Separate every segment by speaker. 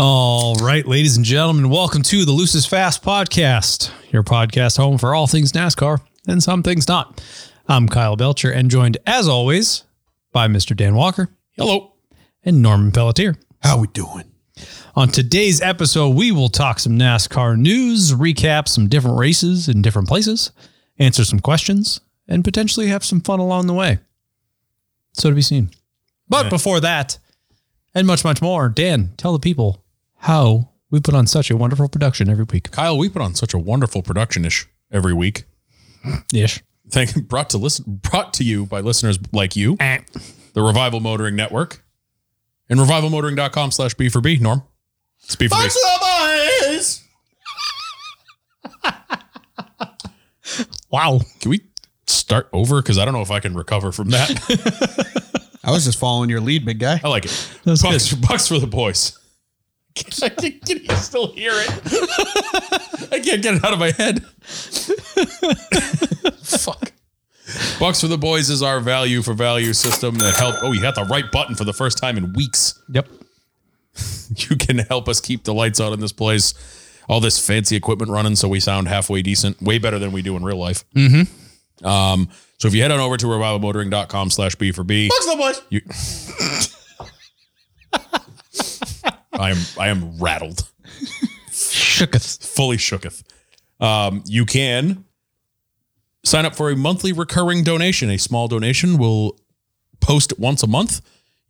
Speaker 1: All right, ladies and gentlemen, welcome to the Loose is Fast podcast, your podcast home for all things NASCAR and some things not. I'm Kyle Belcher and joined, as always, by Mr. Dan Walker. Hello. And Norman Pelletier.
Speaker 2: How we doing?
Speaker 1: On today's episode, we will talk some NASCAR news, recap some different races in different places, answer some questions, and potentially have some fun along the way. So to be seen. But before that, and much, much more, Dan, tell the people how we put on such a wonderful production every week.
Speaker 2: Kyle, we put on such a wonderful production ish every week.
Speaker 1: Ish.
Speaker 2: Thank brought to listen brought to you by listeners like you, the Revival Motoring Network. And revivalmotoring.com slash B for B, Norm. It's B for B.
Speaker 1: Wow.
Speaker 2: Can we start over? Because I don't know if I can recover from that.
Speaker 3: I was just following your lead, big guy.
Speaker 2: I like it.
Speaker 1: That's
Speaker 2: Bucks, bucks for the boys. I can, can you still hear it? I can't get it out of my head. Fuck. Bucks for the boys is our value for value system that helped. Oh, you hit the right button for the first time in weeks.
Speaker 1: Yep.
Speaker 2: You can help us keep the lights out in this place. All this fancy equipment running, so we sound halfway decent, way better than we do in real life. Mm-hmm. Um, so if you head on over to revivalmotoring.com slash B for B. Bucks for the boys. You, I am I am rattled,
Speaker 1: Shooketh.
Speaker 2: fully shooketh. Um, you can sign up for a monthly recurring donation. A small donation will post once a month.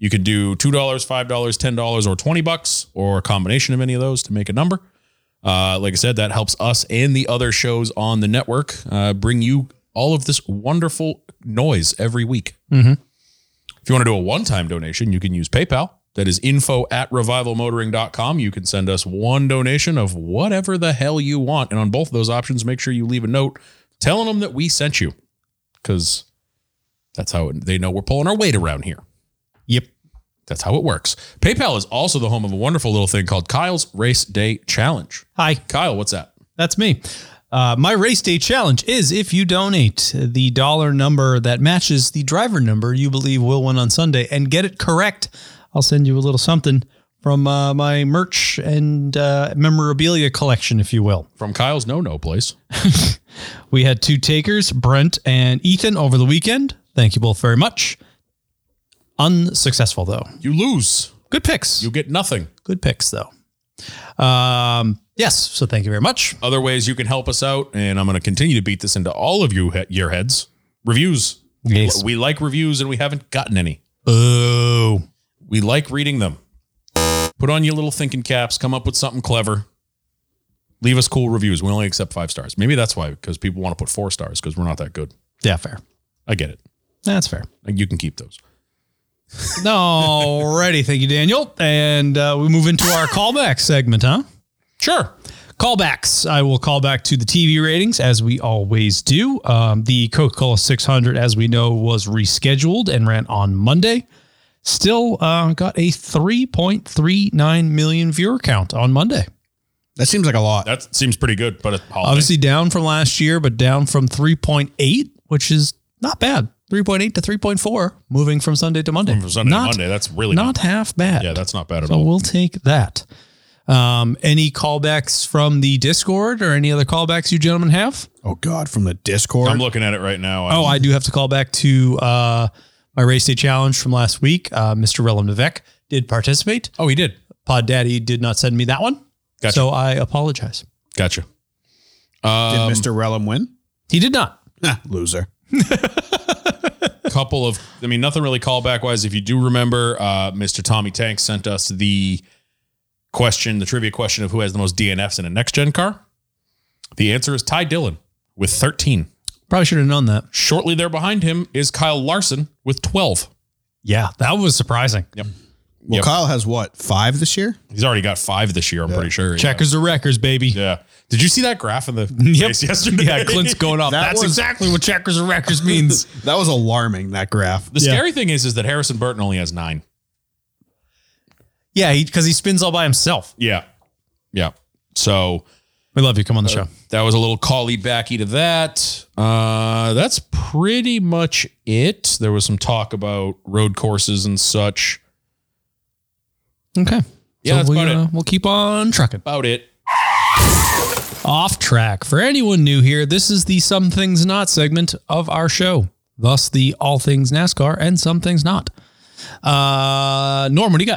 Speaker 2: You can do two dollars, five dollars, ten dollars, or twenty bucks, or a combination of any of those to make a number. Uh, like I said, that helps us and the other shows on the network uh, bring you all of this wonderful noise every week. If you want to do a one time donation, you can use PayPal. That is info at revivalmotoring.com. You can send us one donation of whatever the hell you want. And on both of those options, make sure you leave a note telling them that we sent you because that's how it- they know we're pulling our weight around here.
Speaker 1: Yep.
Speaker 2: That's how it works. PayPal is also the home of a wonderful little thing called Kyle's Race Day Challenge.
Speaker 1: Hi.
Speaker 2: Kyle, what's that?
Speaker 1: That's me. Uh, my race day challenge is if you donate the dollar number that matches the driver number you believe will win on Sunday and get it correct, I'll send you a little something from uh, my merch and uh, memorabilia collection, if you will.
Speaker 2: From Kyle's No No Place.
Speaker 1: We had two takers, Brent and Ethan, over the weekend. Thank you both very much. Unsuccessful, though.
Speaker 2: You lose.
Speaker 1: Good picks.
Speaker 2: You get nothing.
Speaker 1: Good picks, though. Um, yes. So thank you very much.
Speaker 2: other ways you can help us out, and I'm going to continue to beat this into all of you he- your heads. Reviews.
Speaker 1: Yes.
Speaker 2: We like reviews, and we haven't gotten any.
Speaker 1: Boo.
Speaker 2: We like reading them. Put on your little thinking caps. Come up with something clever. Leave us cool reviews. We only accept five stars. Maybe that's why, because people want to put four stars because we're not that good.
Speaker 1: Yeah, fair.
Speaker 2: I get it.
Speaker 1: That's fair.
Speaker 2: You can keep those.
Speaker 1: Alrighty, thank you, Daniel. And uh, we move into our callback segment, huh?
Speaker 2: Sure.
Speaker 1: Callbacks. I will call back to the TV ratings as we always do. Um, the Coca Cola 600, as we know, was rescheduled and ran on Monday. Still uh, got a 3.39 million viewer count on Monday.
Speaker 3: That seems like a lot.
Speaker 2: That seems pretty good, but it's holiday.
Speaker 1: Obviously down from last year, but down from 3.8, which is not bad. 3.8 to 3.4, moving from Sunday to Monday.
Speaker 2: from Sunday
Speaker 1: not,
Speaker 2: to Monday, that's really
Speaker 1: Not half bad.
Speaker 2: Yeah, that's not bad at
Speaker 1: So
Speaker 2: all.
Speaker 1: we'll take that. Um, any callbacks from the Discord or any other callbacks you gentlemen have?
Speaker 3: Oh God, from the Discord.
Speaker 2: I'm looking at it right now.
Speaker 1: Oh, I do have to call back to uh, my race day challenge from last week. Uh, Mr. Relem Nevek did participate.
Speaker 2: oh, he did.
Speaker 1: Pod Daddy did not send me that one.
Speaker 2: Gotcha.
Speaker 1: So I apologize.
Speaker 2: Gotcha. um,
Speaker 3: Did Mr. Relham win?
Speaker 1: He did not.
Speaker 3: Huh, Loser.
Speaker 2: couple of, I mean, nothing really callback wise. If you do remember, uh, Mr. Tommy Tank sent us the question, the trivia question of who has the most DNFs in a next gen car. The answer is Ty Dillon with 13.
Speaker 1: Probably should have known that.
Speaker 2: Shortly there behind him is Kyle Larson with 12.
Speaker 1: Yeah, that was surprising.
Speaker 3: Well,
Speaker 2: Yep.
Speaker 3: Kyle has what five this year?
Speaker 2: He's already got five this year, I'm pretty sure.
Speaker 1: Checkers or wreckers, baby.
Speaker 2: Yeah. yeah. Did you see that graph in the
Speaker 1: Yep.
Speaker 2: race yesterday?
Speaker 1: Yeah, Clint's going off.
Speaker 3: That
Speaker 1: That's
Speaker 3: was-
Speaker 1: exactly what checkers or wreckers means.
Speaker 3: That was alarming. That graph.
Speaker 2: The
Speaker 1: Yeah.
Speaker 2: scary thing is, is that Harrison Burton only has nine.
Speaker 1: yeah, because he, spins all by himself.
Speaker 2: Yeah. Yeah. So
Speaker 1: We love you. Come on the show.
Speaker 2: that was a little collie backy to that. Uh, that's pretty much it. There was some talk about road courses and such.
Speaker 1: Okay.
Speaker 2: Yeah, that's
Speaker 1: we,
Speaker 2: about it.
Speaker 1: We'll keep on trucking.
Speaker 2: About it.
Speaker 1: Off track. For anyone new here, this is the Some Things Not segment of our show, thus, the All Things NASCAR and Some Things Not. Uh, Norm, what do you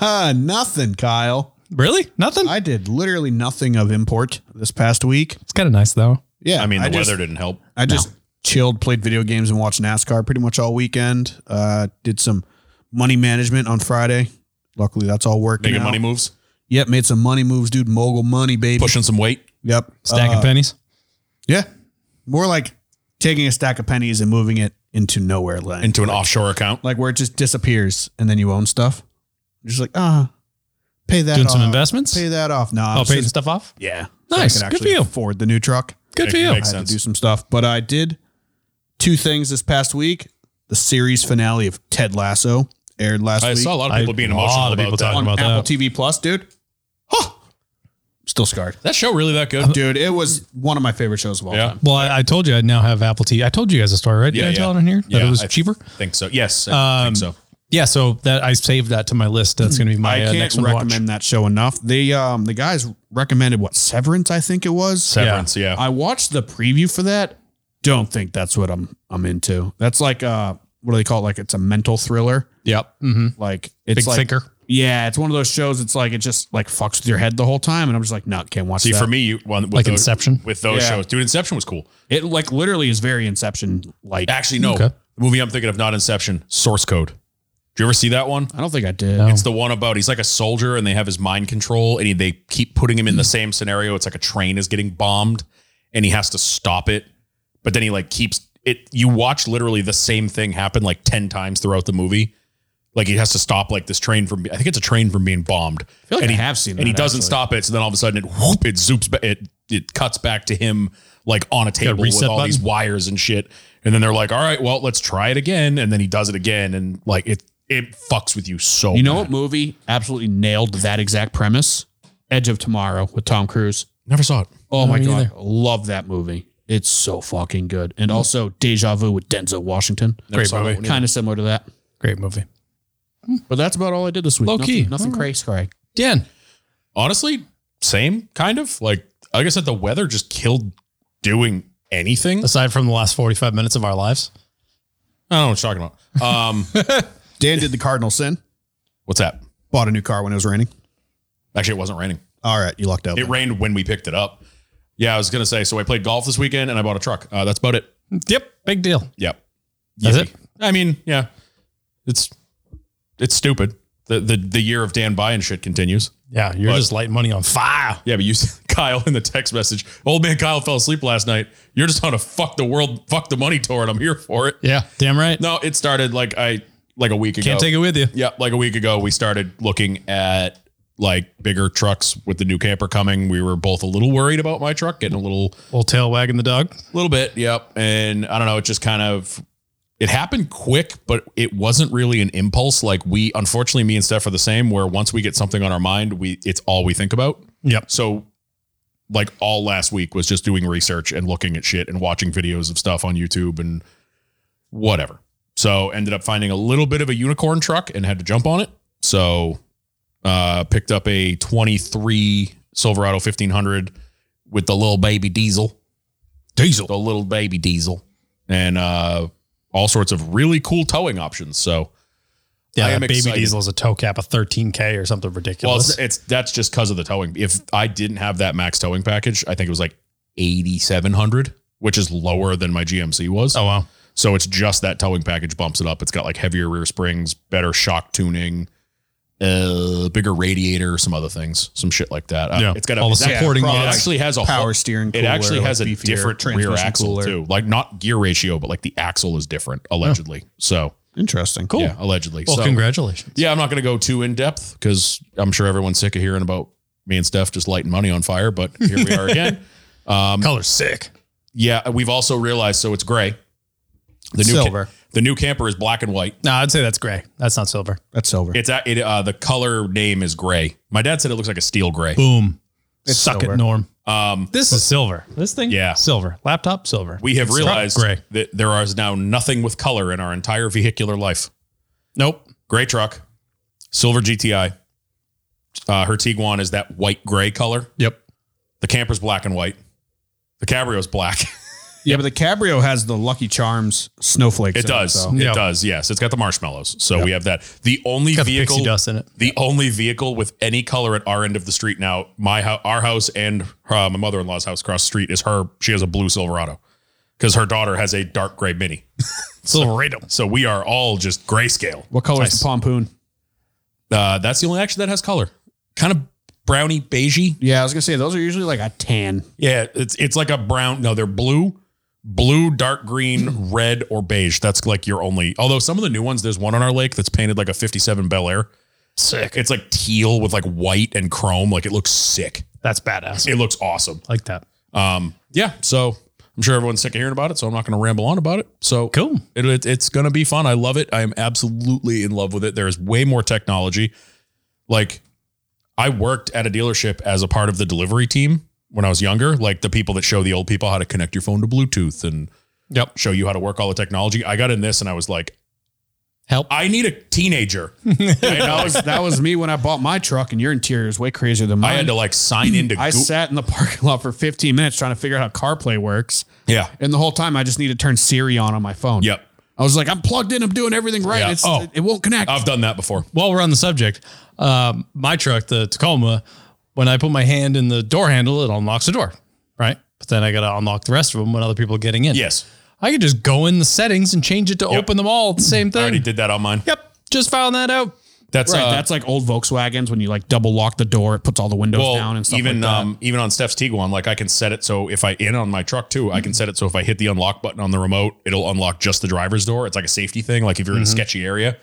Speaker 1: got?
Speaker 3: nothing, Kyle.
Speaker 1: Really? Nothing?
Speaker 3: I did literally nothing of import this past week.
Speaker 1: it's kind of nice, though.
Speaker 3: Yeah,
Speaker 2: I mean, the
Speaker 3: just-
Speaker 2: weather didn't help.
Speaker 3: I just chilled, played video games, and watched NASCAR pretty much all weekend. Uh, did some money management on Friday. Luckily, that's all working.
Speaker 2: Making
Speaker 3: out.
Speaker 2: money moves,
Speaker 3: Yep, made some money moves, dude. Mogul money, baby.
Speaker 2: pushing some weight.
Speaker 3: Yep,
Speaker 1: Stacking
Speaker 3: Uh,
Speaker 1: pennies.
Speaker 3: Yeah, more like taking a stack of pennies and moving it into nowhere land,
Speaker 2: into an offshore account.
Speaker 3: like where it just disappears and then you own stuff. You're just like, ah, pay that.
Speaker 1: Doing some
Speaker 3: off.
Speaker 1: investments?
Speaker 3: Pay that off. No, I
Speaker 1: oh,
Speaker 3: was
Speaker 1: paying
Speaker 3: just-
Speaker 1: stuff off?
Speaker 3: yeah.
Speaker 1: Nice.
Speaker 3: So I
Speaker 1: Good
Speaker 3: could
Speaker 1: for
Speaker 3: actually
Speaker 1: you.
Speaker 3: afford the new truck.
Speaker 1: Good for
Speaker 2: It
Speaker 1: you.
Speaker 2: makes
Speaker 3: I had
Speaker 2: sense.
Speaker 3: to do some stuff, but I did two things this past week. The series finale of Ted Lasso aired last
Speaker 2: I
Speaker 3: week
Speaker 2: saw a lot of
Speaker 1: I-
Speaker 2: people being
Speaker 1: a lot
Speaker 2: emotional
Speaker 1: of people
Speaker 2: about that.
Speaker 1: talking
Speaker 3: on
Speaker 1: about
Speaker 3: Apple
Speaker 1: that.
Speaker 3: TV Plus, dude. Huh. Still scarred,
Speaker 2: That show really that good?
Speaker 3: dude. It was one of my favorite shows of all
Speaker 2: Yeah.
Speaker 3: time.
Speaker 1: Well, I, I told you I now have Apple TV. I told you guys a story, right? Did
Speaker 2: Yeah,
Speaker 1: I tell
Speaker 2: yeah.
Speaker 1: it on here that
Speaker 2: Yeah,
Speaker 1: it was
Speaker 2: I-
Speaker 1: cheaper?
Speaker 2: think so. Yes, I
Speaker 1: Um,
Speaker 2: think so.
Speaker 1: Yeah, so that I saved that to my list. That's going to be my
Speaker 3: I
Speaker 1: uh,
Speaker 3: can't
Speaker 1: next one to watch.
Speaker 3: recommend that show enough. They um the guys recommended what Severance, I think it was.
Speaker 2: Severance, yeah.
Speaker 3: I watched the preview for that. Don't think that's what I'm I'm into. That's like uh what do they call it? Like it's a mental thriller.
Speaker 2: Yep.
Speaker 1: Mm-hmm.
Speaker 3: Like it's
Speaker 1: Big
Speaker 3: like
Speaker 1: thinker.
Speaker 3: yeah, it's one of those shows. It's like it just like fucks with your head the whole time, and I'm just like, no, can't watch
Speaker 2: See,
Speaker 3: that.
Speaker 2: for me, you, one, with
Speaker 1: Like
Speaker 2: those,
Speaker 1: Inception?
Speaker 2: With those
Speaker 3: Yeah.
Speaker 2: shows. Dude, Inception was cool.
Speaker 3: it like literally is very Inception like. I
Speaker 2: Actually, no.
Speaker 1: Okay.
Speaker 2: The movie I'm thinking of, not Inception, Source Code. Do you ever see that one?
Speaker 3: don't think I did.
Speaker 1: No.
Speaker 2: It's the one about he's like a soldier and they have his mind control and he, they keep putting him in the
Speaker 3: Hmm.
Speaker 2: same scenario. It's like a train is getting bombed and he has to stop it. But then he like keeps it. You watch literally the same thing happen like 10 times throughout the movie. Like he has to stop like this train from, I think it's a train from being bombed.
Speaker 3: I feel like
Speaker 2: and
Speaker 3: I
Speaker 2: he,
Speaker 3: have seen that.
Speaker 2: and he doesn't
Speaker 3: actually.
Speaker 2: stop it. So then all of a sudden it whoop, it zoops, ba- it it cuts back to him like on a table with
Speaker 1: reset
Speaker 2: all
Speaker 1: button?
Speaker 2: these wires and shit. And then they're like, all right, well, let's try it again. And then he does it again, and like it it fucks with you so.
Speaker 3: You know
Speaker 2: bad.
Speaker 3: what movie absolutely nailed that exact premise? Edge of Tomorrow with Tom Cruise.
Speaker 2: Never saw it.
Speaker 3: Oh my
Speaker 1: me
Speaker 3: god,
Speaker 1: either.
Speaker 3: love that movie. It's so fucking good. And also Deja Vu with Denzel Washington.
Speaker 2: Mm-hmm. Never saw that one either.
Speaker 3: Kind of similar to that.
Speaker 1: Great movie.
Speaker 3: But that's about all I did this week.
Speaker 1: Low key.
Speaker 3: Nothing, nothing crazy. Craig.
Speaker 1: Dan.
Speaker 2: Honestly, same kind of like like I said, the weather just killed doing anything.
Speaker 1: Aside from the last 45 minutes of our lives.
Speaker 2: I don't know what you're talking about. Um,
Speaker 3: Dan did the cardinal sin.
Speaker 2: what's that?
Speaker 3: Bought a new car when it was raining.
Speaker 2: Actually, it wasn't raining.
Speaker 3: All right, you lucked out.
Speaker 2: It rained when we picked it up. Yeah, I was gonna say. So I played golf this weekend, and I bought a truck. Uh, that's about it.
Speaker 1: Yep. Big deal.
Speaker 2: Yep.
Speaker 1: That's
Speaker 2: Yeezy.
Speaker 1: it?
Speaker 2: I mean, yeah. It's it's stupid. The the the year of Dan buying shit continues.
Speaker 1: Yeah, you're
Speaker 2: But-
Speaker 1: just lighting money on fire.
Speaker 2: Yeah, but you Kyle in the text message, old man Kyle fell asleep last night. You're just on a fuck the world, fuck the money tour, and I'm here for it.
Speaker 1: Yeah. Damn right.
Speaker 2: No, it started like I like a week ago.
Speaker 1: Can't take it with you.
Speaker 2: Yeah, like a week ago, we started looking at like bigger trucks with the new camper coming. We were both a little worried about my truck getting a little
Speaker 1: Little tail wagging the dog.
Speaker 2: a little bit, yep. And I don't know, it just kind of it happened quick, but it wasn't really an impulse. Like we unfortunately me and Steph are the same where once we get something on our mind, we it's all we think about.
Speaker 1: Yep.
Speaker 2: So like all last week was just doing research and looking at shit and watching videos of stuff on YouTube and whatever. So ended up finding a little bit of a unicorn truck and had to jump on it. So uh picked up a 23 Silverado 1500 with the little baby diesel. Diesel. The little baby diesel. And uh all sorts of really cool towing options. So
Speaker 1: Yeah,
Speaker 2: I
Speaker 1: that
Speaker 2: am
Speaker 1: baby
Speaker 2: excited.
Speaker 1: diesel is a toe cap of 13K or something
Speaker 2: Well,
Speaker 1: ridiculous.
Speaker 2: it's, it's that's just because of the towing. If I didn't have that max towing package, I think it was like eighty seven hundred, which is lower than my GMC was.
Speaker 1: oh, wow.
Speaker 2: So it's just that towing package bumps it up. It's got like heavier rear springs, better shock tuning, uh, bigger radiator, some other things, some shit like that. Uh,
Speaker 1: Yeah.
Speaker 2: it's got a,
Speaker 1: All the
Speaker 2: that
Speaker 1: supporting
Speaker 2: product
Speaker 1: units.
Speaker 2: actually has a whole-
Speaker 3: Power steering
Speaker 2: It actually
Speaker 3: cooler,
Speaker 2: has
Speaker 3: like
Speaker 2: a
Speaker 3: beefier
Speaker 2: different rear
Speaker 3: transmission
Speaker 2: axle
Speaker 3: cooler.
Speaker 2: too, like not gear ratio, but like the axle is different allegedly. So
Speaker 3: Interesting.
Speaker 2: yeah, allegedly.
Speaker 1: Well,
Speaker 2: so,
Speaker 1: congratulations.
Speaker 2: yeah, I'm not going to go too in depth because I'm sure everyone's sick of hearing about me and Steph just lighting money on fire. But here we are again. Um,
Speaker 1: Color's sick.
Speaker 2: yeah, we've also realized so it's gray. The new ca-
Speaker 3: Silver.
Speaker 2: the new camper is black and white.
Speaker 1: No, I'd say that's gray. That's not silver.
Speaker 3: That's silver.
Speaker 2: It's a, it, uh, the color name is gray. My dad said it looks like a steel gray.
Speaker 1: Boom.
Speaker 3: It's
Speaker 1: Suck
Speaker 3: silver.
Speaker 1: it, Norm.
Speaker 2: Um,
Speaker 1: This is silver. This thing?
Speaker 2: Yeah.
Speaker 1: Silver. Laptop, silver.
Speaker 2: we have
Speaker 1: Truck,
Speaker 2: realized
Speaker 1: gray.
Speaker 2: that there is now nothing with color in our entire vehicular life.
Speaker 1: Nope.
Speaker 2: Gray truck, silver GTI. Uh, her Tiguan is that white gray color.
Speaker 1: Yep.
Speaker 2: The camper's black and white. The Cabrio is black.
Speaker 3: yeah, but the Cabrio has the Lucky Charms snowflakes.
Speaker 2: It
Speaker 3: in
Speaker 2: does.
Speaker 3: so-
Speaker 2: It
Speaker 1: Yeah.
Speaker 2: does. Yes, it's got the marshmallows. So we have that. The only
Speaker 1: Got the
Speaker 2: vehicle,
Speaker 1: pixie dust in it.
Speaker 2: the only vehicle with any color at our end of the street now. My hou- our house and uh, my mother in law's house across the street is her. She has a blue Silverado because her daughter has a dark gray Mini.
Speaker 1: Silverado.
Speaker 2: So we are all just grayscale.
Speaker 3: What color is the pompoon?
Speaker 2: Uh, that's the only action that has color. Kind of browny beigey.
Speaker 3: Yeah, I was gonna say those are usually like a tan.
Speaker 2: Yeah, it's it's like a brown. No, they're blue. Blue, dark green, red, or beige. That's like your only. Although some of the new ones, there's one on our lake that's painted like a 57 Bel Air.
Speaker 1: Sick.
Speaker 2: It's like teal with like white and chrome. Like it looks sick.
Speaker 1: That's badass.
Speaker 2: It looks awesome.
Speaker 1: like that.
Speaker 2: Um, yeah. So I'm sure everyone's sick of hearing about it. So I'm not going to ramble on about it. So
Speaker 1: Cool.
Speaker 2: it, it- it's going to be fun. I love it. I am absolutely in love with it. There is way more technology. Like I worked at a dealership as a part of the delivery team when I was younger. Like the people that show the old people how to connect your phone to Bluetooth and
Speaker 1: Yep.
Speaker 2: show you how to work all the technology. I got in this and I was like,
Speaker 1: Help.
Speaker 2: I need a teenager. And I was-
Speaker 3: That was me when I bought my truck, and your interior is way crazier than mine.
Speaker 2: I had to like sign into.
Speaker 3: I
Speaker 2: Goo-
Speaker 3: sat in the parking lot for 15 minutes trying to figure out how CarPlay works,
Speaker 2: yeah.
Speaker 3: and the whole time I just need to turn Siri on on my phone.
Speaker 2: Yep.
Speaker 3: I was like, I'm plugged in, I'm doing everything right.
Speaker 2: Yeah.
Speaker 3: It's,
Speaker 2: Oh.
Speaker 3: it won't connect.
Speaker 2: I've done that before.
Speaker 1: While we're on the subject, um, my truck, the Tacoma, when I put my hand in the door handle, it unlocks the door, right? But then I got to unlock the rest of them when other people are getting in.
Speaker 2: Yes.
Speaker 1: I could just go in the settings and change it to open them all at the same
Speaker 2: I already
Speaker 1: thing.
Speaker 2: did that on mine.
Speaker 1: Yep. Just found that out.
Speaker 2: That's
Speaker 3: right,
Speaker 2: uh,
Speaker 3: that's like old Volkswagens when you like double lock the door, it puts all the windows
Speaker 2: well,
Speaker 3: down and stuff
Speaker 2: even
Speaker 3: like that.
Speaker 2: um, even on Steph's Tiguan, like I can set it so if I in on my truck too, I can
Speaker 3: Mm-hmm.
Speaker 2: set it so if I hit the unlock button on the remote, it'll unlock just the driver's door. It's like a safety thing. Like if you're in a
Speaker 3: Mm-hmm.
Speaker 2: sketchy area,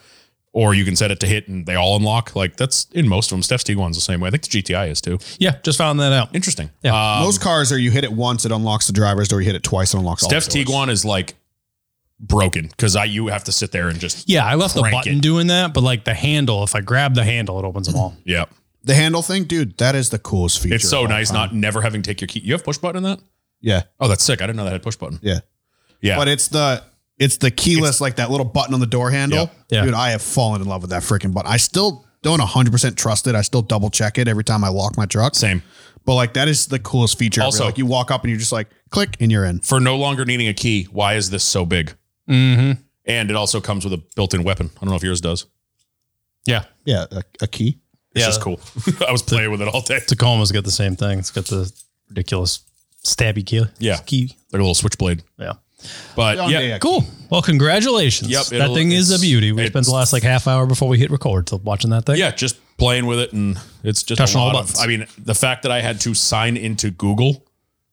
Speaker 2: or you can set it to hit and they all unlock. Like that's in most of them. Steph's Tiguan's the same way. I think the GTI is too.
Speaker 1: Yeah. Just found that out.
Speaker 2: Interesting.
Speaker 1: Yeah.
Speaker 2: Uh,
Speaker 3: Most cars are you hit it once, it unlocks the driver's door. You hit it twice, it unlocks. all
Speaker 2: Steph's
Speaker 3: the doors.
Speaker 2: Tiguan is like broken because I you have to sit there and just
Speaker 1: Yeah, I left the
Speaker 2: Crank
Speaker 1: button
Speaker 2: it.
Speaker 1: doing that, but like the handle, if I grab the handle, it opens them all.
Speaker 2: yeah.
Speaker 3: The handle thing, dude, that is the coolest feature.
Speaker 2: It's so
Speaker 3: of all
Speaker 2: nice
Speaker 3: time.
Speaker 2: not never having to take your key. You have push button in that?
Speaker 3: Yeah,
Speaker 2: Oh, that's sick. I didn't know that had push button.
Speaker 3: yeah,
Speaker 2: Yeah.
Speaker 3: But it's the it's the keyless, like that little button on the door handle.
Speaker 1: Yeah. Yeah.
Speaker 3: Dude, I have fallen in love with that freaking button. I still don't 100% trust it. I still double check it every time I lock my truck.
Speaker 2: Same.
Speaker 3: But like that is the coolest feature. ever.
Speaker 2: Also-
Speaker 3: like you walk up and you're just like click and you're in.
Speaker 2: For no longer needing a key, why is this so big?
Speaker 1: Mm-hmm.
Speaker 2: And it also comes with a built-in weapon. I don't know if yours does.
Speaker 1: Yeah.
Speaker 3: Yeah, a, a key.
Speaker 2: It's
Speaker 1: Yeah.
Speaker 2: just cool. I was playing with it all day.
Speaker 1: Tacoma's got the same thing. It's got the ridiculous stabby key.
Speaker 2: Yeah.
Speaker 1: Key.
Speaker 2: Like a little switchblade.
Speaker 1: Yeah.
Speaker 2: But
Speaker 3: Young
Speaker 2: yeah,
Speaker 3: day, a
Speaker 1: Cool. Well, congratulations.
Speaker 2: Yep,
Speaker 1: That
Speaker 2: it'll-
Speaker 1: thing is a
Speaker 2: it's-
Speaker 1: beauty. We spent the
Speaker 2: it's-
Speaker 1: last like half hour before we hit record to watching that thing.
Speaker 2: yeah, just playing with it and it's just
Speaker 1: Touching
Speaker 2: a
Speaker 1: all
Speaker 2: lot
Speaker 1: the
Speaker 2: of,
Speaker 1: buttons.
Speaker 2: I mean, the fact that I had to sign into Google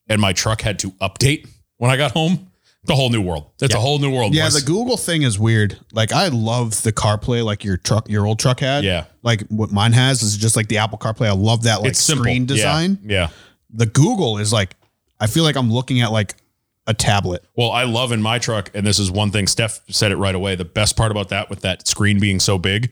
Speaker 2: and my truck had to update when I got home, the whole new world. It's a whole new world.
Speaker 3: Yeah,
Speaker 2: boys.
Speaker 3: the Google thing is weird. Like I love the CarPlay, like your truck, your old truck had.
Speaker 2: Yeah.
Speaker 3: Like what mine has is just like the Apple CarPlay. I love that like
Speaker 2: it's simple.
Speaker 3: screen
Speaker 2: Yeah,
Speaker 3: design.
Speaker 2: Yeah.
Speaker 3: The Google is like, I feel like I'm looking at like a tablet.
Speaker 2: Well, I love in my truck, and this is one thing Steph said it right away. The best part about that, with that screen being so big,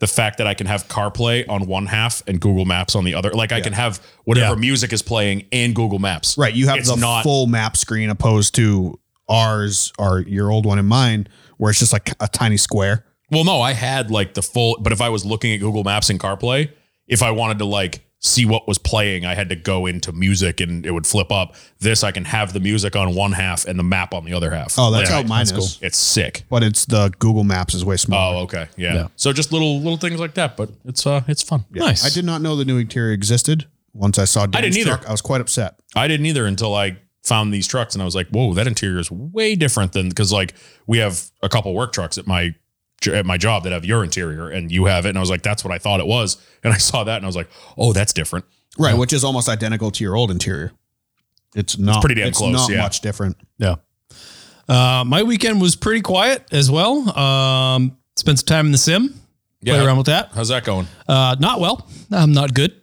Speaker 2: the fact that I can have CarPlay on one half and Google Maps on the other. Like I can have whatever
Speaker 1: Yeah.
Speaker 2: music is playing and Google Maps.
Speaker 3: Right. You have
Speaker 2: It's
Speaker 3: the
Speaker 2: not-
Speaker 3: full map screen opposed to ours or your old one and mine, where it's just like a tiny square.
Speaker 2: Well, no, I had like the full, but if I was looking at Google Maps and CarPlay, if I wanted to like see what was playing, I had to go into music and it would flip up. This I can have the music on one half and the map on the other half.
Speaker 3: Oh, that's
Speaker 2: Yeah.
Speaker 3: how mine is.
Speaker 2: It's sick.
Speaker 3: But it's the Google Maps is way smaller.
Speaker 2: Oh, okay. Yeah.
Speaker 1: Yeah.
Speaker 2: So just little little things like that, but it's uh it's fun.
Speaker 1: Nice.
Speaker 3: I did not know the new interior existed. Once I saw Dan's
Speaker 2: didn't either.
Speaker 3: truck, I was quite upset.
Speaker 2: I didn't either until I found these trucks and I was like, whoa, that interior is way different than because like we have a couple work trucks at my j- at my job that have your interior and you have it. And I was like, that's what I thought it was. And I saw that and I was like, oh, that's different.
Speaker 4: Right, which is almost identical to your old interior. It's not
Speaker 2: pretty damn
Speaker 4: it's
Speaker 2: close,
Speaker 4: Not
Speaker 2: yeah.
Speaker 4: much different.
Speaker 1: Yeah. Uh, my weekend was pretty quiet as well. Um, spent some time in the sim. Yeah.
Speaker 2: Yeah.
Speaker 1: Played around with that.
Speaker 2: How's that going?
Speaker 1: Uh, not well. I'm not good.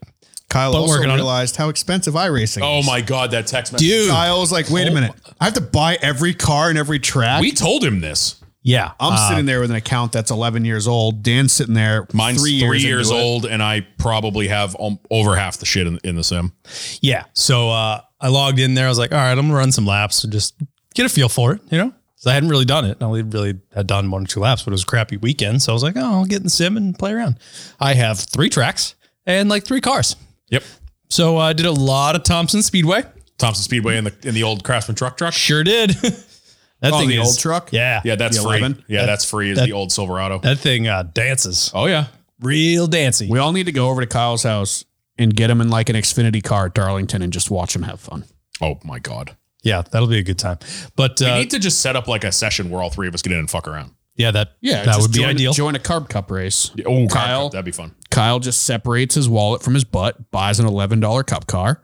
Speaker 4: Kyle
Speaker 1: But
Speaker 4: also
Speaker 1: working on it.
Speaker 4: realized how expensive iRacing.
Speaker 2: Oh
Speaker 4: is.
Speaker 2: my god, that text message.
Speaker 1: Dude.
Speaker 4: Kyle was like, "Wait a minute! I have to buy every car and every track."
Speaker 2: We Ah. told him this.
Speaker 1: Yeah.
Speaker 4: I'm
Speaker 1: Uh,
Speaker 4: sitting there with an account that's 11 years old. Dan's sitting there.
Speaker 2: Mine's three years,
Speaker 4: into it.
Speaker 2: old, and I probably have um, over half the shit in, in the sim.
Speaker 1: yeah. So uh, I logged in there. I was like, all right, I'm going to run some laps and just get a feel for it, you know? 'Cause I hadn't really done it. I only really had done one or two laps, but it was a crappy weekend. So I was like, oh, I'll get in the sim and play around. I have three tracks and like three cars.
Speaker 2: Yep.
Speaker 1: So uh, I did a lot of Thompson Speedway.
Speaker 2: Thompson Speedway in the in the old Craftsman truck truck.
Speaker 1: Sure did. that
Speaker 4: Oh,
Speaker 1: thing
Speaker 4: the
Speaker 1: is-
Speaker 4: old truck?
Speaker 1: Yeah.
Speaker 2: Yeah, that's
Speaker 4: The
Speaker 2: free.
Speaker 4: 11?
Speaker 2: Yeah,
Speaker 1: That-
Speaker 2: that's free. Is
Speaker 1: that-
Speaker 2: the old Silverado?
Speaker 1: That thing uh, dances.
Speaker 2: oh yeah,
Speaker 1: Real dancing.
Speaker 4: We all need to go over to Kyle's house and get him in like an Xfinity car at Darlington and just watch him have fun.
Speaker 2: Oh my god.
Speaker 1: Yeah, that'll be a good time. But
Speaker 2: We
Speaker 1: uh,
Speaker 2: need to just set up like a session where all three of us get in and fuck around.
Speaker 1: yeah, that that
Speaker 4: just
Speaker 1: would be
Speaker 4: join,
Speaker 1: ideal.
Speaker 4: Join a carb cup race.
Speaker 2: Oh,
Speaker 4: Kyle?
Speaker 2: that'd be fun.
Speaker 4: Kyle just separates his wallet from his butt, buys an $11 cup car,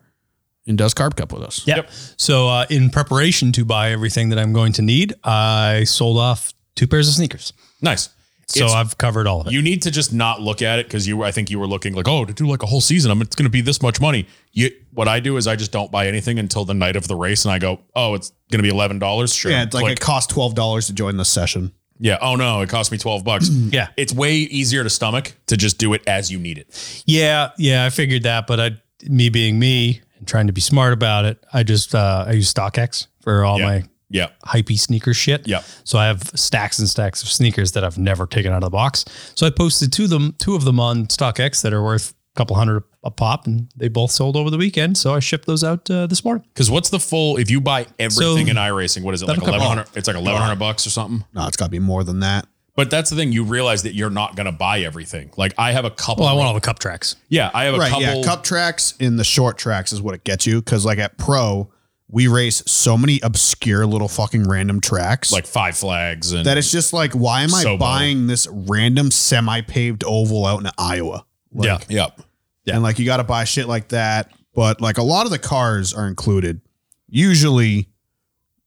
Speaker 4: and does carb cup with us.
Speaker 1: yeah.
Speaker 2: Yep.
Speaker 1: So uh, in preparation to buy everything that I'm going to need, I sold off two pairs of sneakers.
Speaker 2: Nice.
Speaker 1: So
Speaker 2: It's-
Speaker 1: I've covered all of it.
Speaker 2: You need to just not look at it because you. I think you were looking like, oh, to do like a whole season, I'm it's going to be this much money. You, what I do is I just don't buy anything until the night of the race, and I go, oh, it's going to be eleven dollars. Sure,
Speaker 4: Yeah, it's like
Speaker 2: Click.
Speaker 4: it cost $12 to join this session.
Speaker 2: yeah. Oh no, it cost me twelve bucks.
Speaker 1: yeah.
Speaker 2: it's way easier to stomach to just do it as you need it.
Speaker 1: Yeah, yeah, I figured that, but I, me being me and trying to be smart about it, I just uh, I use StockX for all
Speaker 2: Yeah.
Speaker 1: my
Speaker 2: Yeah,
Speaker 1: hypey sneaker shit.
Speaker 2: Yeah.
Speaker 1: So I have stacks and stacks of sneakers that I've never taken out of the box. So I posted two of them, two of them on StockX that are worth a couple hundred a pop, and they both sold over the weekend. So I shipped those out uh, this morning.
Speaker 2: because what's the full? If you buy everything in iRacing, what is it like
Speaker 1: That'll come
Speaker 2: eleven hundred? It's like eleven hundred bucks or something.
Speaker 4: No, it's got to be more than that.
Speaker 2: But that's the thing. You realize that you're not going to buy everything. Like I have a couple.
Speaker 1: Well, I want all the cup tracks.
Speaker 2: yeah, I have a
Speaker 4: Right.
Speaker 2: couple.
Speaker 4: Yeah. Cup tracks in the short tracks is what it gets you. Cause like at Pro, we race so many obscure little fucking random tracks.
Speaker 2: like five flags and
Speaker 4: that it's just like, why am I
Speaker 2: Sobo.
Speaker 4: buying this random semi paved oval out in Iowa? Like,
Speaker 1: Yeah.
Speaker 2: yep.
Speaker 4: And like you got to buy shit like that. But like a lot of the cars are included. Usually,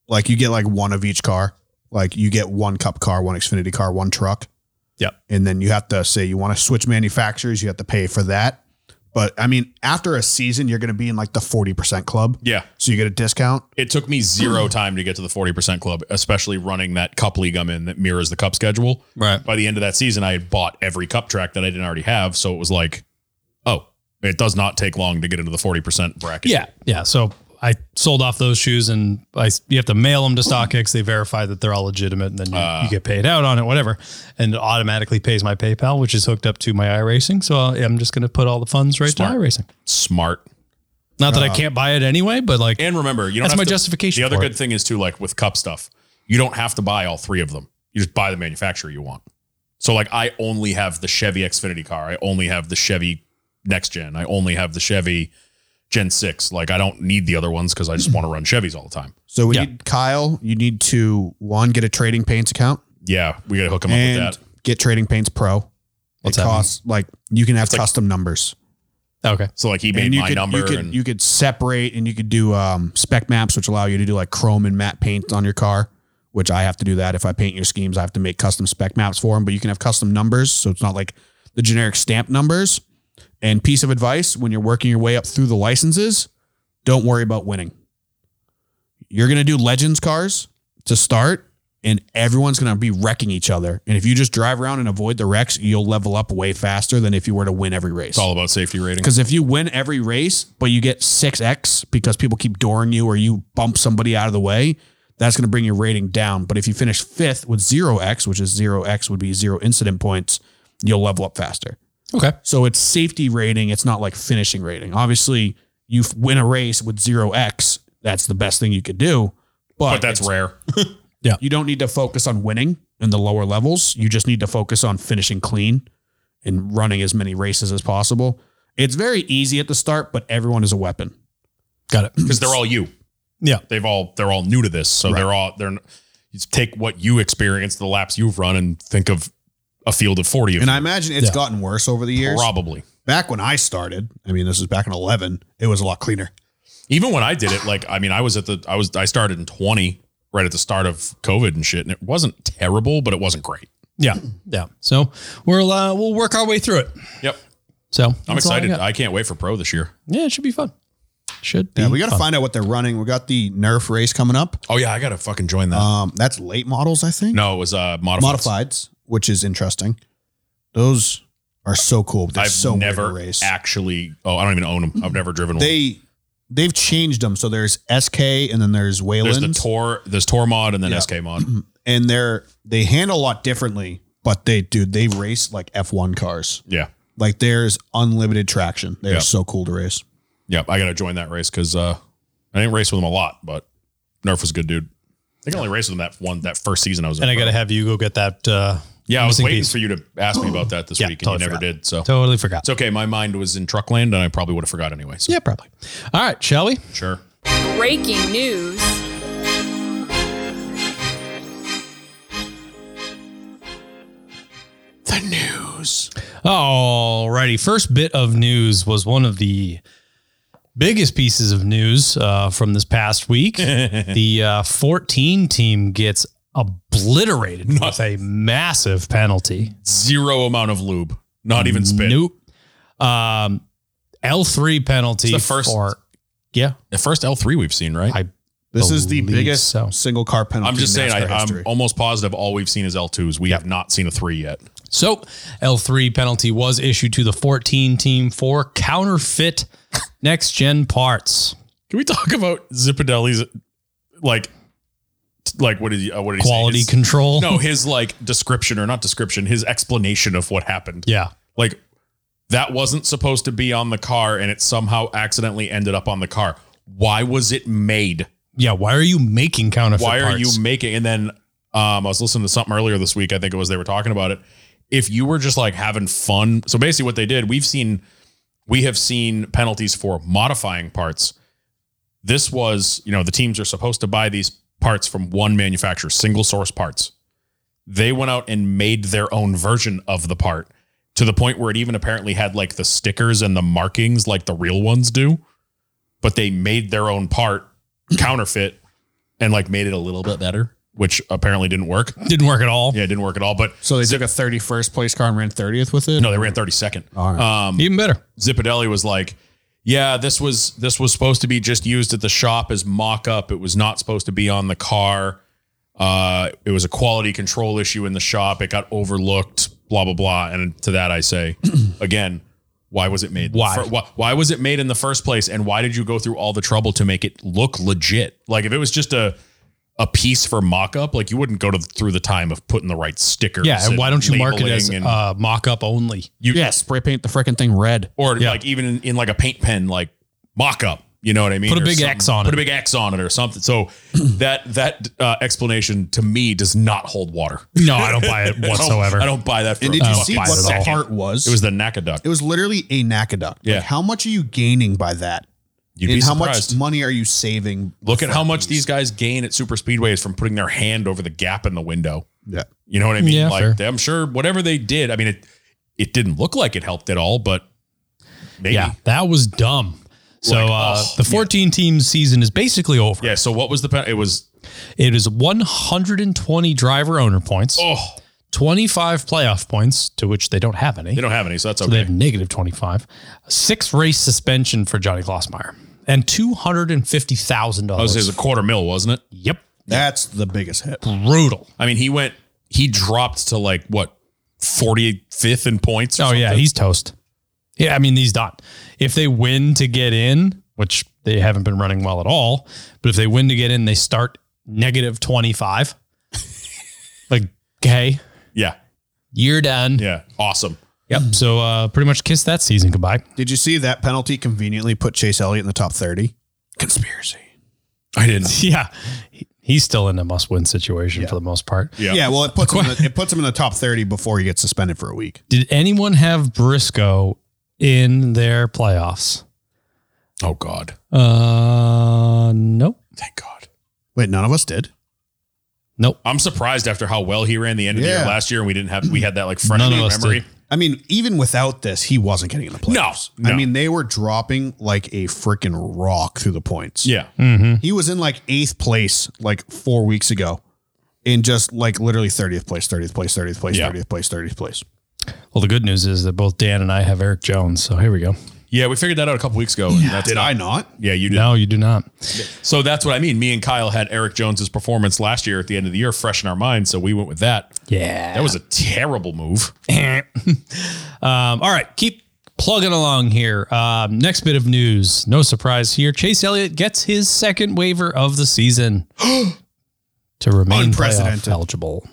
Speaker 4: like you get like one of each car. Like you get one cup car, one Xfinity car, one truck.
Speaker 1: Yep.
Speaker 4: And then you have to say you want to switch manufacturers. You have to pay for that. But I mean, after a season, you're going to be in like the 40% club.
Speaker 2: Yeah.
Speaker 4: So you get a discount.
Speaker 2: It took me zero time to get to the 40% club, especially running that cup league I'm in that mirrors the cup schedule.
Speaker 1: Right.
Speaker 2: By the end of that season, I had bought every cup track that I didn't already have. So it was like, oh, it does not take long to get into the 40% bracket.
Speaker 1: Yeah. Yeah. So I sold off those shoes and I, you have to mail them to StockX. They verify that they're all legitimate and then you,
Speaker 2: Ah.
Speaker 1: you get paid out on it, whatever. And it automatically pays my PayPal, which is hooked up to my iRacing. So I'm just going to put all the funds right
Speaker 2: Smart.
Speaker 1: to iRacing.
Speaker 2: Smart.
Speaker 1: Not that I can't buy it anyway, but like,
Speaker 2: And remember, you don't
Speaker 1: That's
Speaker 2: have
Speaker 1: my
Speaker 2: to-
Speaker 1: justification
Speaker 2: The other
Speaker 1: for
Speaker 2: good thing is too, like with cup stuff, you don't have to buy all three of them. You just buy the manufacturer you want. So like I only have the Chevy Xfinity car. I only have the Chevy next gen. I only have the Chevy Gen 6. Like I don't need the other ones because I just want to run Chevys all the time.
Speaker 4: So we
Speaker 1: Yeah.
Speaker 4: need Kyle. You need to one get a trading paints account
Speaker 2: Yeah, we gotta hook him up
Speaker 4: and
Speaker 2: with that.
Speaker 4: get trading paints pro.
Speaker 1: What's
Speaker 4: it
Speaker 1: that mean?
Speaker 4: costs like you can have
Speaker 2: like-
Speaker 4: custom numbers.
Speaker 1: okay.
Speaker 2: So like he made
Speaker 4: and you
Speaker 2: my
Speaker 4: could,
Speaker 2: number
Speaker 4: You could,
Speaker 2: and
Speaker 4: you could separate and you could do um, spec maps, which allow you to do like chrome and matte paint on your car. Which I have to do that if I paint your schemes, I have to make custom spec maps for them. But you can have custom numbers, so it's not like the generic stamp numbers. And piece of advice when you're working your way up through the licenses, don't worry about winning. You're gonna do legends cars to start, and everyone's gonna be wrecking each other. And if you just drive around and avoid the wrecks, you'll level up way faster than if you were to win every race.
Speaker 2: it's all about safety rating.
Speaker 4: Because if you win every race, but you get six X because people keep dooring you or you bump somebody out of the way, that's going to bring your rating down. But if you finish fifth with zero X, which is zero X would be zero incident points, you'll level up faster.
Speaker 1: Okay.
Speaker 4: So it's safety rating. It's not like finishing rating. Obviously, you f- win a race with zero X. That's the best thing you could do. But,
Speaker 2: But that's
Speaker 4: it's-
Speaker 2: rare.
Speaker 4: you don't need to focus on winning in the lower levels. You just need to focus on finishing clean and running as many races as possible. It's very easy at the start, but everyone is a weapon.
Speaker 1: Got it.
Speaker 2: Because they're all you.
Speaker 1: Yeah.
Speaker 2: They've all they're all new to this, so they're all they're. You take what you experienced, the laps you've run, and think of a field of forty. Of
Speaker 3: And I imagine it's
Speaker 1: Yeah.
Speaker 3: gotten worse over the years.
Speaker 2: probably
Speaker 3: Back when I started, I mean, this is back in 11, it was a lot cleaner.
Speaker 2: even when I did it, like I mean, I was at the I was I started in twenty right at the start of COVID and shit, and it wasn't terrible, but it wasn't great.
Speaker 1: Yeah. Yeah. So we'll uh, we'll work our way through it.
Speaker 2: Yep,
Speaker 1: So
Speaker 2: I'm
Speaker 1: that's all I
Speaker 2: excited.
Speaker 1: got.
Speaker 2: I, can't wait for pro this year.
Speaker 1: yeah, it should be fun. Should be
Speaker 3: Yeah, we got to
Speaker 1: fun.
Speaker 3: find out what they're running. We got the Nerf race coming up.
Speaker 2: Oh yeah, I gotta fucking join that.
Speaker 3: Um, that's late models, I think.
Speaker 2: no, it was uh modified.
Speaker 3: Modifieds, which is interesting. Those are so cool. But they're
Speaker 2: I've
Speaker 3: so never
Speaker 2: never
Speaker 3: race.
Speaker 2: actually. Oh, I don't even own them. I've never driven one.
Speaker 3: They they've changed them. So there's SK and then there's
Speaker 2: There's the
Speaker 3: Wayland,
Speaker 2: tour. There's tour mod and then
Speaker 3: Yeah.
Speaker 2: SK mod.
Speaker 3: and they're they handle a lot differently. But they, dude, they race like F1 cars.
Speaker 2: Yeah.
Speaker 3: Like there's unlimited traction. They
Speaker 2: Yeah.
Speaker 3: are so cool to race.
Speaker 2: Yep, I got to join that race because uh, I didn't race with him a lot, but Nerf was a good dude. I think I only raced with him that one that first season I was in.
Speaker 1: And I
Speaker 2: pro.
Speaker 1: got to have you go get that. Uh,
Speaker 2: yeah, I was
Speaker 1: missing
Speaker 2: waiting
Speaker 1: piece.
Speaker 2: for you to ask me about that this
Speaker 1: Yeah,
Speaker 2: week, and
Speaker 1: totally
Speaker 2: you never
Speaker 1: forgot.
Speaker 2: did. So
Speaker 1: Totally forgot.
Speaker 2: it's okay. My mind was in Truckland, and I probably would have forgot anyway. So
Speaker 1: yeah, probably. All right, shall we?
Speaker 2: sure.
Speaker 5: Breaking news.
Speaker 2: The news.
Speaker 1: Alrighty. First bit of news was one of the biggest pieces of news uh, from this past week. the uh, 14 team gets obliterated with a massive penalty.
Speaker 2: Zero amount of lube. Not even spit.
Speaker 1: Nope. Um, L3 penalty.
Speaker 2: It's the first-
Speaker 1: For, yeah.
Speaker 2: The first L three we've seen, right?
Speaker 1: I-
Speaker 3: This is the
Speaker 1: Believe
Speaker 3: biggest
Speaker 1: so.
Speaker 3: single car penalty.
Speaker 2: I'm just
Speaker 3: in
Speaker 2: saying. I,
Speaker 3: NASCAR
Speaker 2: I'm
Speaker 3: history.
Speaker 2: almost positive all we've seen is L twos. We have not seen a three yet.
Speaker 1: So L3 penalty was issued to the 14 team for counterfeit next gen parts.
Speaker 2: Can we talk about Zipadelli's like, like what did he? Uh, what did he say?
Speaker 1: Quality
Speaker 2: His-
Speaker 1: control.
Speaker 2: no, his like description or not description, his explanation of what happened.
Speaker 1: Yeah.
Speaker 2: Like that wasn't supposed to be on the car and it somehow accidentally ended up on the car. Why was it made?
Speaker 1: Yeah. Why are you making counterfeit
Speaker 2: Why are
Speaker 1: parts?
Speaker 2: you making? And then um, I was listening to something earlier this week. I think it was they were talking about it. If you were just like having fun, so basically what they did, we've seen, we have seen penalties for modifying parts. This was, you know, the teams are supposed to buy these parts from one manufacturer, single source parts. They went out and made their own version of the part to the point where it even apparently had like the stickers and the markings like the real ones do, but they made their own part counterfeit and like made it a little bit better, which apparently didn't work.
Speaker 1: Didn't work at all.
Speaker 2: Yeah, it didn't work at all. But
Speaker 3: so they took a 31st place car and ran 30th with it.
Speaker 2: no, they ran 32nd.
Speaker 3: All right.
Speaker 2: Um,
Speaker 1: Even better.
Speaker 2: Zipadelli was like, "Yeah, this was this was supposed to be just used at the shop as mock up. It was not supposed to be on the car. Uh, it was a quality control issue in the shop. It got overlooked. Blah blah blah." And to that I say, again, why was it made?
Speaker 1: Why?
Speaker 2: Fir- why? Why was it made in the first place? And why did you go through all the trouble to make it look legit? Like if it was just a a piece for mock up, like you wouldn't go to through the time of putting the right stickers.
Speaker 1: Yeah. And why don't you mark it
Speaker 2: labeling
Speaker 1: as
Speaker 2: and-
Speaker 1: uh, mock up only?
Speaker 3: yeah, spray paint the freaking thing red.
Speaker 2: or
Speaker 1: Yeah.
Speaker 2: like even in, in like a paint pen, like mock up. You know what I mean?
Speaker 1: Put a
Speaker 2: Or
Speaker 1: big
Speaker 2: something.
Speaker 1: X on
Speaker 2: Put a
Speaker 1: it.
Speaker 2: big X on it or something. So that that uh, explanation to me does not hold water
Speaker 1: No, I don't buy it
Speaker 2: Oh,
Speaker 1: whatsoever.
Speaker 2: I don't, I don't buy that. For
Speaker 3: And
Speaker 2: a
Speaker 3: did you
Speaker 2: fucking
Speaker 3: see
Speaker 1: buy
Speaker 3: what
Speaker 1: it at
Speaker 3: the
Speaker 1: all.
Speaker 2: second.
Speaker 3: part was?
Speaker 2: It was the Nakaduck.
Speaker 3: It was literally a Nakaduck.
Speaker 2: Yeah.
Speaker 3: Like, how much are you gaining by that?
Speaker 2: You'd be
Speaker 3: and how
Speaker 2: surprised.
Speaker 3: much money are you saving?
Speaker 2: Look at how much these guys gain at super speedways from putting their hand over the gap in the window.
Speaker 3: Yeah.
Speaker 2: You know what I mean?
Speaker 1: Yeah,
Speaker 2: like
Speaker 1: fair.
Speaker 2: they- I'm sure whatever they did. I mean, it it didn't look like it helped at all, but maybe.
Speaker 1: yeah.
Speaker 2: Yeah.
Speaker 1: That was dumb. So
Speaker 2: Like,
Speaker 1: uh,
Speaker 2: oh,
Speaker 1: the 14 team season is basically over.
Speaker 2: so what was the pen? It was
Speaker 1: It is 120 driver owner points,
Speaker 2: oh
Speaker 1: 25 playoff points, to which they don't have any.
Speaker 2: they don't have any, so that's
Speaker 1: So
Speaker 2: okay.
Speaker 1: they have negative 25, six race suspension for Johnny Klossmeyer, and
Speaker 2: That was his
Speaker 1: $250,000.
Speaker 2: a quarter mil, wasn't it?
Speaker 1: Yep.
Speaker 3: That's the biggest hit.
Speaker 1: Brutal.
Speaker 2: I mean, he went, he dropped to like what, 45th in points? or
Speaker 1: Oh, yeah.
Speaker 2: something?
Speaker 1: He's toast. Yeah. I mean, he's done. If they win to get in, which they haven't been running well at all, but if they win to get in, they start negative 25. like, okay,
Speaker 2: yeah.
Speaker 1: you're done.
Speaker 2: Yeah. Awesome.
Speaker 1: Yep. So uh, pretty much kiss that season goodbye.
Speaker 3: Did you see that penalty conveniently put Chase Elliott in the top 30? Conspiracy.
Speaker 2: I didn't.
Speaker 1: Yeah. He- He's still in a must win situation for the most part.
Speaker 2: Yeah.
Speaker 3: Yeah, well, it puts, him in the, it puts him in the top 30 before he gets suspended for a week.
Speaker 1: Did anyone have Briscoe in their playoffs?
Speaker 2: Oh, God.
Speaker 1: Uh, nope.
Speaker 2: Thank God.
Speaker 4: Wait, none of us did.
Speaker 1: Nope.
Speaker 2: I'm surprised after how well he ran the end of the year
Speaker 4: Yeah.
Speaker 2: last year, and we didn't have we had that like front
Speaker 1: None of us
Speaker 2: memory.
Speaker 1: did.
Speaker 4: I mean, even without this, he wasn't getting in the playoffs.
Speaker 2: No, no.
Speaker 4: I mean, they were dropping like a freaking rock through the points.
Speaker 2: Yeah,
Speaker 4: He was in like eighth place like four weeks ago in just like literally 30th place, 30th place, 30th place,
Speaker 2: Yeah.
Speaker 4: 30th place, 30th place.
Speaker 1: Well, the good news is that both Dan and I have Eric Jones. So here we go.
Speaker 2: yeah. We figured that out a couple weeks ago. And that's
Speaker 4: Did
Speaker 2: not-
Speaker 4: I not?
Speaker 2: Yeah, you did.
Speaker 1: No, you do not.
Speaker 2: So that's what I mean. Me and Kyle had Eric Jones's performance last year at the end of the year fresh in our minds, so we went with that.
Speaker 1: Yeah.
Speaker 2: That was a terrible move.
Speaker 1: Um, all right, keep plugging along here. Um, next bit of news, no surprise here. Chase Elliott gets his second waiver of the season to remain playoff
Speaker 4: Unprecedented.
Speaker 1: eligible.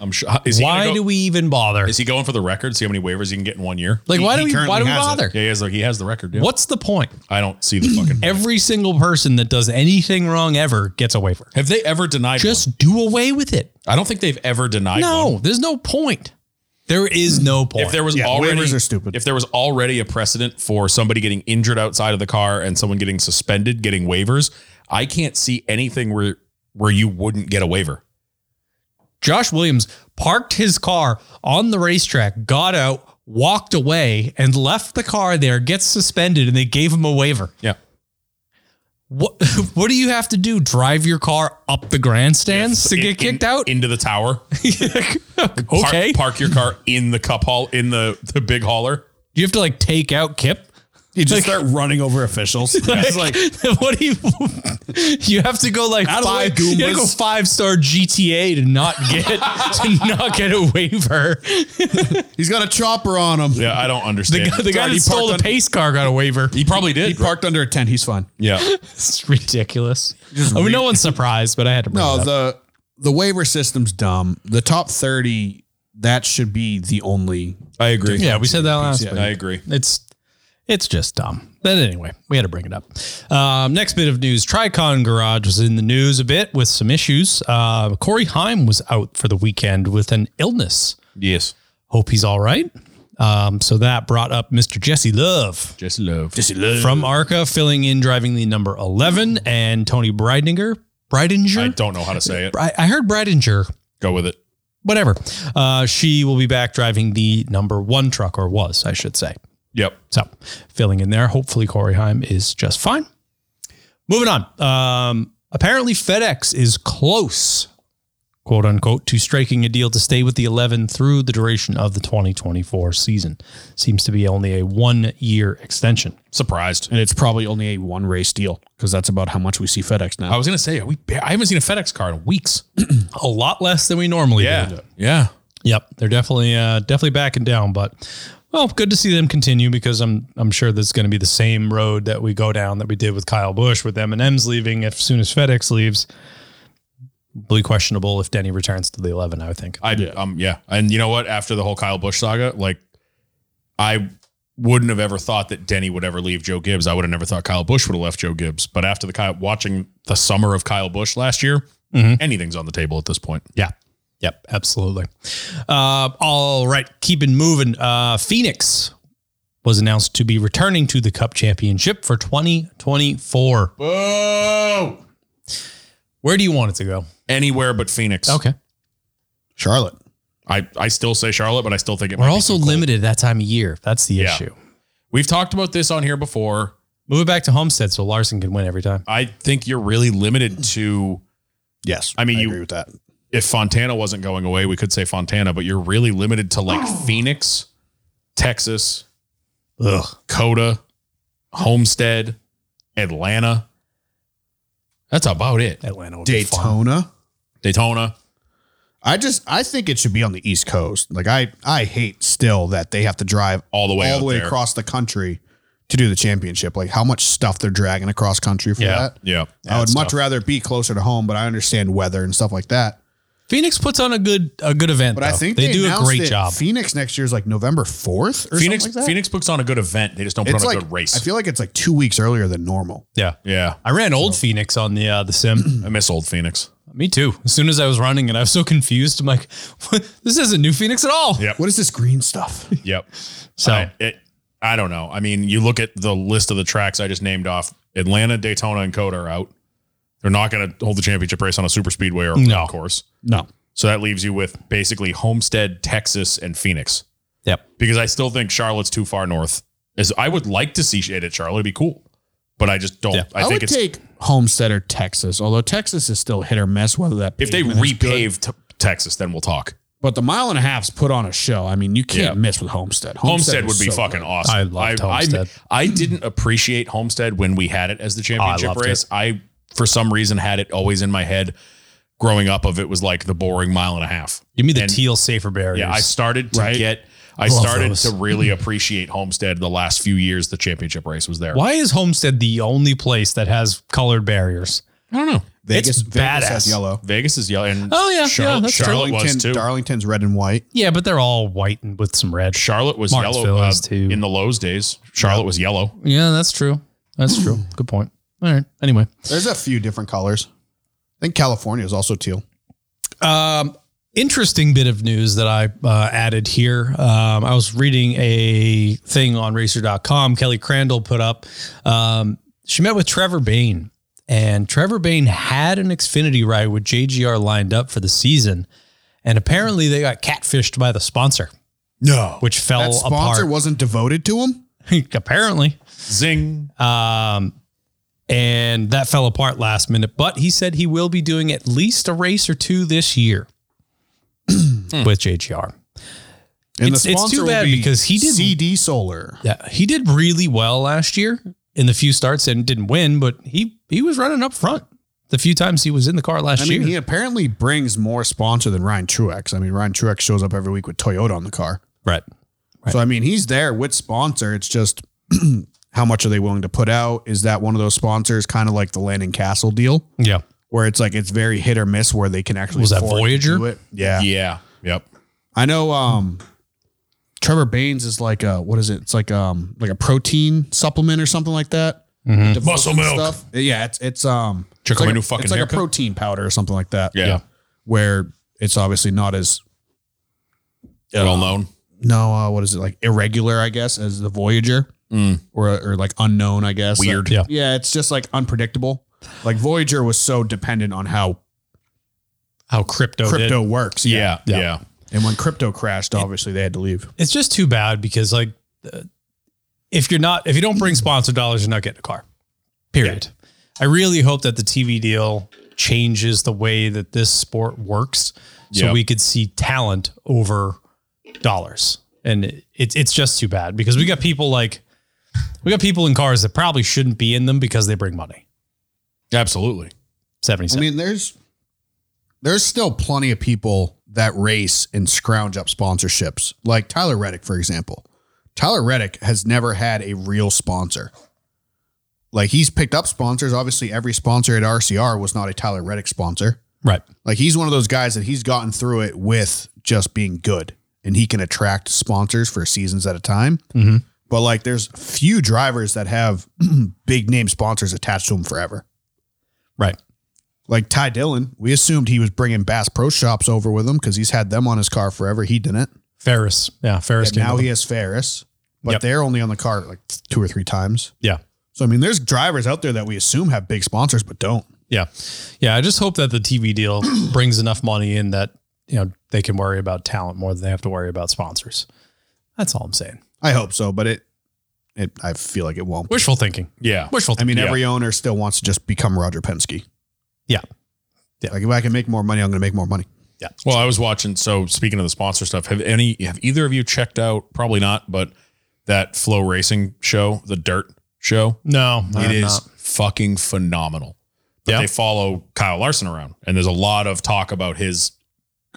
Speaker 2: I'm sure. Is he
Speaker 1: Why
Speaker 2: gonna go-
Speaker 1: do we even bother?
Speaker 2: Is he going for the record? See how many waivers he can get in one year.
Speaker 1: like, why
Speaker 4: he
Speaker 1: do we?
Speaker 4: currently
Speaker 1: Why do we
Speaker 4: has it.
Speaker 1: bother?
Speaker 2: Yeah, he has the, he has the record. Yeah.
Speaker 1: What's the point?
Speaker 2: I don't see the fucking.
Speaker 1: Every single person that does anything wrong ever gets a waiver.
Speaker 2: Have they ever denied?
Speaker 1: Just do away with it.
Speaker 2: one? I don't think they've ever denied.
Speaker 1: No,
Speaker 2: one.
Speaker 1: there's no point. There is no point.
Speaker 2: If there was
Speaker 4: Yeah,
Speaker 2: already
Speaker 4: waivers are stupid.
Speaker 2: If there was already a precedent for somebody getting injured outside of the car and someone getting suspended, getting waivers, I can't see anything where where you wouldn't get a waiver.
Speaker 1: Josh Williams parked his car on the racetrack, got out, walked away, and left the car there, gets suspended, and they gave him a waiver.
Speaker 2: Yeah.
Speaker 1: What what do you have to do? Drive your car up the grandstands to
Speaker 2: In-
Speaker 1: get
Speaker 2: in-
Speaker 1: kicked out?
Speaker 2: into the tower. Park-
Speaker 1: okay.
Speaker 2: park your car in the cup hall in the the big hauler.
Speaker 1: You have to like take out Kip.
Speaker 4: You just start running over officials. It's like,
Speaker 1: what do you You have to go like
Speaker 4: Out of the way,
Speaker 1: five you have to go
Speaker 4: Goombas.
Speaker 1: five star GTA to not get to not get a waiver.
Speaker 4: he's got a chopper on him.
Speaker 2: Yeah, I don't
Speaker 1: The
Speaker 2: understand.
Speaker 1: guy, the guy
Speaker 4: Sorry, he
Speaker 1: that stole
Speaker 4: parked
Speaker 1: the
Speaker 4: on-
Speaker 1: pace car got a waiver.
Speaker 2: he probably did.
Speaker 4: He parked under a tent. He's fine.
Speaker 2: yeah.
Speaker 1: It's ridiculous.
Speaker 4: Just
Speaker 1: I mean,
Speaker 4: re-
Speaker 1: no one's surprised, but I had to bring
Speaker 4: No,
Speaker 1: it up.
Speaker 4: the the waiver system's dumb. The top 30, that should be the only.
Speaker 2: I agree.
Speaker 1: yeah, we said that last
Speaker 4: Yeah.
Speaker 1: week.
Speaker 2: I agree.
Speaker 1: It's it's just dumb. But anyway, we had to bring it up. Um, next bit of news: Tricon Garage was in the news a bit with some issues. Uh, Corey Heim was out for the weekend with an illness.
Speaker 2: Yes.
Speaker 1: Hope he's all right. Um, so that brought up Mr. Jesse Love
Speaker 2: Just love. Just
Speaker 1: from Arca, filling in, driving the number eleven, and Tony Bridinger. Bridinger.
Speaker 2: I don't know how to say it.
Speaker 1: I, I heard Bridinger.
Speaker 2: Go with it.
Speaker 1: whatever. Uh, she will be back driving the number one truck, or was, I should say.
Speaker 2: Yep.
Speaker 1: So filling in there. Hopefully, Corey Heim is just fine. Moving on. Um, apparently, FedEx is close, quote unquote, to striking a deal to stay with the 11 through the duration of the 2024 season. Seems to be only a one year extension.
Speaker 2: Surprised.
Speaker 4: And it's probably only a one race deal because that's about how much we see FedEx now.
Speaker 2: I was gonna say, are we? ba- I haven't seen a FedEx car in weeks.
Speaker 1: A lot less than we normally do.
Speaker 2: Yeah. Yeah.
Speaker 1: Yep, they're definitely uh, definitely backing down, but well, good to see them continue because I'm I'm sure that's going to be the same road that we go down that we did with Kyle Bush with M and M's leaving as soon as FedEx leaves. Really questionable if Denny returns to the eleven. I would think.
Speaker 2: I yeah. um yeah. And you know what? After the whole Kyle Bush saga, like I wouldn't have ever thought that Denny would ever leave Joe Gibbs. I would have never thought Kyle Bush would have left Joe Gibbs. But after the Kyle watching the summer of Kyle Bush last year, anything's on the table at this point.
Speaker 1: Yeah. Yep. Absolutely. Uh, all right. Keeping moving. Uh, Phoenix was announced to be returning to the Cup Championship for 2024.
Speaker 2: Whoa.
Speaker 1: Where do you want it to go?
Speaker 2: Anywhere but Phoenix.
Speaker 4: Charlotte.
Speaker 2: I, I still say Charlotte, but I still think it
Speaker 1: We're
Speaker 2: might be
Speaker 1: also
Speaker 2: too cold.
Speaker 1: limited that time of year. That's the
Speaker 2: Yeah.
Speaker 1: issue.
Speaker 2: We've talked about this on here before.
Speaker 1: Move it back to Homestead so Larson can win every time.
Speaker 2: I think you're really limited to
Speaker 4: Yes.
Speaker 2: I mean, you-
Speaker 4: agree with that.
Speaker 2: if Fontana wasn't going away, we could say Fontana, but you're really limited to like Phoenix, Texas,
Speaker 1: Ugh.
Speaker 2: Coda, Homestead, Atlanta. That's about it.
Speaker 1: Atlanta would
Speaker 4: Daytona.
Speaker 2: Daytona.
Speaker 4: I just I think it should be on the East Coast. Like I I hate still that they have to drive
Speaker 2: All the way
Speaker 4: all
Speaker 2: out
Speaker 4: the way
Speaker 2: there.
Speaker 4: across the country to do the championship. Like how much stuff they're dragging across country for
Speaker 2: Yeah.
Speaker 4: that.
Speaker 2: Yeah.
Speaker 4: I would
Speaker 2: That's
Speaker 4: much
Speaker 2: tough.
Speaker 4: rather it be closer to home, but I understand weather and stuff like that.
Speaker 1: Phoenix puts on a good a good event.
Speaker 4: But I think
Speaker 1: they, do a
Speaker 4: announced
Speaker 1: great
Speaker 4: that
Speaker 1: job.
Speaker 4: Phoenix next year is like November fourth or
Speaker 2: Phoenix
Speaker 4: something like that.
Speaker 2: Phoenix puts on a good event. They just don't put
Speaker 4: it's
Speaker 2: on a
Speaker 4: like
Speaker 2: good race.
Speaker 4: I feel like it's like two weeks earlier than normal.
Speaker 1: yeah,
Speaker 2: yeah.
Speaker 1: I ran old Phoenix on the uh, the sim.
Speaker 2: I miss old Phoenix.
Speaker 1: Me too. As soon as I was running, and I was so confused. I'm like, what? this isn't new Phoenix at all.
Speaker 2: Yeah.
Speaker 4: What is this green stuff?
Speaker 2: Yep.
Speaker 1: So
Speaker 2: I, it, I don't know. I mean, you look at the list of the tracks I just named off. Atlanta, Daytona, and Coda are out. They're not going to hold the championship race on a super speedway or a
Speaker 1: No.
Speaker 2: road course.
Speaker 3: No.
Speaker 2: So that leaves you with basically Homestead, Texas, and Phoenix.
Speaker 1: Yep.
Speaker 2: Because I still think Charlotte's too far north. As I would like to see it at Charlotte, it'd be cool, but I just don't.
Speaker 1: Yeah.
Speaker 2: I, think
Speaker 3: would
Speaker 2: it's
Speaker 3: take Homestead or Texas, although Texas is still hit or miss whether that
Speaker 2: if they
Speaker 3: pavement is good.
Speaker 2: repave t- Texas, then we'll talk.
Speaker 3: But the mile and a half's put on a show. I mean, you can't
Speaker 2: Yeah.
Speaker 3: miss with Homestead.
Speaker 2: Homestead,
Speaker 3: was
Speaker 2: would be
Speaker 3: so
Speaker 2: fucking
Speaker 3: good.
Speaker 2: awesome.
Speaker 1: I loved Homestead. Oh,
Speaker 2: I, I didn't appreciate Homestead when we had it as the championship
Speaker 1: loved
Speaker 2: race. I, for some reason, had it always in my head growing up. Of it was like the boring mile and a half.
Speaker 1: Give me the
Speaker 2: And-
Speaker 1: teal safer barriers.
Speaker 2: Yeah, I started to
Speaker 3: Right?
Speaker 2: get. I
Speaker 1: Love
Speaker 2: started
Speaker 1: those.
Speaker 2: to really appreciate Homestead the last few years. The championship race was there.
Speaker 1: Why is Homestead the only place that has colored barriers?
Speaker 2: I don't know.
Speaker 1: It's
Speaker 3: has
Speaker 1: badass.
Speaker 3: yellow.
Speaker 2: Vegas is yellow, and
Speaker 1: Oh, yeah, yeah,
Speaker 2: Charlotte,
Speaker 1: that's true.
Speaker 2: Charlotte was
Speaker 3: Darlington,
Speaker 2: too.
Speaker 3: Darlington's red and white.
Speaker 1: Yeah, but they're all white and with some red.
Speaker 2: Charlotte was
Speaker 1: Martinsville
Speaker 2: yellow uh,
Speaker 1: is too.
Speaker 2: in the Lowe's days. Charlotte was yellow.
Speaker 1: Yeah, that's true. That's true. Good point. All right. Anyway,
Speaker 3: There's a few different colors. I think California is also teal.
Speaker 1: um, interesting bit of news that I uh, added here. Um, I was reading a thing on racer.com. Kelly Crandall put up, um, she met with Trevor Bain, and Trevor Bain had an Xfinity ride with JGR lined up for the season. And apparently they got catfished by the sponsor,
Speaker 2: No.
Speaker 1: which fell
Speaker 3: That sponsor
Speaker 1: apart.
Speaker 3: wasn't devoted to him.
Speaker 1: apparently.
Speaker 2: Zing.
Speaker 1: Um, and that fell apart last minute, but he said he will be doing at least a race or two this year with JGR.
Speaker 3: And
Speaker 1: It's- it's too
Speaker 3: will
Speaker 1: bad
Speaker 3: be
Speaker 1: because he didn't-
Speaker 3: CD Solar.
Speaker 1: Yeah, he did really well last year in the few starts and didn't win, but he he was running up front the few times he was in the car last
Speaker 3: I mean,
Speaker 1: year.
Speaker 3: he apparently brings more sponsor than Ryan Truex. I mean, Ryan Truex shows up every week with Toyota on the car.
Speaker 1: right.
Speaker 3: So I mean, he's there with sponsor. It's just how much are they willing to put out? Is that one of those sponsors, kind of like the Landon Castle deal,
Speaker 1: Yeah.
Speaker 3: where it's like it's very hit or miss where they can actually
Speaker 1: Was that
Speaker 3: afford to
Speaker 1: Voyager?
Speaker 3: do it? Yeah.
Speaker 2: Yeah. Yep.
Speaker 3: I know. Um, Trevor Baines is like a what is it? It's like um like a protein supplement or something like that.
Speaker 1: Mm-hmm.
Speaker 3: Develops
Speaker 2: Muscle milk.
Speaker 3: stuff. Yeah, it's it's um it's
Speaker 2: Check out
Speaker 3: like
Speaker 2: my
Speaker 3: a-
Speaker 2: new fucking
Speaker 3: it's like
Speaker 2: haircut.
Speaker 3: a protein powder or something like that.
Speaker 2: Yeah.
Speaker 3: where it's obviously not as
Speaker 2: Well known.
Speaker 3: no uh, what is it like irregular I guess as the Voyager
Speaker 2: Mm.
Speaker 3: or or like unknown I guess
Speaker 2: Weird.
Speaker 1: Yeah.
Speaker 3: yeah, it's just like unpredictable. Like Voyager was so dependent on how
Speaker 1: How crypto, did.
Speaker 3: crypto works.
Speaker 2: Yeah. Yeah.
Speaker 1: Yeah.
Speaker 3: and when crypto crashed, obviously they had to leave.
Speaker 1: It's just too bad because like uh, if you're not if you don't bring sponsor dollars, you're not getting a car. Period. I really hope that the TV deal changes the way that this sport works, so
Speaker 2: Yeah.
Speaker 1: we could see talent over dollars. And it, it's just too bad because we got people like we got people in cars that probably shouldn't be in them because they bring money.
Speaker 2: Absolutely.
Speaker 1: Seventy
Speaker 3: I
Speaker 1: cents.
Speaker 3: mean, there's there's still plenty of people that race and scrounge up sponsorships. Like Tyler Reddick, for example. Tyler Reddick has never had a real sponsor. Like he's picked up sponsors. Obviously, every sponsor at RCR was not a Tyler Reddick sponsor.
Speaker 1: right.
Speaker 3: Like he's one of those guys that he's gotten through it with just being good and he can attract sponsors for seasons at a time.
Speaker 1: Mhm.
Speaker 3: But like there's few drivers that have big name sponsors attached to them forever.
Speaker 1: Right.
Speaker 3: Like Ty Dillon, we assumed he was bringing Bass Pro Shops over with him because he's had them on his car forever. He didn't.
Speaker 1: Ferris. Yeah. Ferris.
Speaker 3: And
Speaker 1: Came
Speaker 3: now
Speaker 1: up.
Speaker 3: he has Ferris, but
Speaker 1: Yep.
Speaker 3: they're only on the car like two or three times.
Speaker 1: yeah.
Speaker 3: So I mean, there's drivers out there that we assume have big sponsors but don't.
Speaker 1: Yeah. Yeah. I just hope that the TV deal brings enough money in that, you know, they can worry about talent more than they have to worry about sponsors. That's all I'm saying.
Speaker 3: I hope so, but it, it I feel like it won't.
Speaker 1: Wishful thinking.
Speaker 2: Yeah.
Speaker 1: Wishful
Speaker 3: I
Speaker 1: thinking.
Speaker 3: mean,
Speaker 2: Yeah.
Speaker 3: every owner still wants to just become Roger Penske.
Speaker 1: Yeah. Yeah.
Speaker 3: Like if I can make more money, I'm going to make more money.
Speaker 2: Well, I was watching. So speaking of the sponsor stuff, have any have either of you checked out? Probably not, but that Flow Racing show, the Dirt show,
Speaker 1: no,
Speaker 2: it is
Speaker 1: not.
Speaker 2: fucking phenomenal. But
Speaker 1: Yeah.
Speaker 2: they follow Kyle Larson around, and there's a lot of talk about his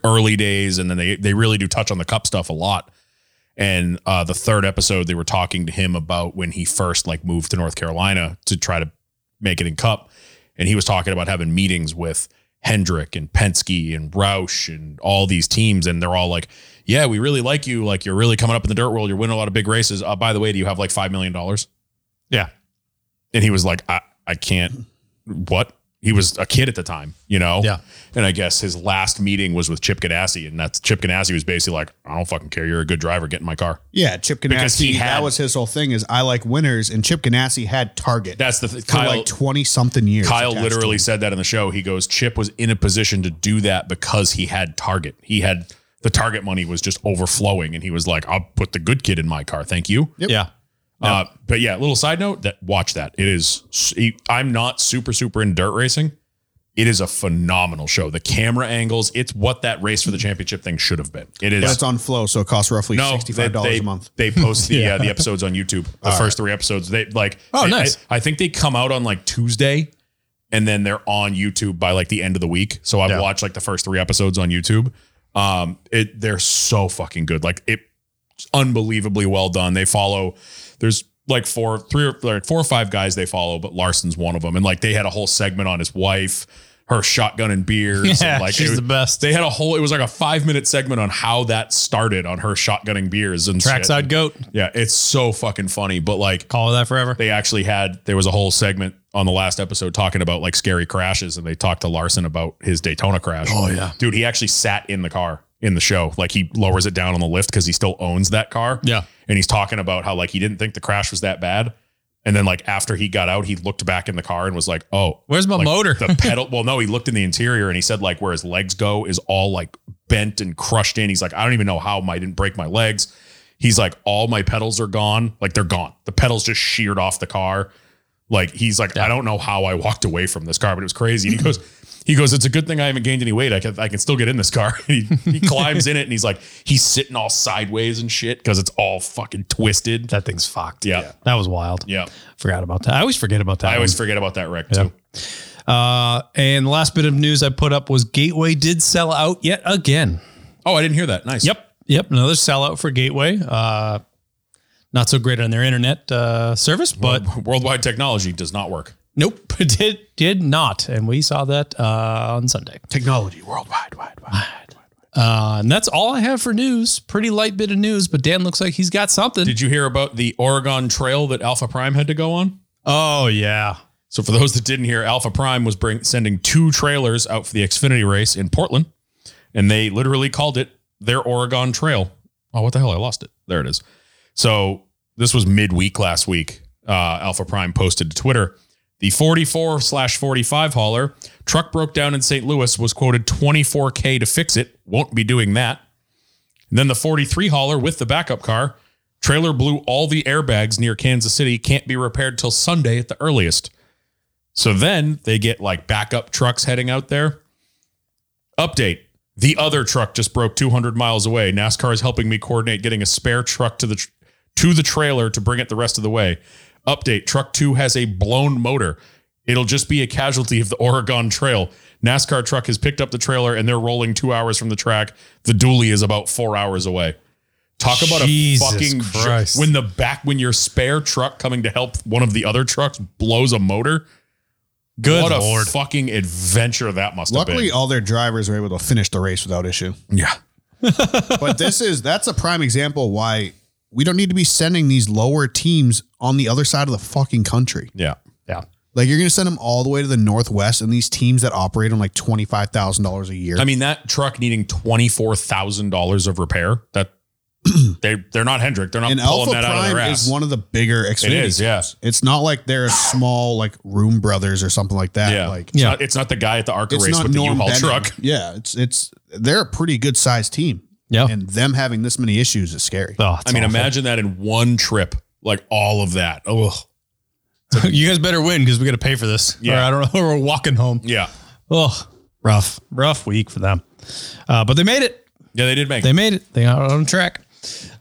Speaker 2: early days, and then they they really do touch on the Cup stuff a lot. And uh, the third episode, they were talking to him about when he first like moved to North Carolina to try to make it in Cup, and he was talking about having meetings with Hendrick and Penske and Roush and all these teams, and they're all like, "Yeah, we really like you. Like you're really coming up in the dirt world. You're winning a lot of big races. Uh, by the way, do you have like five million dollars?"
Speaker 1: Yeah.
Speaker 2: and he was like, "I I can't. What? he was a kid at the time, you know?
Speaker 1: Yeah.
Speaker 2: And I guess his last meeting was with Chip Ganassi, and that's Chip Ganassi was basically like, I don't fucking care. You're a good driver. Get in my car.
Speaker 3: Yeah, Chip
Speaker 2: Because he
Speaker 3: Ganassi.
Speaker 2: had-
Speaker 3: that was his whole thing. Is I like winners, and Chip Ganassi had Target.
Speaker 2: That's the th-
Speaker 3: for
Speaker 2: Kyle.
Speaker 3: like twenty something years.
Speaker 2: Kyle
Speaker 3: attached to
Speaker 2: literally
Speaker 3: him.
Speaker 2: said that in the show. He goes, Chip was in a position to do that because he had Target. He had the Target money was just overflowing, and he was like, I'll put the good kid in my car. Thank you.
Speaker 1: Yeah.
Speaker 2: Uh, but yeah, little side note that watch that. It is, I'm not super, super in dirt racing. It is a phenomenal show. The camera angles, it's what that race for the championship thing should have been. It is.
Speaker 3: But it's on Flow, so it costs roughly
Speaker 2: no,
Speaker 3: sixty five dollars
Speaker 2: they,
Speaker 3: a month.
Speaker 2: They post the uh, the episodes on YouTube. The first three episodes, they like.
Speaker 1: Oh,
Speaker 2: I-
Speaker 1: nice.
Speaker 2: I, I think they come out on like Tuesday, and then they're on YouTube by like the end of the week. So I've
Speaker 1: Yeah.
Speaker 2: watched like the first three episodes on YouTube. Um, it they're so fucking good. Like it, it's unbelievably well done. They follow. There's like four, three, or like four or five guys they follow, but Larson's one of them. And like they had a whole segment on his wife, her shotgun and beers.
Speaker 1: Yeah,
Speaker 2: and like
Speaker 1: she's
Speaker 2: it-
Speaker 1: the best.
Speaker 2: They had a whole. It was like a five minute segment on how that started on her shotgunning beers and shit.
Speaker 1: Trackside goat.
Speaker 2: Yeah, it's so fucking funny. But like,
Speaker 1: Call it that forever.
Speaker 2: they actually had there was a whole segment on the last episode talking about like scary crashes, and they talked to Larson about his Daytona crash. Oh
Speaker 1: yeah.
Speaker 2: dude, he actually sat in the car in the show. Like he lowers it down on the lift because he still owns that car.
Speaker 1: Yeah.
Speaker 2: and he's talking about how like he didn't think the crash was that bad. And then, like after he got out, he looked back in the car and was like, "Oh,
Speaker 1: Where's my
Speaker 2: like,
Speaker 1: motor?
Speaker 2: the pedal. Well, no, he looked in the interior and he said like where his legs go is all like bent and crushed in. He's like, I don't even know how my, I didn't break my legs. He's like, all my pedals are gone. Like they're gone. The pedals just sheared off the car. Like he's like, I don't know how I walked away from this car, but it was crazy. And he goes, he goes, it's a good thing I haven't gained any weight. I can, I can still get in this car. he, he climbs in it and he's like, he's sitting all sideways and shit because it's all fucking twisted.
Speaker 1: that thing's fucked.
Speaker 2: Yeah.
Speaker 1: That was wild.
Speaker 2: Yeah.
Speaker 1: Forgot about that. I always forget about that.
Speaker 2: I always
Speaker 1: one.
Speaker 2: forget about that wreck too.
Speaker 1: Uh, and the last bit of news I put up was Gateway did sell out yet again.
Speaker 2: Oh, I didn't hear that. Nice.
Speaker 1: Yep. Yep. Another sellout for Gateway. Uh, not so great on their internet uh, service, but
Speaker 2: Worldwide technology does not work.
Speaker 1: nope, it did, did not. And we saw that uh, on Sunday.
Speaker 3: Technology worldwide, wide, wide.
Speaker 1: Uh, and that's all I have for news. Pretty light bit of news, but Dan looks like he's got something.
Speaker 2: Did you hear about the Oregon Trail that Alpha Prime had to go on?
Speaker 1: oh, yeah.
Speaker 2: So, for those that didn't hear, Alpha Prime was bring, sending two trailers out for the Xfinity race in Portland, and they literally called it their Oregon Trail. Oh, what the hell? I lost it. There it is. So, this was midweek last week. Uh, Alpha Prime posted to Twitter the 44 slash 45 hauler truck broke down in St. Louis, was quoted 24K to fix it. Won't be doing that. And then the 43 hauler with the backup car. Trailer blew all the airbags near Kansas City. Can't be repaired till Sunday at the earliest. So then they get like backup trucks heading out there. Update. The other truck just broke 200 miles away. NASCAR is helping me coordinate getting a spare truck to the tr- to the trailer to bring it the rest of the way. Update. Truck 2 has a blown motor. It'll just be a casualty of the Oregon Trail. NASCAR truck has picked up the trailer and they're rolling 2 hours from the track. The dually is about 4 hours away. Talk about
Speaker 1: Jesus
Speaker 2: a fucking jo-
Speaker 1: Christ.
Speaker 2: when the back when your spare truck coming to help one of the other trucks blows a motor
Speaker 1: Good
Speaker 2: what
Speaker 1: Lord.
Speaker 2: a fucking adventure that must
Speaker 3: Luckily, uh,
Speaker 2: have
Speaker 3: all their drivers were able to finish the race without issue.
Speaker 2: been. Yeah.
Speaker 3: But this is that's a prime example why we don't need to be sending these lower teams on the other side of the fucking country.
Speaker 2: Yeah.
Speaker 1: yeah.
Speaker 3: Like you're going to send them all the way to the northwest, and these teams that operate on like twenty five thousand dollars a year.
Speaker 2: I mean, that truck needing $24,000 of repair, that they, they're not Hendrick. They're not
Speaker 3: and
Speaker 2: pulling
Speaker 3: Alpha
Speaker 2: that out of their
Speaker 3: Prime
Speaker 2: ass.
Speaker 3: is one of the bigger Xfinity.
Speaker 2: it is.
Speaker 3: teams.
Speaker 2: Yeah.
Speaker 3: It's not like they're a small like Room Brothers or something like that.
Speaker 2: Yeah.
Speaker 3: Like
Speaker 2: It's
Speaker 1: Yeah.
Speaker 2: not, it's not the guy at the ARCA
Speaker 3: it's
Speaker 2: race
Speaker 3: not
Speaker 2: with the
Speaker 3: Norm
Speaker 2: U-Haul
Speaker 3: Bennett.
Speaker 2: truck.
Speaker 3: Yeah, it's it's they're a pretty good sized team.
Speaker 1: Yeah.
Speaker 3: and them having this many issues is scary.
Speaker 1: Oh,
Speaker 2: I mean, imagine that in one trip, like all of that. Oh,
Speaker 1: you guys better win because we got to pay for this.
Speaker 2: Yeah.
Speaker 1: Or I don't know. We're walking home.
Speaker 2: yeah.
Speaker 1: Oh, rough, rough week for them. Uh, but they made it.
Speaker 2: Yeah, they did make
Speaker 1: They
Speaker 2: it.
Speaker 1: made it. They are on track.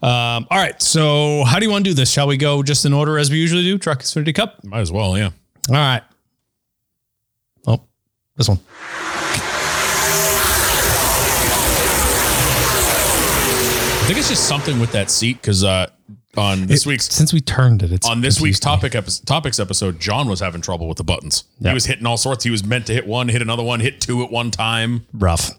Speaker 1: Um, all right. So, how do you want to do this? Shall we go just in order as we usually do? Truck Xfinity Cup.
Speaker 2: Might as well. Yeah.
Speaker 1: All right. Oh, this one.
Speaker 2: I think it's just something with that seat because uh, on this
Speaker 1: It-
Speaker 2: week's
Speaker 1: since we turned it, it's
Speaker 2: on this week's
Speaker 1: confused me.
Speaker 2: topic epi- topics episode, John was having trouble with the buttons.
Speaker 1: Yeah.
Speaker 2: He was hitting all sorts. He was meant to hit one, hit another one, hit two at one time.
Speaker 1: rough.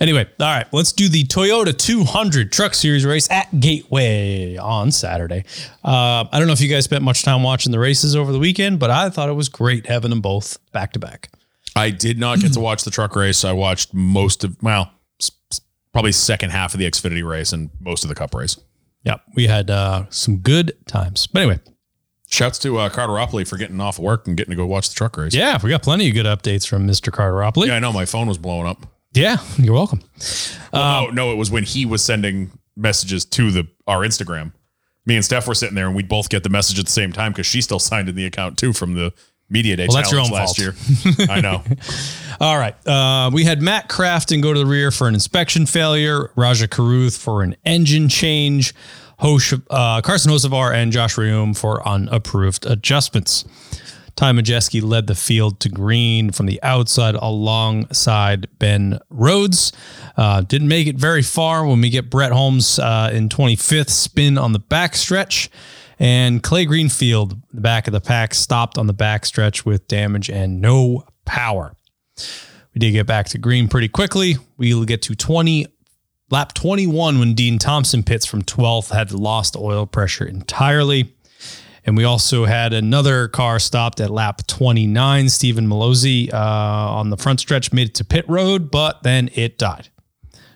Speaker 1: Anyway, all right, let's do the Toyota 200 Truck Series race at Gateway on Saturday. Uh, I don't know if you guys spent much time watching the races over the weekend, but I thought it was great having them both back to back.
Speaker 2: I did not get to watch the truck race. I watched most of well, s- s- probably second half of the Xfinity race and most of the Cup race.
Speaker 1: Yeah, we had uh, some good times. But anyway,
Speaker 2: Shouts to uh, Carteropoli for getting off work and getting to go watch the truck race.
Speaker 1: yeah, we got plenty of good updates from Mr. Carteropoli.
Speaker 2: Yeah, I know my phone was blowing up.
Speaker 1: yeah you're welcome. Um,
Speaker 2: oh no, it was when he was sending messages to the our Instagram. Me and Steph were sitting there, and we'd both get the message at the same time because she still signed in the account too from the media day.
Speaker 1: Well, that's your
Speaker 2: challenge
Speaker 1: own
Speaker 2: last year. I know.
Speaker 1: All right. Uh, we had Matt Crafton go to the rear for an inspection failure, Raja Karuth for an engine change, Hosh, uh, Carson Hosevar and Josh Reum for unapproved adjustments. Ty Majeski led the field to green from the outside alongside Ben Rhodes. Uh, didn't make it very far when we get Brett Holmes uh, in 25th spin on the backstretch. And Clay Greenfield, the back of the pack, stopped on the backstretch with damage and no power. We did get back to green pretty quickly. We'll get to 20, lap 21 when Dean Thompson pits from 12th, had lost oil pressure entirely. And we also had another car stopped at lap 29. Stephen Malozzi uh, on the front stretch made it to pit road, but then it died.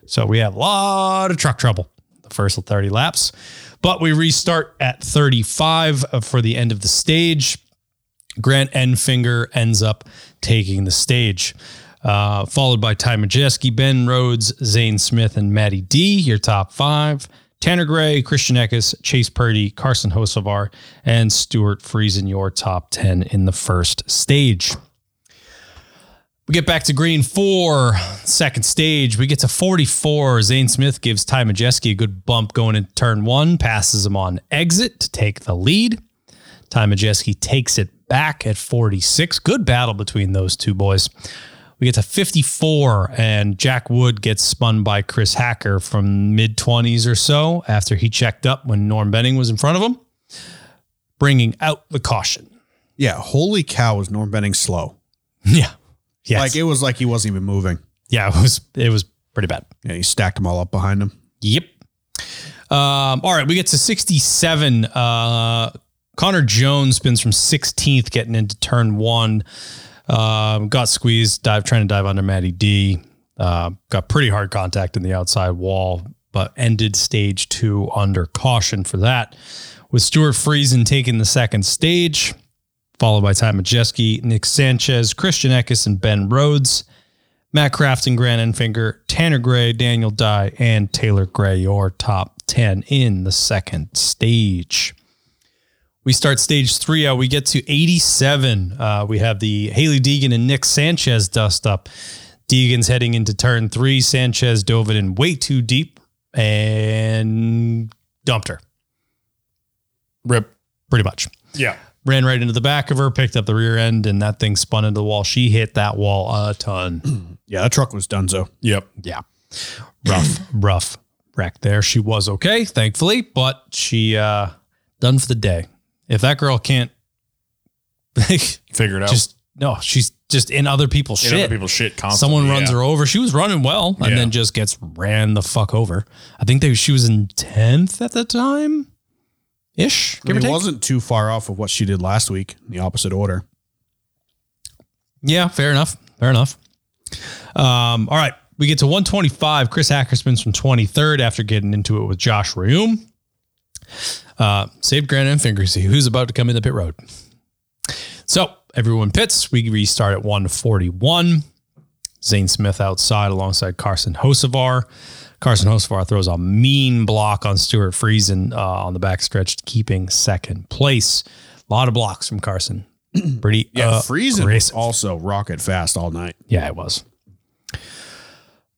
Speaker 1: So we had a lot of truck trouble the first 30 laps. But we restart at 35 for the end of the stage. Grant Enfinger ends up taking the stage, uh, followed by Ty Majeski, Ben Rhodes, Zane Smith, and Matty D, your top five. Tanner Gray, Christian Eckes, Chase Purdy, Carson Hosevar, and Stuart Friesen, your top 10 in the first stage. We get back to green four, second stage. We get to 44. Zane Smith gives Ty Majeski a good bump going into turn one, passes him on exit to take the lead. Ty Majeski takes it back at 46. Good battle between those two boys. We get to 54, and Jack Wood gets spun by Chris Hacker from mid 20s or so after he checked up when Norm Benning was in front of him, bringing out the caution.
Speaker 3: Yeah, holy cow, was Norm Benning slow?
Speaker 1: Yeah. Yes.
Speaker 3: Like it was like he wasn't even moving.
Speaker 1: yeah, it was it was pretty bad.
Speaker 3: Yeah, he stacked them all up behind him.
Speaker 1: Yep. Um, all right, we get to 67. Uh, Connor Jones spins from 16th, getting into turn one. Um, got squeezed, dive trying to dive under Matty D. Uh, got pretty hard contact in the outside wall, but ended stage two under caution for that. With Stuart Friesen taking the second stage, followed by Ty Majeski, Nick Sanchez, Christian Eckes, and Ben Rhodes. Matt Crafton, Grant Enfinger, Tanner Gray, Daniel Dye, and Taylor Gray, your top 10 in the second stage. We start stage three out. We get to 87. Uh, we have the Haley Deegan and Nick Sanchez dust up. Deegan's heading into turn three. Sanchez dove it in way too deep and dumped her,
Speaker 2: Rip.
Speaker 1: pretty much
Speaker 2: Yeah.
Speaker 1: ran right into the back of her, picked up the rear end, and that thing spun into the wall. She hit that wall a ton.
Speaker 3: Yeah, that truck was donezo.
Speaker 2: Yep.
Speaker 1: rough, rough wreck there. She was okay, thankfully, but she uh done for the day. If that girl can't
Speaker 2: Figured out.
Speaker 1: just no, she's just in other people's
Speaker 2: You know,
Speaker 1: shit.
Speaker 2: other people's shit constantly.
Speaker 1: Someone runs her over. She was running well and
Speaker 2: Yeah.
Speaker 1: then just gets ran the fuck over. I think they, she was in 10th at the time ish.
Speaker 3: I mean,
Speaker 1: Give or
Speaker 3: it
Speaker 1: take.
Speaker 3: wasn't too far off of what she did last week in the opposite order.
Speaker 1: Yeah, fair enough. Fair enough. Um, all right. We get to 125. Chris Hackerspins from 23rd after getting into it with Josh Reum. Uh, saved Grant and Fingersy, who's about to come in the pit road. So everyone pits. We restart at 141. Zane Smith outside alongside Carson Hosevar. Carson Hosevar throws a mean block on Stuart Friesen uh, on the backstretch, keeping second place. A lot of blocks from Carson. Pretty
Speaker 3: Yeah,
Speaker 1: uh,
Speaker 3: Friesen was
Speaker 1: aggressive.
Speaker 3: also rocket fast all night.
Speaker 1: Yeah, it was.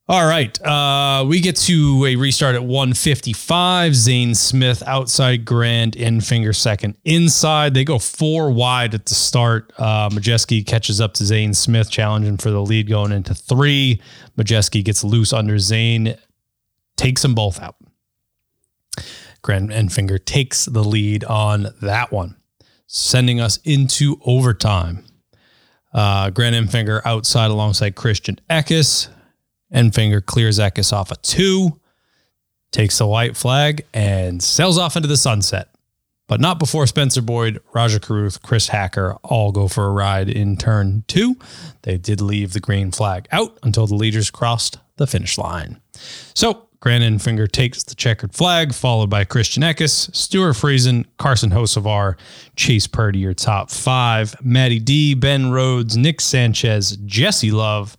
Speaker 1: All right. Uh, we get to a restart at 155. Zane Smith outside Grand, Enfinger second inside. They go four wide at the start. Uh, Majeski catches up to Zane Smith, challenging for the lead going into three. Majeski gets loose under Zane, takes them both out. Grand Enfinger takes the lead on that one, sending us into overtime. Uh, Grant Enfinger outside alongside Christian Eckes. Enfinger clears Eckes off a two, takes the white flag, and sails off into the sunset. but not before Spencer Boyd, Roger Caruth, Chris Hacker all go for a ride in turn two. They did leave the green flag out until the leaders crossed the finish line. So Grandin Finger takes the checkered flag, followed by Christian Eckes, Stuart Friesen, Carson Hosevar, Chase Purdy, your top five, Matty D, Ben Rhodes, Nick Sanchez, Jesse Love,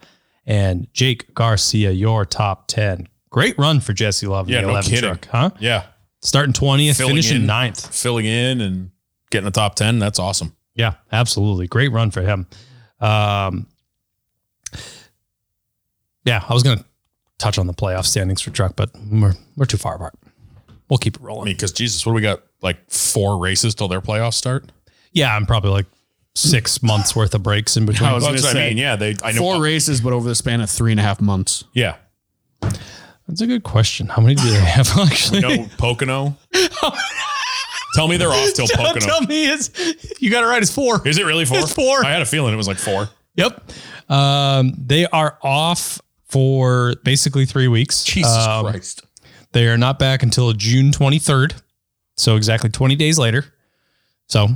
Speaker 1: and Jake Garcia, your top 10. Great run for Jesse Love in
Speaker 2: Yeah,
Speaker 1: the
Speaker 2: no
Speaker 1: 11
Speaker 2: kidding.
Speaker 1: truck, huh?
Speaker 2: Yeah.
Speaker 1: Starting 20th,
Speaker 2: Filling
Speaker 1: finishing
Speaker 2: in.
Speaker 1: ninth.
Speaker 2: Filling in and getting the top 10. That's awesome.
Speaker 1: Yeah, absolutely. Great run for him. Um, yeah, I was going to touch on the playoff standings for truck, but we're, we're too far apart. We'll keep it
Speaker 2: I
Speaker 1: rolling.
Speaker 2: mean, because Jesus, what do we got? Like four races till their playoffs start?
Speaker 1: Yeah, I'm probably like six months worth of breaks in between.
Speaker 3: I was
Speaker 2: That's
Speaker 3: gonna
Speaker 2: what I
Speaker 3: say,
Speaker 2: mean. Yeah. They, I know.
Speaker 3: Four races, but over the span of three and a half months.
Speaker 2: Yeah.
Speaker 1: That's a good question. How many do they have actually?
Speaker 2: No, Pocono. Tell me they're off till
Speaker 1: Don't
Speaker 2: Pocono.
Speaker 1: tell me it's, you got it right. It's four.
Speaker 2: Is it really four?
Speaker 1: It's four.
Speaker 2: I had a feeling it was like four.
Speaker 1: Yep. Um, they are off for basically three weeks. Um,
Speaker 2: Christ.
Speaker 1: They are not back until June 23rd. So exactly 20 days later. So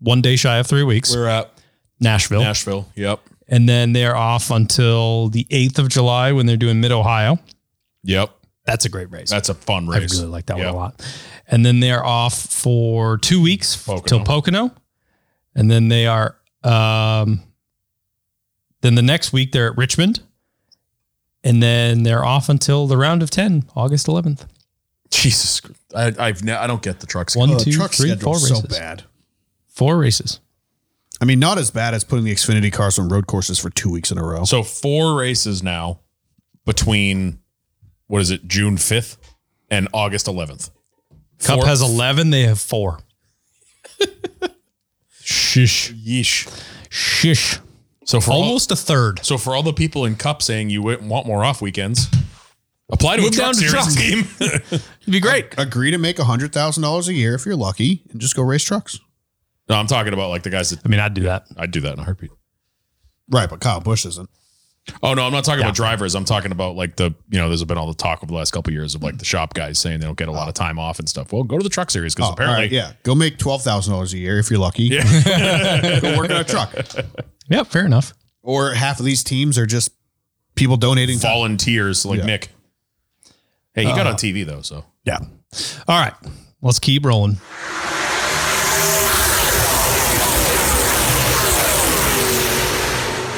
Speaker 1: one day shy of three weeks,
Speaker 2: We're at
Speaker 1: Nashville.
Speaker 2: Nashville. Yep.
Speaker 1: and then they're off until the 8th of July when they're doing Mid Ohio.
Speaker 2: Yep.
Speaker 1: That's a great race.
Speaker 2: That's a fun
Speaker 1: I
Speaker 2: race.
Speaker 1: really like that
Speaker 2: Yeah.
Speaker 1: one a lot. And then they're off for two weeks
Speaker 2: Pocono.
Speaker 1: till Pocono. And then they are, um, then the next week they're at Richmond. And then they're off until the round of 10, August 11th.
Speaker 2: Jesus. Christ. I, I've ne- I don't get the trucks.
Speaker 1: One,
Speaker 3: Oh,
Speaker 1: two,
Speaker 3: the
Speaker 1: three, four
Speaker 3: truck schedule's
Speaker 1: races.
Speaker 3: so bad.
Speaker 1: Four races.
Speaker 3: I mean, not as bad as putting the Xfinity cars on road courses for two weeks in a row.
Speaker 2: So four races now between what is it, June fifth and August eleventh.
Speaker 1: Cup
Speaker 2: Four-
Speaker 1: has 11. They have four. Shish.
Speaker 2: Yeesh.
Speaker 1: Shish.
Speaker 2: So for all,
Speaker 1: Almost a third.
Speaker 2: so for all the people in Cup saying you wouldn't want more off weekends, apply to
Speaker 1: Move
Speaker 2: a
Speaker 1: down
Speaker 2: truck
Speaker 1: to
Speaker 2: series
Speaker 1: truck.
Speaker 2: team.
Speaker 1: It'd be great.
Speaker 3: Agree to make hundred thousand dollars a year if you're lucky, and just go race trucks.
Speaker 2: no, I'm talking about like the guys that
Speaker 1: I mean, I'd do that.
Speaker 2: I'd do that in a heartbeat.
Speaker 3: Right, but Kyle Bush isn't.
Speaker 2: Oh no, I'm not talking about drivers. I'm talking about like the you know, there's been all the talk over the last couple of years of
Speaker 1: Mm.
Speaker 2: like the shop guys saying they don't get a lot of time off and stuff. Well, go to the truck series because
Speaker 3: Oh,
Speaker 2: apparently
Speaker 3: all right, yeah, go make twelve thousand dollars a year if you're lucky. go work on a truck.
Speaker 1: Yeah, fair enough.
Speaker 3: Or half of these teams are just people donating. time.
Speaker 2: volunteers like
Speaker 3: Yeah.
Speaker 2: Nick. Hey, he got
Speaker 1: Uh.
Speaker 2: on TV though, so
Speaker 1: Yeah. All right. Let's keep rolling.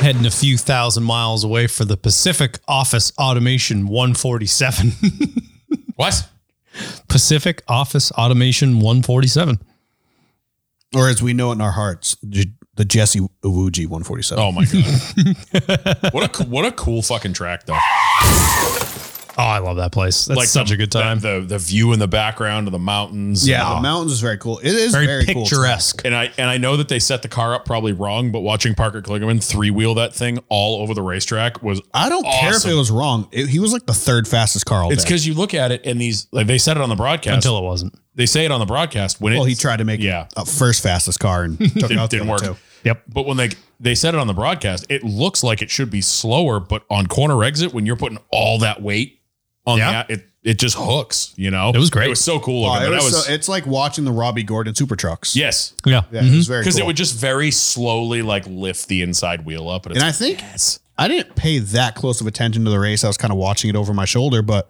Speaker 1: Heading a few thousand miles away for the Pacific Office Automation 147.
Speaker 2: what?
Speaker 1: Pacific Office Automation 147.
Speaker 3: or as we know it in our hearts, J- the Jesse Awuji 147.
Speaker 2: Oh my god! what a what a cool fucking track though.
Speaker 1: Oh, I love that place. That's such
Speaker 2: the-
Speaker 1: a good time.
Speaker 2: The, the the view in the background of the mountains.
Speaker 3: the mountains is very cool. It is
Speaker 1: very,
Speaker 3: very, cool.
Speaker 1: picturesque.
Speaker 2: and I and I know that they set the car up probably wrong, but watching Parker Kligerman three wheel that thing all over the racetrack was.
Speaker 3: I don't care if
Speaker 2: Awesome.
Speaker 3: it was wrong. It- he was like the third fastest car all
Speaker 2: It's
Speaker 3: day.
Speaker 2: because you look at it and these like they said it on the broadcast.
Speaker 1: until it wasn't.
Speaker 2: they say it on the broadcast when
Speaker 3: Well,
Speaker 2: it
Speaker 3: he tried to make
Speaker 2: Yeah.
Speaker 3: a first fastest car and took
Speaker 2: didn't,
Speaker 3: out the
Speaker 2: didn't
Speaker 3: other
Speaker 2: work.
Speaker 3: two.
Speaker 1: Yep.
Speaker 2: But when they they said it on the broadcast, it looks like it should be slower, but on corner exit when you're putting all that weight on
Speaker 1: Yeah.
Speaker 2: that, it it just hooks. You know,
Speaker 1: It was great.
Speaker 2: It was so cool.
Speaker 3: Oh, it
Speaker 2: looking, but I
Speaker 3: was
Speaker 2: was-
Speaker 3: so- it's like watching the Robbie Gordon super trucks.
Speaker 2: yes,
Speaker 1: Yeah.
Speaker 3: Yeah,
Speaker 1: Mhm.
Speaker 3: it was very
Speaker 2: because
Speaker 3: cool.
Speaker 2: Mm-hmm. it would just very slowly like lift the inside wheel up. And, it's
Speaker 3: and I think
Speaker 2: yes.
Speaker 3: I didn't pay that close of attention to the race. I was kind of watching it over my shoulder, but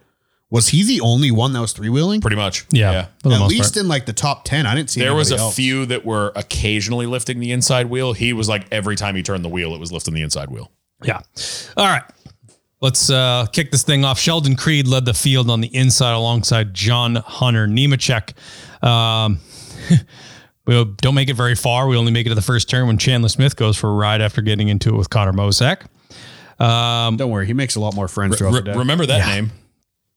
Speaker 3: was he the only one that was three wheeling?
Speaker 2: pretty much.
Speaker 1: Yeah. For the
Speaker 3: At
Speaker 1: most
Speaker 3: least
Speaker 1: part.
Speaker 3: in like the top 10. I didn't see
Speaker 2: There was a
Speaker 3: anybody else.
Speaker 2: few that were occasionally lifting the inside wheel. He was like every time he turned the wheel, it was lifting the inside wheel.
Speaker 1: Yeah. All right. Let's uh, kick this thing off. Sheldon Creed led the field on the inside alongside John Hunter Nemechek. Um, we don't make it very far. We only make it to the first turn when Chandler Smith goes for a ride after getting into it with Connor Mosak.
Speaker 3: Don't worry. He makes a lot more friends throughout
Speaker 2: Re-
Speaker 3: the day.
Speaker 2: remember that name.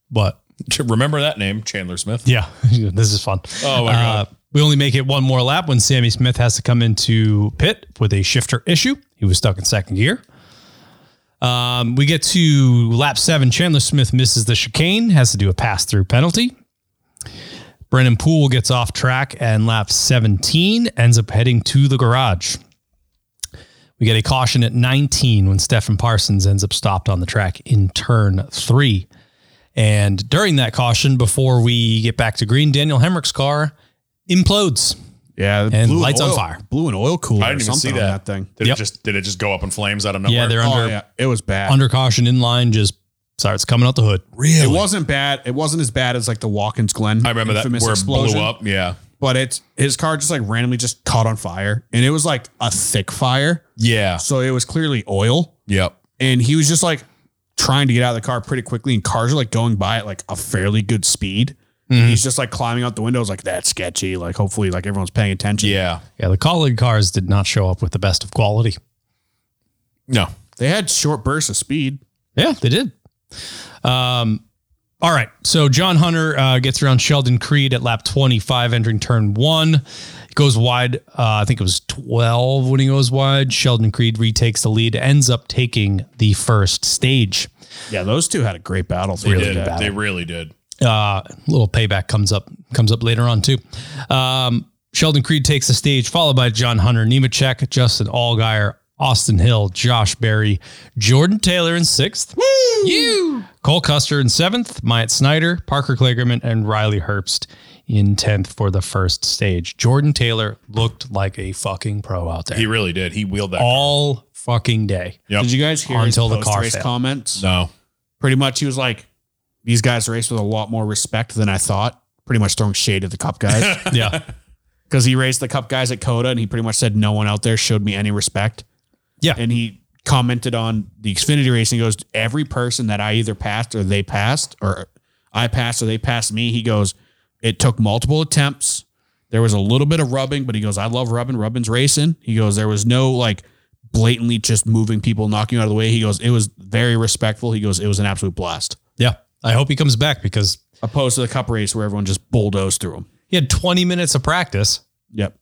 Speaker 1: But
Speaker 2: Ch- Remember that name, Chandler Smith.
Speaker 1: yeah, this is fun.
Speaker 2: Oh my god.
Speaker 1: Uh, we only make it one more lap when Sammy Smith has to come into pit with a shifter issue. He was stuck in second gear. Um, we get to lap seven. Chandler Smith misses the chicane, has to do a pass through penalty. Brennan Poole gets off track and lap 17 ends up heading to the garage. We get a caution at 19 when Stefan Parsons ends up stopped on the track in turn three. And during that caution, before we get back to green, Daniel Hemrick's car implodes.
Speaker 3: Yeah,
Speaker 1: And
Speaker 3: blew an
Speaker 1: lights on
Speaker 3: oil-
Speaker 1: fire.
Speaker 3: Blew an oil cooler.
Speaker 2: I didn't
Speaker 3: or
Speaker 2: even see
Speaker 3: something on
Speaker 2: that.
Speaker 3: that thing.
Speaker 2: Did
Speaker 1: Yep.
Speaker 2: it just did it just go up in flames out of nowhere?
Speaker 1: Yeah, they're
Speaker 3: Oh
Speaker 1: under
Speaker 3: yeah, it was bad.
Speaker 1: under caution in line. Just sorry, it's coming out the hood.
Speaker 2: really.
Speaker 3: it wasn't bad. It wasn't as bad as like the Watkins Glen.
Speaker 2: I remember that
Speaker 3: infamous
Speaker 2: where it
Speaker 3: explosion.
Speaker 2: blew up. Yeah,
Speaker 3: But it's his car just like randomly just caught on fire, and it was like a thick fire,
Speaker 2: yeah,
Speaker 3: so it was clearly oil.
Speaker 2: yep.
Speaker 3: And he was just like trying to get out of the car pretty quickly, and cars are like going by at like a fairly good speed.
Speaker 1: Mhm.
Speaker 3: He's just like climbing out the windows, like that's sketchy. Like hopefully, like everyone's paying attention.
Speaker 2: Yeah,
Speaker 1: Yeah, the colleague cars did not show up with the best of quality.
Speaker 2: no.
Speaker 3: they had short bursts of speed.
Speaker 1: Yeah, they did. Um, all right. So John Hunter uh, gets around Sheldon Creed at lap 25, entering turn one. He goes wide. Uh, I think it was 12 when he goes wide. Sheldon Creed retakes the lead, ends up taking the first stage.
Speaker 3: Yeah, those two had a great battle.
Speaker 2: They
Speaker 3: through the
Speaker 2: did.
Speaker 3: battle.
Speaker 2: They really did.
Speaker 1: uh, little payback comes up comes up later on too. Um, Sheldon Creed takes the stage, followed by John Hunter, Nemechek, Justin Allgaier, Austin Hill, Josh Berry, Jordan Taylor in sixth, you Cole Custer in seventh, Myatt Snyder, Parker Klagerman, and Riley Herbst in tenth for the first stage. Jordan Taylor looked like a fucking pro out there
Speaker 2: He really did. He wheeled that.
Speaker 1: all fucking day.
Speaker 2: Yep.
Speaker 3: Did you guys hear
Speaker 1: Until the car
Speaker 3: post-race
Speaker 1: failed.
Speaker 3: comments?
Speaker 2: no.
Speaker 3: Pretty much, he was like, "These guys raced with a lot more respect than I thought." Pretty much throwing shade at the Cup guys
Speaker 1: Yeah,
Speaker 3: because he raced the Cup guys at Coda, and he pretty much said no one out there showed me any respect.
Speaker 1: Yeah.
Speaker 3: and he commented on the Xfinity race and he goes, "Every person that I either passed or they passed, or I passed or they passed me," he goes, "It took multiple attempts. There was a little bit of rubbing, but he goes, I love rubbing. Rubbing's racing. He goes, there was no like." Blatantly just moving people, knocking you out of the way. He goes, it was very respectful. He goes, it was an absolute blast.
Speaker 1: yeah. I hope he comes back because
Speaker 3: opposed to the cup race where everyone just bulldozed through them.
Speaker 1: he had 20 minutes of practice.
Speaker 3: Yep.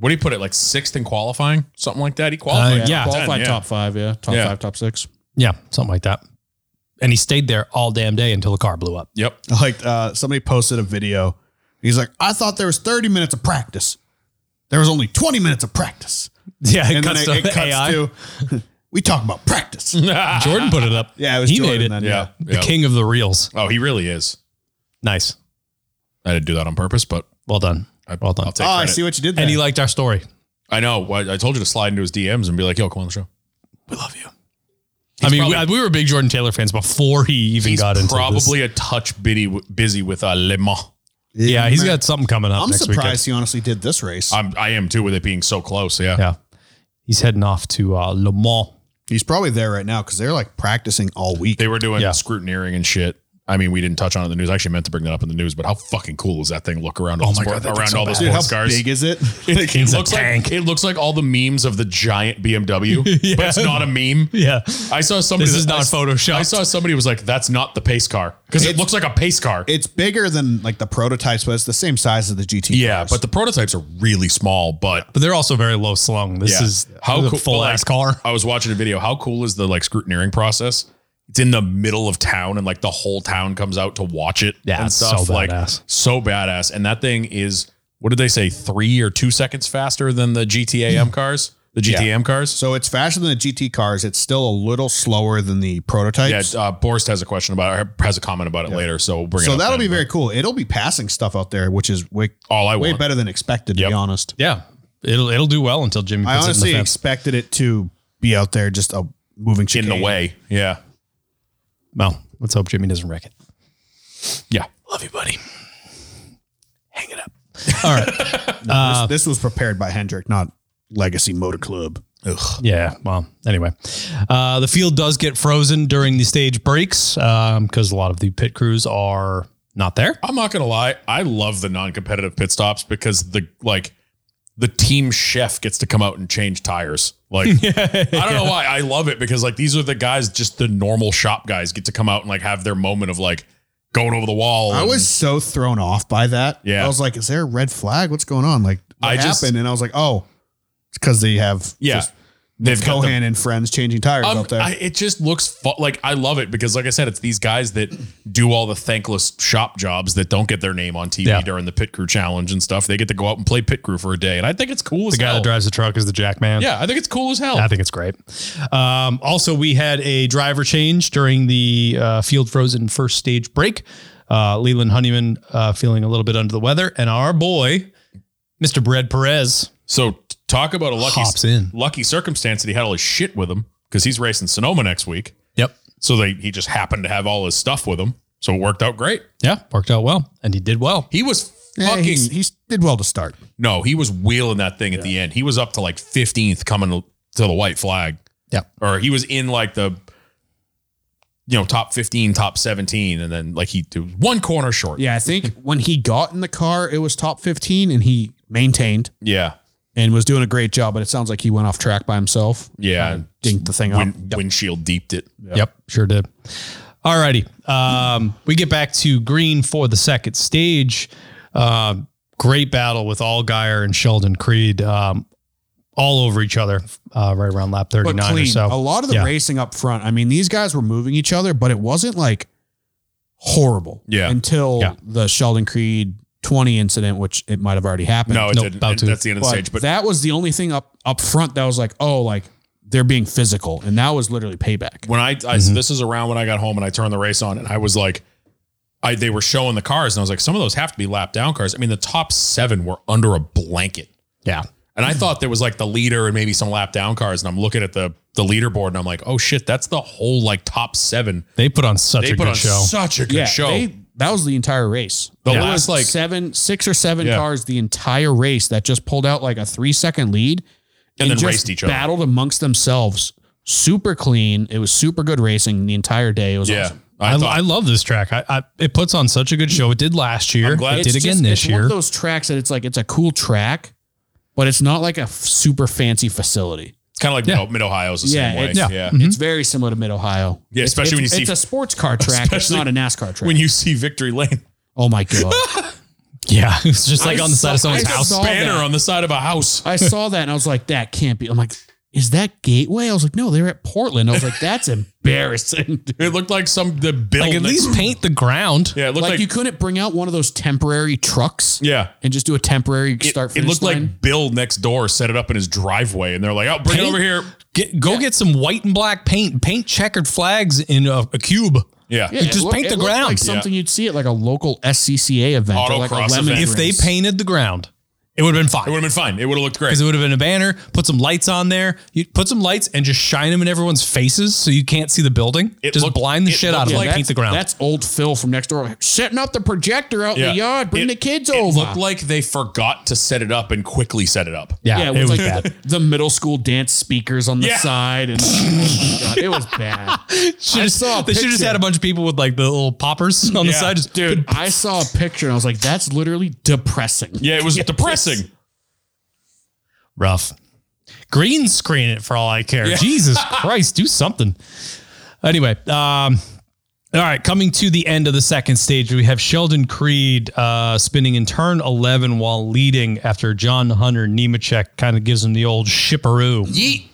Speaker 2: What do you put it like sixth in qualifying, something like that? He
Speaker 1: Uh,
Speaker 2: qualified.
Speaker 1: yeah.
Speaker 3: Qualified
Speaker 2: Ten, yeah.
Speaker 3: top five. Yeah. Top
Speaker 2: Yeah.
Speaker 3: five, top six.
Speaker 1: Yeah, something like that. And he stayed there all damn day until the car blew up.
Speaker 2: Yep.
Speaker 3: Like uh, somebody posted a video. He's like, I thought there was 30 minutes of practice. There was only 20 minutes of practice.
Speaker 1: Yeah, it
Speaker 3: And
Speaker 1: cuts,
Speaker 3: then it,
Speaker 1: to
Speaker 3: it cuts
Speaker 1: AI.
Speaker 3: to, we talk about practice. Ah,
Speaker 1: Jordan put it up.
Speaker 3: Yeah, it was
Speaker 1: he
Speaker 3: Jordan
Speaker 1: made it.
Speaker 3: then,
Speaker 2: Yeah.
Speaker 1: The
Speaker 2: yeah.
Speaker 1: king of the reels.
Speaker 2: Oh, he really is.
Speaker 1: Nice.
Speaker 2: I didn't do that on purpose, but
Speaker 1: Well done.
Speaker 2: I,
Speaker 1: Well done.
Speaker 2: I'll
Speaker 3: Oh,
Speaker 2: take
Speaker 3: I
Speaker 2: credit.
Speaker 3: see what you did there.
Speaker 1: And he liked our story.
Speaker 2: I know. I, I told you to slide into his DMs and be like, "Yo, come on the show."
Speaker 1: We love you. I mean,
Speaker 2: probably-
Speaker 1: we, we were big Jordan Taylor fans before he even
Speaker 2: He's
Speaker 1: got into this.
Speaker 2: probably a touch bitty, busy with uh, Le Mans.
Speaker 1: Yeah, he's got something coming up.
Speaker 3: I'm
Speaker 1: next
Speaker 3: surprised he honestly did this race.
Speaker 4: Uh,
Speaker 2: I'm, I am too with it being so close. Yeah.
Speaker 1: Weekend. Yeah, he's heading off to uh, Le Mans.
Speaker 4: He's probably there right now because they're like practicing all week.
Speaker 2: They were doing
Speaker 1: Yeah.
Speaker 2: scrutineering and shit. I mean, we didn't touch on it in the news. I actually meant to bring that up in the news, but how fucking cool is that thing? Look around all the
Speaker 1: my God,
Speaker 2: sport,
Speaker 1: that
Speaker 2: around
Speaker 1: thing's so
Speaker 2: all the
Speaker 1: bad.
Speaker 4: Dude, how
Speaker 2: sports cars.
Speaker 4: big is it?
Speaker 2: It,
Speaker 1: It's a
Speaker 2: looks
Speaker 1: tank.
Speaker 2: like it looks like all the memes of the giant BMW, but it's not a meme.
Speaker 1: Yeah,
Speaker 2: I saw somebody.
Speaker 1: This is
Speaker 2: that-
Speaker 1: not
Speaker 2: I s-
Speaker 1: photoshopped.
Speaker 2: I saw somebody was like, "That's not the pace car" because it
Speaker 4: It's-
Speaker 2: looks like a pace car.
Speaker 4: it's bigger than like the prototypes, but it's the same size as the GT.
Speaker 2: yeah,
Speaker 4: cars.
Speaker 2: but the prototypes are really small. But
Speaker 1: but they're also very low slung. This
Speaker 2: Yeah.
Speaker 1: is
Speaker 2: How
Speaker 1: how
Speaker 2: cool-
Speaker 1: full ass
Speaker 2: like-
Speaker 1: car.
Speaker 2: I was watching a video. How cool is the like scrutineering process? It's in the middle of town, and like the whole town comes out to watch it.
Speaker 1: Yeah,
Speaker 2: and
Speaker 1: it's so badass.
Speaker 2: so badass. And that thing is what did they say? Three or two seconds faster than the
Speaker 1: Hmm.
Speaker 2: GTAM cars. The GTAM cars.
Speaker 4: so it's faster than the GT cars. It's still a little slower than the
Speaker 2: yeah,
Speaker 4: prototypes.
Speaker 2: uh, Borst has a question about it, or has a comment about it later. So we'll bring it
Speaker 4: so
Speaker 2: up
Speaker 4: that'll be
Speaker 2: then.
Speaker 4: very cool. It'll be passing stuff out there, which is way,
Speaker 2: all I
Speaker 4: way
Speaker 2: want.
Speaker 4: better than expected. To
Speaker 2: Yep.
Speaker 4: be honest,
Speaker 1: Yeah, it'll it'll do well until Jimmy. Puts
Speaker 4: I
Speaker 1: it
Speaker 4: honestly
Speaker 1: in the fence.
Speaker 4: expected it to be out there just a moving
Speaker 2: in
Speaker 4: chicane.
Speaker 2: the way. Yeah.
Speaker 1: Well, let's hope Jimmy doesn't wreck it.
Speaker 2: Yeah.
Speaker 1: Love you, buddy. Hang it up. All right.
Speaker 2: Uh,
Speaker 4: This- this was prepared by Hendrick, not Legacy Motor Club.
Speaker 1: Yeah. Well, anyway, uh, the field does get frozen during the stage breaks because a lot of the pit crews are not there.
Speaker 2: I'm not gonna lie. I love the non-competitive pit stops because the like the team chef gets to come out and change tires. Like I don't know why I love it because like these are the guys, just the normal shop guys get to come out and like have their moment of like going over the wall.
Speaker 4: I
Speaker 2: and-
Speaker 4: was so thrown off by that.
Speaker 2: Yeah.
Speaker 4: I was like, is there a red flag? What's going on? Like, what
Speaker 2: I
Speaker 4: happened?
Speaker 2: just-
Speaker 4: and I was like, oh, it's because they have
Speaker 2: yeah.
Speaker 4: just
Speaker 2: They've got the
Speaker 4: Cohan and friends changing tires
Speaker 2: Um,
Speaker 4: out there.
Speaker 2: I, it just looks fu- like I love it because, like I said, it's these guys that do all the thankless shop jobs that don't get their name on TV
Speaker 1: Yeah.
Speaker 2: during the pit crew challenge and stuff. They get to go out and play pit crew for a day, and I think it's cool as
Speaker 1: The guy
Speaker 2: hell.
Speaker 1: that drives the truck is the jack man.
Speaker 2: yeah, I think it's cool as hell.
Speaker 1: I think it's great. Um, also, we had a driver change during the uh, field frozen first stage break. Uh, Leland Honeyman uh, feeling a little bit under the weather, and our boy Mr. Bread Perez.
Speaker 2: So t- talk about a lucky
Speaker 1: Hops in.
Speaker 2: lucky circumstance that he had all his shit with him because he's racing Sonoma next week.
Speaker 1: Yep.
Speaker 2: So they he just happened to have all his stuff with him. So it worked out great.
Speaker 1: Yeah, worked out well, and he did well.
Speaker 2: He was
Speaker 3: Yeah,
Speaker 2: fucking
Speaker 3: he's, he's did well to start.
Speaker 2: no, he was wheeling that thing at the end. He was up to like fifteenth coming to the white flag.
Speaker 1: Yeah.
Speaker 2: Or he was in like the you know, top fifteen, top seventeen, and then like he it was one corner short.
Speaker 3: Yeah, I think when he got in the car, it was top 15 and he maintained
Speaker 2: Yeah.
Speaker 3: and was doing a great job, but it sounds like he went off track by himself.
Speaker 2: Yeah.
Speaker 3: Kinda Dinked the thing up.
Speaker 2: Wind, windshield deeped it.
Speaker 1: Yep, sure did. All righty. Um, we get back to green for the second stage. Um, great battle with Allgaier and Sheldon Creed um, all over each other uh, right around lap 39 or so.
Speaker 3: A lot of the
Speaker 1: Yeah.
Speaker 3: racing up front, I mean, these guys were moving each other, but it wasn't like horrible.
Speaker 2: Yeah.
Speaker 3: Until
Speaker 1: Yeah.
Speaker 3: the Sheldon Creed 20 incident, which it might have already happened.
Speaker 2: No, it
Speaker 1: Nope,
Speaker 2: didn't.
Speaker 1: about
Speaker 2: And
Speaker 1: to.
Speaker 2: That's the end of the
Speaker 3: but,
Speaker 2: stage. But
Speaker 3: that was the only thing up up front that was like, oh, like they're being physical, and that was literally payback.
Speaker 2: when I, I
Speaker 3: Mm-hmm.
Speaker 2: this is around when I got home and I turned the race on and I was like, I they were showing the cars and I was like, some of those have to be lap down cars. I mean, the top seven were under a blanket,
Speaker 1: yeah.
Speaker 2: and
Speaker 3: Hmm.
Speaker 2: I thought there was like the leader and maybe some lap down cars. And I'm looking at the the leaderboard and I'm like, oh shit, that's the whole like top seven.
Speaker 1: They put on such
Speaker 2: They
Speaker 1: a
Speaker 2: put
Speaker 1: good
Speaker 2: on
Speaker 1: show.
Speaker 2: such a good show.
Speaker 3: they- that was the entire race.
Speaker 2: the
Speaker 1: Yeah.
Speaker 2: last like
Speaker 3: seven, six or seven
Speaker 2: Yeah.
Speaker 3: cars the entire race that just pulled out like a three second lead
Speaker 2: And then
Speaker 3: just
Speaker 2: raced each other.
Speaker 3: battled amongst themselves. Super clean. It was super good racing the entire day. It was
Speaker 2: yeah,
Speaker 3: awesome.
Speaker 2: I,
Speaker 1: I,
Speaker 2: thought
Speaker 1: I love this track. I, I it puts on such a good show. It did last year.
Speaker 2: glad
Speaker 1: it
Speaker 3: It's
Speaker 1: did again
Speaker 3: just-
Speaker 1: this
Speaker 3: it's One
Speaker 1: year.
Speaker 3: of those tracks that it's like it's a cool track, but it's not like a f- super fancy facility.
Speaker 2: it's kind of like
Speaker 1: Yeah.
Speaker 2: Mid Ohio's the
Speaker 3: Yeah,
Speaker 2: same way.
Speaker 3: it's-
Speaker 2: Yeah.
Speaker 1: yeah. Mm-hmm.
Speaker 3: It's very similar to Mid Ohio.
Speaker 2: Yeah, especially when you see-
Speaker 3: it's a sports car track. It's
Speaker 2: Especially
Speaker 3: not a NASCAR track.
Speaker 2: When you see Victory Lane,
Speaker 3: oh my god!
Speaker 1: Yeah, it's just like
Speaker 3: I
Speaker 1: on the side of
Speaker 3: saw-
Speaker 1: someone's
Speaker 3: I
Speaker 1: house.
Speaker 3: saw-
Speaker 2: banner
Speaker 3: that.
Speaker 2: on the side of a house.
Speaker 3: I saw that and I was like, that can't be. I'm like, is that Gateway? I was like, no, they're at Portland. I was like, that's embarrassing. dude.
Speaker 2: It looked like some the
Speaker 1: Like
Speaker 2: building.
Speaker 1: at least paint the ground.
Speaker 2: yeah, it looked
Speaker 3: Like,
Speaker 2: like,
Speaker 3: you couldn't bring out one of those temporary trucks
Speaker 2: yeah.
Speaker 3: and just do a temporary
Speaker 2: It-
Speaker 3: start.
Speaker 2: It,
Speaker 3: finish
Speaker 2: looked
Speaker 3: line?
Speaker 2: like Bill next door set it up in his driveway, and they're like, "Oh, bring it
Speaker 1: Paint?
Speaker 2: over here."
Speaker 1: Get, go get some white and black paint. Paint checkered flags in a, a cube.
Speaker 2: Yeah,
Speaker 3: Yeah,
Speaker 1: It just paint the
Speaker 3: looked
Speaker 1: ground.
Speaker 3: Like something you'd see at like a local SCCA event, or like a
Speaker 2: Autocross
Speaker 3: lemon
Speaker 2: event.
Speaker 1: If they
Speaker 3: race.
Speaker 1: painted the ground, it would have been
Speaker 2: it
Speaker 1: fine.
Speaker 2: would have been fine. It would have looked great.
Speaker 1: because it would have been a banner. Put some lights on there. You put some lights and just shine them in everyone's faces so you can't see the building.
Speaker 2: It
Speaker 1: just
Speaker 2: looked-
Speaker 1: blind the
Speaker 2: it
Speaker 1: shit out
Speaker 2: looked
Speaker 1: of
Speaker 2: like-
Speaker 1: them. Paint the ground.
Speaker 3: That's old Phil from next door, like, setting up the projector out in
Speaker 2: Yeah.
Speaker 3: the yard. Bring
Speaker 2: It-
Speaker 3: the kids
Speaker 2: It
Speaker 3: over.
Speaker 2: looked like they forgot to set it up and quickly set it up.
Speaker 1: yeah,
Speaker 3: yeah,
Speaker 1: it
Speaker 3: with
Speaker 1: was
Speaker 3: like
Speaker 1: bad.
Speaker 3: The, the middle school dance speakers on the
Speaker 2: Yeah.
Speaker 3: side, and oh my God, it was bad.
Speaker 1: Should've-
Speaker 3: saw a
Speaker 1: they should have
Speaker 3: picture.
Speaker 1: had a bunch of people with like the little poppers on the
Speaker 2: Yeah.
Speaker 1: side. Just,
Speaker 3: Dude, I saw a picture and I was like, that's literally depressing.
Speaker 2: Yeah, it was depressing.
Speaker 1: rough. Green screen it for all I care. Jesus Christ, do something. Anyway, um, all right, coming to the end of the second stage, we have Sheldon Creed uh, spinning in turn 11 while leading after John Hunter Nemechek kind of gives him the old shipperoo.
Speaker 2: Yeet.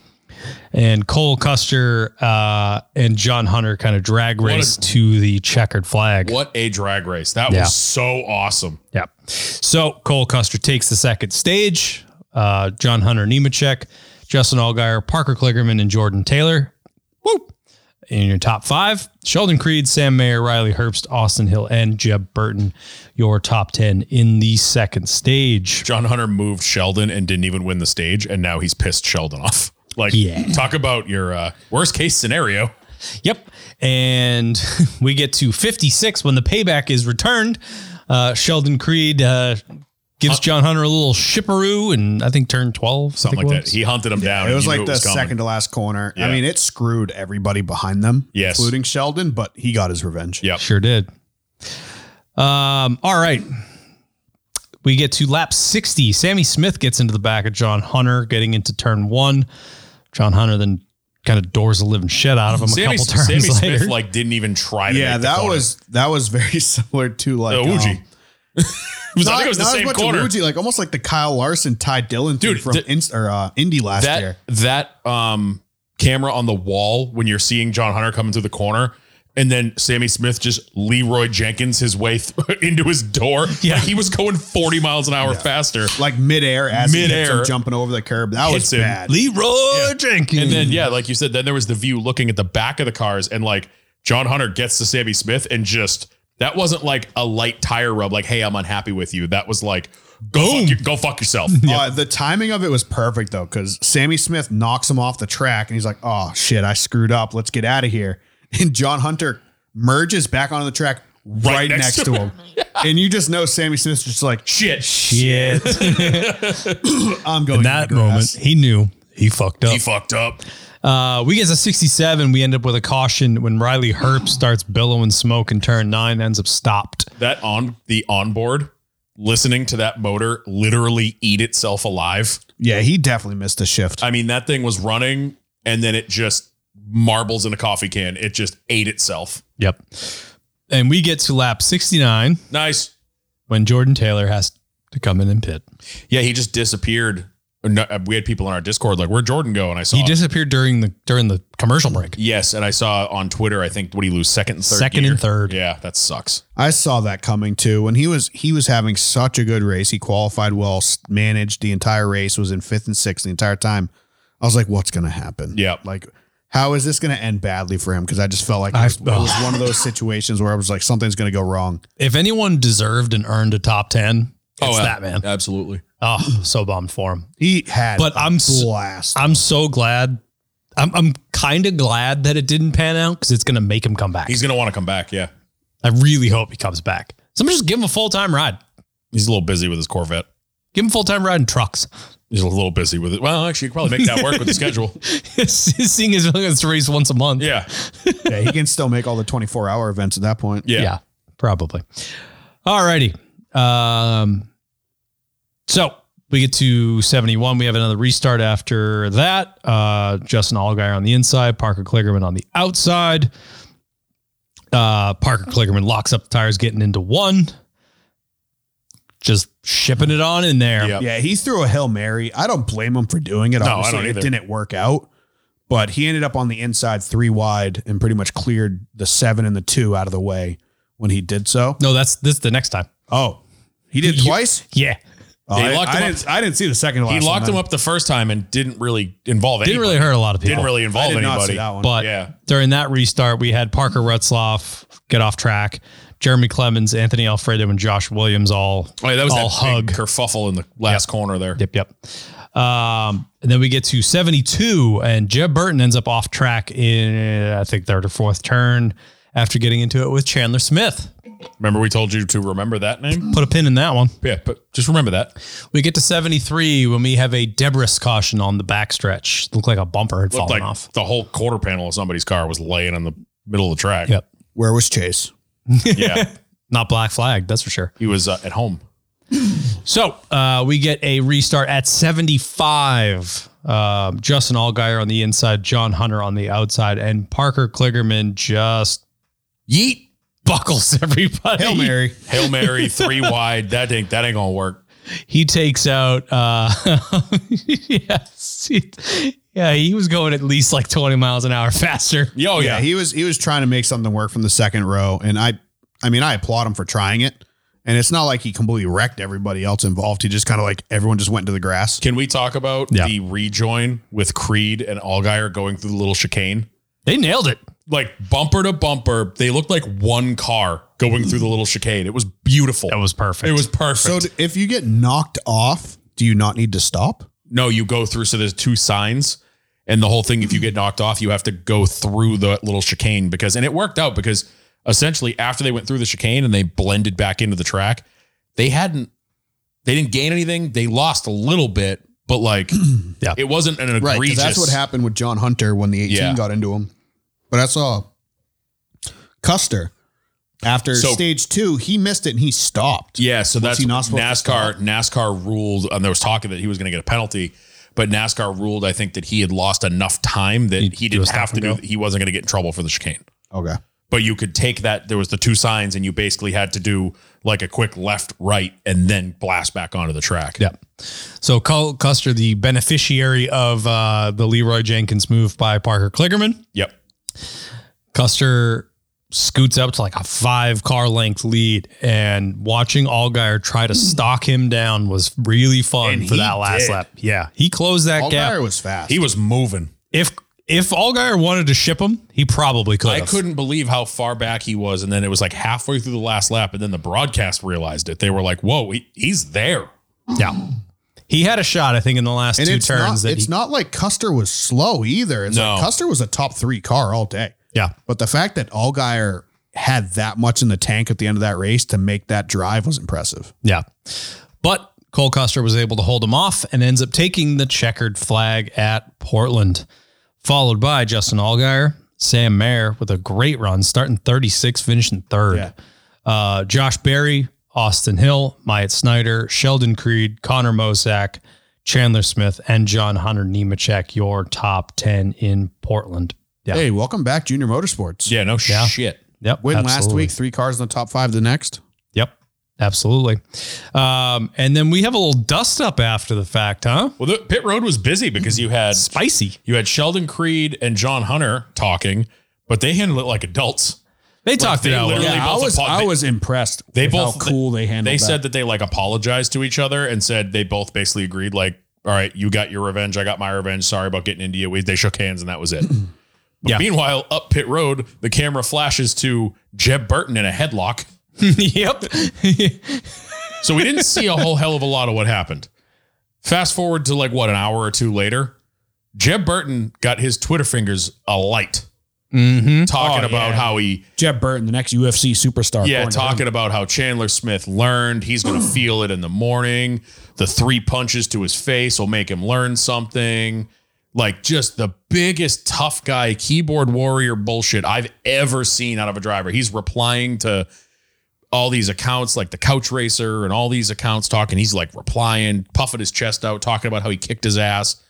Speaker 1: And Cole Custer uh, and John Hunter kind of drag
Speaker 2: a-
Speaker 1: race to the checkered flag.
Speaker 2: What a drag race! That
Speaker 1: Yeah.
Speaker 2: was so awesome.
Speaker 1: Yeah. So Cole Custer takes the second stage. Uh, John Hunter Nemechek, Justin Allgaier, Parker Kligerman, and Jordan Taylor. Whoop. In your top five, Sheldon Creed, Sam Mayer, Riley Herbst, Austin Hill, and Jeb Burton, your top 10 in the second stage.
Speaker 2: John Hunter moved Sheldon and didn't even win the stage, and now he's pissed Sheldon off. Like,
Speaker 1: Yeah.
Speaker 2: talk about your uh, worst case scenario.
Speaker 1: Yep. And we get to 56 when the payback is returned. Uh, Sheldon Creed uh, gives John Hunter a little shipperoo and I think turn 12. I
Speaker 2: Something
Speaker 1: think it
Speaker 2: like that.
Speaker 1: was.
Speaker 2: He hunted him down.
Speaker 4: It
Speaker 2: and
Speaker 4: was
Speaker 2: he knew
Speaker 4: like the
Speaker 2: coming.
Speaker 4: second to last corner.
Speaker 2: Yeah.
Speaker 4: I mean, it screwed everybody behind them,
Speaker 2: Yes.
Speaker 4: including Sheldon, but he got his revenge.
Speaker 2: Yep.
Speaker 1: Sure did. Um, all right. We get to lap 60. Sammy Smith gets into the back of John Hunter, getting into turn one. John Hunter then kind of doors the living shit out of him
Speaker 2: Sammy,
Speaker 1: a couple turns
Speaker 2: Sammy
Speaker 1: later.
Speaker 2: Smith like didn't even try to.
Speaker 4: Yeah,
Speaker 2: make the
Speaker 4: that
Speaker 2: corner.
Speaker 4: was that was very similar to like
Speaker 2: the Uji.
Speaker 4: um,
Speaker 2: It was- I
Speaker 4: not-
Speaker 2: think it was the
Speaker 4: not as
Speaker 2: same
Speaker 4: much
Speaker 2: corner.
Speaker 4: Uji, like almost like the Kyle Larson, Ty Dillon thing
Speaker 2: Dude,
Speaker 4: from
Speaker 2: the-
Speaker 4: Inst- or, uh, Indy last
Speaker 2: that
Speaker 4: year.
Speaker 2: that um camera on the wall when you're seeing John Hunter coming through the corner. And then Sammy Smith just Leroy Jenkins his way th- into his door.
Speaker 1: Yeah.
Speaker 2: Like, he was going 40 miles an hour faster.
Speaker 4: Like midair as midair. he hits
Speaker 2: Midair.
Speaker 4: him jumping over the curb. That
Speaker 2: Hits
Speaker 4: was
Speaker 2: him.
Speaker 4: bad.
Speaker 1: Leroy Jenkins.
Speaker 2: And then yeah, like you said, then there was the view looking at the back of the cars, and like John Hunter gets to Sammy Smith and just That wasn't like a light tire rub, like, hey, I'm unhappy with you. That was like, go, fuck, you, go fuck yourself. Oh,
Speaker 4: Uh, the timing of it was perfect though, because Sammy Smith knocks him off the track, and he's like, "Oh shit, I screwed up. Let's get out of here." And John Hunter merges back onto the track right, next, to him, and you just know Sammy Smith's just like,
Speaker 2: Shit.
Speaker 1: Shit.
Speaker 4: "I'm going
Speaker 1: In
Speaker 4: to
Speaker 1: that
Speaker 4: the grass."
Speaker 1: moment, he knew he fucked up.
Speaker 2: He fucked up.
Speaker 1: Uh, we get to 67. We end up with a caution when Riley Herp starts billowing smoke in turn nine, ends up stopped.
Speaker 2: That on the onboard, listening to that motor literally eat itself alive.
Speaker 4: Yeah, he definitely missed a shift.
Speaker 2: I mean, that thing was running and then it just marbles in a coffee can. It just ate itself.
Speaker 1: Yep. And we get to lap 69
Speaker 2: Nice.
Speaker 1: when Jordan Taylor has to come in and pit.
Speaker 2: Yeah, he just disappeared. No, uh, we had people in our Discord like, "Where'd Jordan go?" And I saw.
Speaker 1: He disappeared during the during the commercial break.
Speaker 2: Yes, and I saw on Twitter. I think what he lose second and third.
Speaker 1: Second
Speaker 2: gear?
Speaker 1: and third.
Speaker 2: Yeah, that sucks.
Speaker 4: I saw that coming too. When he was he was having such a good race, he qualified well, s- managed the entire race, was in fifth and sixth the entire time. I was like, "What's going to happen?"
Speaker 2: Yeah.
Speaker 4: like how is this going to end badly for him? Because I just felt like it
Speaker 1: I-
Speaker 4: was, it was one of those situations where I was like, something's going to go wrong.
Speaker 1: If anyone deserved and earned a top 10,
Speaker 2: Oh,
Speaker 1: it's that man.
Speaker 2: Absolutely.
Speaker 1: Oh, so bummed for him.
Speaker 4: He had,
Speaker 1: But
Speaker 4: a
Speaker 1: I'm s-
Speaker 4: blast.
Speaker 1: I'm so glad. I'm, I'm kind of glad that it didn't pan out because it's going to make him come back.
Speaker 2: He's gonna want to come back. Yeah,
Speaker 1: I really hope he comes back. Somebody just give him a full time ride.
Speaker 2: he's a little busy with his Corvette.
Speaker 1: Give him full time ride in trucks.
Speaker 2: He's a little busy with it. Well, actually, you could probably make that work with the schedule.
Speaker 1: Seeing his this race once a month.
Speaker 2: Yeah,
Speaker 4: yeah, he can still make all the 24 hour events at that point.
Speaker 2: yeah.
Speaker 1: Yeah, probably. Alrighty. Um, so we get to 71. We have another restart after that. Uh, Justin Allgaier on the inside, Parker Kligerman on the outside. Uh, Parker Kligerman locks up the tires, getting into one, just shipping it on in there.
Speaker 2: Yep.
Speaker 4: Yeah, he threw a Hail Mary. I don't blame him for doing it.
Speaker 2: No, I
Speaker 4: Obviously,
Speaker 2: don't either.
Speaker 4: It didn't work out, but he ended up on the inside three wide and pretty much cleared the seven and the two out of the way when he did so.
Speaker 1: No, that's this is the next time.
Speaker 4: Oh, he did
Speaker 1: You-
Speaker 4: twice?
Speaker 1: Yeah.
Speaker 4: Oh,
Speaker 2: He
Speaker 4: I,
Speaker 2: locked
Speaker 4: I
Speaker 2: him up.
Speaker 4: didn't, I didn't see the second to
Speaker 2: He
Speaker 4: last
Speaker 2: locked
Speaker 4: one,
Speaker 2: him
Speaker 4: then.
Speaker 2: up the first time and didn't really involve
Speaker 1: Didn't
Speaker 2: anybody.
Speaker 1: really hurt a lot of people.
Speaker 2: didn't really
Speaker 4: I
Speaker 2: involve
Speaker 4: did not see
Speaker 2: anybody.
Speaker 4: that one.
Speaker 1: But
Speaker 2: Oh, Yeah.
Speaker 1: during that restart, we had Parker Retzloff get off track, Jeremy Clemens, Anthony Alfredo, and Josh Williams all.
Speaker 2: Oh, yeah, that was
Speaker 1: all
Speaker 2: that
Speaker 1: hug.
Speaker 2: big kerfuffle in the last corner there.
Speaker 1: Yep, yep. Um, and then we get to 72, and Jeb Burton ends up off track in, I think, third or fourth turn after getting into it with Chandler Smith.
Speaker 2: Remember, we told you to remember that name.
Speaker 1: Put a pin in that one.
Speaker 2: Yeah, but just remember that.
Speaker 1: We get to 73 when we have a Debris caution on the backstretch. Looked like a bumper had
Speaker 2: Looked
Speaker 1: fallen
Speaker 2: like
Speaker 1: off.
Speaker 2: the whole quarter panel of somebody's car was laying on the middle of the track.
Speaker 1: Yep.
Speaker 4: Where was Chase?
Speaker 2: Yeah,
Speaker 1: Not black flag, that's for sure.
Speaker 2: he was uh, at home.
Speaker 1: So uh, we get a restart at 75. Um, Justin Allgaier on the inside, John Hunter on the outside, and Parker Kligerman just
Speaker 2: Yeet.
Speaker 1: buckles everybody.
Speaker 4: Hail Mary.
Speaker 2: Hail Mary, three wide. That ain't that ain't gonna work.
Speaker 1: He takes out. Uh, yes. He- yeah, he was going at least like 20 miles an hour faster.
Speaker 2: Yo,
Speaker 4: Oh, yeah. he was he was trying to make something work from the second row, and I, I mean, I applaud him for trying it. And it's not like he completely wrecked everybody else involved. He just kind of like everyone just went to the grass.
Speaker 2: Can we talk about
Speaker 1: Yeah.
Speaker 2: the rejoin with Creed and Allgaier going through the little chicane?
Speaker 1: They nailed it.
Speaker 2: Like bumper to bumper, they looked like one car going through the little chicane. It was beautiful.
Speaker 1: That was perfect.
Speaker 2: it was perfect.
Speaker 4: So d- if you get knocked off, do you not need to stop?
Speaker 2: no, you go through. So there's two signs, and the whole thing. If you get knocked off, you have to go through the little chicane because, and it worked out because essentially after they went through the chicane and they blended back into the track, they hadn't, they didn't gain anything. They lost a little bit, but like,
Speaker 1: Yeah.
Speaker 2: it wasn't an
Speaker 4: Right. 'cause
Speaker 2: egregious.
Speaker 4: That's what happened with John Hunter when the 18
Speaker 2: Yeah.
Speaker 4: got into him. But I saw Custer after
Speaker 2: So-
Speaker 4: stage two, he missed it and he stopped.
Speaker 2: Yeah, so that's
Speaker 4: he not supposed to
Speaker 2: NASCAR. NASCAR ruled, and there was talking that he was going to get a penalty, but NASCAR ruled. I think that he had lost enough time that he, didn't have to do. He wasn't going to get in trouble for the chicane.
Speaker 4: Okay.
Speaker 2: But you could take that. There was the two signs, and you basically had to do like a quick left, right, and then blast back onto the track.
Speaker 1: Yeah. So Col- Custer, the beneficiary of uh, the Leroy Jenkins move by Parker Kligerman.
Speaker 2: Yep.
Speaker 1: Custer scoots up to like a five car length lead, and watching Allgaier try to stalk him down was really fun
Speaker 2: And
Speaker 1: for
Speaker 2: he
Speaker 1: that last
Speaker 2: did.
Speaker 1: lap. Yeah, he closed that gap.
Speaker 4: Allgaier was fast.
Speaker 2: He was moving.
Speaker 1: If If Allgaier wanted to ship him, he probably could.
Speaker 2: I couldn't believe how far back he was, and then it was like halfway through the last lap, and then the broadcast realized it. They were like, "Whoa, he, he's there!"
Speaker 1: Yeah. He had a shot, I think, in the last
Speaker 4: And
Speaker 1: two
Speaker 4: it's
Speaker 1: turns.
Speaker 4: not,
Speaker 1: that
Speaker 4: it's
Speaker 1: he,
Speaker 4: not like Custer was slow either. It's
Speaker 2: No.
Speaker 4: like Custer was a top three car all day.
Speaker 1: Yeah.
Speaker 4: But the fact that Allgaier had that much in the tank at the end of that race to make that drive was impressive.
Speaker 1: Yeah. But Cole Custer was able to hold him off and ends up taking the checkered flag at Portland, followed by Justin Allgaier, Sam Mayer with a great run, starting 36, finishing third. Uh, Josh Berry, Austin Hill, Myatt Snyder, Sheldon Creed, Connor Mosack, Chandler Smith, and John Hunter Nemechek, your top 10 in Portland. Yeah.
Speaker 4: Hey, welcome back, Junior Motorsports.
Speaker 2: Yeah, no
Speaker 1: Yeah.
Speaker 2: shit.
Speaker 1: Yep.
Speaker 4: Win last
Speaker 1: absolutely.
Speaker 4: week, three cars in the top five the next.
Speaker 1: Yep. Absolutely. Um, and then we have a little dust up after the fact, huh?
Speaker 2: Well, the pit road was busy because you had
Speaker 1: Spicy.
Speaker 2: you had Sheldon Creed and John Hunter talking, but they handled it like adults.
Speaker 1: They talked
Speaker 2: they
Speaker 1: it out.
Speaker 2: literally-
Speaker 1: well.
Speaker 3: Yeah, I
Speaker 2: both
Speaker 3: was
Speaker 2: applaud-
Speaker 3: I
Speaker 2: they-
Speaker 3: was impressed.
Speaker 2: They
Speaker 3: with
Speaker 2: both
Speaker 3: how cool they handled.
Speaker 2: They
Speaker 3: that.
Speaker 2: said that they like apologized to each other and said they both basically agreed, like, all right, you got your revenge, I got my revenge. Sorry about getting into you. We, they shook hands and that was it. But
Speaker 1: Yeah.
Speaker 2: Meanwhile, up pit road, the camera flashes to Jeb Burton in a headlock.
Speaker 1: yep.
Speaker 2: So we didn't see a whole hell of a lot of what happened. Fast forward to like what an hour or two later, Jeb Burton got his Twitter fingers alight
Speaker 1: mm-hmm.
Speaker 2: talking
Speaker 3: Oh,
Speaker 2: about
Speaker 3: yeah.
Speaker 2: how he
Speaker 3: Jeb Burton, the next UFC superstar.
Speaker 2: yeah
Speaker 3: according to
Speaker 2: talking
Speaker 3: him.
Speaker 2: about how Chandler Smith learned he's going to feel it in the morning. The three punches to his face will make him learn something. Like just the biggest tough guy keyboard warrior bullshit I've ever seen out of a driver. He's replying to all these accounts like the couch racer and all these accounts talking he's like replying puffing his chest out talking about how he kicked his ass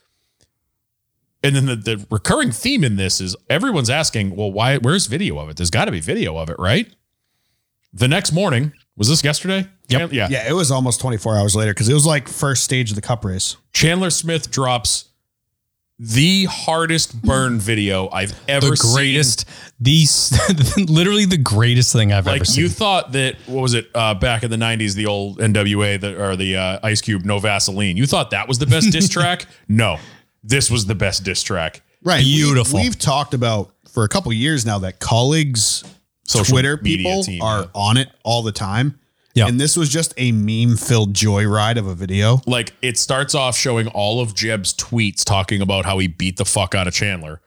Speaker 2: and then the, the recurring theme in this is everyone's asking well why where's video of it there's got to be video of it right the next morning was this yesterday Chan- yeah
Speaker 4: Yeah, it was almost 24 hours later because it was like first stage of the cup race.
Speaker 2: chandler smith drops the hardest burn video i've ever
Speaker 1: The
Speaker 2: seen.
Speaker 1: greatest, the literally the greatest thing I've ever
Speaker 2: like
Speaker 1: seen.
Speaker 2: you thought that what was it uh, back in the 90s the old nwa the, or the uh, ice cube no vaseline you thought that was the best diss track no this was the best diss track
Speaker 4: Right.
Speaker 1: Beautiful.
Speaker 4: We, have talked about for a couple years now that colleagues,
Speaker 2: Social
Speaker 4: Twitter
Speaker 2: media
Speaker 4: people
Speaker 2: team,
Speaker 4: are
Speaker 2: yeah.
Speaker 4: on it all the time.
Speaker 1: Yeah.
Speaker 4: And this was just a meme filled joyride of a video.
Speaker 2: like it starts off showing all of jeb's tweets talking about how he beat the fuck out of chandler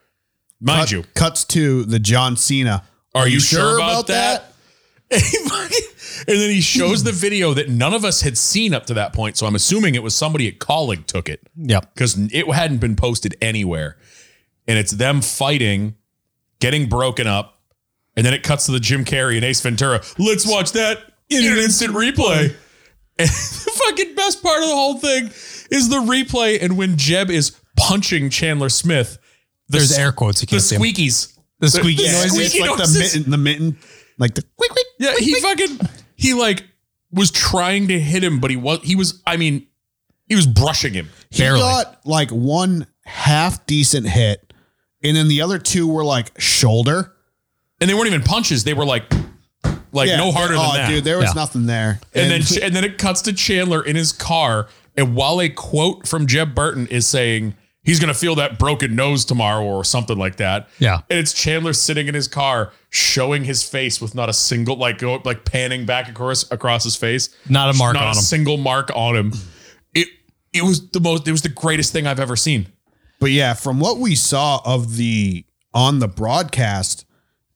Speaker 2: mind
Speaker 4: Cut-
Speaker 2: you
Speaker 4: Cuts to the John Cena.
Speaker 2: are, you sure, about, that, and then he shows the video that none of us had seen up to that point so i'm assuming it was somebody at colleague took it
Speaker 1: yep.
Speaker 2: because it hadn't been posted anywhere. And it's them fighting, getting broken up, and then it cuts to the Jim Carrey and Ace Ventura. Let's watch that in an instant replay. And the fucking best part of the whole thing is the replay. And when Jeb is punching Chandler Smith, the
Speaker 1: There's
Speaker 2: s-
Speaker 1: air quotes. You
Speaker 2: the
Speaker 1: can't see 'em.
Speaker 2: squeakies.
Speaker 1: The squeaky
Speaker 2: the
Speaker 1: noises.
Speaker 2: squeaky-
Speaker 4: It's like the
Speaker 2: noises.
Speaker 4: mitten, the mitten, like the quick, quick.
Speaker 2: Yeah, he fucking he like was trying to hit him, but he was he was I mean he was brushing him.
Speaker 4: He got like one half decent hit, and then the other two were like shoulder.
Speaker 2: And they weren't even punches. They were like like
Speaker 4: Yeah.
Speaker 2: no harder than
Speaker 4: Oh,
Speaker 2: that.
Speaker 4: dude. There was
Speaker 1: Yeah.
Speaker 4: nothing there.
Speaker 2: and, then and then it cuts to Chandler in his car, and while a quote from Jeb Burton is saying he's gonna feel that broken nose tomorrow or something like that.
Speaker 1: Yeah.
Speaker 2: and it's Chandler sitting in his car, showing his face with not a single like go like panning back across across his face,
Speaker 1: Not a mark
Speaker 2: not
Speaker 1: on
Speaker 2: a
Speaker 1: him.
Speaker 2: single mark on him. It it was the most it was the greatest thing I've ever seen.
Speaker 4: But yeah, from what we saw of the on the broadcast,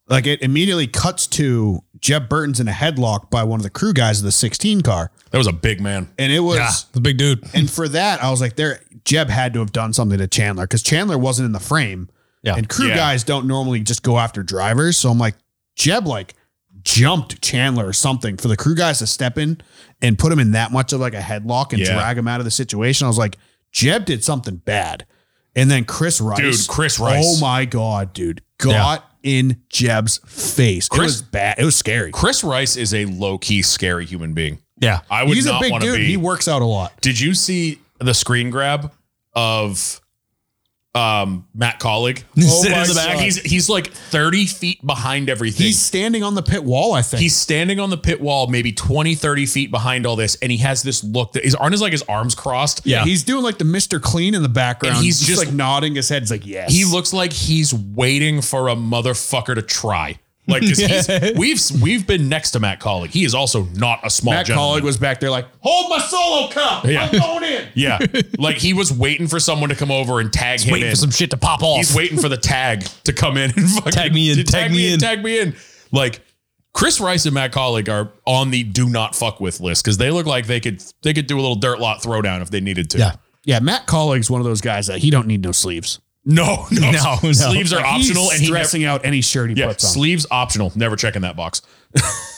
Speaker 4: like it immediately cuts to Jeb Burton's in a headlock by one of the crew guys of the 16 car.
Speaker 2: That was a big man.
Speaker 4: And it was
Speaker 1: Yeah, Ah, the big dude.
Speaker 4: and for that, I was like, there Jeb had to have done something to Chandler because Chandler wasn't in the frame.
Speaker 1: Yeah.
Speaker 4: And crew
Speaker 2: Yeah.
Speaker 4: guys don't normally just go after drivers. So I'm like, Jeb like jumped Chandler or something for the crew guys to step in and put him in that much of like a headlock and
Speaker 2: Yeah.
Speaker 4: drag him out of the situation. I was like, Jeb did something bad. And then Chris Rice.
Speaker 2: Dude, Chris Rice.
Speaker 4: Oh my God, dude. Got in Jeb's face. it
Speaker 2: Chris-
Speaker 4: was bad. It was scary.
Speaker 2: Chris Rice is a low key scary human being.
Speaker 1: Yeah.
Speaker 2: I would
Speaker 4: He's a
Speaker 2: not
Speaker 4: big
Speaker 2: want to
Speaker 4: dude.
Speaker 2: be.
Speaker 4: He works out a lot.
Speaker 2: Did you see the screen grab of um, Matt Collig.
Speaker 3: Oh
Speaker 1: Sit in the back.
Speaker 2: He's he's like thirty feet behind everything.
Speaker 3: He's standing on the pit wall, I think.
Speaker 2: He's standing on the pit wall, maybe 20, 30 feet behind all this, and he has this look that his arm is like his arms crossed.
Speaker 1: Yeah.
Speaker 3: He's doing like the Mr. Clean in the background.
Speaker 2: And he's
Speaker 3: he's,
Speaker 2: just-
Speaker 3: just like nodding his head. He's like, yes.
Speaker 2: He looks like he's waiting for a motherfucker to try. Like 'cause he's, we've we've been next to Matt Collig. He is also not a small
Speaker 3: Matt
Speaker 2: gentleman.
Speaker 3: Collig was back there like, hold my solo cup.
Speaker 2: Yeah.
Speaker 3: I'm going in.
Speaker 2: yeah, like he was waiting for someone to come over and tag him
Speaker 1: waiting
Speaker 2: in.
Speaker 1: for some shit to pop off.
Speaker 2: He's waiting for the tag to come in and fucking
Speaker 1: Tag me in,
Speaker 2: to
Speaker 1: tag me in.
Speaker 2: tag me in. Like Chris Rice and Matt Collig are on the do not fuck with list because they look like they could they could do a little dirt lot throwdown if they needed to.
Speaker 1: Yeah.
Speaker 3: Yeah, Matt Collig's one of those guys that he don't need no sleeves.
Speaker 2: No, no,
Speaker 1: No, no.
Speaker 2: Sleeves are optional,
Speaker 3: he's
Speaker 2: and he never,
Speaker 3: dressing out any shirt he
Speaker 2: yeah,
Speaker 3: puts on.
Speaker 2: sleeves optional. Never checking that box.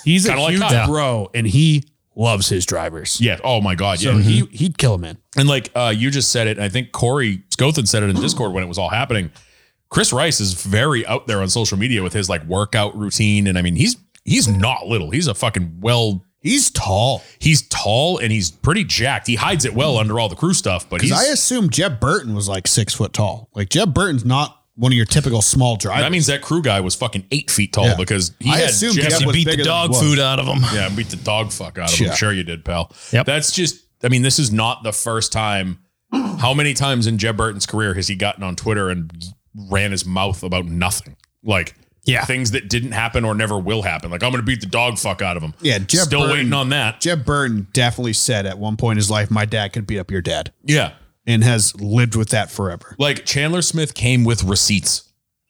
Speaker 3: he's a
Speaker 2: kinda like
Speaker 3: huge
Speaker 2: Kyle.
Speaker 3: bro, and he loves his drivers.
Speaker 2: Yeah. Oh my god.
Speaker 3: So
Speaker 2: Yeah.
Speaker 3: he he'd kill a man.
Speaker 2: And like uh, you just said it, and I think Corey Scothen said it in Discord when it was all happening. Chris Rice is very out there on social media with his like workout routine, and I mean he's he's not little. He's a fucking well.
Speaker 4: He's tall.
Speaker 2: He's tall and he's pretty jacked. He hides it well under all the crew stuff, but he's.
Speaker 4: Because I assume Jeb Burton was like six foot tall. Like Jeb Burton's not one of your typical small drivers.
Speaker 2: that means that crew guy was fucking eight feet tall
Speaker 4: Yeah.
Speaker 2: because he
Speaker 4: I
Speaker 2: had
Speaker 4: assume
Speaker 2: Jesse
Speaker 4: Jeff was
Speaker 1: beat
Speaker 4: bigger
Speaker 1: the
Speaker 4: than
Speaker 1: dog
Speaker 4: he was.
Speaker 1: food out of him.
Speaker 2: Yeah, beat the dog fuck out of him.
Speaker 4: Yeah.
Speaker 2: Sure you did, pal.
Speaker 1: Yep.
Speaker 2: That's just I mean, this is not the first time. How many times in Jeb Burton's career has he gotten on Twitter and ran his mouth about nothing? Like
Speaker 1: Yeah.
Speaker 2: things that didn't happen or never will happen. Like I'm gonna beat the dog fuck out of him.
Speaker 4: Yeah, Jeb
Speaker 2: Still
Speaker 4: Burton-
Speaker 2: waiting on that.
Speaker 4: Jeb Burton definitely said at one point in his life, my dad could beat up your dad
Speaker 2: Yeah.
Speaker 4: and has lived with that forever.
Speaker 2: Like Chandler Smith came with receipts.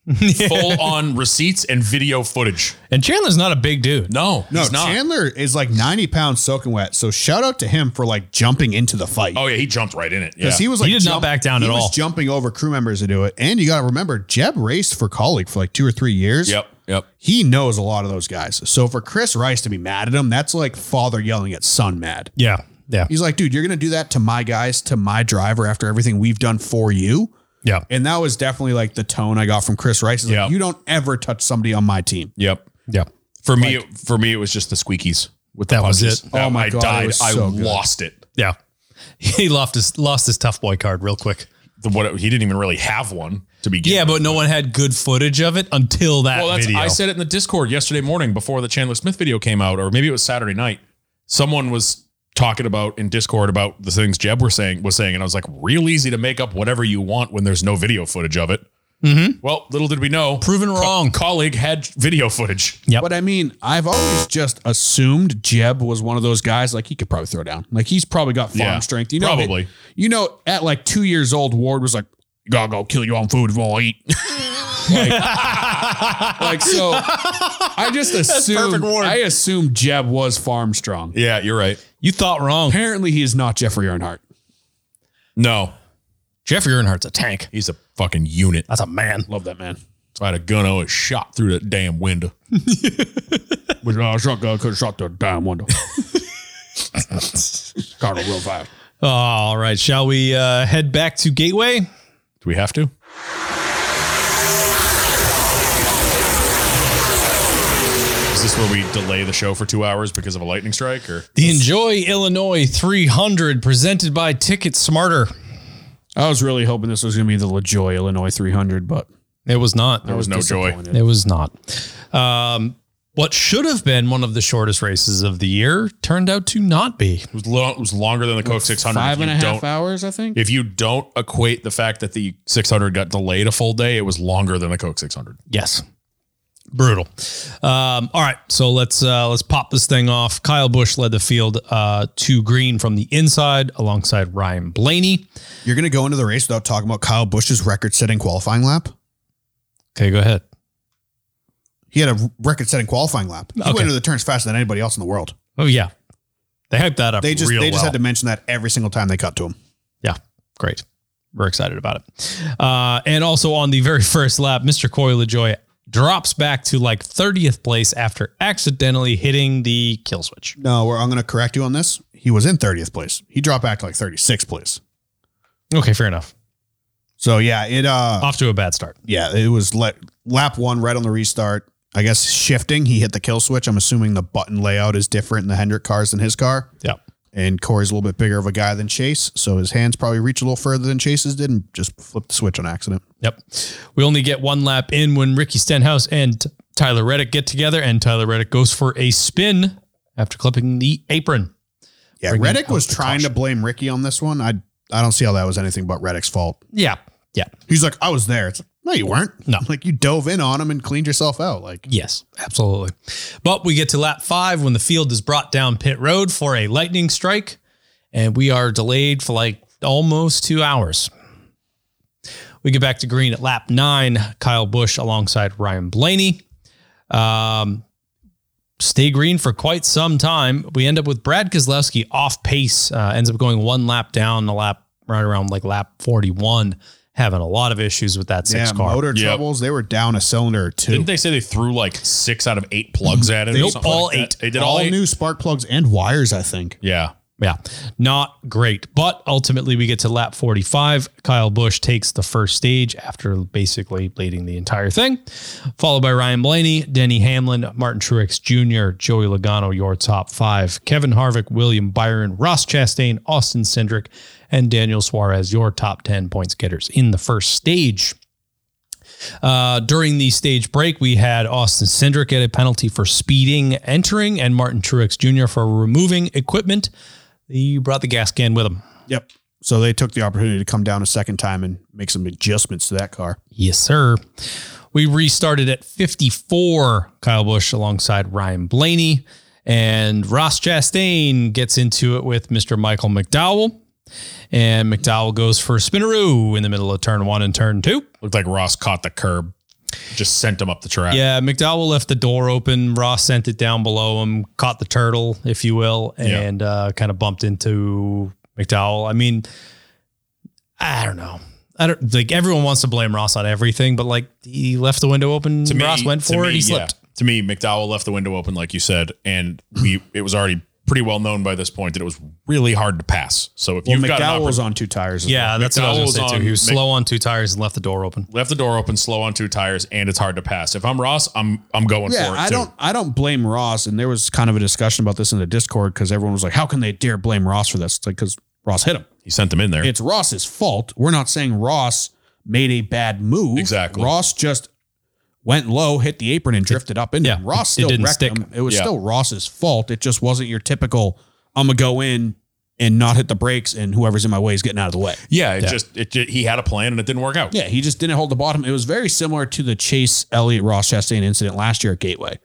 Speaker 2: Full on receipts and video footage.
Speaker 1: And Chandler's not a big dude.
Speaker 2: No,
Speaker 4: No,
Speaker 2: he's not.
Speaker 4: Chandler is like 90 pounds soaking wet. So shout out to him for like jumping into the fight.
Speaker 2: oh yeah, he jumped right in it. Yeah.
Speaker 4: Because he was like,
Speaker 1: He did not back down
Speaker 4: he
Speaker 1: at
Speaker 4: was
Speaker 1: all.
Speaker 4: jumping over crew members to do it. And you got to remember, Jeb raced for colleague for like two or three years.
Speaker 2: yep. Yep.
Speaker 4: He knows a lot of those guys. So for Chris Rice to be mad at him, that's like father yelling at son mad.
Speaker 1: Yeah. Yeah.
Speaker 4: He's like, dude, you're going to do that to my guys, to my driver after everything we've done for you.
Speaker 1: Yeah.
Speaker 4: And that was definitely like the tone I got from Chris Rice. Is
Speaker 2: Yeah.
Speaker 4: like, you don't ever touch somebody on my team.
Speaker 2: Yep.
Speaker 1: Yeah.
Speaker 2: For me, for me, it was just the squeakies with the
Speaker 1: That was
Speaker 2: punches.
Speaker 1: it.
Speaker 2: That-
Speaker 4: Oh my
Speaker 2: I
Speaker 4: God, it
Speaker 2: died.
Speaker 4: was
Speaker 2: I
Speaker 4: so good.
Speaker 2: lost it.
Speaker 1: Yeah. He lost his lost his tough boy card real quick.
Speaker 2: The, what he didn't even really have one to begin.
Speaker 1: Yeah,
Speaker 2: with.
Speaker 1: but no one had good footage of it until that
Speaker 2: well, that's
Speaker 1: video.
Speaker 2: I said it in the Discord yesterday morning before the Chandler Smith video came out, or maybe it was Saturday night. Someone was talking about in Discord about the things Jeb were saying was saying, and I was like, real easy to make up whatever you want when there's no video footage of it. Well, little did we know,
Speaker 1: Mm-hmm. Proven wrong.
Speaker 2: colleague had video footage.
Speaker 1: Yep.
Speaker 3: But I mean, I've always just assumed Jeb was one of those guys like he could probably throw down. Like he's probably got farm
Speaker 2: Yeah,
Speaker 3: strength. You know,
Speaker 2: probably.
Speaker 3: You know, at like two years old, Ward was like, "Gotta go kill you on food if I eat." like, like, so, I just assumed
Speaker 1: perfect Ward.
Speaker 3: I assumed Jeb was farm strong.
Speaker 2: Yeah, you're right.
Speaker 1: you thought wrong.
Speaker 3: Apparently, he is not Jeffrey Earnhardt.
Speaker 2: No,
Speaker 1: Jeffrey Earnhardt's a tank.
Speaker 2: he's a fucking unit.
Speaker 1: That's a man.
Speaker 3: Love that man.
Speaker 2: If I had a gun, I would have shot through that damn window.
Speaker 3: With a shotgun, could have uh, shot the damn window. Got a real fast.
Speaker 1: All right. Shall we uh, head back to Gateway?
Speaker 2: Do we have to? Is this where we delay the show for two hours because of a lightning strike? Or
Speaker 1: The Enjoy Illinois 300 presented by Ticket Smarter.
Speaker 3: I was really hoping this was going to be the LaJoy Illinois 300, but
Speaker 1: It was not.
Speaker 2: there was no joy.
Speaker 1: It was not. Um, what should have been one of the shortest races of the year turned out to not be.
Speaker 2: It was, lo- it was longer than the Coke 600.
Speaker 3: five and a
Speaker 2: If you
Speaker 3: half
Speaker 2: don't-
Speaker 3: hours, I think.
Speaker 2: If you don't equate the fact that the 600 got delayed a full day, it was longer than the Coke 600.
Speaker 1: Yes. Brutal. Um, all right, so let's uh, let's pop this thing off. Kyle Bush led the field uh, to green from the inside alongside Ryan Blaney.
Speaker 4: You're going to go into the race without talking about Kyle Bush's record setting qualifying lap?
Speaker 1: Okay, go ahead.
Speaker 4: He had a record setting qualifying lap. He
Speaker 1: Okay.
Speaker 4: went into the turns faster than anybody else in the world.
Speaker 1: Oh yeah, they hyped that up.
Speaker 4: They just
Speaker 1: real
Speaker 4: they just
Speaker 1: well.
Speaker 4: had to mention that every single time they cut to him.
Speaker 1: Yeah, great. We're excited about it. Uh, and also on the very first lap, Mr. Coy LaJoy drops back to like 30th place after accidentally hitting the kill switch.
Speaker 4: No, we're, I'm going to correct you on this. He was in 30th place. He dropped back to like 36th place.
Speaker 1: Okay, fair enough.
Speaker 4: So yeah, it uh
Speaker 1: Off to a bad start.
Speaker 4: yeah, it was le- lap 1 right on the restart. I guess shifting, he hit the kill switch. I'm assuming the button layout is different in the Hendrick cars than his car.
Speaker 1: Yeah.
Speaker 4: and Corey's a little bit bigger of a guy than Chase, so his hands probably reach a little further than Chase's did, and just flipped the switch on accident.
Speaker 1: Yep. We only get one lap in when Ricky Stenhouse and Tyler Reddick get together, and Tyler Reddick goes for a spin after clipping the apron.
Speaker 4: Yeah,
Speaker 1: Bringing
Speaker 4: Reddick
Speaker 1: out
Speaker 4: was
Speaker 1: the
Speaker 4: trying to
Speaker 1: caution.
Speaker 4: blame Ricky on this one. I I don't see how that was anything but Reddick's fault.
Speaker 1: Yeah. Yeah.
Speaker 4: He's like, I was there. It's like, no, you weren't.
Speaker 1: No.
Speaker 4: like you dove in on him and cleaned yourself out. Like
Speaker 1: Yes, absolutely. But we get to lap five when the field is brought down pit road for a lightning strike, and we are delayed for like almost two hours. We get back to green at lap nine. Kyle Bush alongside Ryan Blaney. Um, stay green for quite some time. We end up with Brad Keselowski off pace, uh, ends up going one lap down, the lap right around like lap 41, having a lot of issues with that six
Speaker 4: yeah,
Speaker 1: car.
Speaker 4: motor
Speaker 2: Yep.
Speaker 4: troubles. They were down a cylinder or two.
Speaker 2: Didn't they say they threw like six out of eight plugs at it? or
Speaker 1: Nope,
Speaker 2: something
Speaker 1: all
Speaker 2: like that?
Speaker 1: eight.
Speaker 2: They did all,
Speaker 4: all
Speaker 2: eight.
Speaker 4: new spark plugs and wires, I think.
Speaker 2: yeah.
Speaker 1: Yeah, not great. But ultimately, we get to lap 45. Kyle Busch takes the first stage after basically leading the entire thing, followed by Ryan Blaney, Denny Hamlin, Martin Truex Jr., Joey Logano, your top five, Kevin Harvick, William Byron, Ross Chastain, Austin Cindric, and Daniel Suarez, your top 10 points getters in the first stage. Uh, during the stage break, we had Austin Cindric get a penalty for speeding entering and Martin Truex Jr. for removing equipment. He brought the gas can with him.
Speaker 4: Yep. So they took the opportunity to come down a second time and make some adjustments to that car.
Speaker 1: Yes, sir. We restarted at 54, Kyle Busch alongside Ryan Blaney. And Ross Chastain gets into it with Mr. Michael McDowell. And McDowell goes for a spinneroo in the middle of turn one and turn two.
Speaker 2: Looked like Ross caught the curb, just sent him up the track.
Speaker 1: Yeah, McDowell left the door open. Ross sent it down below him, caught the turtle, if you will,
Speaker 2: Yeah.
Speaker 1: and uh, kind of bumped into McDowell. I mean, I don't know. I don't like everyone wants to blame Ross on everything, but like he left the window open.
Speaker 2: To me,
Speaker 1: Ross went
Speaker 2: to
Speaker 1: for
Speaker 2: me,
Speaker 1: it. He
Speaker 2: yeah.
Speaker 1: slipped.
Speaker 2: To me, McDowell left the window open, like you said, and we it was already pretty well known by this point that it was really hard to pass. So if
Speaker 4: Well,
Speaker 2: you've got
Speaker 4: McDowell
Speaker 2: an
Speaker 4: was
Speaker 2: oppor-
Speaker 4: on two tires. as
Speaker 1: Yeah,
Speaker 4: well.
Speaker 1: that's what I was going to
Speaker 2: McDowell's
Speaker 1: say too. He
Speaker 2: on
Speaker 1: was
Speaker 2: Mc-
Speaker 1: slow on two tires and left the door open.
Speaker 2: left the door open, slow on two tires, and it's hard to pass. If I'm Ross, I'm I'm going
Speaker 3: Yeah,
Speaker 2: for it
Speaker 3: I
Speaker 2: too.
Speaker 3: don't. I don't blame Ross. And there was kind of a discussion about this in the Discord because everyone was like, "How can they dare blame Ross for this?" It's like because Ross hit him.
Speaker 2: he sent them in there.
Speaker 3: It's Ross's fault. We're not saying Ross made a bad move.
Speaker 2: Exactly.
Speaker 3: Ross just went low, hit the apron, and drifted up into
Speaker 1: Yeah,
Speaker 3: him. Ross
Speaker 1: it- it
Speaker 3: still
Speaker 1: didn't
Speaker 3: wrecked
Speaker 1: stick.
Speaker 3: him. It was
Speaker 2: Yeah.
Speaker 3: still Ross's fault. It just wasn't your typical. I'm gonna go in and not hit the brakes, and whoever's in my way is getting out of the way.
Speaker 2: yeah, it just it ju- he had a plan and it didn't work out.
Speaker 3: Yeah, he just didn't hold the bottom. It was very similar to the Chase Elliott Ross Chastain incident last year at Gateway.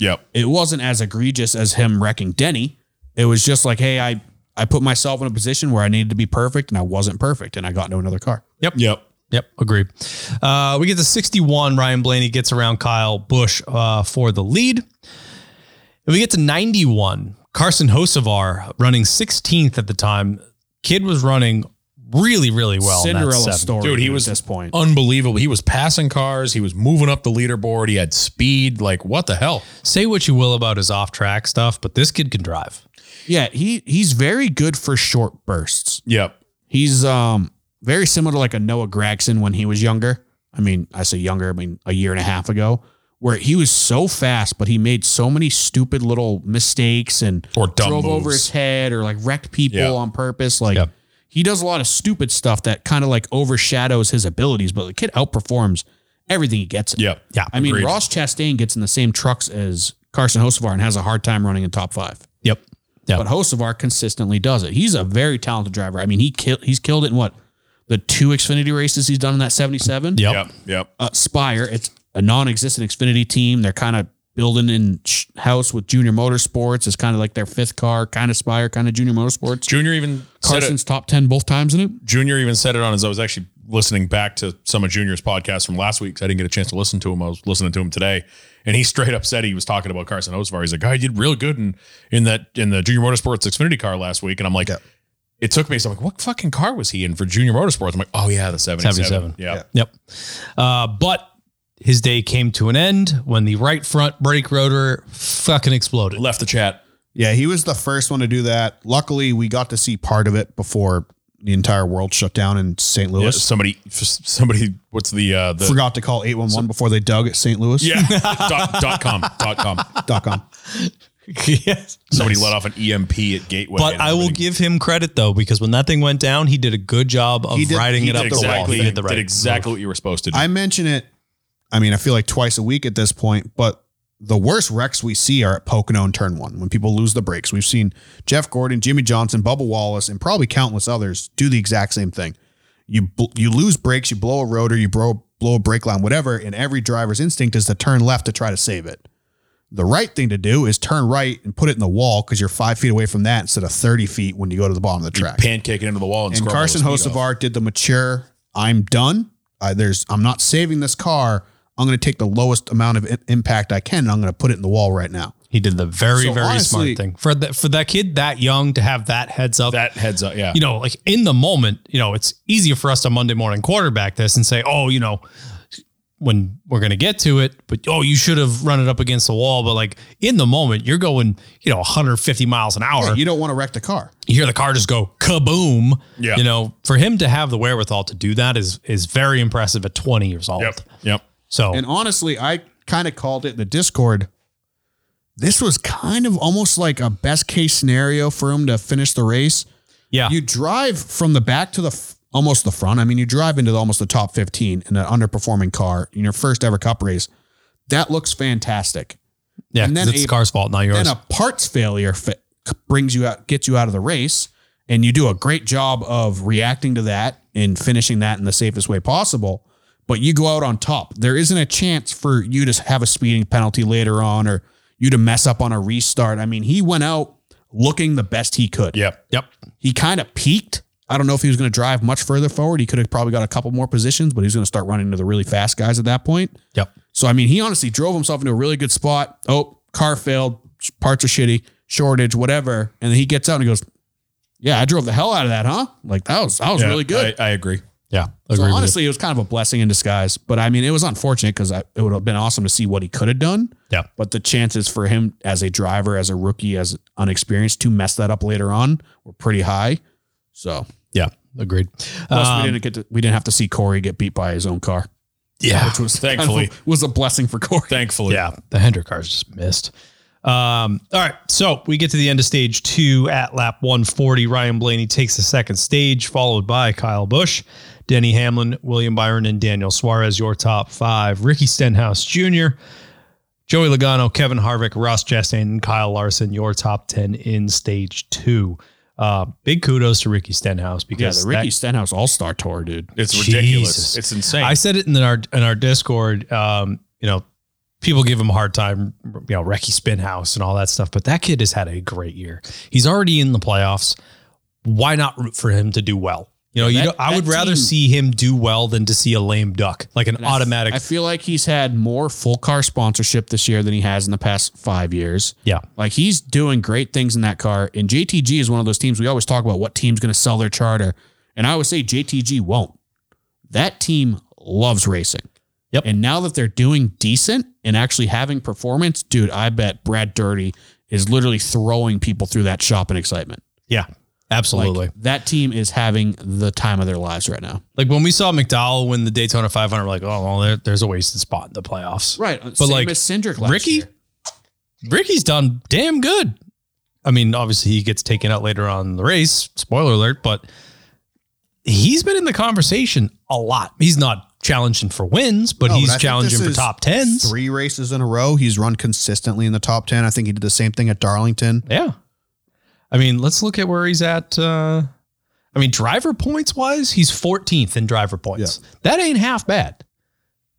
Speaker 2: Yep.
Speaker 3: It wasn't as egregious as him wrecking Denny. It was just like, hey, I I put myself in a position where I needed to be perfect, and I wasn't perfect, and I got into another car.
Speaker 2: Yep.
Speaker 1: Yep, agreed. Uh, we get to 61. Ryan Blaney gets around Kyle Bush uh, for the lead. And we get to 91. Carson Hosevar running 16th at the time. Kid was running really, really well. in that
Speaker 3: Cinderella
Speaker 1: seven.
Speaker 3: story,
Speaker 2: Dude, he was-
Speaker 3: at this point.
Speaker 2: Unbelievable. He was passing cars. He was moving up the leaderboard. He had speed. Like what the hell?
Speaker 1: Say what you will about his off track stuff, but this kid can drive.
Speaker 3: Yeah, he he's very good for short bursts.
Speaker 2: Yep.
Speaker 3: He's um very similar to like a Noah Gregson when he was younger. I mean, I say younger, I mean a year and a half ago, where he was so fast, but he made so many stupid little mistakes and
Speaker 2: Or dumb
Speaker 3: drove over
Speaker 2: moves.
Speaker 3: his head or like wrecked people
Speaker 2: Yeah.
Speaker 3: on purpose. Like
Speaker 1: Yeah.
Speaker 3: he does a lot of stupid stuff that kind of like overshadows his abilities, but the kid outperforms everything he gets. in.
Speaker 2: Yep.
Speaker 1: Yeah.
Speaker 3: I mean,
Speaker 2: agreed.
Speaker 3: Ross Chastain gets in the same trucks as Carson Hosevar and has a hard time running in top five.
Speaker 1: Yep. Yep.
Speaker 3: But Hosevar consistently does it. He's a very talented driver. I mean, he kill, he's killed it in what the two Xfinity races he's done in that seventy seven.
Speaker 1: Yep.
Speaker 2: Yep. Yep.
Speaker 3: Uh, Spire, it's a non existent Xfinity team. They're kind of building in sh- house with Junior Motorsports. It's kind of like their fifth car, kind of Spire, kind of Junior Motorsports.
Speaker 2: Junior even said it,
Speaker 3: Carson's top ten both times in it.
Speaker 2: Junior even said it on as I was actually listening back to some of Junior's podcasts from last week. 'cause I didn't get a chance to listen to him. I was listening to him today, and he straight up said he was talking about Carson Osvar. He's like, "I did real good in in that in the Junior Motorsports Xfinity car last week," and I'm like. It took me. So I'm like, what fucking car was he in for Junior Motorsports? I'm like, oh yeah, the 77.
Speaker 1: 77.
Speaker 2: Yeah.
Speaker 1: Yep. Uh, but his day came to an end when the right front brake rotor fucking exploded.
Speaker 2: Left the chat.
Speaker 4: Yeah, he was the first one to do that. Luckily, we got to see part of it before the entire world shut down in St.
Speaker 2: Yeah,
Speaker 4: Louis.
Speaker 2: somebody, somebody. What's the uh, the
Speaker 4: Forgot to call 811 before they dug at St. Louis.
Speaker 2: yeah dot, dot com dot com.
Speaker 4: Dot com.
Speaker 1: yes.
Speaker 2: Somebody let off an EMP at Gateway.
Speaker 1: But
Speaker 2: and
Speaker 1: I will
Speaker 2: everything.
Speaker 1: give him credit though, because when that thing went down, he did a good job of
Speaker 4: He did-
Speaker 1: riding
Speaker 4: he
Speaker 1: it up
Speaker 4: did
Speaker 1: the wall.
Speaker 4: exactly-
Speaker 1: He did the right.
Speaker 2: exactly what you were supposed to do.
Speaker 4: I mention it. I mean, I feel like twice a week at this point, but the worst wrecks we see are at Pocono and Turn One when people lose the brakes. We've seen Jeff Gordon, Jimmy Johnson, Bubba Wallace, and probably countless others do the exact same thing. You bl- you lose brakes, you blow a rotor, you blow blow a brake line, whatever, and every driver's instinct is to turn left to try to save it. The right thing to do is turn right and put it in the wall because you're five feet away from that instead of thirty feet when you go to the bottom of the track
Speaker 2: Pancake it into the wall and,
Speaker 4: and
Speaker 2: scrub all
Speaker 4: Carson
Speaker 2: the speed off.
Speaker 4: Hosevar did the mature. I'm done. I, there's. I'm not saving this car. I'm going to take the lowest amount of i- impact I can. and I'm going to put it in the wall right now.
Speaker 1: He did the very,
Speaker 4: So
Speaker 1: very
Speaker 4: honestly-
Speaker 1: smart thing for that for that kid that young to have that heads up.
Speaker 2: That heads up, yeah.
Speaker 1: you know, like in the moment, you know, it's easier for us to Monday morning quarterback this and say, oh, you know, when we're going to get to it, but oh, you should have run it up against the wall. But like in the moment, you're going, you know, 150 miles an hour.
Speaker 4: Yeah,
Speaker 1: you,
Speaker 4: you don't want to wreck the car.
Speaker 1: hear the car just go kaboom.
Speaker 2: Yeah.
Speaker 1: You know, for him to have the wherewithal to do that is is very impressive at 20 years old.
Speaker 2: yep, yep.
Speaker 1: So
Speaker 4: And honestly, I kind of called it in the Discord. This was kind of almost like a best case scenario for him to finish the race.
Speaker 1: yeah,
Speaker 4: You drive from the back to the f- almost the front. I mean, you drive into the, almost the top 15 in an underperforming car in your first ever cup race. That looks fantastic.
Speaker 1: yeah,
Speaker 4: and
Speaker 1: 'cause
Speaker 4: then
Speaker 1: it's
Speaker 4: a-
Speaker 1: the car's fault, not yours.
Speaker 4: then a parts failure fi- brings you out, gets you out of the race, and you do a great job of reacting to that and finishing that in the safest way possible. But you go out on top. There isn't a chance for you to have a speeding penalty later on or you to mess up on a restart. I mean, he went out looking the best he could.
Speaker 2: Yep.
Speaker 1: Yep.
Speaker 4: He kind of peaked. I don't know if he was going to drive much further forward. He could have probably got a couple more positions, but he was going to start running into the really fast guys at that point.
Speaker 1: Yep.
Speaker 4: So I mean, he honestly drove himself into a really good spot. Oh, car failed, parts are shitty, shortage, whatever. And then he gets out and he goes, "Yeah, I drove the hell out of that, huh? Like that was that was
Speaker 2: Yeah,
Speaker 4: really good."
Speaker 2: I, I agree.
Speaker 1: Yeah.
Speaker 4: so
Speaker 1: Agree with you.
Speaker 4: honestly, it was kind of a blessing in disguise. But I mean, it was unfortunate because it would have been awesome to see what he could have done.
Speaker 1: Yeah.
Speaker 4: But the chances for him as a driver, as a rookie, as unexperienced to mess that up later on were pretty high. So
Speaker 1: Yeah. Agreed.
Speaker 4: plus
Speaker 1: Um,
Speaker 4: we didn't get to, we didn't have to see Corey get beat by his own car,
Speaker 1: yeah.
Speaker 4: which was
Speaker 2: Thankfully.
Speaker 4: was a blessing for Corey.
Speaker 2: Thankfully.
Speaker 1: Yeah, the Hendrick car's just missed. Um, all right, so we get to the end of stage two at lap 140. Ryan Blaney takes the second stage, followed by Kyle Busch, Denny Hamlin, William Byron, and Daniel Suarez, your top five. Ricky Stenhouse Jr., Joey Logano, Kevin Harvick, Ross Chastain, and Kyle Larson, your top 10 in stage two. Uh, big kudos to Ricky Stenhouse
Speaker 4: Yeah,
Speaker 1: because
Speaker 4: the
Speaker 1: that-
Speaker 4: Ricky Stenhouse All Star Tour, dude.
Speaker 2: It's ridiculous.
Speaker 1: Jesus.
Speaker 2: It's insane.
Speaker 1: I said it in our in our Discord. Um, you know, people give him a hard time, you know, Recky Spinhouse and all that stuff. But that kid has had a great year. He's already in the playoffs. Why not root for him to do well? You know, you
Speaker 4: that-
Speaker 1: know, I
Speaker 4: that
Speaker 1: would rather
Speaker 4: team-
Speaker 1: see him do well than to see a lame duck, like an
Speaker 4: And I f-
Speaker 1: automatic.
Speaker 4: I feel like he's had more full car sponsorship this year than he has in the past five years.
Speaker 1: yeah,
Speaker 4: Like he's doing great things in that car. And JTG is one of those teams we always talk about what team's going to sell their charter. And I always say JTG won't. That team loves racing.
Speaker 1: Yep.
Speaker 4: And now that they're doing decent and actually having performance, dude, I bet Brad Dirty is literally throwing people through that shop in excitement.
Speaker 1: yeah,
Speaker 4: Like,
Speaker 1: absolutely. Like,
Speaker 4: that team is having the time of their lives right now.
Speaker 1: when we saw McDowell win the Daytona 500, we're like, oh, well, there, there's a wasted spot in the playoffs.
Speaker 4: Right. But
Speaker 1: like,
Speaker 4: as Cindric last
Speaker 1: Ricky?
Speaker 4: year.
Speaker 1: Ricky's done damn good. I mean, obviously he gets taken out later on in the race. Spoiler alert, but he's been in the conversation a lot. He's not challenging for wins, but
Speaker 4: No,
Speaker 1: he's
Speaker 4: but I think
Speaker 1: challenging
Speaker 4: this
Speaker 1: for
Speaker 4: is
Speaker 1: top tens.
Speaker 4: three races in a row. He's run consistently in the top 10. I think he did the same thing at Darlington.
Speaker 1: Yeah. I mean, let's look at where he's at. Uh, I mean, driver points wise, he's 14th in driver points. That ain't half bad.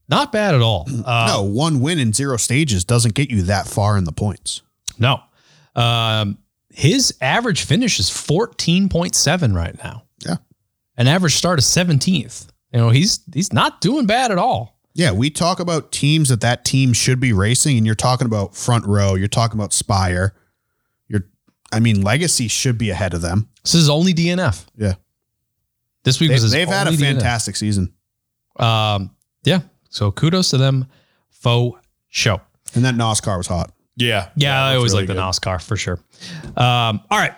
Speaker 1: Not bad at all. Uh,
Speaker 4: no, one win in zero stages doesn't get you that far in the points.
Speaker 1: No. Um, his average finish is 14.7 right now.
Speaker 4: Yeah.
Speaker 1: An average start of 17th. You know, he's he's not doing bad at all.
Speaker 4: Yeah, we talk about teams that that team should be racing, and you're talking about front row. You're talking about Spire. You're, I mean, Legacy should be ahead of them.
Speaker 1: This is his only DNF.
Speaker 4: Yeah.
Speaker 1: This week
Speaker 4: They,
Speaker 1: was his
Speaker 4: have had a
Speaker 1: only DNF.
Speaker 4: fantastic season,
Speaker 1: Um, yeah. So kudos to them for show.
Speaker 4: and that NASCAR was hot.
Speaker 2: yeah.
Speaker 1: Yeah, I
Speaker 2: that's
Speaker 1: always
Speaker 2: really
Speaker 1: like the
Speaker 2: good.
Speaker 1: NASCAR for sure. Um, all right.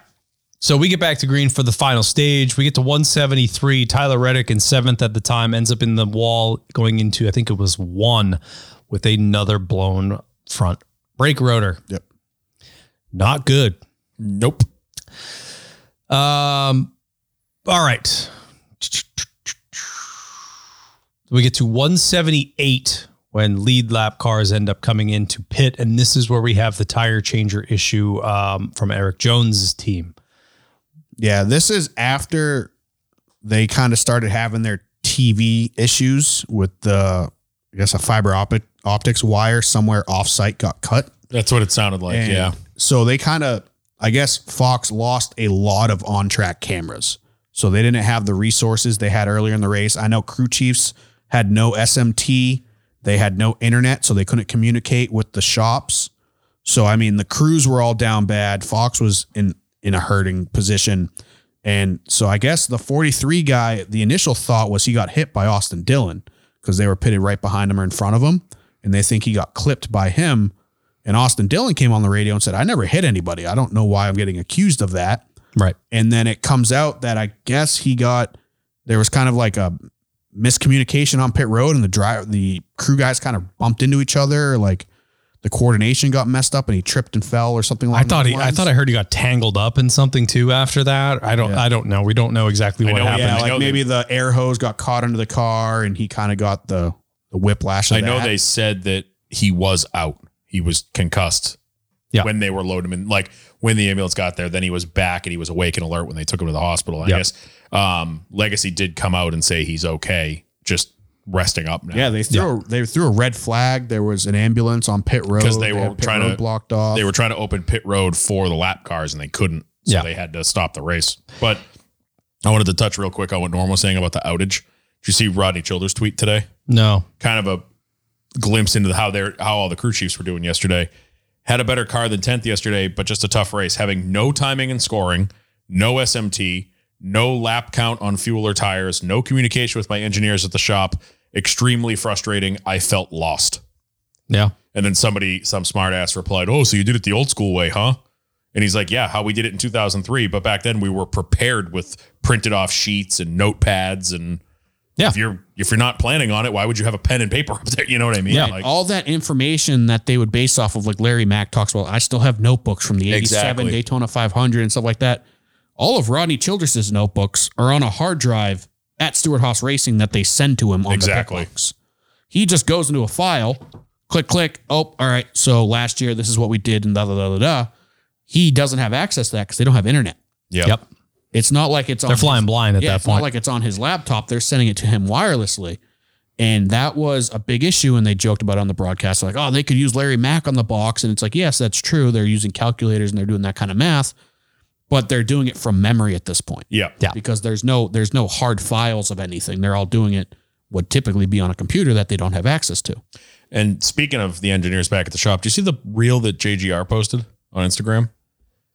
Speaker 1: So we get back to green for the final stage. We get to 173. Tyler Reddick in seventh at the time ends up in the wall going into, I think it was one with another blown front brake rotor.
Speaker 4: Yep.
Speaker 1: Not good.
Speaker 2: Nope.
Speaker 1: Um, all right. We get to 178 when lead lap cars end up coming into pit, and this is where we have the tire changer issue um, from Eric Jones's team.
Speaker 3: Yeah, this is after they kind of started having their TV issues with the, I guess, a fiber optic optics wire somewhere offsite got cut.
Speaker 2: That's what it sounded like.
Speaker 3: And
Speaker 2: yeah.
Speaker 3: So they kind of, I guess, Fox lost a lot of on track cameras. So they didn't have the resources they had earlier in the race. I know crew chiefs had no SMT, they had no internet, so they couldn't communicate with the shops. So I mean, the crews were all down bad. Fox was in in a hurting position, and so I guess the 43 guy, the initial thought was he got hit by Austin Dillon because they were pitted right behind him or in front of him, and they think he got clipped by him. And Austin Dillon came on the radio and said, "I never hit anybody. I don't know why I'm getting accused of that."
Speaker 1: Right.
Speaker 3: And then it comes out that I guess he got there was kind of like a miscommunication on pit road, and the driver, the crew guys, kind of bumped into each other. Like the coordination got messed up, and he tripped and fell or something like.
Speaker 1: I thought he, I thought I heard he got tangled up in something too after that. I don't I don't know. We don't know exactly what
Speaker 2: know,
Speaker 1: happened.
Speaker 3: yeah,
Speaker 2: I know
Speaker 3: like
Speaker 2: they-
Speaker 3: maybe the air hose got caught under the car, and he kind of got the the whiplash. Of
Speaker 2: I know
Speaker 3: that.
Speaker 2: they said that he was out. He was concussed.
Speaker 1: Yeah.
Speaker 2: When they were loading him in, like when the ambulance got there, then he was back and he was awake and alert when they took him to the hospital. I
Speaker 1: Yeah.
Speaker 2: guess um, Legacy did come out and say he's okay, just resting up now.
Speaker 3: Yeah, they threw A, they threw a red flag. There was an ambulance on pit road
Speaker 2: 'Cause they were
Speaker 3: had pit
Speaker 2: trying
Speaker 3: road
Speaker 2: to-
Speaker 3: blocked off.
Speaker 2: They were trying to open pit road for the lap cars and they couldn't. So
Speaker 1: Yeah.
Speaker 2: they had to stop the race. But I wanted to touch real quick on what Norm was saying about the outage. Did you see Rodney Childers' tweet today?
Speaker 1: No.
Speaker 2: kind of a glimpse into how they're how all the crew chiefs were doing yesterday. Had a better car than 10th yesterday, but just a tough race, having no timing and scoring, no SMT, no lap count on fuel or tires, no communication with my engineers at the shop. Extremely frustrating. I felt lost.
Speaker 1: Yeah.
Speaker 2: And then somebody, some smartass, replied, Oh, so you did it the old school way, huh? And he's like, Yeah, how we did it in 2003. But back then we were prepared with printed off sheets and notepads. And
Speaker 1: Yeah.
Speaker 2: if you're if you're not planning on it, why would you have a pen and paper up there? You know what I mean?
Speaker 1: Yeah.
Speaker 2: Like,
Speaker 3: all that information that they would base off of, like Larry Mack talks about, I still have notebooks from the 87
Speaker 2: Exactly.
Speaker 3: Daytona 500 and stuff like that. All of Rodney Childress's notebooks are on a hard drive at Stewart Haas Racing that they send to him on
Speaker 2: Exactly.
Speaker 3: the pit box. He just goes into a file, click, click. Oh, all right. So last year, this is what we did, and da da da da da. He doesn't have access to that because they don't have internet.
Speaker 2: yeah.
Speaker 1: Yep.
Speaker 3: It's not like it's on
Speaker 1: They're
Speaker 3: his-
Speaker 1: flying blind at
Speaker 3: yeah,
Speaker 1: that
Speaker 3: it's not
Speaker 1: point.
Speaker 3: like it's on his laptop. They're sending it to him wirelessly. And that was a big issue. And they joked about it on the broadcast. Like, oh, they could use Larry Mack on the box. And it's like, yes, that's true. They're using calculators and they're doing that kind of math, but they're doing it from memory at this point.
Speaker 2: Yeah.
Speaker 1: Yeah.
Speaker 3: Because there's no there's no hard files of anything. They're all doing it would typically be on a computer that they don't have access to.
Speaker 2: And speaking of the engineers back at the shop, do you see the reel that JGR posted on Instagram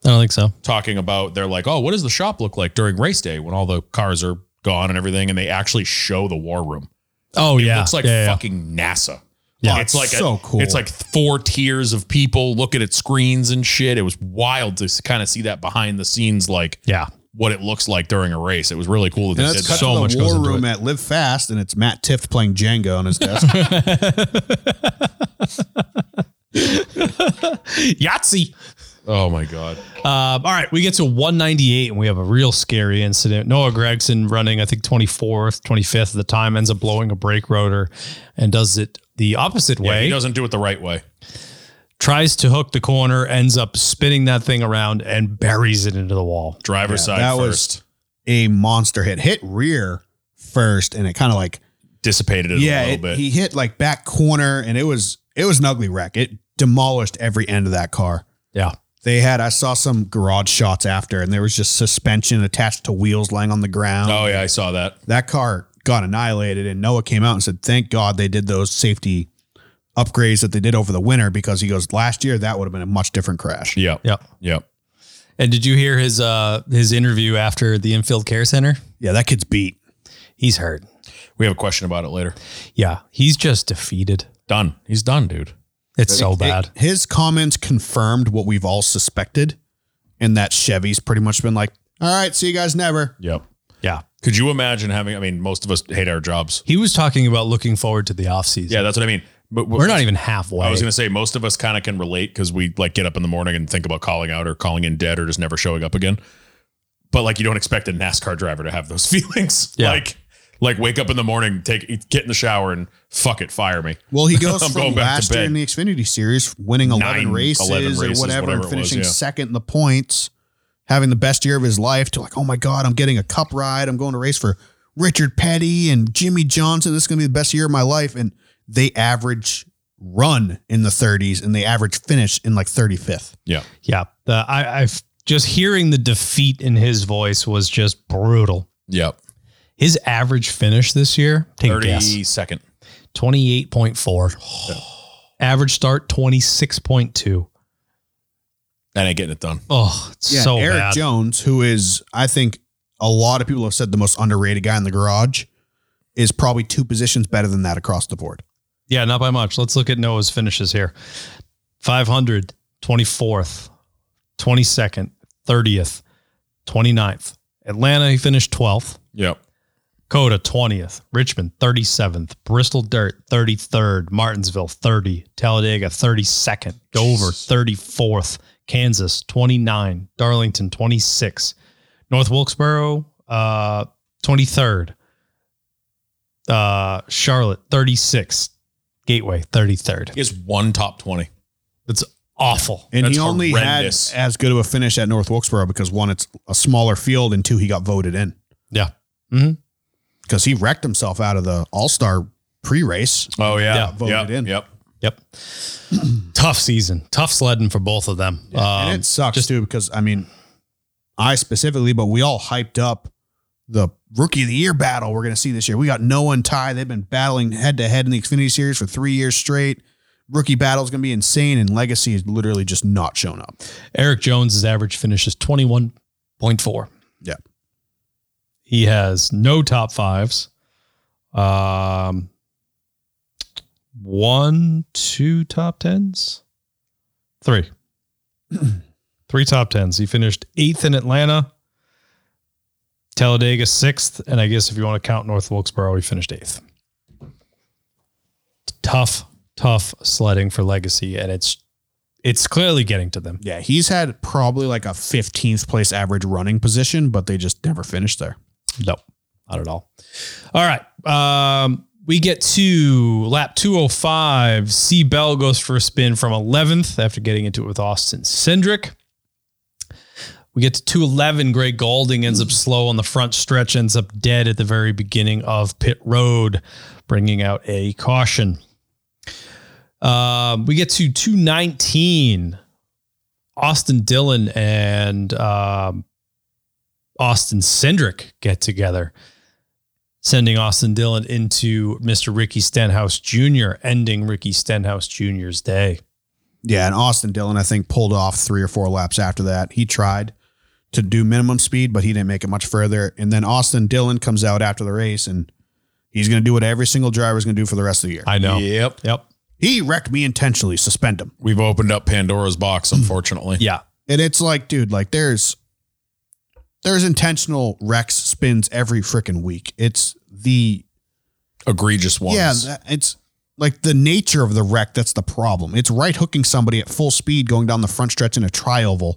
Speaker 1: I don't think so.
Speaker 2: talking about they're like, oh, what does the shop look like during race day when all the cars are gone and everything, and they actually show the war room.
Speaker 1: Oh yeah.
Speaker 2: It's like
Speaker 1: Yeah, yeah, yeah.
Speaker 2: fucking NASA.
Speaker 1: Yeah.
Speaker 2: it's like
Speaker 4: so
Speaker 2: a,
Speaker 4: cool.
Speaker 2: It's like four tiers of people looking at screens and shit. It was wild to kind of see that behind the scenes, like
Speaker 1: Yeah.
Speaker 2: what it looks like during a race. It was really cool that
Speaker 4: And
Speaker 2: they did
Speaker 4: that's cut
Speaker 2: that.
Speaker 1: so
Speaker 4: so
Speaker 1: much
Speaker 4: to the
Speaker 1: goes
Speaker 4: war
Speaker 1: into
Speaker 4: room at Live Fast, and it's Matt Tift playing Jenga on his desk.
Speaker 1: Yahtzee.
Speaker 2: Oh my god!
Speaker 1: Um, all right, we get to 198 and we have a real scary incident. Noah Gregson running, I think 24th, 25th at the time, ends up blowing a brake rotor and does it the opposite
Speaker 2: Yeah,
Speaker 1: way.
Speaker 2: he doesn't do it the right way.
Speaker 1: tries to hook the corner, ends up spinning that thing around and buries it into the wall.
Speaker 2: Driver's side
Speaker 4: that was-
Speaker 2: first
Speaker 4: a monster hit. Hit rear first, and it kind of like
Speaker 2: dissipated it a
Speaker 4: yeah,
Speaker 2: little
Speaker 4: it-
Speaker 2: bit.
Speaker 4: he hit like back corner, and it was it was an ugly wreck. It demolished every end of that car.
Speaker 1: Yeah.
Speaker 4: They had I saw some garage shots after, and there was just suspension attached to wheels lying on the ground.
Speaker 2: oh yeah, I saw that.
Speaker 4: That car got annihilated, and Noah came out and said, "Thank God they did those safety." Upgrades that they did over the winter because he goes last year that would have been a much different crash.
Speaker 2: Yeah,
Speaker 1: Yep.
Speaker 2: yeah.
Speaker 1: And did you hear his uh his interview after the infield care center?
Speaker 4: Yeah, that kid's beat.
Speaker 1: He's hurt.
Speaker 2: We have a question about it later.
Speaker 1: Yeah, he's just defeated.
Speaker 2: Done. He's done, dude.
Speaker 1: It's so bad.
Speaker 4: It- his comments confirmed what we've all suspected, and that Chevy's pretty much been like, "All right, see you guys never."
Speaker 2: Yep.
Speaker 1: yeah.
Speaker 2: Could you imagine having? I mean, most of us hate our jobs.
Speaker 1: He was talking about looking forward to the offseason.
Speaker 2: Yeah, that's what I mean. But
Speaker 1: We're not even halfway.
Speaker 2: I was going to say most of us kind of can relate because we like get up in the morning and think about calling out or calling in dead or just never showing up again. But like you don't expect a NASCAR driver to have those feelings.
Speaker 1: Yeah.
Speaker 2: Like like wake up in the morning, take get in the shower and fuck it, fire me.
Speaker 4: Well, he goes
Speaker 2: I'm
Speaker 4: from
Speaker 2: going back to
Speaker 4: last year
Speaker 2: bed.
Speaker 4: in the Xfinity Series, winning 11
Speaker 2: Nine,
Speaker 4: races
Speaker 2: 11
Speaker 4: or
Speaker 2: races,
Speaker 4: whatever,
Speaker 2: whatever it
Speaker 4: and
Speaker 2: was,
Speaker 4: finishing
Speaker 2: yeah.
Speaker 4: second in the points, having the best year of his life, to like, oh my God, I'm getting a cup ride. I'm going to race for Richard Petty and Jimmy Johnson. This is going to be the best year of my life. And they average run in the 30s and they average finish in like 35th.
Speaker 2: Yeah.
Speaker 1: yeah, the, I, I've just hearing the defeat in his voice was just brutal.
Speaker 2: Yeah.
Speaker 1: His average finish this year, take a
Speaker 2: Thirty second.
Speaker 1: guess, twenty eight point four. Average start twenty six point two.
Speaker 2: That ain't getting it done.
Speaker 1: Oh, it's
Speaker 4: Yeah,
Speaker 1: so
Speaker 4: Eric
Speaker 1: bad.
Speaker 4: Jones, who is, I think, a lot of people have said the most underrated guy in the garage, is probably two positions better than that across the board.
Speaker 1: Yeah, not by much. Let's look at Noah's finishes here 500, 24th, 22nd, 30th, 29th. Atlanta, he finished 12th.
Speaker 2: Yeah.
Speaker 1: Coda, 20th. Richmond, 37th. Bristol Dirt, 33rd. Martinsville, 30. Talladega, 32nd. Dover, 34th. Kansas, 29. Darlington, 26. North Wilkesboro, uh, 23rd. Uh, Charlotte, 36th. Gateway, 33rd.
Speaker 2: He has one top twenty.
Speaker 1: It's awful.
Speaker 4: And
Speaker 2: That's
Speaker 4: he only
Speaker 2: horrendous.
Speaker 4: had as good of a finish at North Wilkesboro because one, it's a smaller field, and two, he got voted in.
Speaker 1: Yeah. Mhm.
Speaker 4: Because he wrecked himself out of the All Star pre race.
Speaker 2: Oh yeah.
Speaker 4: voted in.
Speaker 2: Yep.
Speaker 1: Yep. Tough season. Tough sledding for both of them. Um,
Speaker 4: and it sucks too because, I mean, I specifically, but we all hyped up the rookie of the year battle we're going to see this year. We got Noah and Ty. They've been battling head to head in the Xfinity Series for three years straight. Rookie battle is going to be insane, and Legacy is literally just not shown up.
Speaker 1: Eric Jones's average finish is 21.4.
Speaker 4: Yeah.
Speaker 1: He has no top fives. Um, one, two top tens, three, three top tens. He finished eighth in Atlanta, Talladega sixth, and I guess if you want to count North Wilkesboro, he finished eighth. Tough, tough sledding for Legacy, and it's it's clearly getting to them.
Speaker 4: Yeah, he's had probably like a 15th place average running position, but they just never finished there.
Speaker 1: No, not at all. All right. Um, we get to lap 205. C Bell goes for a spin from 11th after getting into it with Austin Cindric. We get to 211. Greg Golding ends up slow on the front stretch, ends up dead at the very beginning of pit road, bringing out a caution. Um, we get to 219. Austin Dillon and um, Austin Cindric get together, sending Austin Dillon into Mr. Ricky Stenhouse Jr., ending Ricky Stenhouse Jr.'s day.
Speaker 4: Yeah, and Austin Dillon, I think, pulled off three or four laps after that. He tried to do minimum speed, but he didn't make it much further. And then Austin Dillon comes out after the race and he's going to do what every single driver is going to do for the rest of the year.
Speaker 1: I know.
Speaker 2: Yep.
Speaker 1: Yep.
Speaker 4: he wrecked me intentionally, suspend him.
Speaker 2: We've opened up Pandora's box, unfortunately.
Speaker 1: Yeah.
Speaker 4: And it's like, dude, like there's there's intentional wrecks spins every freaking week. It's the
Speaker 2: Egregious ones.
Speaker 4: Yeah, that, it's like the nature of the wreck that's the problem. It's right hooking somebody at full speed going down the front stretch in a trioval.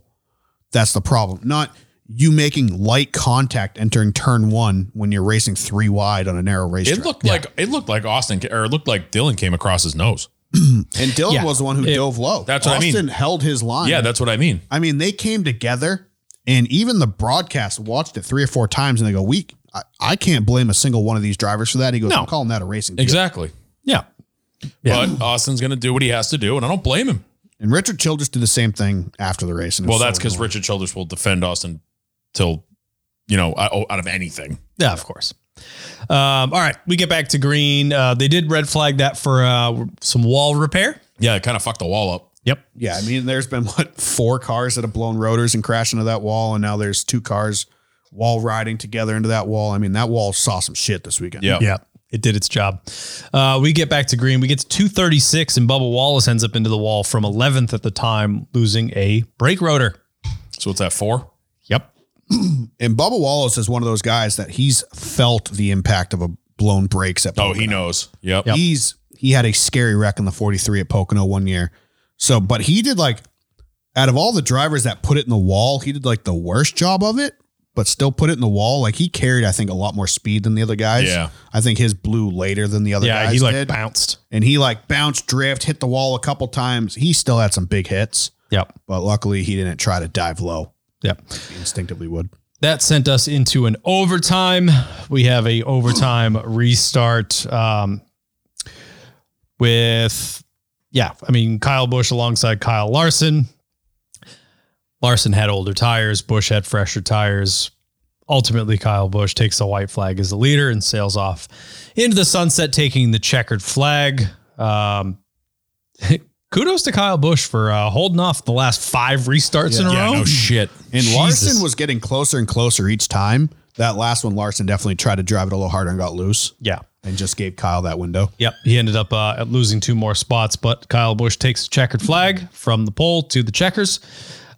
Speaker 4: That's the problem. Not you making light contact entering turn one when you're racing three wide on a narrow racetrack.
Speaker 2: it looked like it looked like Austin ca- or it looked like Dylan came across his nose.
Speaker 4: and Dylan
Speaker 1: Yeah.
Speaker 4: was the one who
Speaker 1: It-
Speaker 4: dove low.
Speaker 2: that's what I mean.
Speaker 4: Austin held his line.
Speaker 2: Yeah, that's what I mean.
Speaker 4: I mean, they came together, and even the broadcast watched it three or four times, and they go, "We, I, I can't blame a single one of these drivers for that." He goes,
Speaker 1: No.
Speaker 4: "I'm calling that a racing." deal."
Speaker 2: Exactly.
Speaker 1: Yeah.
Speaker 2: But Austin's going to do what he has to do, and I don't blame him.
Speaker 4: And Richard Childress did the same thing after the race. And it
Speaker 2: Well,
Speaker 4: was so
Speaker 2: that's because
Speaker 4: annoying.
Speaker 2: Richard Childress will defend Austin till, you know, oh, out out of anything.
Speaker 1: Yeah, of course. Um, all right. We get back to green. Uh, they did red flag that for uh, some wall repair.
Speaker 2: Yeah, it kind of fucked the wall up.
Speaker 1: Yep.
Speaker 4: Yeah, I mean, there's been what four cars that have blown rotors and crashed into that wall, and now there's two cars wall riding together into that wall. I mean, that wall saw some shit this weekend.
Speaker 2: Yeah.
Speaker 1: Yeah. It did its job. Uh, we get back to green. We get to 236, and Bubba Wallace ends up into the wall from 11th at the time, losing a brake rotor.
Speaker 2: So what's that for?
Speaker 1: Yep.
Speaker 4: And Bubba Wallace is one of those guys that he's felt the impact of a blown brakes at.
Speaker 2: Oh,
Speaker 4: Pocono.
Speaker 2: he knows. Yep.
Speaker 4: He's he had a scary wreck in the 43 at Pocono one year. So, but he did like, out of all the drivers that put it in the wall, he did like the worst job of it, but still put it in the wall. Like he carried, I think, a lot more speed than the other guys.
Speaker 2: Yeah.
Speaker 4: I think his blew later than the other
Speaker 1: yeah,
Speaker 4: guys
Speaker 1: he like
Speaker 4: did.
Speaker 1: bounced.
Speaker 4: and he like bounced, drift, hit the wall a couple times. He still had some big hits,
Speaker 1: Yep.
Speaker 4: but luckily he didn't try to dive low.
Speaker 1: Yep.
Speaker 4: He instinctively would.
Speaker 1: That sent us into an overtime. We have a overtime restart um, with, yeah, I mean Kyle Bush alongside Kyle Larson. Larson had older tires. Bush had fresher tires. Ultimately, Kyle Bush takes the white flag as the leader and sails off into the sunset, taking the checkered flag. Um, kudos to Kyle Bush for uh, holding off the last five restarts in a
Speaker 2: Yeah,
Speaker 1: row.
Speaker 2: no shit.
Speaker 4: And
Speaker 1: Jesus.
Speaker 4: Larson was getting closer and closer each time. That last one, Larson definitely tried to drive it a little harder and got loose
Speaker 1: yeah.
Speaker 4: and just gave Kyle that window.
Speaker 1: Yep, he ended up uh, losing two more spots, but Kyle Busch takes the checkered flag from the pole to the checkers,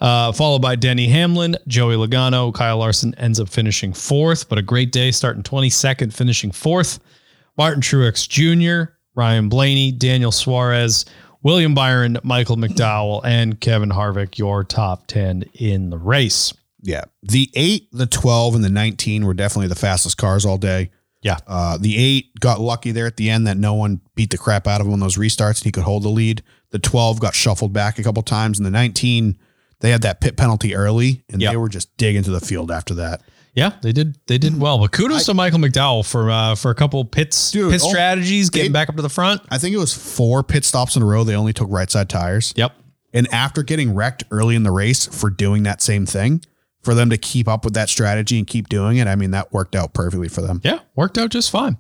Speaker 1: uh, followed by Denny Hamlin, Joey Logano, Kyle Larson ends up finishing fourth, but a great day, starting 22nd, finishing fourth. Martin Truex Jr., Ryan Blaney, Daniel Suarez, William Byron, Michael McDowell, and Kevin Harvick, your top 10 in the race.
Speaker 4: Yeah. The eight, the 12, and the 19 were definitely the fastest cars all day.
Speaker 1: Yeah.
Speaker 4: Uh, the eight got lucky there at the end that no one beat the crap out of him on those restarts and he could hold the lead. The 12 got shuffled back a couple times, and the 19, they had that pit penalty early and
Speaker 1: Yep.
Speaker 4: they were just digging to the field after that.
Speaker 1: Yeah, they did. They did well, but kudos to Michael McDowell for uh, for a couple pits
Speaker 4: Dude,
Speaker 1: pit
Speaker 4: oh,
Speaker 1: strategies, getting
Speaker 4: they-
Speaker 1: back up to the front.
Speaker 4: I think it was four pit stops in a row. They only took right side tires.
Speaker 1: Yep.
Speaker 4: And after getting wrecked early in the race for doing that same thing, for them to keep up with that strategy and keep doing it, I mean, that worked out perfectly for them.
Speaker 1: Yeah, worked out just fine.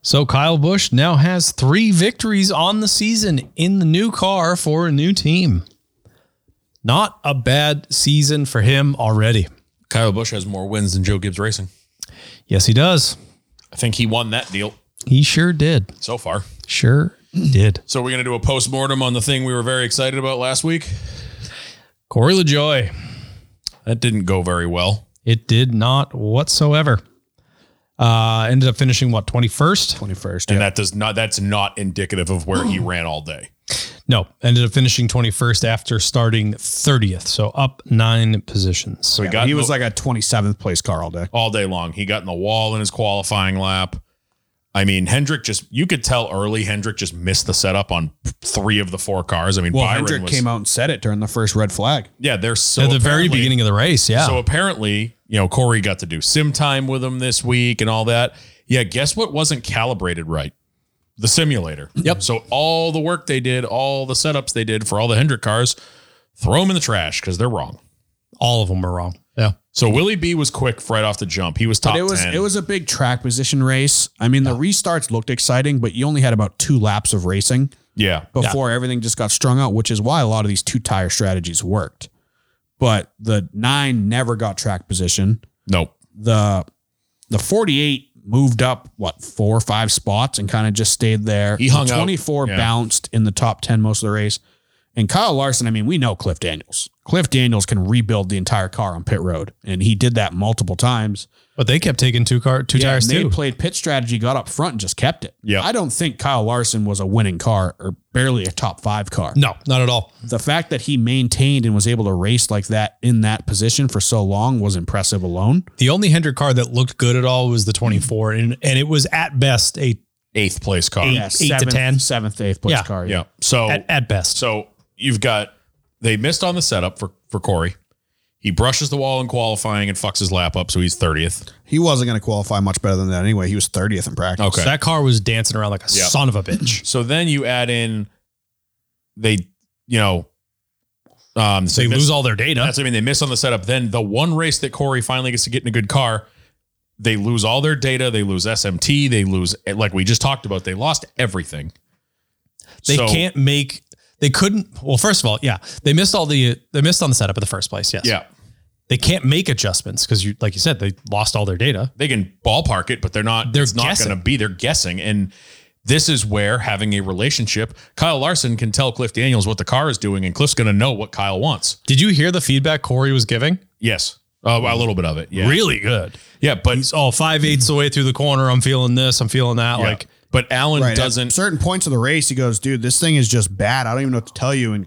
Speaker 1: So Kyle Bush now has three victories on the season in the new car for a new team. Not a bad season for him already.
Speaker 2: Kyle Bush has more wins than Joe Gibbs Racing.
Speaker 1: Yes, he does.
Speaker 2: I think he won that deal
Speaker 1: He sure did.
Speaker 2: so far.
Speaker 1: Sure did.
Speaker 2: So we're gonna do a post mortem on the thing we were very excited about last week.
Speaker 1: Corey LaJoy.
Speaker 2: That didn't go very well.
Speaker 1: It did not whatsoever. Uh, ended up finishing what twenty first?
Speaker 4: 21st.
Speaker 2: And that does not that's not indicative of where he ran all day.
Speaker 1: No, ended up finishing twenty first after starting thirtieth, so up nine positions. So
Speaker 2: We got
Speaker 4: he was
Speaker 2: like.
Speaker 4: like a 27th place car all day.
Speaker 2: all day long. He got in the wall in his qualifying lap. I mean, Hendrick just, you could tell early Hendrick just missed the setup on three of the four cars. I mean,
Speaker 4: Well,
Speaker 2: Byron
Speaker 4: Hendrick
Speaker 2: was,
Speaker 4: came out and said it during the first red flag.
Speaker 2: Yeah, they're so.
Speaker 1: at the very
Speaker 2: apparently-
Speaker 1: beginning of the race, yeah.
Speaker 2: So apparently, you know, Corey got to do sim time with him this week and all that. Yeah, guess what wasn't calibrated right? The simulator. Yep. So all the work they did, all the setups they did for all the Hendrick cars, throw them in the trash because they're wrong.
Speaker 1: All of them were wrong. Yeah.
Speaker 2: So Willie B was quick right off the jump. He was top
Speaker 3: But it was
Speaker 2: 10.
Speaker 3: it was a big track position race. I mean, the restarts looked exciting, but you only had about two laps of racing
Speaker 2: yeah.
Speaker 3: before everything just got strung out, which is why a lot of these two tire strategies worked. But the nine never got track position.
Speaker 2: Nope.
Speaker 3: The the forty eight moved up what four or five spots and kind of just stayed there.
Speaker 2: He hung
Speaker 3: the
Speaker 2: out.
Speaker 3: twenty four
Speaker 2: Yeah.
Speaker 3: bounced in the top ten most of the race. And Kyle Larson, I mean, we know Cliff Daniels. Cliff Daniels can rebuild the entire car on pit road, and he did that multiple times.
Speaker 1: But they kept taking two car, two tires
Speaker 3: and they
Speaker 1: too.
Speaker 3: played pit strategy, got up front, and just kept it.
Speaker 2: Yeah.
Speaker 3: I don't think Kyle Larson was a winning car or barely a top five car.
Speaker 1: no, not at all.
Speaker 3: The fact that he maintained and was able to race like that in that position for so long was impressive alone.
Speaker 1: The only Hendrick car that looked good at all was the 24,
Speaker 2: Hmm.
Speaker 1: and and it was at best a
Speaker 2: Eighth place car.
Speaker 1: Eight. to 10.
Speaker 3: seventh, eighth place
Speaker 1: Yeah.
Speaker 3: car.
Speaker 2: Yeah. So
Speaker 1: at, at best.
Speaker 2: So you've got they missed on the setup for for Corey. He brushes the wall in qualifying and fucks his lap up, so he's thirtieth.
Speaker 4: He wasn't going to qualify much better than that anyway. He was 30th in practice.
Speaker 1: So that car was dancing around like a
Speaker 2: Yeah.
Speaker 1: son of a bitch.
Speaker 2: So then you add in they, you know, um,
Speaker 1: So they
Speaker 2: miss-
Speaker 1: lose all their data.
Speaker 2: That's what I mean. They miss on the setup. Then the one race that Corey finally gets to get in a good car, they lose all their data. They lose SMT. They lose like we just talked about. They lost everything.
Speaker 1: They
Speaker 2: So-
Speaker 1: can't make. They couldn't. Well, first of all, yeah, they missed all the. They missed on the setup in the first place. Yes.
Speaker 2: Yeah,
Speaker 1: They can't make adjustments because you, like you said, they lost all their data.
Speaker 2: they can ballpark it, but they're not.
Speaker 1: They're
Speaker 2: They're it's not
Speaker 1: guessing.
Speaker 2: going to be. They're guessing, and this is where having a relationship, Kyle Larson can tell Cliff Daniels what the car is doing, and Cliff's going to know what Kyle wants.
Speaker 1: Did you hear the feedback Corey was giving?
Speaker 2: Yes, uh, a little bit of it. Yeah,
Speaker 1: Really good.
Speaker 2: Yeah, but
Speaker 1: "Oh, He's all five eighths away through the corner. I'm feeling this. I'm feeling that.
Speaker 2: Yeah.
Speaker 1: Like
Speaker 2: But Allen
Speaker 4: Right. At
Speaker 2: doesn't.
Speaker 4: certain points of the race, he goes, dude, this thing is just bad. I don't even know what to tell you. And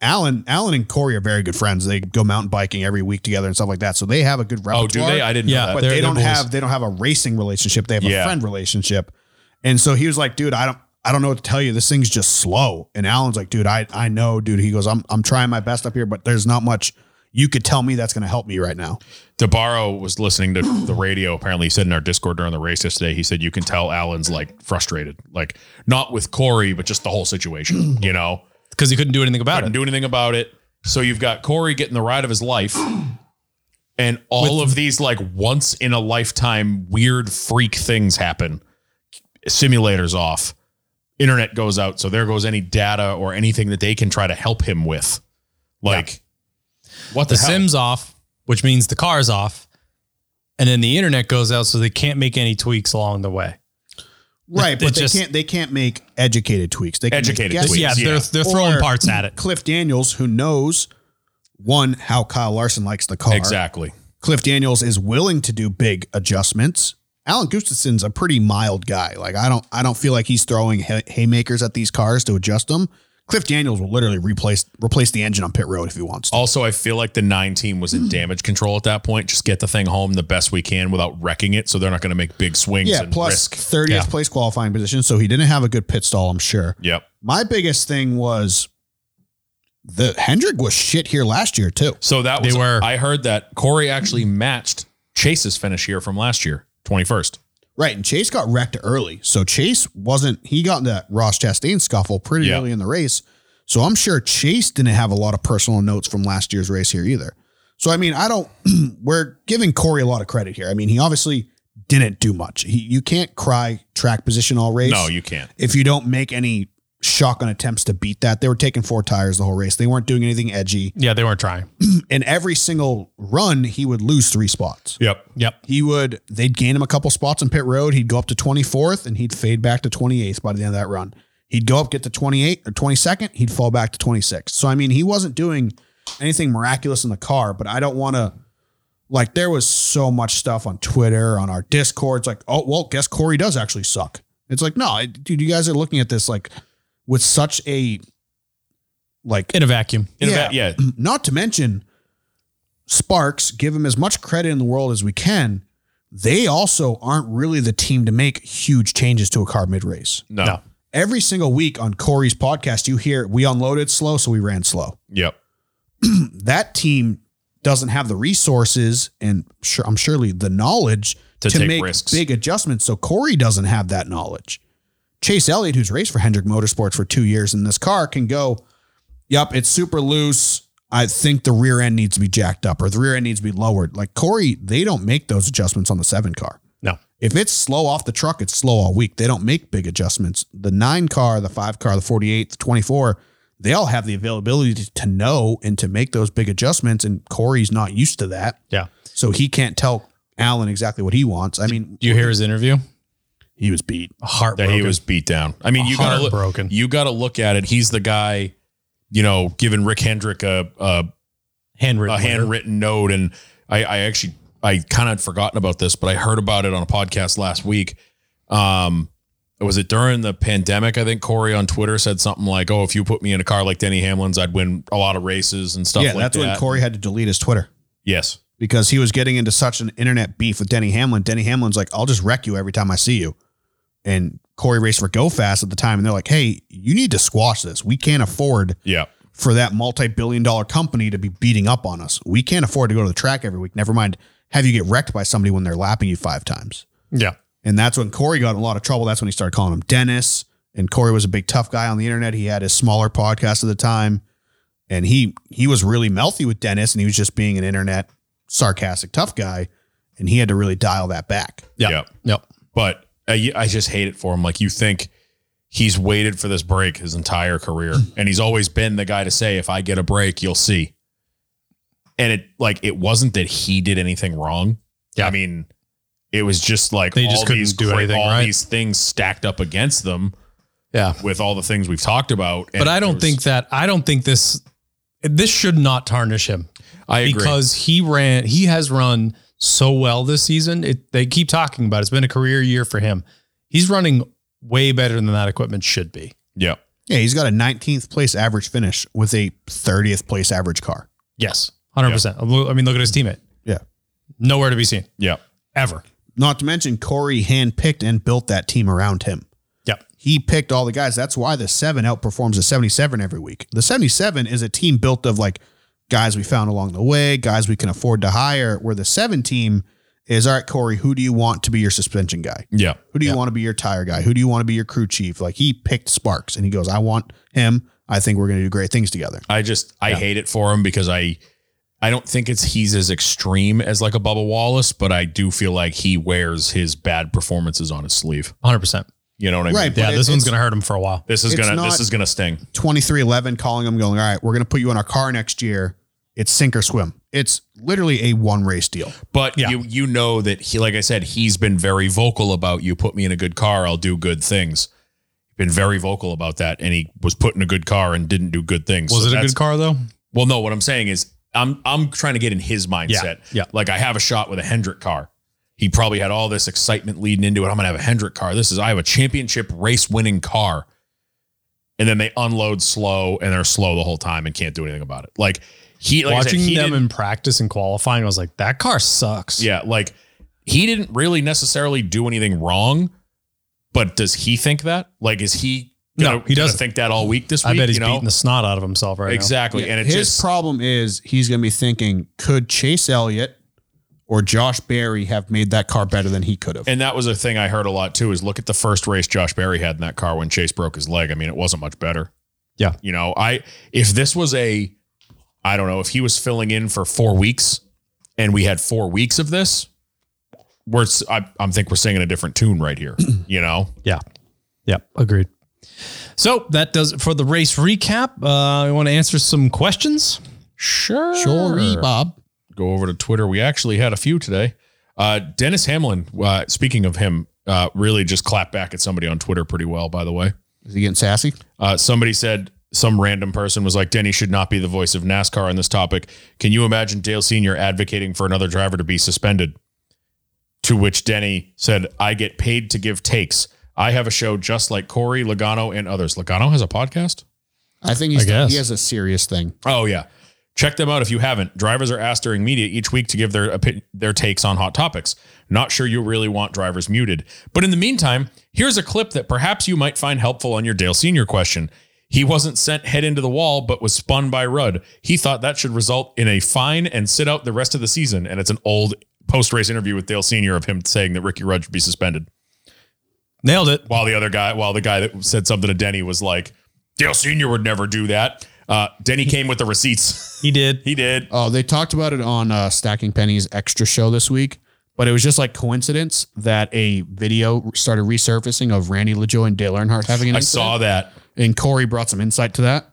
Speaker 4: Alan, Alan and Corey are very good friends. They go mountain biking every week together and stuff like that. So they have a good repertoire.
Speaker 2: Oh, do they? I didn't
Speaker 1: Yeah,
Speaker 2: know that.
Speaker 4: but
Speaker 1: They're-
Speaker 4: they
Speaker 1: they're
Speaker 4: don't
Speaker 1: boys.
Speaker 4: have they don't have a racing relationship. They have
Speaker 2: Yeah.
Speaker 4: a friend relationship. And so he was like, dude, I don't I don't know what to tell you. This thing's just slow. And Alan's like, dude, I I know, dude. He goes, I'm I'm trying my best up here, but there's not much you could tell me that's going to help me right now.
Speaker 2: DeBarro was listening to the radio. Apparently, he said in our Discord during the race yesterday, he said you can tell Allen's like frustrated, like not with Corey, but just the whole situation. You know,
Speaker 1: because he couldn't do anything about it.
Speaker 2: couldn't do anything about it. So you've got Corey getting the ride of his life, and all of these like once in a lifetime weird freak things happen. Simulators off, internet goes out, so there goes any data or anything that they can try to help him with. Like, what the,
Speaker 1: The
Speaker 2: hell?
Speaker 1: Sim's off, which means the car's off, and then the internet goes out, so they can't make any tweaks along the way.
Speaker 4: Right, but
Speaker 1: It
Speaker 4: they
Speaker 1: just-
Speaker 4: can't they can't make educated tweaks. They can make
Speaker 2: Educated
Speaker 4: guesses.
Speaker 2: tweaks.
Speaker 1: Yeah, they're
Speaker 2: Yeah.
Speaker 1: they're throwing
Speaker 4: Or-
Speaker 1: parts at it.
Speaker 4: Cliff Daniels, who knows one how Kyle Larson likes the car.
Speaker 2: exactly.
Speaker 4: Cliff Daniels is willing to do big adjustments. Alan Gustafson's a pretty mild guy. Like I don't I don't feel like he's throwing hay- haymakers at these cars to adjust them. Cliff Daniels will literally replace replace the engine on pit road if he wants to.
Speaker 2: Also, I feel like the nine team was in damage control at that point. Just get the thing home the best we can without wrecking it, so they're not going to make big swings
Speaker 4: Yeah,
Speaker 2: and
Speaker 4: plus
Speaker 2: risk. Yeah.
Speaker 4: 30th place qualifying position, so he didn't have a good pit stall, I'm sure.
Speaker 2: Yep.
Speaker 4: My biggest thing was the Hendrick was shit here last year too.
Speaker 2: So that
Speaker 1: They
Speaker 2: was
Speaker 1: were-
Speaker 2: I heard that Corey actually matched Chase's finish here from last year, twenty first.
Speaker 4: Right, and Chase got wrecked early. So Chase wasn't he got in that Ross Chastain scuffle pretty
Speaker 2: Yeah.
Speaker 4: early in the race. So I'm sure Chase didn't have a lot of personal notes from last year's race here either. So I mean, I don't we're giving Corey a lot of credit here. I mean, he obviously didn't do much. He you can't cry track position all race.
Speaker 2: No, you can't.
Speaker 4: if you don't make any shotgun attempts to beat that. They were taking four tires the whole race. They weren't doing anything edgy.
Speaker 1: Yeah, they weren't trying.
Speaker 4: And every single run, he would lose three spots
Speaker 2: Yep.
Speaker 1: Yep.
Speaker 4: he would they'd gain him a couple spots in pit road he'd go up to 24th and he'd fade back to 28th by the end of that run he'd go up get to 28th or 22nd he'd fall back to 26th so i mean he wasn't doing anything miraculous in the car but i don't want to like there was so much stuff on twitter on our discord it's like oh well guess corey does actually suck it's like no I- dude you guys are looking at this like with such a like
Speaker 1: In a vacuum.
Speaker 2: In
Speaker 4: Yeah.
Speaker 2: fact, yeah.
Speaker 4: not to mention Sparks, give him as much credit in the world as we can. They also aren't really the team to make huge changes to a car mid race.
Speaker 2: No.
Speaker 1: No.
Speaker 4: Every single week on Corey's podcast, you hear we unloaded slow, so we ran slow.
Speaker 2: Yep.
Speaker 4: That team doesn't have the resources and sure, I'm surely the knowledge
Speaker 2: To
Speaker 4: to,
Speaker 2: take
Speaker 4: make
Speaker 2: risks.
Speaker 4: big adjustments. So Corey doesn't have that knowledge. Chase Elliott, who's raced for Hendrick Motorsports for two years in this car, can go, Yep, it's super loose. I think the rear end needs to be jacked up or the rear end needs to be lowered. Like Corey, they don't make those adjustments on the seven car.
Speaker 1: No.
Speaker 4: If it's slow off the truck, it's slow all week. They don't make big adjustments. The nine car, the five car, the 48, the 24, they all have the availability to, to know and to make those big adjustments. And Corey's not used to that.
Speaker 1: Yeah.
Speaker 4: So he can't tell Alan exactly what he wants. I mean,
Speaker 1: Do you hear his interview?
Speaker 4: he was beat.
Speaker 1: Heartbroken.
Speaker 2: That he was beat down. I mean, you gotta look
Speaker 1: heartbroken.
Speaker 2: you gotta look at it. He's the guy, you know, giving Rick Hendrick a a
Speaker 1: handwritten.
Speaker 2: a handwritten note and I, I actually I kind of had forgotten about this, but I heard about it on a podcast last week. Um was it during the pandemic? I think Corey on Twitter said something like, "Oh, if you put me in a car like Denny Hamlin's, I'd win a lot of races and stuff
Speaker 4: yeah,
Speaker 2: like
Speaker 4: that's
Speaker 2: that."
Speaker 4: when Corey had to delete his Twitter
Speaker 2: yes,
Speaker 4: because he was getting into such an internet beef with Denny Hamlin. Denny Hamlin's like, I'll just wreck you every time I see you. And Corey raced for Go Fast at the time. And they're like, hey, you need to squash this. We can't afford
Speaker 2: yeah,
Speaker 4: for that multi-billion dollar company to be beating up on us. We can't afford to go to the track every week. Never mind have you get wrecked by somebody when they're lapping you five times.
Speaker 1: Yeah.
Speaker 4: And that's when Corey got in a lot of trouble. That's when he started calling him Dennis. And Corey was a big tough guy on the internet. He had his smaller podcast at the time. And he he was really melty with Dennis and he was just being an internet sarcastic tough guy. And he had to really dial that back.
Speaker 1: Yeah.
Speaker 2: yeah.
Speaker 1: Yep.
Speaker 2: But I, I just hate it for him. Like you think he's waited for this break his entire career,
Speaker 1: Hmm.
Speaker 2: and he's always been the guy to say, "If I get a break, you'll see." And it like it wasn't that he did anything wrong.
Speaker 1: Yeah.
Speaker 2: I mean, it was just like
Speaker 1: They just couldn't do
Speaker 2: cra-
Speaker 1: anything,
Speaker 2: all
Speaker 1: right?
Speaker 2: these things stacked up against them
Speaker 1: Yeah.
Speaker 2: with all the things we've talked about.
Speaker 1: But
Speaker 2: And
Speaker 1: I
Speaker 2: it
Speaker 1: don't
Speaker 2: was-
Speaker 1: think that I don't think this this should not tarnish him
Speaker 2: I agree.
Speaker 1: because he ran he has run so well this season. It, they keep talking about it. it's been a career year for him. He's running way better than that equipment should be.
Speaker 2: Yeah.
Speaker 4: Yeah, he's got a 19th place average finish with a 30th place average car.
Speaker 1: Yes, hundred percent. I mean, look at his teammate.
Speaker 4: Yeah.
Speaker 1: Nowhere to be seen
Speaker 2: Yeah.
Speaker 1: ever.
Speaker 4: Not to mention Corey handpicked and built that team around him.
Speaker 1: Yep.
Speaker 4: He picked all the guys. That's why the seven outperforms the 77 every week. The 77 is a team built of like guys we found along the way, guys we can afford to hire, where the seven team is all right, Corey, who do you want to be your suspension guy?
Speaker 2: Yeah.
Speaker 4: Who do you want to be your tire guy? Who do you want to be your crew chief? Like he picked Sparks and he goes, I want him. I think we're going to do great things together.
Speaker 2: I just I hate it for him because I I don't think it's he's as extreme as like a Bubba Wallace, but I do feel like he wears his bad performances on his sleeve.
Speaker 1: Hundred percent.
Speaker 2: You know what I
Speaker 4: Right,
Speaker 2: mean?
Speaker 1: Yeah,
Speaker 4: But it-
Speaker 1: this one's
Speaker 4: it's-
Speaker 1: gonna hurt him for a while.
Speaker 2: This is
Speaker 4: It's
Speaker 2: gonna this
Speaker 4: not-
Speaker 2: is gonna sting.
Speaker 4: 2311 calling him going, all right, we're going to put you on our car next year. It's sink or swim. It's literally a one race deal.
Speaker 2: But
Speaker 1: Yeah.
Speaker 2: you you know that he like I said, he's been very vocal about you put me in a good car, I'll do good things. Been very vocal about that, and he was put in a good car and didn't do good things.
Speaker 1: Was
Speaker 2: So
Speaker 1: it a
Speaker 2: that's-
Speaker 1: good car though?
Speaker 2: Well, no, what I'm saying is I'm I'm trying to get in his mindset.
Speaker 1: yeah.
Speaker 2: Like I have a shot with a Hendrick car. He probably had all this excitement leading into it. I'm gonna have a Hendrick car. This is I have a championship race winning car. And then they unload slow and they're slow the whole time and can't do anything about it. Like he like
Speaker 1: Watching
Speaker 2: I said, he
Speaker 1: them
Speaker 2: didn't-
Speaker 1: in practice and qualifying, I was like, that car sucks.
Speaker 2: yeah, like he didn't really necessarily do anything wrong, but does he think that? Like, is he
Speaker 1: No, he
Speaker 2: gonna
Speaker 1: doesn't.
Speaker 2: think that all week this week?
Speaker 1: I bet he's
Speaker 2: you know?
Speaker 1: beating the snot out of himself right
Speaker 2: exactly. And it
Speaker 4: his
Speaker 2: just
Speaker 4: problem is he's going to be thinking, could Chase Elliott or Josh Berry have made that car better than he could have?
Speaker 2: and that was a thing I heard a lot too. Is look at the first race Josh Berry had in that car when Chase broke his leg. I mean, it wasn't much better.
Speaker 1: Yeah.
Speaker 2: you know, I if this was a, I don't know if he was filling in for four weeks, and we had four weeks of this. We're s- I, I think we're singing a different tune right here. You know,
Speaker 1: now. Yeah. Yep. Agreed. So that does it for the race recap. Uh, you want to answer some questions?
Speaker 2: sure,
Speaker 4: Bob.
Speaker 2: go over to Twitter. We actually had a few today. Uh, Dennis Hamlin, uh, speaking of him, uh, really just clapped back at somebody on Twitter pretty well, by the way.
Speaker 4: Is he getting sassy?
Speaker 2: Uh, somebody said, some random person was like, Denny should not be the voice of NASCAR on this topic. Can you imagine Dale Sr. advocating for another driver to be suspended? To which Denny said, I get paid to give takes. I have a show just like Corey, Logano, and others. Logano has a podcast?
Speaker 4: I think he's,
Speaker 1: I guess.
Speaker 4: he has a serious thing.
Speaker 2: Oh yeah. Check them out if you haven't. Drivers are asked during media each week to give their opi- their takes on hot topics. Not sure you really want drivers muted. But in the meantime, here's a clip that perhaps you might find helpful on your Dale Senior question. He wasn't sent head into the wall, but was spun by Rudd. He thought that should result in a fine and sit out the rest of the season. And it's an old post race interview with Dale Senior of him saying that Ricky Rudd should be suspended.
Speaker 1: Nailed it.
Speaker 2: While the other guy, while the guy that said something to Denny was like, Dale Senior would never do that. Uh, Denny came with the receipts.
Speaker 1: He did.
Speaker 2: he did.
Speaker 3: Oh, they talked about it on uh, Stacking Pennies Extra Show this week, but it was just like coincidence that a video started resurfacing of Randy LaJoy and Dale Earnhardt having an
Speaker 2: I
Speaker 3: incident,
Speaker 2: saw that.
Speaker 3: and Corey brought some insight to that.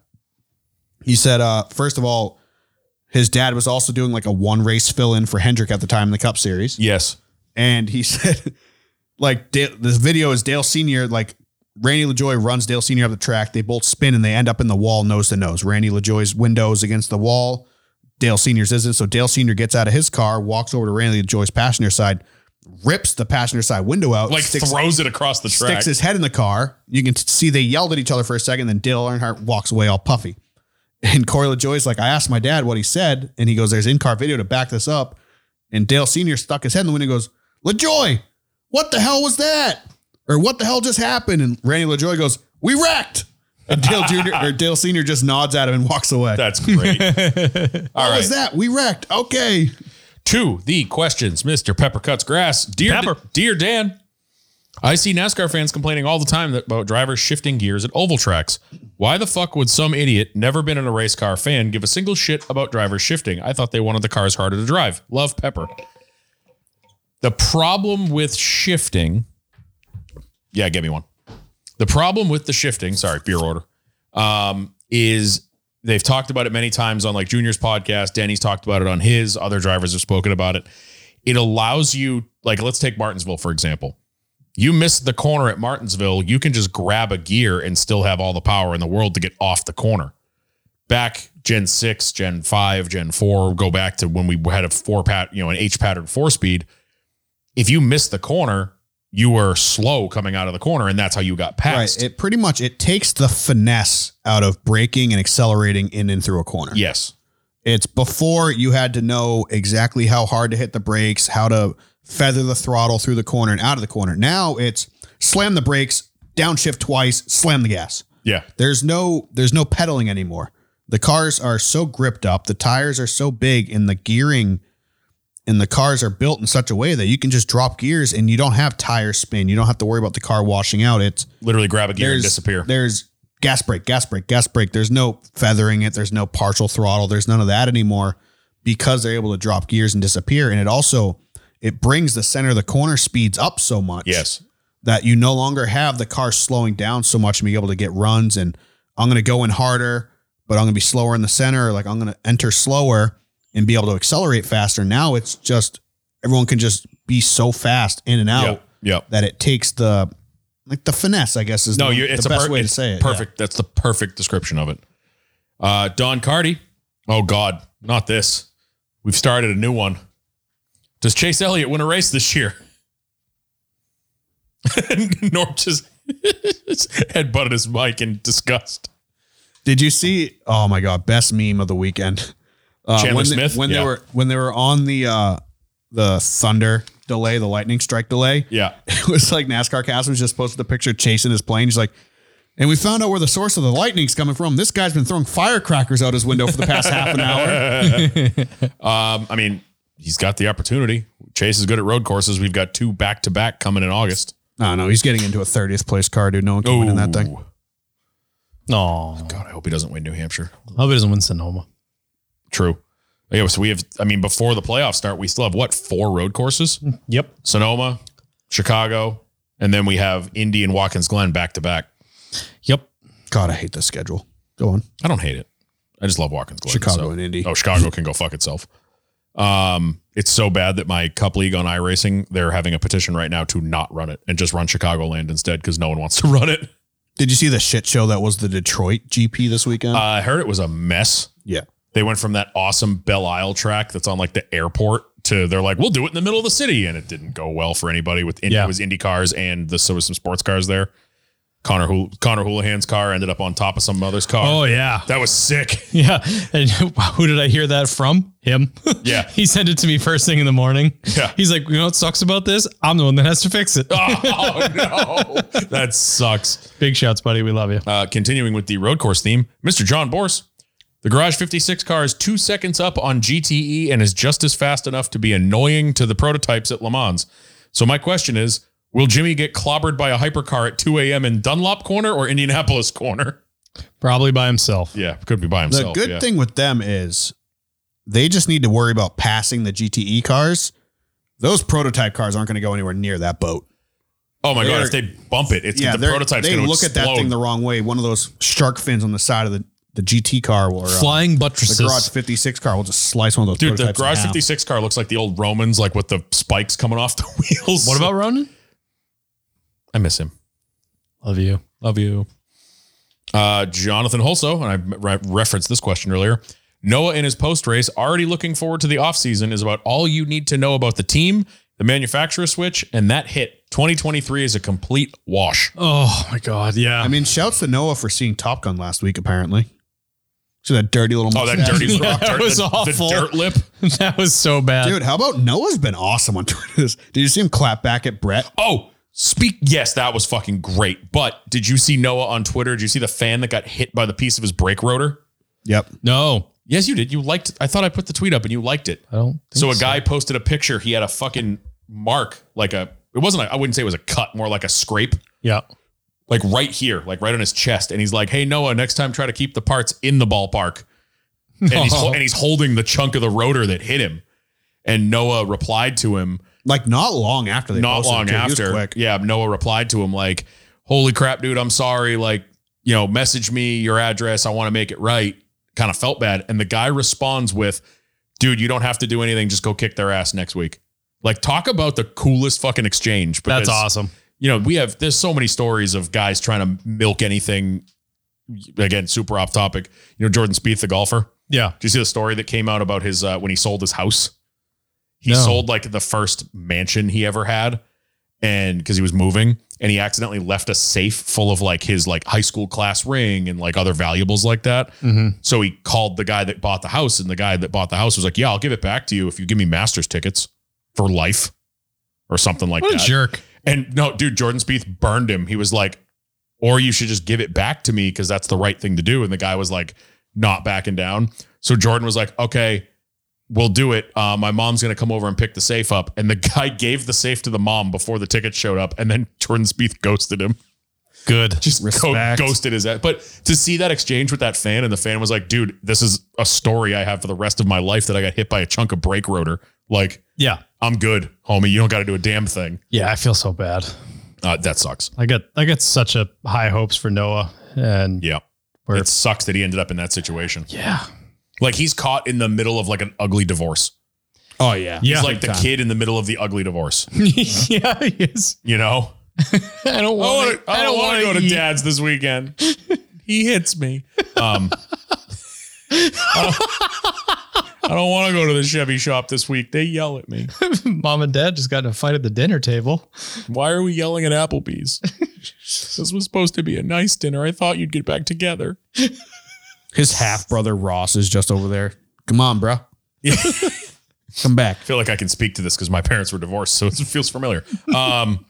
Speaker 4: He said, uh, first of all, his dad was also doing like a one race fill in for Hendrick at the time in the Cup Series.
Speaker 2: Yes.
Speaker 4: and he said, like Dale, this video is Dale Senior. Like Randy LaJoy runs Dale Senior up the track. They both spin and they end up in the wall, nose to nose. Randy LaJoy's window is against the wall. Dale Senior's isn't. So Dale Senior gets out of his car, walks over to Randy LaJoy's passenger side, rips the passenger side window out,
Speaker 2: Like
Speaker 4: sticks,
Speaker 2: throws it across the track.
Speaker 4: sticks his head in the car. You can t- see they yelled at each other for a second. Then Dale Earnhardt walks away all puffy. And Corey LaJoy's like, I asked my dad what he said, and he goes, "There's in car video to back this up." And Dale Senior stuck his head in the window and goes, "LaJoy, what the hell was that? Or what the hell just happened?" And Randy LaJoy goes, "We wrecked." And Dale Junior or Dale Senior just nods at him and walks away.
Speaker 2: That's great.
Speaker 4: what
Speaker 2: All right.
Speaker 4: was that? We wrecked. Okay.
Speaker 2: To the questions, Mr. Pepper cuts grass. Dear,
Speaker 1: Pepper.
Speaker 2: dear Dan, I see NASCAR fans complaining all the time that, about drivers shifting gears at oval tracks. Why the fuck would some idiot, never been in a race car fan, give a single shit about drivers shifting? I thought they wanted the cars harder to drive. Love Pepper. The problem with shifting. Yeah, get me one. The problem with the shifting, sorry, beer order, um, is they've talked about it many times on like Junior's podcast. Danny's talked about it on his. Other drivers have spoken about it. It allows you, like, let's take Martinsville for example. You miss the corner at Martinsville, you can just grab a gear and still have all the power in the world to get off the corner. Back Gen six, Gen five, Gen four, go back to when we had a four pat, you know, an H pattern four speed. If you miss the corner, you were slow coming out of the corner, and that's how you got
Speaker 4: Right.
Speaker 2: past.
Speaker 4: It pretty much it takes the finesse out of braking and accelerating in and through a corner.
Speaker 2: yes.
Speaker 4: It's before you had to know exactly how hard to hit the brakes, how to feather the throttle through the corner and out of the corner. Now it's slam the brakes, downshift twice, slam the gas.
Speaker 2: Yeah.
Speaker 4: There's no there's no pedaling anymore. The cars are so gripped up, the tires are so big and the gearing and the cars are built in such a way that you can just drop gears and you don't have tire spin. You don't have to worry about the car washing out. It's
Speaker 2: Literally grab a gear and disappear.
Speaker 4: there's gas brake, gas brake, gas brake. There's no feathering it. There's no partial throttle. There's none of that anymore because they're able to drop gears and disappear. And it also it brings the center of the corner speeds up so much
Speaker 2: Yes.
Speaker 4: that you no longer have the car slowing down so much and be able to get runs and I'm going to go in harder, but I'm going to be slower in the center. Like I'm going to enter slower and be able to accelerate faster. Now it's just everyone can just be so fast in and out
Speaker 2: Yep. Yep.
Speaker 4: that it takes the like the finesse, I guess is
Speaker 2: No,
Speaker 4: the,
Speaker 2: you, it's a
Speaker 4: the best
Speaker 2: per-
Speaker 4: way to
Speaker 2: it's
Speaker 4: say it.
Speaker 2: Perfect. That's the perfect description of it. Uh, Don Cardi. Oh God, not this. We've started a new one. Does Chase Elliott win a race this year? Norm just headbutted his mic in disgust.
Speaker 4: Did you see? Oh my god, best meme of the weekend. Uh,
Speaker 2: Chandler
Speaker 4: when
Speaker 2: Smith?
Speaker 4: They, when
Speaker 2: Yeah.
Speaker 4: they were when they were on the uh, the thunder delay, the lightning strike delay.
Speaker 2: Yeah.
Speaker 4: It was like NASCAR cast was just posted the picture chasing his plane. He's like, and we found out where the source of the lightning's coming from. This guy's been throwing firecrackers out his window for the past half an hour.
Speaker 2: Um, I mean, he's got the opportunity. Chase is good at road courses. We've got two back to back coming in August.
Speaker 4: No, no, he's getting into a 30th place car, dude. No one can win in that thing.
Speaker 2: Ooh.
Speaker 1: Oh,
Speaker 2: God, I hope he doesn't win New Hampshire.
Speaker 1: I hope it doesn't win Sonoma.
Speaker 2: True. Yeah, so we have, I mean, before the playoffs start, we still have what, four road courses?
Speaker 1: Yep.
Speaker 2: Sonoma, Chicago, and then we have Indy and Watkins Glen back to back.
Speaker 1: Yep.
Speaker 4: God, I hate this schedule. Go on.
Speaker 2: I don't hate it. I just love Watkins Glen.
Speaker 4: Chicago
Speaker 2: so-
Speaker 4: and Indy.
Speaker 2: Oh, Chicago can go fuck itself. Um, it's so bad that my cup league on iRacing, they're having a petition right now to not run it and just run Chicagoland instead because no one wants to run it.
Speaker 4: Did you see the shit show that was the Detroit GP this weekend?
Speaker 2: Uh, I heard it was a mess.
Speaker 4: yeah.
Speaker 2: They went from that awesome Belle Isle track that's on like the airport to they're like, we'll do it in the middle of the city. And it didn't go well for anybody with Indy,
Speaker 1: Yeah.
Speaker 2: it was Indy cars and the, so was some sports cars there. Connor, Hool- Connor Houlihan's car ended up on top of some other's car.
Speaker 1: Oh yeah.
Speaker 2: That was sick.
Speaker 1: Yeah. And who did I hear that from? Him.
Speaker 2: Yeah.
Speaker 1: he sent it to me first thing in the morning.
Speaker 2: Yeah.
Speaker 1: He's like, you know what sucks about this? I'm the one that has to fix it.
Speaker 2: oh no, that sucks.
Speaker 1: Big shouts, buddy. We love you.
Speaker 2: Uh, continuing with the road course theme, Mr. John Borse, the Garage 56 car is two seconds up on GTE and is just as fast enough to be annoying to the prototypes at Le Mans. So my question is, will Jimmy get clobbered by a hypercar at 2 a.m. in Dunlop Corner or Indianapolis Corner?
Speaker 1: Probably by himself.
Speaker 2: Yeah, could be by
Speaker 4: The
Speaker 2: himself.
Speaker 4: good
Speaker 2: yeah.
Speaker 4: thing with them is they just need to worry about passing the GTE cars. Those prototype cars aren't going to go anywhere near that boat.
Speaker 2: Oh my god,
Speaker 4: they're-
Speaker 2: if they bump it, it's the
Speaker 4: they're-
Speaker 2: prototype's
Speaker 4: they
Speaker 2: going to
Speaker 4: look at that thing the
Speaker 2: explode.
Speaker 4: wrong way. One of those shark fins on the side of the, the GT car will, or uh,
Speaker 1: Flying
Speaker 4: the Garage
Speaker 1: buttresses.
Speaker 4: 56 car will just slice one of those
Speaker 2: Dude, the
Speaker 4: prototypes in
Speaker 2: Garage
Speaker 4: half.
Speaker 2: 56 car looks like the old Romans, like with the spikes coming off the wheels.
Speaker 1: What about Ronan?
Speaker 2: I miss him.
Speaker 1: Love you. Love you.
Speaker 2: Uh, Jonathan Holso, and I re- referenced this question earlier. Noah in his post race, already looking forward to the offseason, is about all you need to know about the team, the manufacturer switch, and that hit. 2023 is a complete wash.
Speaker 1: Oh my God. Yeah.
Speaker 4: I mean, shouts to Noah for seeing Top Gun last week, apparently. See that dirty little
Speaker 2: Oh, that
Speaker 4: mustache.
Speaker 2: dirty
Speaker 1: Yeah, that
Speaker 2: dirt-
Speaker 1: was
Speaker 2: the,
Speaker 1: awful.
Speaker 2: The dirt lip.
Speaker 1: that was so bad.
Speaker 4: Dude, how about Noah's been awesome on Twitter? Did you see him clap back at Brett?
Speaker 2: Oh, speak. Yes, that was fucking great. But did you see Noah on Twitter? Did you see the fan that got hit by the piece of his brake rotor?
Speaker 4: Yep.
Speaker 1: No,
Speaker 2: Yes, you did. You liked. I thought I put the tweet up and you liked it.
Speaker 1: I don't.
Speaker 2: So a guy posted a picture. He had a fucking mark, like a. It wasn't. A, I wouldn't say it was a cut, more like a scrape.
Speaker 1: yeah.
Speaker 2: like right here, like right on his chest. And he's like, "Hey Noah, next time try to keep the parts in the ballpark." And he's hol- and he's holding the chunk of the rotor that hit him. And Noah replied to him
Speaker 4: Like not long after they
Speaker 2: not
Speaker 4: posted
Speaker 2: long
Speaker 4: it, too. He was
Speaker 2: after.
Speaker 4: quick.
Speaker 2: Yeah, Noah replied to him like, "Holy crap, dude, I'm sorry. Like, you know, message me your address. I want to make it right." Kind of felt bad, and the guy responds with, "Dude, you don't have to do anything. Just go kick their ass next week." Like, talk about the coolest fucking exchange.
Speaker 1: That's
Speaker 2: because-
Speaker 1: awesome.
Speaker 2: you know, we have there's so many stories of guys trying to milk anything. Again, super off topic. You know, Jordan Spieth, the golfer.
Speaker 1: Yeah.
Speaker 2: Do you see the story that came out about his uh, when he sold his house? He
Speaker 1: No.
Speaker 2: sold like the first mansion he ever had, and because he was moving and he accidentally left a safe full of like his like high school class ring and like other valuables like that.
Speaker 1: Mm-hmm.
Speaker 2: So he called the guy that bought the house and the guy that bought the house was like, "Yeah, I'll give it back to you if you give me Masters tickets for life or something like uh,
Speaker 1: What a
Speaker 2: that."
Speaker 1: jerk.
Speaker 2: And no, dude, Jordan Spieth burned him. He was like, or you should just give it back to me because that's the right thing to do. And the guy was like, not backing down. So Jordan was like, okay, we'll do it. Uh, my mom's going to come over and pick the safe up. And the guy gave the safe to the mom before the ticket showed up. And then Jordan Spieth ghosted him.
Speaker 1: Good.
Speaker 2: Just go-
Speaker 3: Respect.
Speaker 2: ghosted his ass. But to see that exchange with that fan, and the fan was like, dude, this is a story I have for the rest of my life that I got hit by a chunk of brake rotor. Like,
Speaker 1: Yeah.
Speaker 2: I'm good, homie. You don't got to do a damn thing.
Speaker 1: Yeah, I feel so bad.
Speaker 2: Uh, that sucks.
Speaker 1: I got I got such a high hopes for Noah and
Speaker 2: Yeah.
Speaker 1: Where-
Speaker 2: it sucks that he ended up in that situation.
Speaker 1: yeah.
Speaker 2: Like he's caught in the middle of like an ugly divorce.
Speaker 3: Oh yeah.
Speaker 1: Yeah.
Speaker 2: He's like the
Speaker 3: Big time.
Speaker 2: kid in the middle of the ugly divorce.
Speaker 1: yeah, he is.
Speaker 2: You know?
Speaker 1: I don't
Speaker 2: I,
Speaker 1: want
Speaker 2: wanna, Oh, I don't want to go to dad's this weekend. he hits me. Um, I don't, want to go to the Chevy shop this week. They yell at me.
Speaker 1: Mom and dad just got in a fight at the dinner table.
Speaker 2: Why are we yelling at Applebee's? this was supposed to be a nice dinner. I thought you'd get back together.
Speaker 3: His half brother Ross is just over there. Come on, bro. Um, Come back.
Speaker 2: feel like I can speak to this because my parents were divorced, so it feels familiar. Um,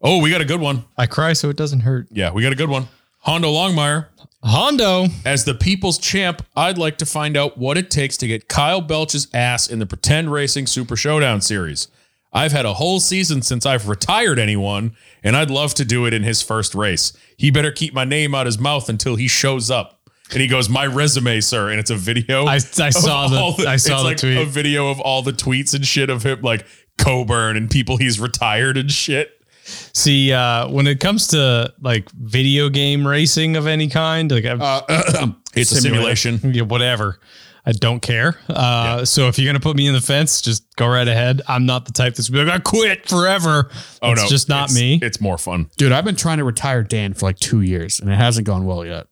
Speaker 2: oh, we got a good one.
Speaker 1: I cry so it doesn't hurt.
Speaker 2: Yeah, we got a good one. Hondo Longmire,
Speaker 1: Hondo.
Speaker 2: as the people's champ, I'd like to find out what it takes to get Kyle Belch's ass in the Pretend Racing Super Showdown series. I've had a whole season since I've retired anyone, and I'd love to do it in his first race. He better keep my name out his mouth until he shows up. And he goes, "My resume, sir," and it's a video.
Speaker 1: I- I saw the-
Speaker 2: all
Speaker 1: I saw
Speaker 2: it's
Speaker 1: the
Speaker 2: like
Speaker 1: tweet.
Speaker 2: A video of all the tweets and shit of him, like Coburn and people he's retired and shit.
Speaker 1: See, uh, when it comes to like video game racing of any kind, like I've
Speaker 2: Uh. It's a
Speaker 3: Simulator.
Speaker 2: simulation.
Speaker 1: yeah, whatever. I don't care. Uh, So if you're gonna put me in the fence, just go right ahead. I'm not the type that's gonna be like, I quit forever.
Speaker 2: Oh
Speaker 1: it's
Speaker 2: no,
Speaker 1: just not
Speaker 2: it's-
Speaker 1: me.
Speaker 2: It's more fun.
Speaker 3: Dude, I've been trying to retire Dan for like two years and it hasn't gone well yet.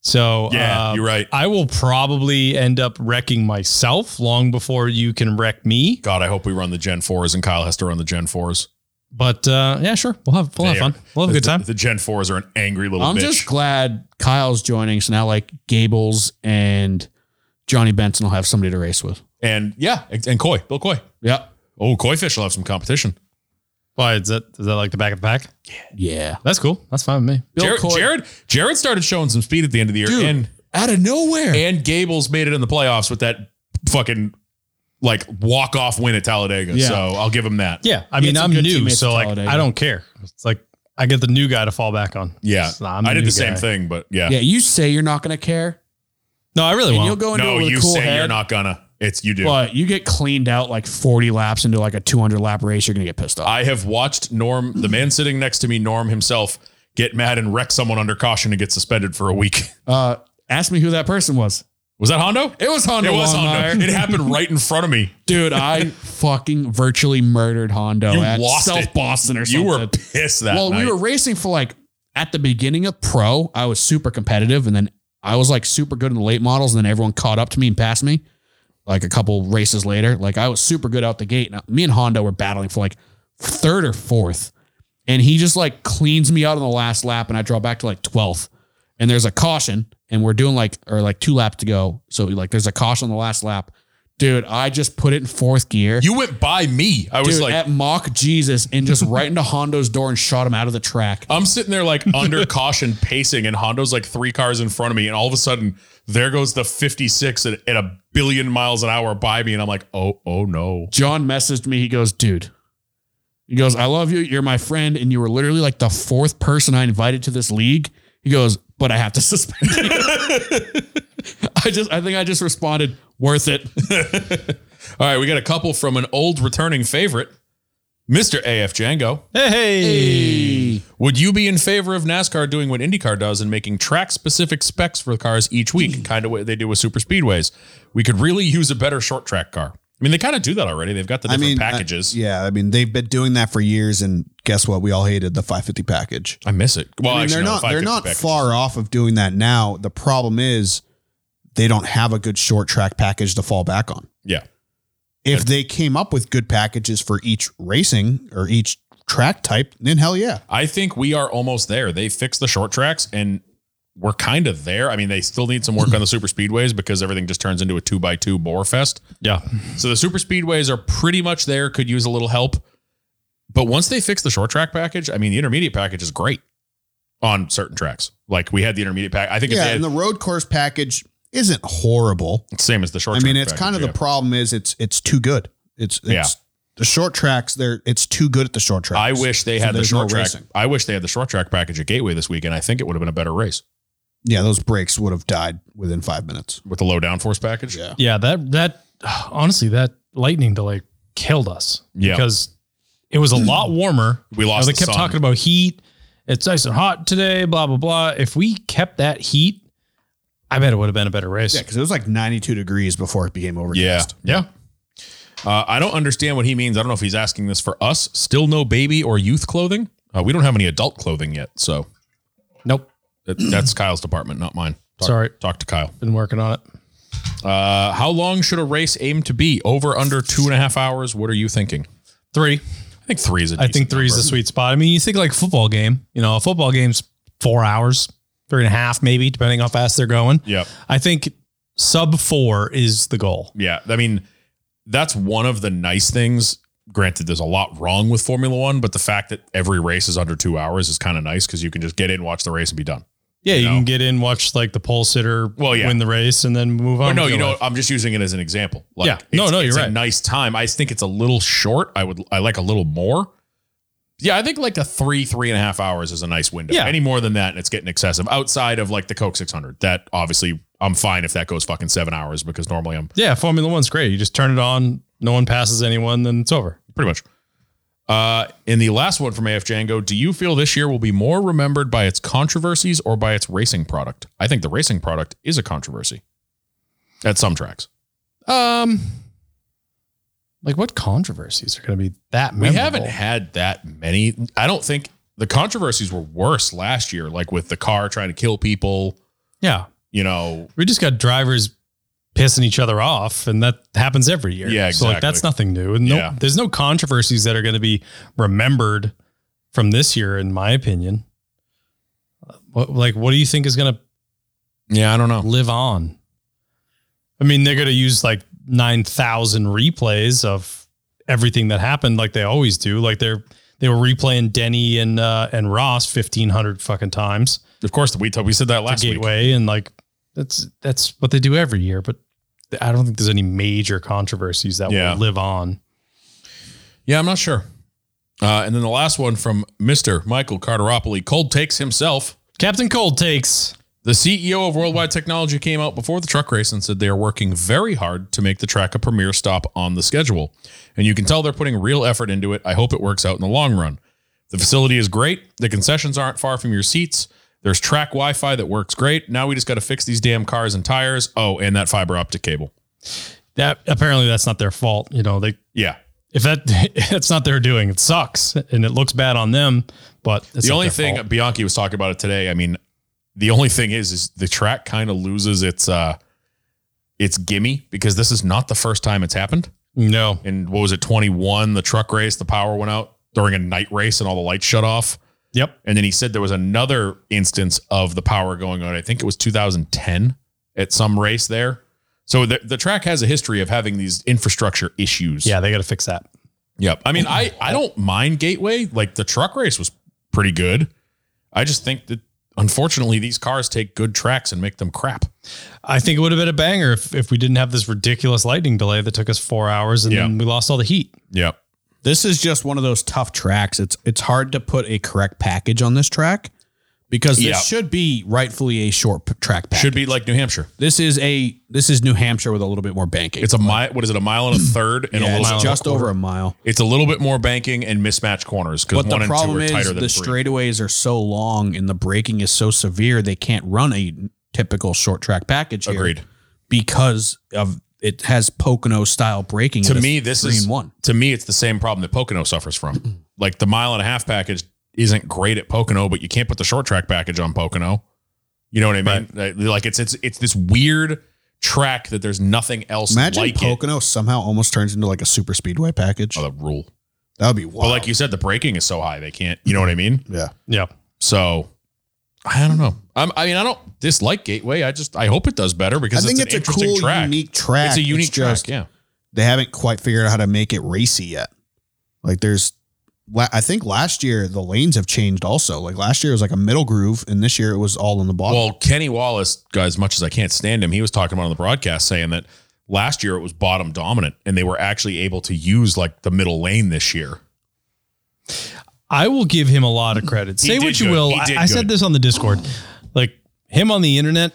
Speaker 1: So
Speaker 2: Yeah,
Speaker 1: uh,
Speaker 2: you're right.
Speaker 1: I will probably end up wrecking myself long before you can wreck me.
Speaker 2: God, I hope we run the Gen 4s and Kyle has to run the Gen 4s.
Speaker 1: But uh, yeah, sure, we'll have we'll have
Speaker 2: They
Speaker 1: fun.
Speaker 2: are-
Speaker 1: We'll have a good time.
Speaker 2: The, the Gen 4s are an angry little
Speaker 3: I'm
Speaker 2: bitch.
Speaker 3: just glad Kyle's joining. So now like Gables and Johnny Benson will have somebody to race with.
Speaker 2: and yeah, and and Koi, Bill Koi.
Speaker 3: Yep.
Speaker 2: Oh, Koi Fish will have some competition.
Speaker 1: Why is that? Is that like the back of the pack?
Speaker 3: Yeah.
Speaker 1: That's cool. That's fine with me.
Speaker 3: Bill
Speaker 2: Jared,
Speaker 3: Coy-
Speaker 2: Jared Jared started showing some speed at the end of the year.
Speaker 3: Dude.
Speaker 2: And
Speaker 3: Out of nowhere.
Speaker 2: and Gables made it in the playoffs with that fucking like walk off win at Talladega.
Speaker 3: Yeah.
Speaker 2: So I'll give him that.
Speaker 1: Yeah, I
Speaker 3: He
Speaker 1: mean,
Speaker 3: had some
Speaker 1: I'm
Speaker 3: good
Speaker 1: new,
Speaker 3: teammates
Speaker 1: so
Speaker 3: at
Speaker 1: like
Speaker 3: Talladega.
Speaker 1: I don't care. It's like I get the new guy to fall back on.
Speaker 2: Yeah.
Speaker 1: So I'm
Speaker 2: I did
Speaker 1: new
Speaker 2: the same
Speaker 1: guy.
Speaker 2: thing, but yeah.
Speaker 3: yeah, you say you're not gonna care.
Speaker 1: No, I really
Speaker 3: And
Speaker 1: won't.
Speaker 3: you'll go into
Speaker 2: No,
Speaker 3: it with
Speaker 2: you
Speaker 3: a cool
Speaker 2: say
Speaker 3: head.
Speaker 2: you're not gonna. It's you do.
Speaker 3: But you get cleaned out like 40 laps into like a 200 lap race, you're gonna get pissed off.
Speaker 2: I have watched Norm, the man sitting next to me, Norm himself, get mad and wreck someone under caution and get suspended for a week.
Speaker 3: Uh, ask me who that person was.
Speaker 2: Was that Hondo?
Speaker 3: It was Hondo.
Speaker 2: It was Hondo.
Speaker 3: Longmire.
Speaker 2: It happened right in front of me.
Speaker 3: Dude, I fucking virtually murdered Hondo
Speaker 2: You
Speaker 3: at
Speaker 2: lost
Speaker 3: South
Speaker 2: it.
Speaker 3: Boston or
Speaker 2: You
Speaker 3: something.
Speaker 2: were pissed that
Speaker 3: well,
Speaker 2: night.
Speaker 3: we were racing for like at the beginning of pro, I was super competitive, and then I was like super good in the late models, and then everyone caught up to me and passed me. Like a couple races later, like I was super good out the gate. And me and Hondo were battling for like third or fourth, and he just like cleans me out on the last lap, and I draw back to like twelfth. And there's a caution, and we're doing like or like two laps to go, so like there's a caution on the last lap. Dude, I just put it in fourth gear.
Speaker 2: you went by me. I was
Speaker 3: Dude,
Speaker 2: like,
Speaker 3: at mock Jesus and just right into Hondo's door and shot him out of the track.
Speaker 2: I'm sitting there like under caution, pacing, and Hondo's like three cars in front of me, and all of a sudden, there goes the 56 at, at a billion miles an hour by me, and I'm like, oh, oh no.
Speaker 3: John messaged me. He goes, dude. He goes, I love you. You're my friend, and you were literally like the fourth person I invited to this league. He goes, but I have to suspend you. I just, I think I just responded, worth it.
Speaker 2: All right, we got a couple from an old returning favorite, Mr. AF Django.
Speaker 1: hey.
Speaker 2: Would you be in favor of NASCAR doing what IndyCar does and making track specific specs for the cars each
Speaker 4: Hmm.
Speaker 2: week, kind of what they do with super speedways? We could really use a better short track car. I mean, they kind of do that already. They've got the
Speaker 4: I
Speaker 2: different
Speaker 4: mean, I-
Speaker 2: packages. I,
Speaker 4: yeah, I mean they've been doing that for years, and guess what? We all hated the 550 package.
Speaker 2: miss it. Well,
Speaker 4: I mean,
Speaker 2: actually,
Speaker 4: they're
Speaker 2: no,
Speaker 4: not they're
Speaker 2: 550
Speaker 4: not
Speaker 2: package.
Speaker 4: far off of doing that now. The problem is they don't have a good short track package to fall back on.
Speaker 2: Yeah.
Speaker 4: If they came up with good packages for each racing or each track type, then hell yeah.
Speaker 2: I think we are almost there. They fixed the short tracks and we're kind of there. I mean, they still need some work on the super speedways because everything just turns into a two by two bore fest.
Speaker 1: Yeah.
Speaker 2: So the super speedways are pretty much there, could use a little help. But once they fix the short track package, I mean, the intermediate package is great on certain tracks. Like we had the intermediate pack. I think
Speaker 4: Yeah,
Speaker 2: it's
Speaker 4: and the road course package isn't horrible.
Speaker 2: same as the short
Speaker 4: I
Speaker 2: track.
Speaker 4: mean, it's kind of
Speaker 2: package,
Speaker 4: the problem is it's it's too good. It's, it's
Speaker 2: Yeah.
Speaker 4: the short tracks. They're it's too good at the short
Speaker 2: yeah. I
Speaker 4: tracks.
Speaker 2: wish they
Speaker 4: So
Speaker 2: had the
Speaker 4: there's no
Speaker 2: short track.
Speaker 4: racing.
Speaker 2: I wish they had the short track package at Gateway this weekend. I think it would have been a better race
Speaker 4: Yeah, those brakes would have died within five minutes.
Speaker 2: with the low downforce package.
Speaker 4: Yeah.
Speaker 1: Yeah, that that honestly, that lightning delay killed us.
Speaker 2: Yeah.
Speaker 1: because it was a lot warmer.
Speaker 2: We lost
Speaker 1: They
Speaker 2: the
Speaker 1: kept
Speaker 2: sun.
Speaker 1: talking about heat. It's nice and hot today. Blah blah blah. If we kept that heat, I bet it would have been a better race.
Speaker 4: Yeah, because it was like 92 degrees before it became
Speaker 2: Yeah.
Speaker 4: overcast.
Speaker 2: Yeah. Uh, I don't understand what he means. I don't know if he's asking this for us. Still no baby or youth clothing. Uh, we don't have any adult clothing yet. So
Speaker 1: Nope.
Speaker 2: that, that's Kyle's department, not mine. Talk,
Speaker 1: Sorry.
Speaker 2: Talk to Kyle.
Speaker 1: Been working on it.
Speaker 2: Uh, how long should a race aim to be? Over, under two and a half hours? What are you thinking?
Speaker 1: Three.
Speaker 2: I think three is a
Speaker 1: I think
Speaker 2: decent
Speaker 1: three is the
Speaker 2: number.
Speaker 1: sweet spot. I mean, you think like football game. You know, a football game's four hours, three and a half maybe, depending how fast they're going.
Speaker 2: Yep.
Speaker 1: I think sub four is the goal.
Speaker 2: Yeah. I mean, that's one of the nice things. Granted, there's a lot wrong with Formula One, but the fact that every race is under two hours is kind of nice because you can just get in, watch the race, and be done.
Speaker 1: Yeah, you,
Speaker 2: know?
Speaker 1: can get in, watch like the pole sitter
Speaker 2: Well, yeah.
Speaker 1: win the race, and then move on.
Speaker 2: Or no,
Speaker 1: with
Speaker 2: you
Speaker 1: your
Speaker 2: know,
Speaker 1: life.
Speaker 2: I'm just using it as an example. Like,
Speaker 1: Yeah. No,
Speaker 2: it's-
Speaker 1: no, you're
Speaker 2: it's A
Speaker 1: right.
Speaker 2: nice time. I just think it's a little short. I would, I like a little more. Yeah, I think like a three, three and a half hours is a nice window.
Speaker 1: Yeah.
Speaker 2: Any more than that, it's getting excessive. Outside of like the Coke 600, that obviously I'm fine if that goes fucking seven hours because normally I'm
Speaker 1: Yeah, Formula One's great. You just turn it on, no one passes anyone, then it's over.
Speaker 2: pretty much. Uh, in the last one from AF Django, do you feel this year will be more remembered by its controversies or by its racing product? I think the racing product is a controversy at some tracks.
Speaker 1: Um, like what controversies are going to be that?
Speaker 2: We
Speaker 1: Memorable?
Speaker 2: haven't had that many. I don't think the controversies were worse last year, like with the car trying to kill people,
Speaker 1: Yeah,
Speaker 2: you know.
Speaker 1: we just got drivers pissing each other off, and that happens every year.
Speaker 2: Yeah,
Speaker 1: So like
Speaker 2: exactly.
Speaker 1: that's nothing new. And no,
Speaker 2: Yeah.
Speaker 1: there's no controversies that are going to be remembered from this year, in my opinion. What like what do you think is going to
Speaker 2: Yeah, I don't know.
Speaker 1: live on. I mean, they're going to use like 9,000 replays of everything that happened like they always do. Like they're they were replaying Denny and uh and Ross 1500 fucking times
Speaker 2: Of course, we we said that
Speaker 1: to
Speaker 2: last week.
Speaker 1: Gateway and like that's that's what they do every year, but I don't think there's any major controversies that
Speaker 2: Yeah.
Speaker 1: will live on.
Speaker 2: Yeah, I'm not sure. Uh, and then the last one from Mr. Michael Carteropoli, cold takes himself.
Speaker 1: Captain Cold takes
Speaker 2: The CEO of Worldwide Technology came out before the truck race and said they are working very hard to make the track a premier stop on the schedule. And you can tell they're putting real effort into it. I hope it works out in the long run. The facility is great. The concessions aren't far from your seats. There's track Wi Fi that works great. Now we just got to fix these damn cars and tires. Oh, and that fiber optic cable.
Speaker 1: that apparently that's not their fault, you know, they
Speaker 2: Yeah.
Speaker 1: if that that's not their doing, it sucks and it looks bad on them, but it's
Speaker 2: the
Speaker 1: not
Speaker 2: only
Speaker 1: their
Speaker 2: thing
Speaker 1: fault.
Speaker 2: Bianchi was talking about it today. I mean, the only thing is, is the track kind of loses its uh, its gimme because this is not the first time it's happened.
Speaker 1: no.
Speaker 2: And what was it, 21, the truck race, the power went out during a night race and all the lights shut off.
Speaker 1: Yep.
Speaker 2: And then he said there was another instance of the power going on. I think it was 2010 at some race there. So the, the track has a history of having these infrastructure issues.
Speaker 1: Yeah, they got to fix that.
Speaker 2: Yep. I mean, I, I don't mind Gateway. Like the truck race was pretty good. I just think that unfortunately these cars take good tracks and make them crap.
Speaker 1: I think it would have been a banger if, if we didn't have this ridiculous lightning delay that took us four hours and
Speaker 2: Yeah.
Speaker 1: then we lost all the heat.
Speaker 2: Yep.
Speaker 3: This is just one of those tough tracks. It's it's hard to put a correct package on this track because this
Speaker 2: Yeah.
Speaker 3: should be rightfully a short p- track package.
Speaker 2: Should be like New Hampshire.
Speaker 3: This is a this is New Hampshire with a little bit more banking.
Speaker 2: It's a mile. What is it? A mile and a third and
Speaker 3: yeah,
Speaker 2: a
Speaker 3: it's
Speaker 2: little
Speaker 3: just over a mile.
Speaker 2: It's a little bit more banking and mismatch corners because
Speaker 3: But
Speaker 2: one
Speaker 3: the
Speaker 2: and two
Speaker 3: problem
Speaker 2: are
Speaker 3: is
Speaker 2: tighter
Speaker 3: the
Speaker 2: than three.
Speaker 3: straightaways are so long and the braking is so severe they can't run a typical short track package. Here
Speaker 2: Agreed.
Speaker 3: Because of it has Pocono style braking.
Speaker 2: To
Speaker 3: at a
Speaker 2: me, this
Speaker 3: green
Speaker 2: is
Speaker 3: one.
Speaker 2: To me, it's the same problem that Pocono suffers from. like the mile and a half package isn't great at Pocono, but you can't put the short track package on Pocono. You know what I mean? Like it's it's it's this weird track that there's nothing else
Speaker 4: Imagine
Speaker 2: like it.
Speaker 4: Pocono somehow almost turns into like a super speedway package.
Speaker 2: Oh, the rule.
Speaker 4: That would be wild.
Speaker 2: But like you said, the braking is so high they can't. You know what I mean?
Speaker 4: yeah.
Speaker 1: Yeah.
Speaker 2: So I don't know. I'm, I mean, I don't dislike Gateway. I just I hope it does better
Speaker 4: I
Speaker 2: because
Speaker 4: think
Speaker 2: it's,
Speaker 4: it's,
Speaker 2: an
Speaker 4: a
Speaker 2: interesting
Speaker 4: cool,
Speaker 2: track.
Speaker 4: unique track.
Speaker 2: It's a unique track.
Speaker 4: just
Speaker 2: yeah.
Speaker 4: They haven't quite figured out how to make it racy yet. Like there's, la- I think last year the lanes have changed also. Like last year it was like a middle groove, and this year it was all in the bottom.
Speaker 2: Well, Kenny Wallace, guys, as much as I can't stand him, he was talking about on the broadcast saying that last year it was bottom dominant and they were actually able to use like the middle lane this year.
Speaker 1: I will give him a lot of credit.
Speaker 2: He
Speaker 1: Say
Speaker 2: did
Speaker 1: what you
Speaker 2: good.
Speaker 1: will.
Speaker 2: He
Speaker 1: I,
Speaker 2: did
Speaker 1: I said
Speaker 2: good.
Speaker 1: this on the Discord. Like him on the internet,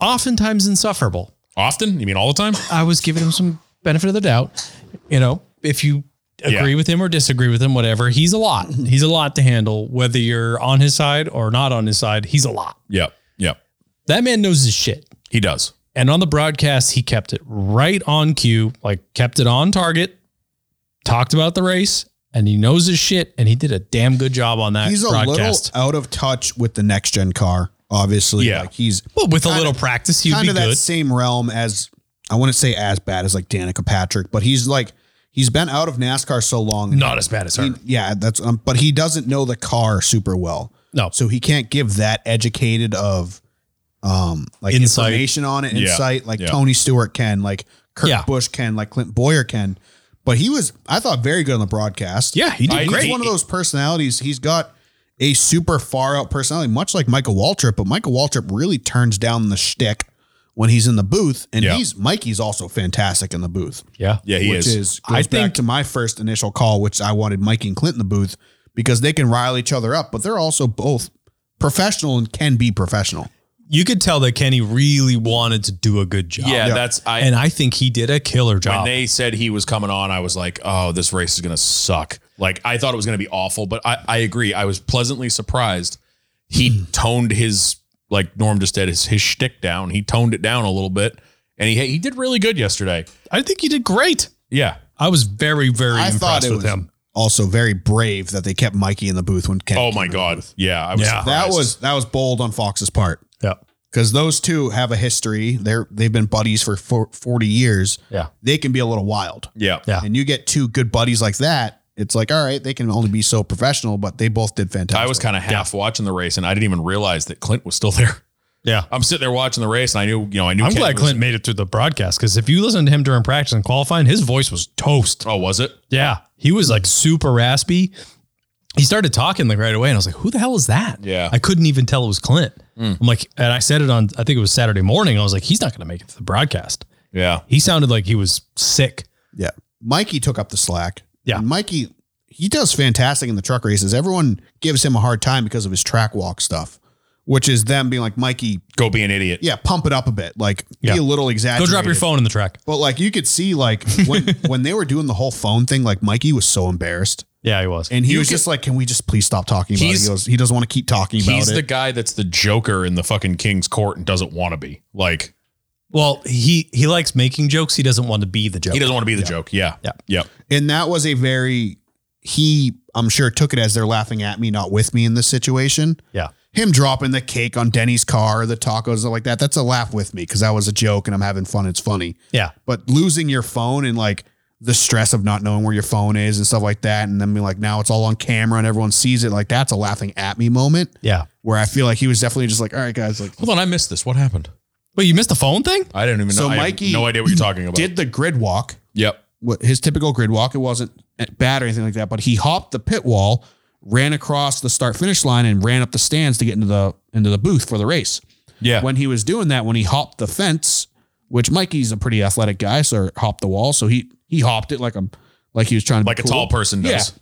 Speaker 1: oftentimes insufferable.
Speaker 2: Often, you mean all the time?
Speaker 1: I was giving him some benefit of the doubt. You know, if you agree
Speaker 2: Yeah.
Speaker 1: with him or disagree with him, whatever, he's a lot. He's a lot to handle, whether you're on his side or not on his side. He's a lot.
Speaker 2: Yep. Yep.
Speaker 1: That man knows his shit.
Speaker 2: He does.
Speaker 1: And on the broadcast, he kept it right on cue, like kept it on target, talked about the race, and he knows his shit. And he did a damn good job on that
Speaker 4: he's a
Speaker 1: broadcast.
Speaker 4: little out of touch with the next gen car. Obviously,
Speaker 2: Yeah.
Speaker 4: Like he's
Speaker 1: well, with a
Speaker 4: kinda-
Speaker 1: little practice, he'd
Speaker 4: kind
Speaker 1: be
Speaker 4: of that
Speaker 1: good.
Speaker 4: same realm as I wouldn't say as bad as like Danica Patrick, but he's like he's been out of NASCAR so long.
Speaker 1: Not as bad as her.
Speaker 4: He- yeah, that's um, but he doesn't know the car super well,
Speaker 1: No.
Speaker 4: so he can't give that educated of um like
Speaker 1: Insight.
Speaker 4: information on it,
Speaker 2: Yeah.
Speaker 4: insight like
Speaker 2: Yeah.
Speaker 4: Tony Stewart can, like Kurt
Speaker 1: Yeah.
Speaker 4: Busch can, like Clint Boyer can. But he was, I thought, very good on the broadcast.
Speaker 1: Yeah, he did
Speaker 2: I-
Speaker 4: he's
Speaker 1: great.
Speaker 4: one of those personalities. He's got a super far out personality, much like Michael Waltrip. But Michael Waltrip really turns down the shtick when he's in the booth, and
Speaker 2: Yeah.
Speaker 4: he's Mikey's also fantastic in the booth.
Speaker 1: yeah.
Speaker 2: Yeah, he
Speaker 4: which
Speaker 2: is.
Speaker 4: is,
Speaker 1: I
Speaker 4: goes I back
Speaker 1: think-
Speaker 4: to my first initial call, which I wanted Mikey and Clint in the booth because they can rile each other up, but they're also both professional and can be professional.
Speaker 1: You could tell that Kenny really wanted to do a good job.
Speaker 2: Yeah, that's I
Speaker 1: and um, I think he did a killer
Speaker 2: when
Speaker 1: job.
Speaker 2: they said he was coming on, I was like, oh, this race is gonna suck. Like I thought it was gonna be awful, but I, I agree. I was pleasantly surprised. He toned his like Norm just said his his shtick down. He toned it down a little bit. And he he did really good yesterday.
Speaker 1: I think he did great.
Speaker 2: Yeah.
Speaker 1: I was very, very
Speaker 4: I thought
Speaker 1: impressed
Speaker 4: it
Speaker 1: with
Speaker 4: was
Speaker 1: him.
Speaker 4: also very brave that they kept Mikey in the booth when Kenny
Speaker 2: Oh
Speaker 4: came
Speaker 2: my
Speaker 4: in.
Speaker 2: god. Yeah. I was
Speaker 1: Yeah.
Speaker 4: That
Speaker 2: surprised.
Speaker 4: was that was bold on Fox's part.
Speaker 1: Yeah.
Speaker 4: because those two have a history. They're they've been buddies for four- forty years.
Speaker 1: Yeah.
Speaker 4: they can be a little wild,
Speaker 2: yeah.
Speaker 1: Yeah.
Speaker 4: and you get two good buddies like that. It's like all right, they can only be so professional, but they both did fantastic.
Speaker 2: I was kind of half watching the race and I didn't even realize that Clint was still there.
Speaker 1: Yeah.
Speaker 2: I'm sitting there watching the race and I knew, you know, I knew
Speaker 1: I'm
Speaker 2: Uh, Kenny
Speaker 1: glad
Speaker 2: was-
Speaker 1: Clint made it through the broadcast because if you listen to him during practice and qualifying, his voice was toast.
Speaker 2: Oh, was it?
Speaker 1: Yeah. He was like super raspy. He started talking like right away, and I was like, who the hell is that?
Speaker 2: Yeah. Hmm.
Speaker 1: I couldn't even tell it was Clint. I'm like, and I said it on, I think it was Saturday morning. I was like, he's not going to make it to the broadcast.
Speaker 2: Yeah.
Speaker 1: He sounded like he was sick.
Speaker 4: Yeah. Mikey took up the slack.
Speaker 1: Yeah.
Speaker 4: And Mikey, he does fantastic in the truck races. Everyone gives him a hard time because of his track walk stuff, which is them being like, Mikey,
Speaker 2: Go be an idiot.
Speaker 4: yeah, pump it up a bit. Like,
Speaker 1: Yeah.
Speaker 4: be a little
Speaker 1: Go
Speaker 4: exaggerated.
Speaker 1: drop your phone in the track.
Speaker 4: But like, you could see, like, when, when they were doing the whole phone thing, like, Mikey was so embarrassed.
Speaker 1: Yeah, he was.
Speaker 4: And he
Speaker 2: You
Speaker 4: was
Speaker 2: could-
Speaker 4: just like, can we just please stop talking about it?
Speaker 2: He's-
Speaker 4: He, goes, he doesn't want to keep talking about
Speaker 2: He's
Speaker 4: it.
Speaker 2: the guy that's the Joker in the fucking King's Court and doesn't want to be. Like
Speaker 1: Well, he he likes making jokes. He doesn't want to be the joke.
Speaker 2: he doesn't want to be the joke. Yeah.
Speaker 1: Yeah.
Speaker 2: Yep.
Speaker 4: and that was a very, he, I'm sure, took it as they're laughing at me, not with me in this situation.
Speaker 1: Yeah.
Speaker 4: him dropping the cake on Denny's car, the tacos, like that. That's a laugh with me because that was a joke and I'm having fun. It's funny.
Speaker 1: Yeah.
Speaker 4: But losing your phone and like the stress of not knowing where your phone is and stuff like that, and then being like, now it's all on camera and everyone sees it. Like that's a laughing at me moment
Speaker 1: Yeah.
Speaker 4: where I feel like he was definitely just like, all right, guys, like
Speaker 2: Hold on, I missed this. What happened?
Speaker 1: Wait, you missed the phone thing?
Speaker 2: I didn't even know.
Speaker 4: So
Speaker 2: I have
Speaker 4: Mikey
Speaker 2: no idea what you're talking about.
Speaker 4: did the grid walk,
Speaker 2: yep.
Speaker 4: what his typical grid walk. It wasn't bad or anything like that, but he hopped the pit wall, ran across the start finish line, and ran up the stands to get into the into the booth for the race.
Speaker 2: Yeah.
Speaker 4: when he was doing that, when he hopped the fence, which Mikey's a pretty athletic guy, so hopped the wall. So he he hopped it like a like he was trying to be
Speaker 2: like a
Speaker 4: cool.
Speaker 2: tall person
Speaker 4: Yeah.
Speaker 2: does.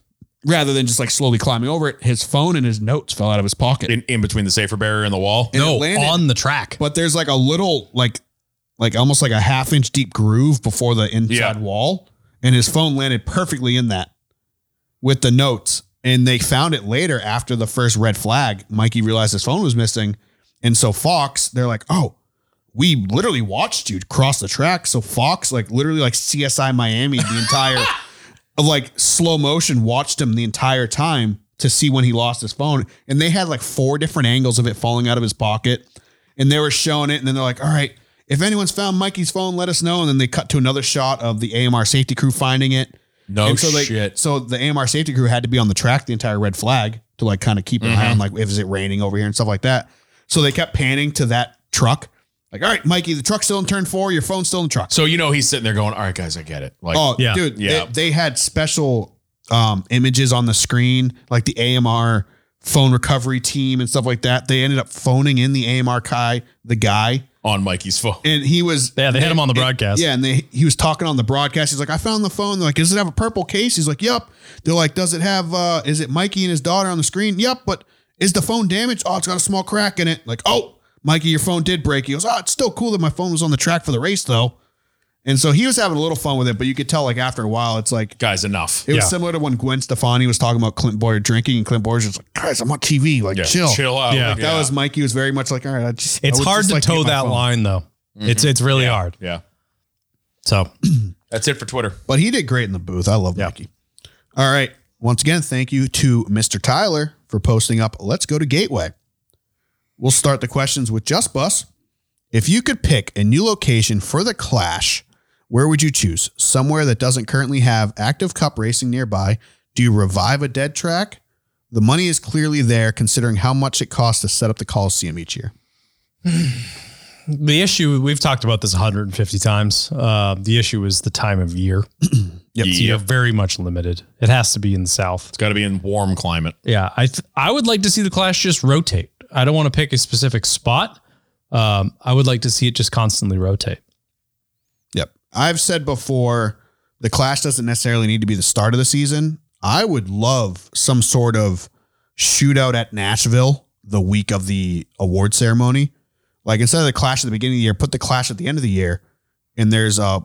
Speaker 4: rather than just like slowly climbing over it. His phone and his notes fell out of his pocket.
Speaker 2: In, in between the safer barrier and the wall.
Speaker 4: And it
Speaker 1: no,
Speaker 4: landed-
Speaker 1: on the track.
Speaker 4: but there's like a little like like almost like a half inch deep groove before the inside
Speaker 2: Yeah.
Speaker 4: wall, and his phone landed perfectly in that with the notes. And they found it later after the first red flag. Mikey realized his phone was missing, and so Fox, they're like, "Oh, we literally watched you cross the track." So Fox, like literally, like CSI Miami, the entire like slow motion watched him the entire time to see when he lost his phone. And they had like four different angles of it falling out of his pocket. And they were showing it. And then they're like, all right, if anyone's found Mikey's phone, let us know. And then they cut to another shot of the AMR safety crew finding it.
Speaker 2: No
Speaker 4: and so they,
Speaker 2: Oh, shit.
Speaker 4: So the AMR safety crew had to be on the track the entire red flag to like kind of keep an eye on
Speaker 2: Mm-hmm.
Speaker 4: like if is it raining over here and stuff like that. So they kept panning to that truck. Like, all right, Mikey, the truck's still in turn four. Your phone's still in the truck.
Speaker 2: So you know he's sitting there going, "All right, guys, I get it." Like,
Speaker 4: Oh,
Speaker 1: Yeah.
Speaker 4: dude,
Speaker 2: Yeah.
Speaker 4: They, they had special um, images on the screen, like the AMR phone recovery team and stuff like that. They ended up phoning in the AMR guy, the guy,
Speaker 2: on Mikey's phone.
Speaker 4: and he was
Speaker 1: Yeah, they had him on the broadcast.
Speaker 4: yeah, and they he was talking on the broadcast. He's like, I found the phone. They're like, does it have a purple case? He's like, Yep. They're like, does it have uh is it Mikey and his daughter on the screen? Yep, but is the phone damaged? Oh, it's got a small crack in it. Like, oh, Mikey, your phone did break. He goes, Oh, it's still cool that my phone was on the track for the race though. And so he was having a little fun with it, but you could tell like after a while, it's like
Speaker 2: Guys, enough.
Speaker 4: it was
Speaker 1: Yeah.
Speaker 4: similar to when Gwen Stefani was talking about Clint Boyer drinking, and Clint Boyer's just like, guys, I'm on TV, like
Speaker 2: Yeah,
Speaker 4: chill.
Speaker 2: chill out.
Speaker 1: Yeah.
Speaker 2: Like,
Speaker 4: That was Mikey was very much like, all right, I just I
Speaker 1: It's
Speaker 4: would
Speaker 1: hard
Speaker 4: just
Speaker 1: to
Speaker 4: like
Speaker 1: toe
Speaker 4: get my
Speaker 1: that
Speaker 4: phone."
Speaker 1: line though. It's it's really hard.
Speaker 2: Mm-hmm. yeah.
Speaker 1: So
Speaker 2: That's it for Twitter.
Speaker 4: But he did great in the booth. I love Mikey. All right. Once again, thank you to Mr. Tyler for posting up Let's Go to Gateway. We'll start the questions with Just Bus. If you could pick a new location for the Clash, where would you choose? Somewhere that doesn't currently have active cup racing nearby. Do you revive a dead track? The money is clearly there considering how much it costs to set up the Coliseum each year.
Speaker 1: the issue we've talked about this 150 times. Uh, the issue is the time of year.
Speaker 4: Yep.
Speaker 1: So you're very much limited. It has to be in the south.
Speaker 2: It's got to be in warm climate.
Speaker 1: Yeah, I th- I would like to see the Clash just rotate. I don't want to pick a specific spot. Um, I would like to see it just constantly rotate.
Speaker 4: Yep. I've said before the clash doesn't necessarily need to be the start of the season. I would love some sort of shootout at Nashville the week of the award ceremony. Like instead of the clash at the beginning of the year, put the clash at the end of the year and there's a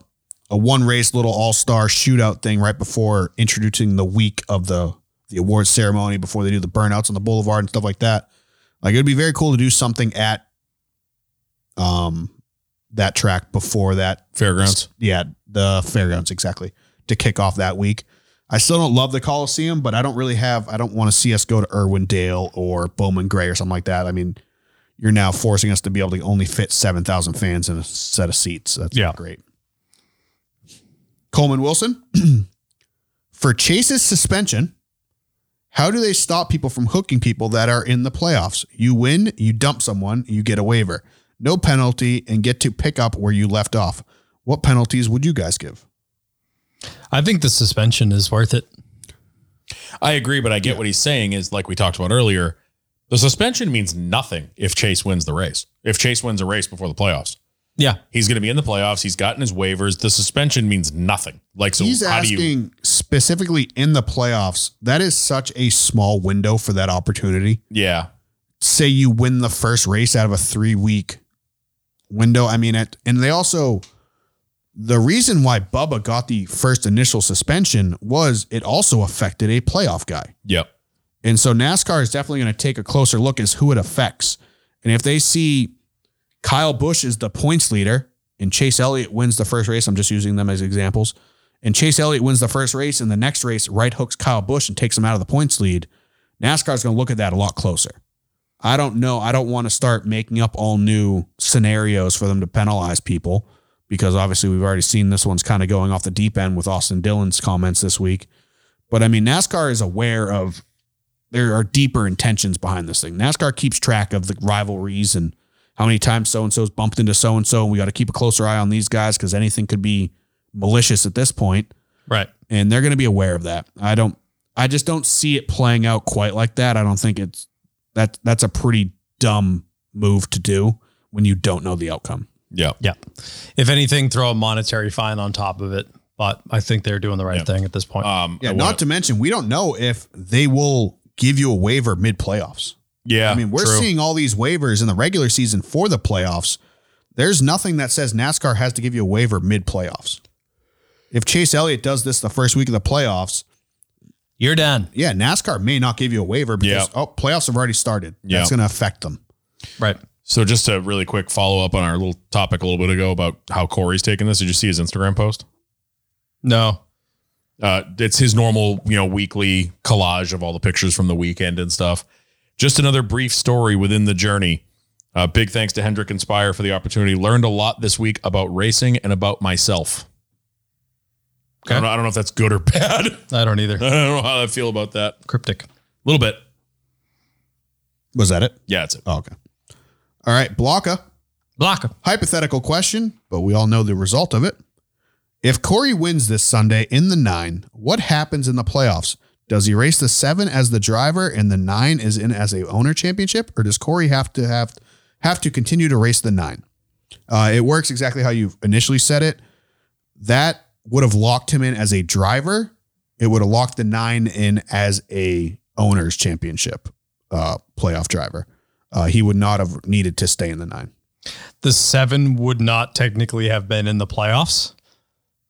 Speaker 4: a one race little all-star shootout thing right before introducing the week of the the award ceremony before they do the burnouts on the boulevard and stuff like that. Like it would be very cool to do something at um that track before that
Speaker 2: Fairgrounds.
Speaker 4: yeah, the fairgrounds exactly to kick off that week. I still don't love the Coliseum, but I don't really have. I don't want to see us go to Irwindale or Bowman Gray or something like that. I mean, you're now forcing us to be able to only fit seven thousand fans in a set of seats. That's
Speaker 1: Yeah.
Speaker 4: not great. Coleman Wilson for Chase's suspension. How do they stop people from hooking people that are in the playoffs? You win, you dump someone, you get a waiver, no penalty, and get to pick up where you left off. What penalties would you guys give?
Speaker 1: I think the suspension is worth it.
Speaker 2: I agree, but I get what he's saying is like we talked about earlier. The suspension means nothing if Chase wins the race. If Chase wins a race before the playoffs,
Speaker 1: Yeah,
Speaker 2: he's going to be in the playoffs. He's gotten his waivers. The suspension means nothing. Like so,
Speaker 4: He's
Speaker 2: how
Speaker 4: asking
Speaker 2: do you?
Speaker 4: specifically in the playoffs. That is such a small window for that opportunity.
Speaker 2: Yeah,
Speaker 4: Say you win the first race out of a three week window. I mean, it, and they also, the reason why Bubba got the first initial suspension was it also affected a playoff guy.
Speaker 2: yep.
Speaker 4: And so NASCAR is definitely going to take a closer look as who it affects. And if they see Kyle Bush is the points leader and Chase Elliott wins the first race, I'm just using them as examples. And Chase Elliott wins the first race and the next race right hooks Kyle Bush and takes him out of the points lead. NASCAR is going to look at that a lot closer. I don't know. I don't want to start making up all new scenarios for them to penalize people because obviously we've already seen this one's kind of going off the deep end with Austin Dillon's comments this week. But I mean, NASCAR is aware of there are deeper intentions behind this thing. NASCAR keeps track of the rivalries and how many times so and so's bumped into so and so. We got to keep a closer eye on these guys because anything could be malicious at this point,
Speaker 1: right.
Speaker 4: and they're going to be aware of that. I don't. I just don't see it playing out quite like that. I don't think it's that. That's a pretty dumb move to do when you don't know the outcome.
Speaker 2: Yeah.
Speaker 1: Yeah. If anything, throw a monetary fine on top of it. But I think they're doing the right
Speaker 2: Yeah.
Speaker 1: thing at this point.
Speaker 2: Um, I wanna-
Speaker 4: to mention we don't know if they will give you a waiver mid playoffs.
Speaker 2: yeah.
Speaker 4: I mean, we're
Speaker 2: true.
Speaker 4: seeing all these waivers in the regular season for the playoffs. There's nothing that says NASCAR has to give you a waiver mid playoffs. If Chase Elliott does this the first week of the playoffs,
Speaker 1: You're done.
Speaker 4: yeah, NASCAR may not give you a waiver because
Speaker 2: Yeah.
Speaker 4: oh, playoffs have already started.
Speaker 2: Yeah.
Speaker 4: That's going to affect them.
Speaker 1: Right.
Speaker 2: So just a really quick follow up on our little topic a little bit ago about how Corey's taking this. Did you see his Instagram post?
Speaker 1: No.
Speaker 2: Uh, it's his normal, you know, weekly collage of all the pictures from the weekend and stuff. Just another brief story within the journey. Uh, big thanks to Hendrick Inspire for the opportunity. Learned a lot this week about racing and about myself. I, don't know, I don't know if that's good or bad.
Speaker 1: I don't either.
Speaker 2: I don't know how I feel about that. A
Speaker 1: Cryptic.
Speaker 2: little bit.
Speaker 3: Was that it?
Speaker 2: Yeah, it's it.
Speaker 3: Oh, okay. All right, Blocka.
Speaker 1: Block him.
Speaker 3: Hypothetical question, but we all know the result of it. If Corey wins this Sunday in the nine, what happens in the playoffs? Does he race the seven as the driver and the nine is in as a owner championship, or does Corey have to have have to continue to race the nine? Uh, it works exactly how you initially said it. That would have locked him in as a driver. It would have locked the nine in as a owners championship uh, playoff driver. Uh, he would not have needed to stay in the nine.
Speaker 1: The seven would not technically have been in the playoffs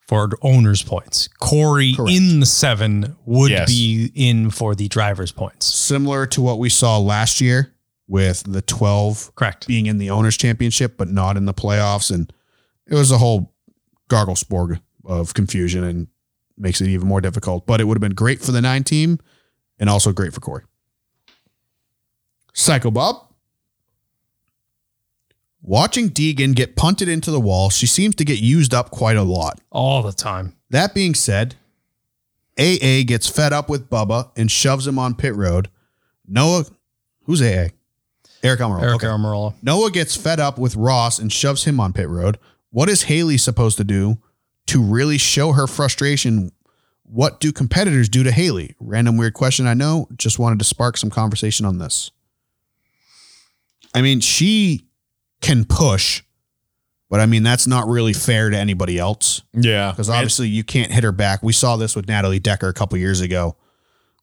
Speaker 1: for owner's points. Corey
Speaker 3: Correct.
Speaker 1: in the seven would
Speaker 2: Yes.
Speaker 1: be in for the driver's points.
Speaker 3: similar to what we saw last year with the 12
Speaker 1: Correct.
Speaker 3: being in the owners championship but not in the playoffs and it was a whole garglesborg of confusion and makes it even more difficult but it would have been great for the 9 team and also great for Corey Psycho Bob
Speaker 4: Watching Deegan get punted into the wall, she seems to get used up quite a lot.
Speaker 1: All the time.
Speaker 4: That being said, AA gets fed up with Bubba and shoves him on pit road. Noah, who's AA? Eric Almirola.
Speaker 1: Eric
Speaker 4: Okay.
Speaker 1: Amarillo.
Speaker 4: Noah gets fed up with Ross and shoves him on pit road. What is Haley supposed to do to really show her frustration? What do competitors do to Haley? Random weird question, I know. Just wanted to spark some conversation on this. I mean, she can push, but I mean, that's not really fair to anybody else
Speaker 2: Yeah.
Speaker 4: because obviously you can't hit her back. We saw this with Natalie Decker a couple years ago,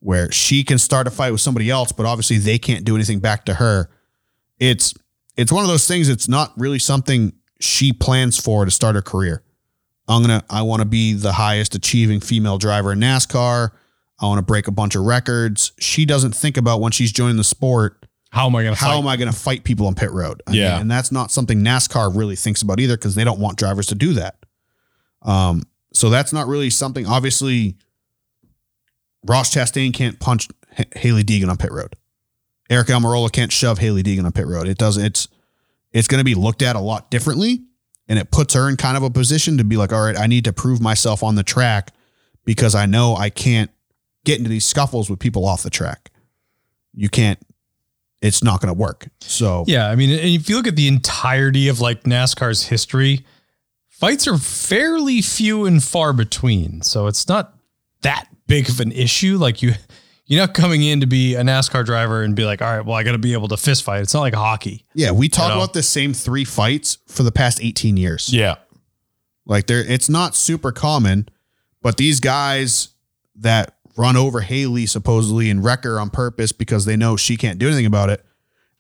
Speaker 4: where she can start a fight with somebody else, but obviously they can't do anything back to her. It's it's one of those things. It's not really something she plans for to start her career. I'm gonna I want to be the highest achieving female driver in NASCAR. I want to break a bunch of records. She doesn't think about when she's joining the sport.
Speaker 1: How am I going to
Speaker 4: How
Speaker 1: fight?
Speaker 4: am I going to fight people on pit road? I
Speaker 2: Yeah.
Speaker 4: and that's not something NASCAR really thinks about either because they don't want drivers to do that. Um, so that's not really something. Obviously, Ross Chastain can't punch H- Haley Deegan on pit road. Eric Almirola can't shove Haley Deegan on pit road. It does. It's it's going to be looked at a lot differently, and it puts her in kind of a position to be like, all right, I need to prove myself on the track because I know I can't get into these scuffles with people off the track. You can't. It's not going to work. So
Speaker 1: Yeah, I mean, and if you look at the entirety of like NASCAR's history, fights are fairly few and far between. So it's not that big of an issue. Like you, you're not coming in to be a NASCAR driver and be like, all right, well, I got to be able to fist fight. It's not like hockey.
Speaker 4: Yeah, we
Speaker 1: You
Speaker 4: talk
Speaker 1: know?
Speaker 4: about the same three fights for the past 18 years.
Speaker 2: Yeah.
Speaker 4: Like there it's not super common, but these guys that run over Haley supposedly and wreck her on purpose because they know she can't do anything about it,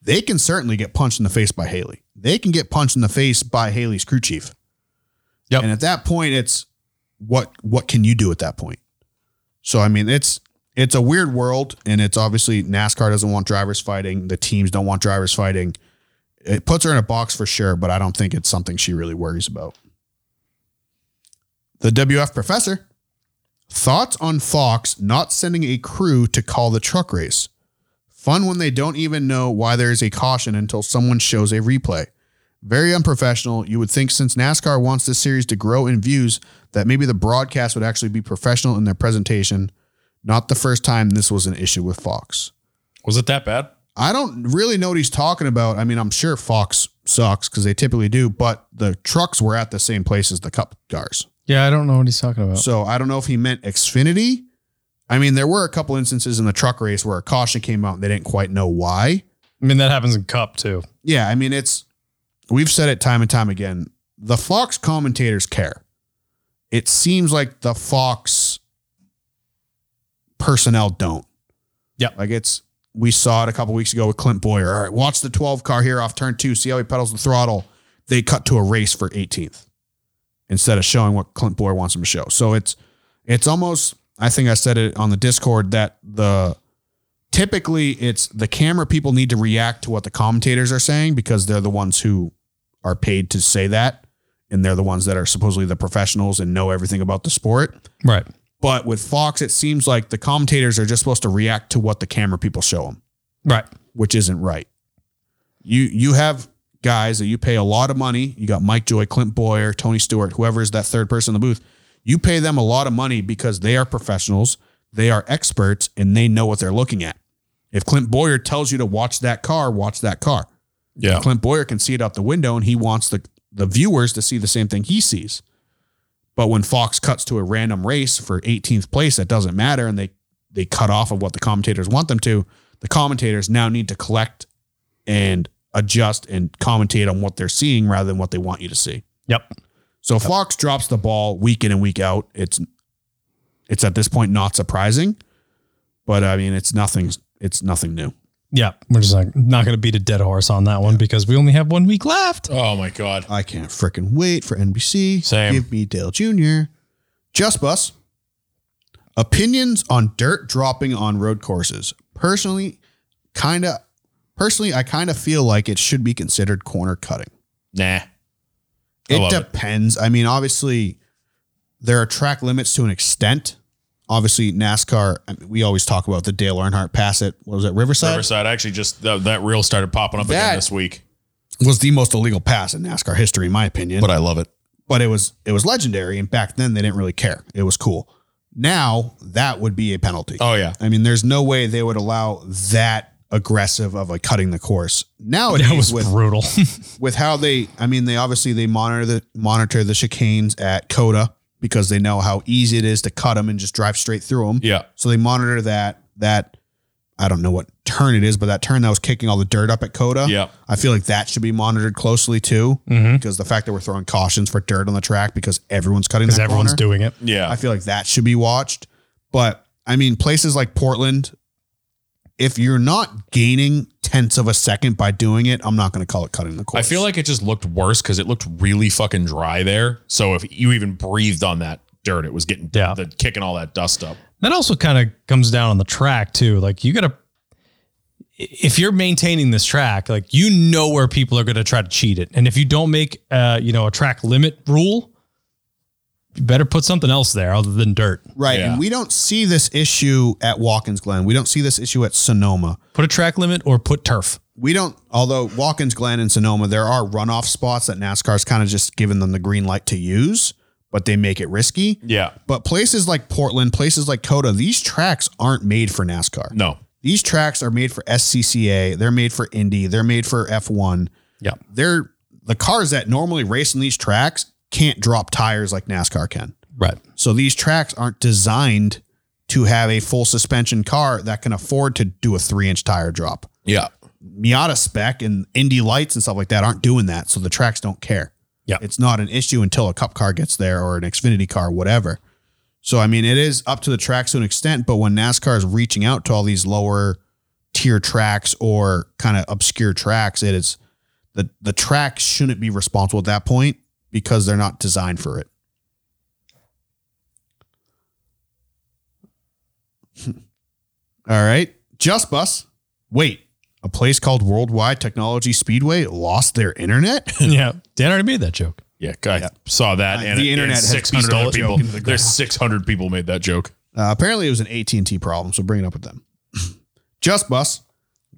Speaker 4: they can certainly get punched in the face by Haley. They can get punched in the face by Haley's crew chief.
Speaker 1: Yep.
Speaker 4: And at that point it's what what can you do at that point? So I mean it's it's a weird world and it's obviously NASCAR doesn't want drivers fighting, the teams don't want drivers fighting. It puts her in a box for sure, but I don't think it's something she really worries about the WF professor. Thoughts on Fox not sending a crew to call the truck race? Fun when they don't even know why there is a caution until someone shows a replay. Very unprofessional. You would think since NASCAR wants this series to grow in views, that maybe the broadcast would actually be professional in their presentation. Not the first time this was an issue with Fox.
Speaker 2: Was it that bad?
Speaker 4: I don't really know what he's talking about. I mean, I'm sure Fox sucks because they typically do, but the trucks were at the same place as the cup cars.
Speaker 1: Yeah, I don't know what he's talking about.
Speaker 4: So I don't know if he meant Xfinity. I mean, there were a couple instances in the truck race where a caution came out and they didn't quite know why.
Speaker 1: I mean, that happens in Cup too.
Speaker 4: Yeah, I mean, it's we've said it time and time again. The Fox commentators care. It seems like the Fox personnel don't.
Speaker 1: Yep.
Speaker 4: Like it's we saw it a couple weeks ago with Clint Boyer. All right, watch the 12 car here off turn two. See how he pedals the throttle. They cut to a race for 18th instead of showing what Clint Boyer wants him to show. So it's it's almost I think I said it on the Discord that the typically it's the camera people need to react to what the commentators are saying because they're the ones who are paid to say that and they're the ones that are supposedly the professionals and know everything about the sport
Speaker 1: Right.
Speaker 4: but with fox it seems like the commentators are just supposed to react to what the camera people show them
Speaker 1: Right.
Speaker 4: which isn't right you you have guys that you pay a lot of money you got mike joy clint boyer tony stewart whoever is that third person in the booth
Speaker 3: You pay them a lot of money because they are professionals, they are experts, and they know what they're looking at. If Clint Boyer tells you to watch that car, watch that car.
Speaker 2: Yeah.
Speaker 3: Clint Boyer can see it out the window and he wants the, the viewers to see the same thing he sees. But when Fox cuts to a random race for 18th place, that doesn't matter. And they, they cut off of what the commentators want them to. The commentators now need to collect and adjust and commentate on what they're seeing rather than what they want you to see.
Speaker 1: Yep.
Speaker 3: So Fox drops the ball week in and week out. It's it's at this point not surprising, but I mean it's nothing it's nothing new.
Speaker 1: Yeah. We're just like not going to beat a dead horse on that one because we only have one week left.
Speaker 2: Oh my god.
Speaker 3: I can't freaking wait for NBC.
Speaker 2: Same.
Speaker 3: Give me Dale Jr.
Speaker 4: Just Bus. Opinions on dirt dropping on road courses. Personally, kind of personally I kind of feel like it should be considered corner cutting.
Speaker 2: Nah. I
Speaker 4: It
Speaker 2: love it.
Speaker 4: depends. I mean, obviously there are track limits to an extent. Obviously, NASCAR, I mean, we always talk about the Dale Earnhardt pass at what was it, Riverside?
Speaker 2: Riverside actually just that, that reel started popping up
Speaker 4: That-
Speaker 2: again this week.
Speaker 4: Was the most illegal pass in NASCAR history, in my opinion.
Speaker 2: But I love it.
Speaker 4: but it was it was legendary and back then they didn't really care it was cool now that would be a penalty
Speaker 2: Oh yeah.
Speaker 4: i mean there's no way they would allow that aggressive of like cutting the course nowadays
Speaker 1: That was
Speaker 4: Oh, with
Speaker 1: brutal.
Speaker 4: with how they i mean they obviously they monitor the monitor the chicanes at coda because they know how easy it is to cut them and just drive straight through them
Speaker 2: Yeah.
Speaker 4: so they monitor that that I don't know what turn it is, but that turn that was kicking all the dirt up at Coda.
Speaker 2: Yep.
Speaker 4: I feel like that should be monitored closely too,
Speaker 1: Mhm.
Speaker 4: because the fact that we're throwing cautions for dirt on the track because everyone's cutting
Speaker 1: Because
Speaker 4: that
Speaker 1: everyone's
Speaker 4: corner,
Speaker 1: doing it.
Speaker 2: Yeah.
Speaker 4: I feel like that should be watched. But I mean, places like Portland, if you're not gaining tenths of a second by doing it, I'm not going to call it cutting the
Speaker 2: I
Speaker 4: course.
Speaker 2: feel like it just looked worse because it looked really fucking dry there. So if you even breathed on that dirt, it was getting
Speaker 1: Yeah.
Speaker 2: the kicking all that dust up.
Speaker 1: That also kind of comes down on the track too. Like you got to, if you're maintaining this track, like you know where people are going to try to cheat it, and if you don't make, uh, you know, a track limit rule, you better put something else there other than dirt.
Speaker 4: right,
Speaker 2: Yeah.
Speaker 4: and we don't see this issue at Watkins Glen. We don't see this issue at Sonoma.
Speaker 1: Put a track limit or put turf.
Speaker 4: we don't although Watkins Glen and Sonoma, there are runoff spots that NASCAR's kind of just given them the green light to use, but they make it risky.
Speaker 2: Yeah.
Speaker 4: But places like Portland, places like Coda, these tracks aren't made for NASCAR.
Speaker 2: No.
Speaker 4: These tracks are made for SCCA, they're made for Indy, they're made for F1.
Speaker 1: Yeah.
Speaker 4: They're the cars that normally race in these tracks can't drop tires like NASCAR can.
Speaker 1: Right.
Speaker 4: So these tracks aren't designed to have a full suspension car that can afford to do a 3-inch tire drop.
Speaker 2: Yeah.
Speaker 4: Miata spec and Indy lights and stuff like that aren't doing that, so the tracks don't care.
Speaker 1: Yeah.
Speaker 4: it's not an issue until a Cup car gets there or an Xfinity car, whatever. So I mean, it is up to the tracks to an extent, but when NASCAR is reaching out to all these lower tier tracks or kind of obscure tracks, it is the the track shouldn't be responsible at that point because they're not designed for it. all right, Just Bus. Wait, a place called Worldwide Technology Speedway lost their internet?
Speaker 1: yeah. Dan already made that joke.
Speaker 2: Yeah. I saw that.
Speaker 4: Uh,
Speaker 2: and
Speaker 4: the
Speaker 2: it- and
Speaker 4: internet has
Speaker 2: 600
Speaker 4: beat
Speaker 2: other
Speaker 4: that joke
Speaker 2: people.
Speaker 4: into the ground.
Speaker 2: There's 600 people made that joke.
Speaker 4: Uh, apparently, it was an AT and T problem, so bring it up with them. Just Bus,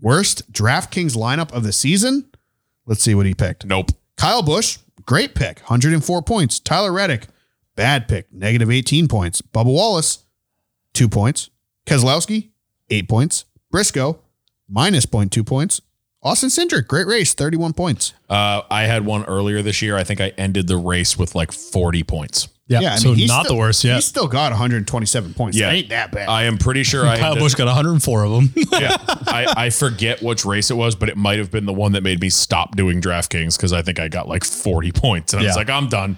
Speaker 4: worst DraftKings lineup of the season. Let's see what he picked.
Speaker 2: Nope.
Speaker 4: Kyle Bush, great pick, 104 points. Tyler Reddick, bad pick, negative 18 points. Bubba Wallace, two points. Keselowski, eight points. Briscoe, minus 0.2 points. Austin Cindric, great race, 31 points.
Speaker 2: Uh, I had one earlier this year. I think I ended the race with like 40 points.
Speaker 1: Yeah.
Speaker 4: I
Speaker 1: so
Speaker 4: mean, he's
Speaker 1: not
Speaker 4: still-
Speaker 1: the worst
Speaker 4: He's
Speaker 1: yet.
Speaker 4: still got 127 points.
Speaker 2: Yeah.
Speaker 4: That ain't that bad.
Speaker 2: I am pretty sure I
Speaker 1: Kyle
Speaker 2: ended-
Speaker 1: Bush got 104 of them.
Speaker 2: yeah, I, I forget which race it was, but it might have been the one that made me stop doing DraftKings because I think I got like 40 points. And I was
Speaker 1: Yeah.
Speaker 2: like, I'm done.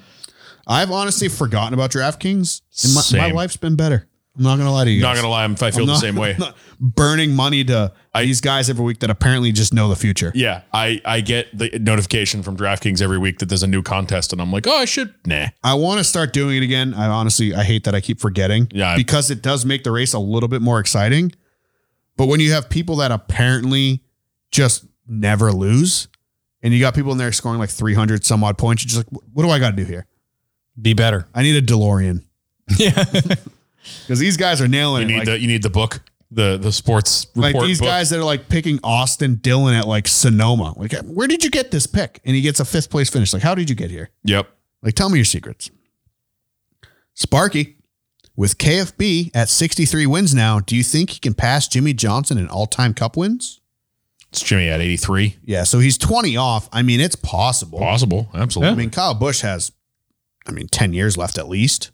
Speaker 4: I've honestly forgotten about DraftKings. And my,
Speaker 2: Same.
Speaker 4: my life's been better. I'm not gonna lie to you.
Speaker 2: Not
Speaker 4: guys.
Speaker 2: going to lie, I'm, I feel the
Speaker 4: not-
Speaker 2: same way.
Speaker 4: not burning money to these guys every week that apparently just know the future.
Speaker 2: Yeah, I, I get the notification from DraftKings every week that there's a new contest, and I'm like, oh, I should. Nah.
Speaker 4: I want to start doing it again. I honestly I hate that I keep forgetting.
Speaker 2: Yeah, I-
Speaker 4: Because it does make the race a little bit more exciting. But when you have people that apparently just never lose, and you got people in there scoring like 300 some odd points, you're just like, what do I got to do here?
Speaker 1: Be better.
Speaker 4: I need a DeLorean
Speaker 1: Yeah.
Speaker 4: because these guys are nailing
Speaker 2: You
Speaker 4: it.
Speaker 2: need
Speaker 4: Like-
Speaker 2: the you need the book, the the sports report
Speaker 4: like these
Speaker 2: book.
Speaker 4: guys that are like picking Austin Dillon at like Sonoma. Like, where did you get this pick? And he gets a fifth place finish. Like, how did you get here?
Speaker 2: Yep.
Speaker 4: Like, tell me your secrets. Sparky, with KFB at 63 wins now, do you think he can pass Jimmy Johnson in all time cup wins?
Speaker 2: It's Jimmy at 83.
Speaker 4: Yeah, so he's 20 off. I mean, it's possible.
Speaker 2: Possible.
Speaker 4: I
Speaker 2: Absolutely.
Speaker 4: mean, Kyle Bush has, I mean, 10 years left at least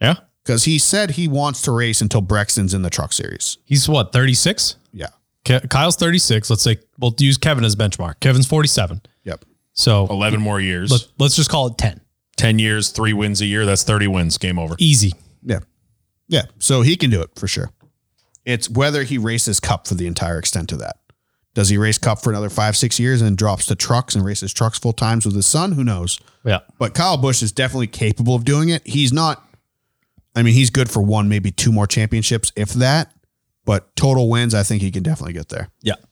Speaker 2: Yeah.
Speaker 4: because he said he wants to race until Brexton's in the truck series.
Speaker 1: He's what, 36?
Speaker 4: Yeah.
Speaker 1: Ke- Kyle's 36. Let's say we'll use Kevin as benchmark. Kevin's 47.
Speaker 4: Yep.
Speaker 1: So
Speaker 2: 11 more years.
Speaker 1: let, let's just call it 10.
Speaker 2: 10 years, three wins a year. That's 30 wins. Game over.
Speaker 1: Easy.
Speaker 4: Yeah. Yeah. So he can do it for sure. It's whether he races cup for the entire extent of that. Does he race cup for another five, six years and drops to trucks and races trucks full times with his son? Who knows?
Speaker 1: Yeah.
Speaker 4: But Kyle Bush is definitely capable of doing it. He's not, I mean, he's good for one, maybe two more championships, if that. But total wins, I think he can definitely get there.
Speaker 1: Yeah.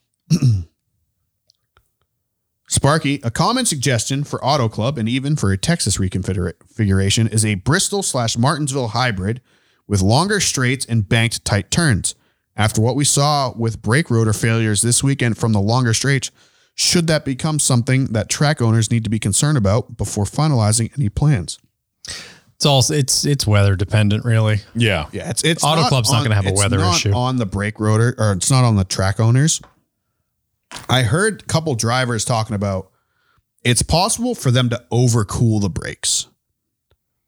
Speaker 4: Sparky, a common suggestion for Auto Club and even for a Texas reconfiguration is a Bristol slash Martinsville hybrid with longer straights and banked tight turns. After what we saw with brake rotor failures this weekend from the longer straights, should that become something that track owners need to be concerned about before finalizing any plans?
Speaker 1: It's all it's it's weather dependent, really.
Speaker 2: Yeah.
Speaker 4: Yeah, it's it's
Speaker 1: Auto Club's not gonna have a
Speaker 4: it's
Speaker 1: weather
Speaker 4: not
Speaker 1: issue.
Speaker 4: on the brake rotor, or it's not on the track owners. I heard a couple drivers talking about it's possible for them to overcool the brakes.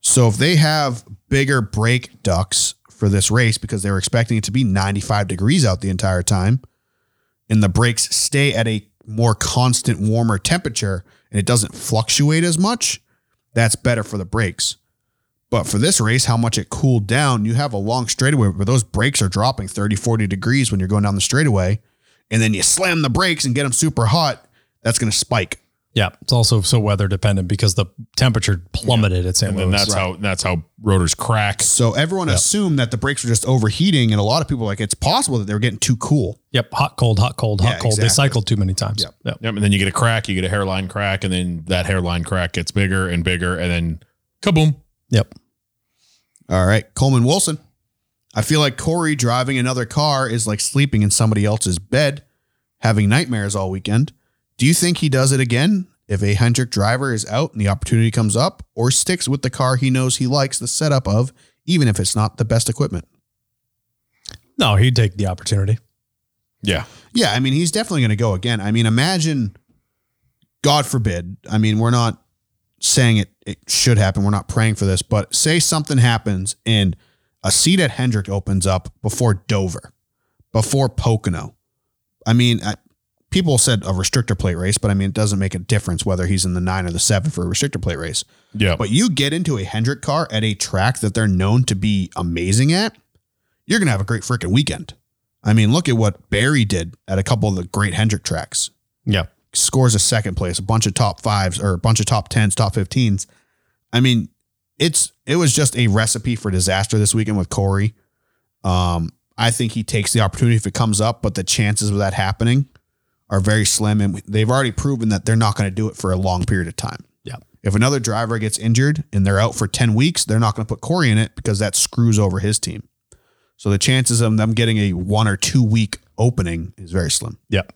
Speaker 4: So if they have bigger brake ducts for this race because they were expecting it to be 95 degrees out the entire time, and the brakes stay at a more constant, warmer temperature, and it doesn't fluctuate as much, that's better for the brakes. But for this race, how much it cooled down, you have a long straightaway where those brakes are dropping 30, 40 degrees when you're going down the straightaway. And then you slam the brakes and get them super hot. That's going to spike.
Speaker 1: Yeah. It's also so weather dependent because the temperature plummeted at St.
Speaker 2: And
Speaker 1: Louis.
Speaker 2: then that's how that's how rotors crack.
Speaker 4: So everyone assumed that the brakes were just overheating. And a lot of people were like, it's possible that they were getting too cool.
Speaker 1: Yep. Hot, cold, hot, cold, hot,
Speaker 4: Yeah,
Speaker 1: cold. They
Speaker 4: exactly.
Speaker 1: cycled too many times.
Speaker 4: Yep.
Speaker 1: Yep.
Speaker 2: Yep. And then you get a crack, you get a hairline crack, and then that hairline crack gets bigger and bigger, and then kaboom.
Speaker 1: Yep.
Speaker 4: All right. Coleman Wilson. I feel like Corey driving another car is like sleeping in somebody else's bed, having nightmares all weekend. Do you think he does it again if a Hendrick driver is out and the opportunity comes up, or sticks with the car he knows he likes the setup of, even if it's not the best equipment?
Speaker 1: No, he'd take the opportunity.
Speaker 2: Yeah.
Speaker 4: Yeah, I mean, he's definitely going to go again. I mean, imagine, God forbid. I mean, we're not saying it it should happen. We're not praying for this, but say something happens and a seat at Hendrick opens up before Dover, before Pocono. I mean, I, people said a restrictor plate race, but I mean, it doesn't make a difference whether he's in the nine or the seven for a restrictor plate race.
Speaker 2: Yeah.
Speaker 4: But you get into a Hendrick car at a track that they're known to be amazing at, you're going to have a great freaking weekend. I mean, look at what Barry did at a couple of the great Hendrick tracks.
Speaker 1: Yeah.
Speaker 4: Scores a second place, a bunch of top fives or a bunch of top tens, top 15s. I mean, it's it was just a recipe for disaster this weekend with Corey. Um, I think he takes the opportunity if it comes up, but the chances of that happening are very slim, and they've already proven that they're not going to do it for a long period of time.
Speaker 1: Yeah.
Speaker 4: If another driver gets injured and they're out for 10 weeks, they're not going to put Corey in it because that screws over his team. So the chances of them getting a one or two week opening is very slim.
Speaker 1: Yep.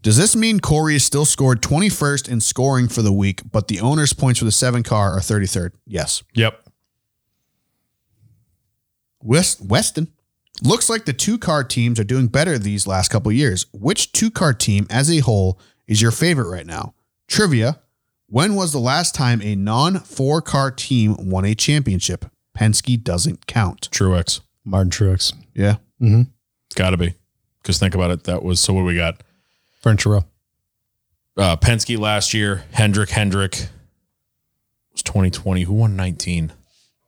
Speaker 4: Does this mean Corey is still scored 21st in scoring for the week, but the owner's points for the seven car are 33rd? Yes.
Speaker 2: Yep.
Speaker 4: West, Weston. Looks like the two car teams are doing better these last couple of years. Which two car team as a whole is your favorite right now? Trivia. When was the last time a non four car team won a championship? Penske doesn't count.
Speaker 2: Truex.
Speaker 1: Martin Truex.
Speaker 4: Yeah.
Speaker 2: Gotta be. Because think about it. That was so what we got?
Speaker 1: French row.
Speaker 2: Uh Penske last year, Hendrick, Hendrick. It was 2020. Who won 19?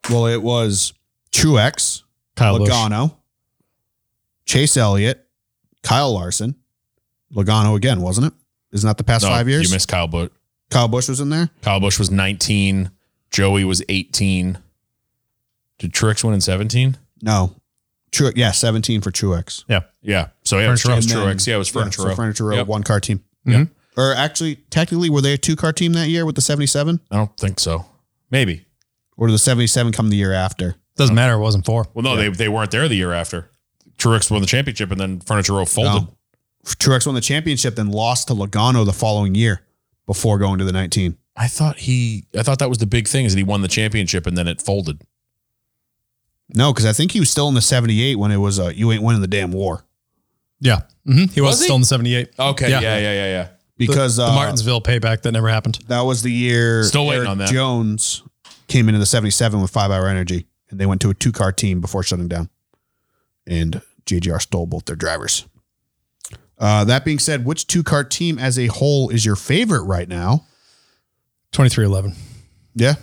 Speaker 4: Well, it was Truex,
Speaker 1: Kyle Busch.
Speaker 4: Logano, Chase Elliott, Kyle Larson. Logano again, wasn't it? Isn't that the past five years?
Speaker 2: You missed Kyle Busch.
Speaker 4: Kyle Bush was in there.
Speaker 2: Kyle Busch was 19. Joey was 18. Did Truex win in 17?
Speaker 4: No. Truex, yeah, 17 for Truex.
Speaker 2: Yeah. So yeah, it was, it was
Speaker 4: And then-
Speaker 2: Truex. Yeah, it was
Speaker 4: so
Speaker 2: Furniture. Row.
Speaker 4: Furniture Row,
Speaker 2: Yep.
Speaker 4: one car team.
Speaker 1: Mhm.
Speaker 4: Or actually, technically, were they a two car team that year with the 77?
Speaker 2: I don't think so. Maybe.
Speaker 4: Or did the 77 come the year after?
Speaker 1: Doesn't matter. It wasn't four.
Speaker 2: Well, no, they they weren't there the year after. Truex won the championship, and then Furniture Row folded.
Speaker 4: No. Truex won the championship, then lost to Logano the following year before going to the 19.
Speaker 2: I thought he, I thought that was the big thing is that he won the championship and then it folded.
Speaker 4: No, because I think he was still in the 78 when it was uh, you ain't winning the damn war.
Speaker 1: Yeah. hmm He was,
Speaker 2: Was he?
Speaker 1: still in the 78.
Speaker 2: Okay.
Speaker 1: Yeah.
Speaker 2: Yeah. Yeah. Yeah. Yeah.
Speaker 4: Because
Speaker 1: the
Speaker 4: uh,
Speaker 1: Martinsville payback that never happened.
Speaker 4: that was the year
Speaker 2: Still waiting on that.
Speaker 4: Jones came into the 77 with five hour energy and they went to a two car team before shutting down. And JGR stole both their drivers. Uh, that being said, which two car team as a whole is your favorite right now?
Speaker 1: 2311.
Speaker 4: Yeah.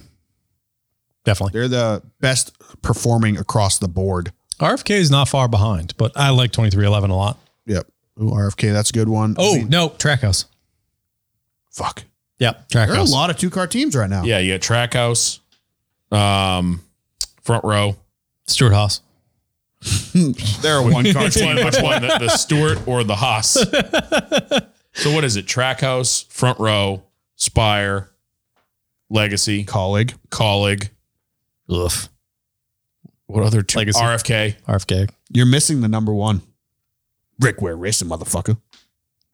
Speaker 1: Definitely.
Speaker 4: They're the best performing across the board.
Speaker 1: RFK is not far behind, but I like 2311 a lot.
Speaker 4: Yep. Ooh, RFK, that's a good one.
Speaker 1: Oh,
Speaker 4: I mean,
Speaker 1: no. Trackhouse.
Speaker 4: fuck.
Speaker 1: Yep.
Speaker 4: There are a
Speaker 1: Trackhouse.
Speaker 4: lot of two car teams right now.
Speaker 2: Yeah. You got Trackhouse, um, front row.
Speaker 1: Stuart Haas.
Speaker 4: They're a one car
Speaker 2: Which one?
Speaker 4: team.
Speaker 2: Which one? The, the Stewart or the Haas? so what is it? Trackhouse, front row, Spire, Legacy,
Speaker 4: Colleague.
Speaker 2: colleague.
Speaker 1: Oof.
Speaker 2: What other two?
Speaker 1: Legacy.
Speaker 2: RFK.
Speaker 1: RFK.
Speaker 4: You're missing the number one. Rick Ware Racing, motherfucker.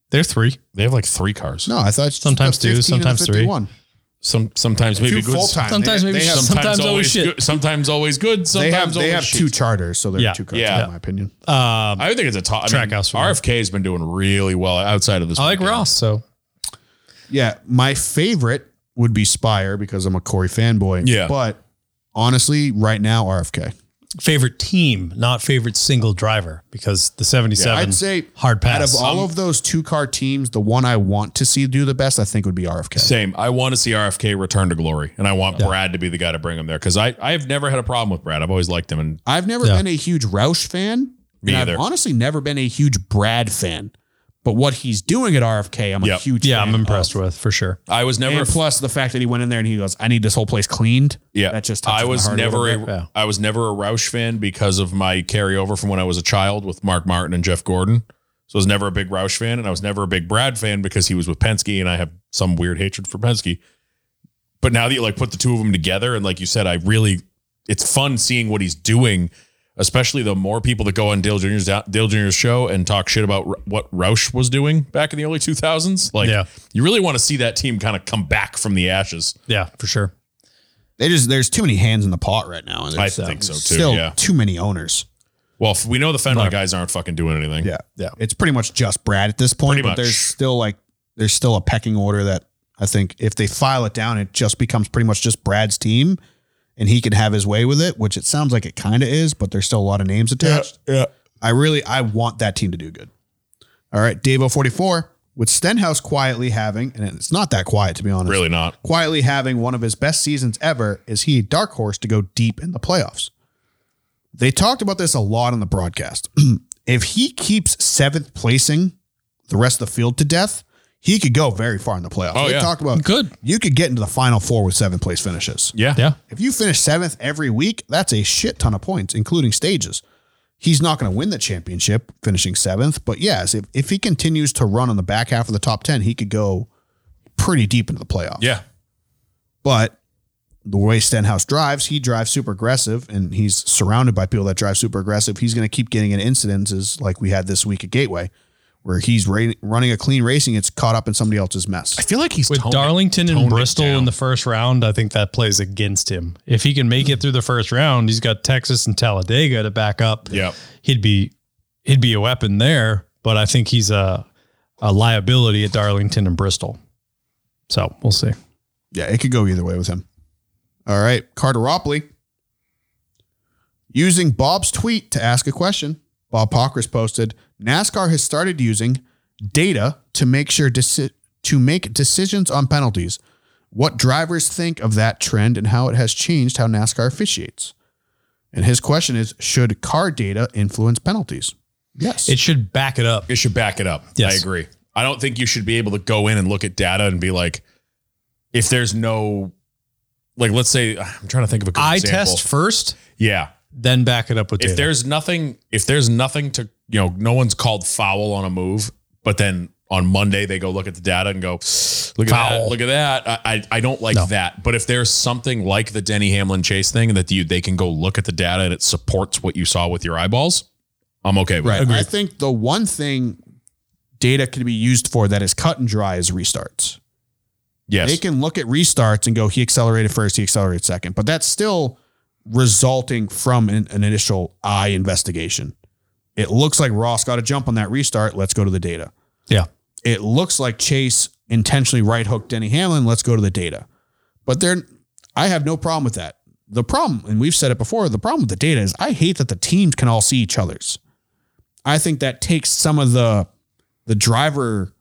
Speaker 1: They're three.
Speaker 2: They have like three cars.
Speaker 4: No, I thought it's just
Speaker 1: Sometimes
Speaker 4: the
Speaker 1: two,
Speaker 4: 15 and
Speaker 1: sometimes
Speaker 4: the
Speaker 1: three.
Speaker 4: 51.
Speaker 2: Some sometimes maybe
Speaker 4: Two
Speaker 2: good.
Speaker 4: full-time.
Speaker 1: Sometimes
Speaker 4: They-
Speaker 1: maybe
Speaker 4: they have-
Speaker 1: sometimes, always shit.
Speaker 2: good. Sometimes always good.
Speaker 4: They
Speaker 2: Sometimes
Speaker 4: have they
Speaker 2: always
Speaker 4: have
Speaker 2: shit.
Speaker 4: two charters, so they're
Speaker 1: Yeah.
Speaker 4: two cars,
Speaker 2: Yeah.
Speaker 4: in my opinion.
Speaker 1: Um,
Speaker 2: I think it's a top. I mean,
Speaker 1: Trackhouse for me.
Speaker 2: RFK has been doing really well outside of this.
Speaker 1: I like
Speaker 2: weekend.
Speaker 1: Ross. So
Speaker 4: Yeah, my favorite would be Spire because I'm a Corey fanboy.
Speaker 2: Yeah.
Speaker 4: but honestly, right now RFK.
Speaker 1: favorite team, not favorite single driver, because the 77
Speaker 4: I'd say
Speaker 1: hard
Speaker 4: out of
Speaker 1: pass.
Speaker 4: all of those two car teams, the one I want to see do the best, I think, would be RFK.
Speaker 2: Same. I want to see RFK return to glory, and I want Brad to be the guy to bring him there because I I have never had a problem with Brad. I've always liked him, and
Speaker 4: I've never
Speaker 1: Yeah.
Speaker 4: been a huge Roush fan.
Speaker 2: Me
Speaker 4: and
Speaker 2: either.
Speaker 4: I've honestly never been a huge Brad fan. But what he's doing at RFK, I'm
Speaker 2: Yep.
Speaker 4: a huge
Speaker 1: yeah, I'm
Speaker 4: fan
Speaker 1: impressed
Speaker 4: of.
Speaker 1: with for sure.
Speaker 2: I was never. a
Speaker 4: And plus the fact that he went in there and he goes, I need this whole place cleaned.
Speaker 2: Yeah,
Speaker 4: That just touches
Speaker 2: I
Speaker 4: my
Speaker 2: was
Speaker 4: heart a
Speaker 2: never
Speaker 4: little
Speaker 2: a,
Speaker 4: bit.
Speaker 1: bit. Yeah.
Speaker 2: I was never a Roush fan because of my carryover from when I was a child with Mark Martin and Jeff Gordon. So I was never a big Roush fan, and I was never a big Brad fan because he was with Penske, and I have some weird hatred for Penske. But now that you like put the two of them together, and like you said, I really it's fun seeing what he's doing. Especially the more people that go on Dale Jr.'s Dale Jr.'s show and talk shit about r- what Roush was doing back in the early 2000s, like
Speaker 1: Yeah.
Speaker 2: you really want to see that team kind of come back from the ashes.
Speaker 1: Yeah, for sure.
Speaker 4: They just there's too many hands in the pot right now. And
Speaker 2: I
Speaker 4: there's
Speaker 2: think so too.
Speaker 4: still
Speaker 2: yeah,
Speaker 4: too many owners.
Speaker 2: Well, f- we know the Fenway guys aren't fucking doing anything.
Speaker 4: Yeah. Yeah. It's pretty much just Brad at this point,
Speaker 2: Pretty
Speaker 4: but
Speaker 2: much.
Speaker 4: there's still like there's still a pecking order that I think if they file it down, it just becomes pretty much just Brad's team and he can have his way with it, which it sounds like it kind of is, but there's still a lot of names attached.
Speaker 2: yeah.
Speaker 4: I really I want that team to do good. All right, Dave 044 with Stenhouse quietly having and it's not that quiet to be honest.
Speaker 2: Really not.
Speaker 4: Quietly having one of his best seasons ever, is he a dark horse to go deep in the playoffs? They talked about this a lot on the broadcast. if he keeps seventh placing the rest of the field to death, he could go very far in the playoffs.
Speaker 2: Oh,
Speaker 4: they
Speaker 2: yeah.
Speaker 4: talked about
Speaker 1: Good.
Speaker 4: you could get into the final four with seventh place finishes.
Speaker 2: Yeah.
Speaker 1: Yeah.
Speaker 4: If you finish seventh every week, that's a shit ton of points, including stages. He's not going to win the championship finishing seventh, but yes, if, if he continues to run on the back half of the top 10, he could go pretty deep into the playoffs.
Speaker 2: Yeah.
Speaker 4: But the way Stenhouse drives, he drives super aggressive and he's surrounded by people that drive super aggressive. He's going to keep getting in incidences like we had this week at Gateway, where he's ra- running a clean racing. It's caught up in somebody else's mess.
Speaker 2: feel like he's
Speaker 1: With Darlington and Bristol in the first round, I think that plays against him. If he can make it through the first round, he's got Texas and Talladega to back up.
Speaker 2: Yep.
Speaker 1: He'd be he'd be a weapon there, but I think he's a a liability at Darlington and Bristol. So we'll see.
Speaker 4: Yeah, it could go either way with him. All right, Carter Ropley. Using Bob's tweet to ask a question, Bob Pockers posted NASCAR has started using data to make sure deci- to make decisions on penalties. What drivers think of that trend and how it has changed how NASCAR officiates. And his question is Should car data influence penalties? Yes.
Speaker 1: It should back it up.
Speaker 2: It should back it up.
Speaker 1: Yes.
Speaker 2: I agree. I don't think you should be able to go in and look at data and be like, if there's no, like, let's say I'm trying to think of a good
Speaker 1: I
Speaker 2: example.
Speaker 1: test first,
Speaker 2: Yeah.
Speaker 1: then back it up with
Speaker 2: If
Speaker 1: data.
Speaker 2: there's nothing, if there's nothing to, you know, no one's called foul on a move, but then on Monday they go look at the data and go, look at that,
Speaker 1: Foul.
Speaker 2: look at that. I, I, I don't like
Speaker 1: No.
Speaker 2: that. But if there's something like the Denny Hamlin chase thing that you they can go look at the data and it supports what you saw with your eyeballs, I'm okay with
Speaker 4: right.
Speaker 2: it.
Speaker 4: I think the one thing data can be used for that is cut and dry is restarts.
Speaker 2: Yes.
Speaker 3: They can look at restarts and go, he accelerated first, he accelerated second. But that's still resulting from an, an initial eye investigation. It looks like Ross got a jump on that restart. Let's go to the data.
Speaker 1: Yeah.
Speaker 3: It looks like Chase intentionally right hooked Denny Hamlin. Let's go to the data. But then I have no problem with that. The problem, and we've said it before, the problem with the data is I hate that the teams can all see each other's. I think that takes some of the the driver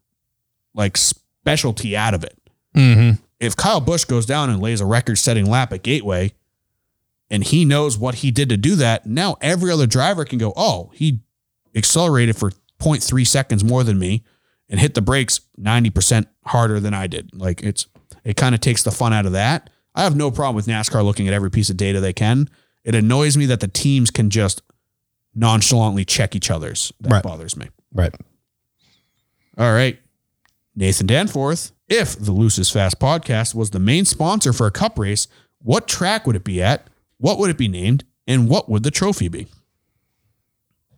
Speaker 3: like specialty out of it
Speaker 1: Mm-hmm.
Speaker 3: if Kyle Bush goes down and lays a record setting lap at Gateway and he knows what he did to do that, now every other driver can go, oh, he accelerated for 0.3 seconds more than me and hit the brakes 90% harder than I did. Like it's, it kind of takes the fun out of that. I have no problem with NASCAR looking at every piece of data they can. It annoys me that the teams can just nonchalantly check each other's. That
Speaker 1: Right.
Speaker 3: bothers me.
Speaker 1: Right.
Speaker 3: All right. Nathan Danforth, if the Loose is Fast podcast was the main sponsor for a cup race, what track would it be at? What would it be named? And what would the trophy be?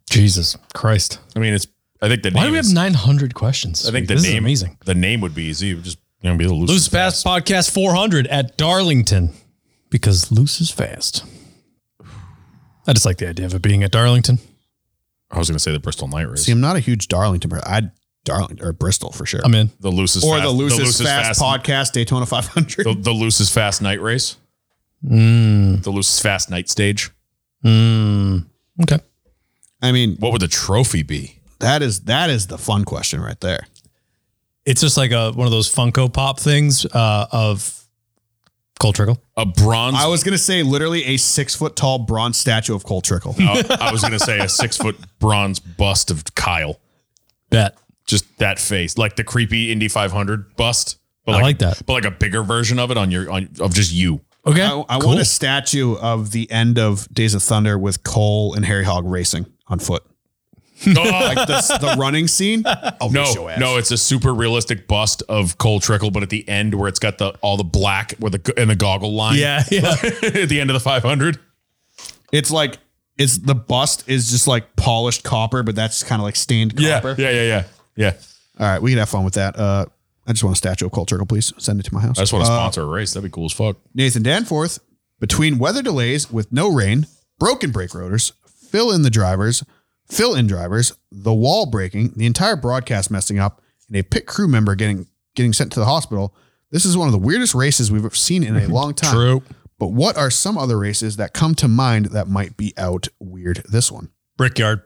Speaker 1: Jesus Christ.
Speaker 2: I mean, it's. I think the
Speaker 1: Why
Speaker 2: name.
Speaker 1: do we have
Speaker 2: is-
Speaker 1: 900 questions?
Speaker 2: I think the
Speaker 1: this is
Speaker 2: name.
Speaker 1: amazing.
Speaker 2: The name would be easy. It would Just you know, be the loose,
Speaker 1: Loose Fast Podcast 400 at Darlington because loose is fast. I just like the idea of it being at Darlington.
Speaker 2: I was going to say the Bristol Night Race.
Speaker 4: See, I'm not a huge Darlington person. I'd Darlington or Bristol for sure.
Speaker 1: I'm in.
Speaker 2: the loosest
Speaker 4: or
Speaker 2: fast,
Speaker 4: the loosest, fast,
Speaker 2: fast
Speaker 4: podcast Daytona 500.
Speaker 2: the, the loosest fast night race.
Speaker 1: Mm,
Speaker 2: The loosest fast night stage.
Speaker 1: mm, okay.
Speaker 4: I mean,
Speaker 2: What would the trophy be?
Speaker 4: that is that is the fun question right there.
Speaker 1: It's just like a one of those Funko Pop things uh, of Cold Trickle.
Speaker 2: A bronze.
Speaker 4: I was gonna say literally a six foot tall bronze statue of Cole Trickle.
Speaker 2: I- I was going to say a six foot bronze bust of Kyle.
Speaker 1: Bet.
Speaker 2: Just that face, like the creepy Indy 500 bust. But
Speaker 1: I like that.
Speaker 2: But like a bigger version of it on your on of just you.
Speaker 1: Okay.
Speaker 4: I, I want a statue of the end of Days of Thunder with Cole and Harry Hog racing on foot.
Speaker 2: Oh,
Speaker 4: Like this, the running scene. I'll
Speaker 2: no,
Speaker 4: race your ass.
Speaker 2: no, it's a super realistic bust of Cole Trickle, but at the end where it's got the all the black where the and the goggle line.
Speaker 1: yeah. Yeah.
Speaker 2: at the end of the 500.
Speaker 4: It's like it's the bust is just like polished copper, but that's kind of like stained copper.
Speaker 2: yeah, yeah, yeah, yeah.
Speaker 4: All right, we can have fun with that. Uh, I just want a statue of Cole Trickle, please. Send it to my house.
Speaker 2: I just want to
Speaker 4: Uh,
Speaker 2: sponsor a race. That'd be cool as fuck.
Speaker 4: Nathan Danforth, between weather delays with no rain, broken brake rotors, fill in the drivers, fill in drivers, the wall breaking, the entire broadcast messing up, and a pit crew member getting getting sent to the hospital. This is one of the weirdest races we've seen in a long time. But what are some other races that come to mind that might be out weird? This one,
Speaker 1: Brickyard.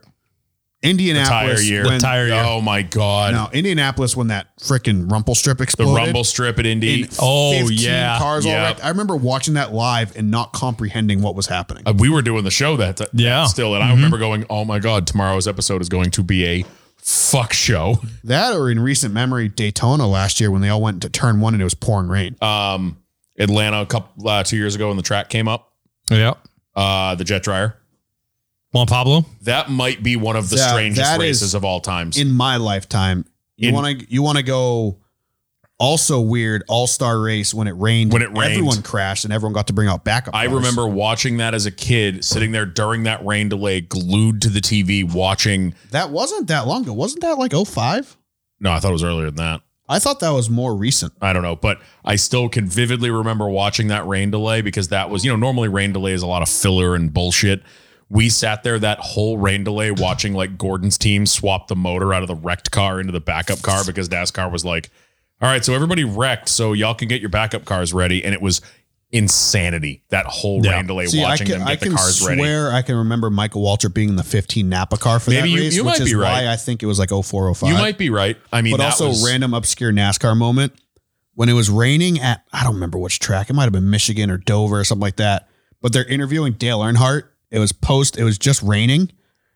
Speaker 4: Indianapolis.
Speaker 2: Tire year.
Speaker 4: when-
Speaker 1: tire year.
Speaker 2: Oh my god.
Speaker 4: No, Indianapolis when that freaking rumple strip
Speaker 2: The
Speaker 4: exploded.
Speaker 2: rumble strip at Indy.
Speaker 4: and
Speaker 1: Oh,
Speaker 4: 15
Speaker 1: yeah.
Speaker 4: cars all
Speaker 2: Yeah.
Speaker 4: wrecked. I remember watching that live and not comprehending what was happening.
Speaker 2: Uh, we were doing the show that that-
Speaker 1: Yeah.
Speaker 2: still, and I remember going, "Oh my god, tomorrow's episode is going to be a fuck show."
Speaker 4: That or in recent memory, Daytona last year when they all went to turn one and it was pouring rain.
Speaker 2: Um, Atlanta a couple uh, two years ago when the track came up,
Speaker 1: Yeah.
Speaker 2: uh, the jet dryer.
Speaker 1: Juan Pablo.
Speaker 2: That might be one of the
Speaker 4: That-
Speaker 2: strangest
Speaker 4: that is-
Speaker 2: races of all times.
Speaker 4: in my lifetime, you
Speaker 2: In-
Speaker 4: want to you want to go also weird all star race when it rained.
Speaker 2: When it rained.
Speaker 4: everyone crashed and everyone got to bring out backup.
Speaker 2: I
Speaker 4: cars.
Speaker 2: remember watching that as a kid, sitting there during that rain delay, glued to the TV, watching.
Speaker 4: that wasn't that long ago. Wasn't that like 05?
Speaker 2: No, I thought it was earlier than that.
Speaker 4: I thought that was more recent.
Speaker 2: I don't know, but I still can vividly remember watching that rain delay because that was, you know, normally rain delay is a lot of filler and bullshit. We sat there that whole rain delay watching like Gordon's team swap the motor out of the wrecked car into the backup car because NASCAR was like, all right, so everybody wrecked, so y'all can get your backup cars ready. And it was insanity that whole
Speaker 1: Yeah.
Speaker 2: rain delay
Speaker 4: See, I
Speaker 2: watching
Speaker 4: can,
Speaker 2: them
Speaker 4: I
Speaker 2: get the
Speaker 4: can
Speaker 2: cars ready.
Speaker 4: swear I can remember Michael Walter being in the 15 Napa car for
Speaker 2: Maybe
Speaker 4: that
Speaker 2: you-
Speaker 4: race,
Speaker 2: you
Speaker 4: which
Speaker 2: might
Speaker 4: is
Speaker 2: be right.
Speaker 4: why I think it was like 04, 05.
Speaker 2: You might be right. I mean,
Speaker 4: but
Speaker 2: that
Speaker 4: also
Speaker 2: was-
Speaker 4: random obscure NASCAR moment when it was raining at I don't remember which track. It might have been Michigan or Dover or something like that. But they're interviewing Dale Earnhardt. It was post. It was just raining,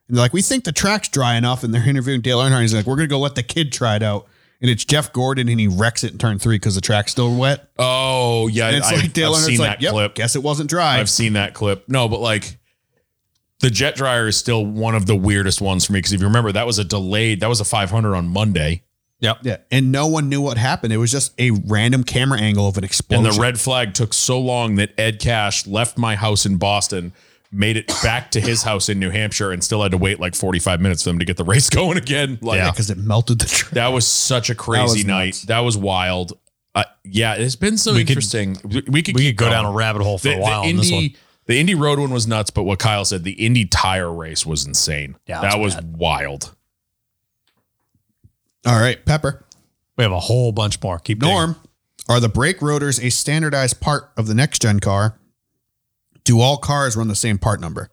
Speaker 4: and they're like, "We think the track's dry enough." And they're interviewing Dale Earnhardt. He's like, "We're gonna go let the kid try it out." And it's Jeff Gordon, and he wrecks it in turn three because the track's still wet.
Speaker 2: Oh, yeah.
Speaker 4: And it's
Speaker 2: I,
Speaker 4: like Dale
Speaker 2: I've
Speaker 4: Earnhardt's
Speaker 2: seen
Speaker 4: like,
Speaker 2: that
Speaker 4: "Yep,
Speaker 2: clip.
Speaker 4: guess it wasn't dry."
Speaker 2: I've seen that clip. No, but like the jet dryer is still one of the weirdest ones for me because if you remember, that was a delayed. That was a 500 on Monday,
Speaker 4: yeah, and no one knew what happened. It was just a random camera angle of an explosion.
Speaker 2: and the red flag took so long that Ed Cash left my house in Boston, made it back to his house in New Hampshire, and still had to wait like 45 minutes for them to get the race going again. Like
Speaker 4: because it melted the track.
Speaker 2: that was such a crazy
Speaker 4: was
Speaker 2: night.
Speaker 4: nuts.
Speaker 2: That was wild. Uh, yeah, it's been so
Speaker 1: We could-
Speaker 2: interesting. we, we could
Speaker 1: We could
Speaker 2: keep
Speaker 1: go
Speaker 2: going.
Speaker 1: down a rabbit hole for
Speaker 2: the,
Speaker 1: a while
Speaker 2: the
Speaker 1: on this one.
Speaker 2: Indy, the Indy road one was nuts, but what Kyle said, the Indy tire race was insane.
Speaker 1: Yeah, that
Speaker 2: that
Speaker 1: was
Speaker 2: was wild.
Speaker 4: All right, Pepper.
Speaker 1: We have a whole bunch more. Keep digging.
Speaker 4: Norm, are the brake rotors a standardized part of the next gen car? Do all cars run the same part number?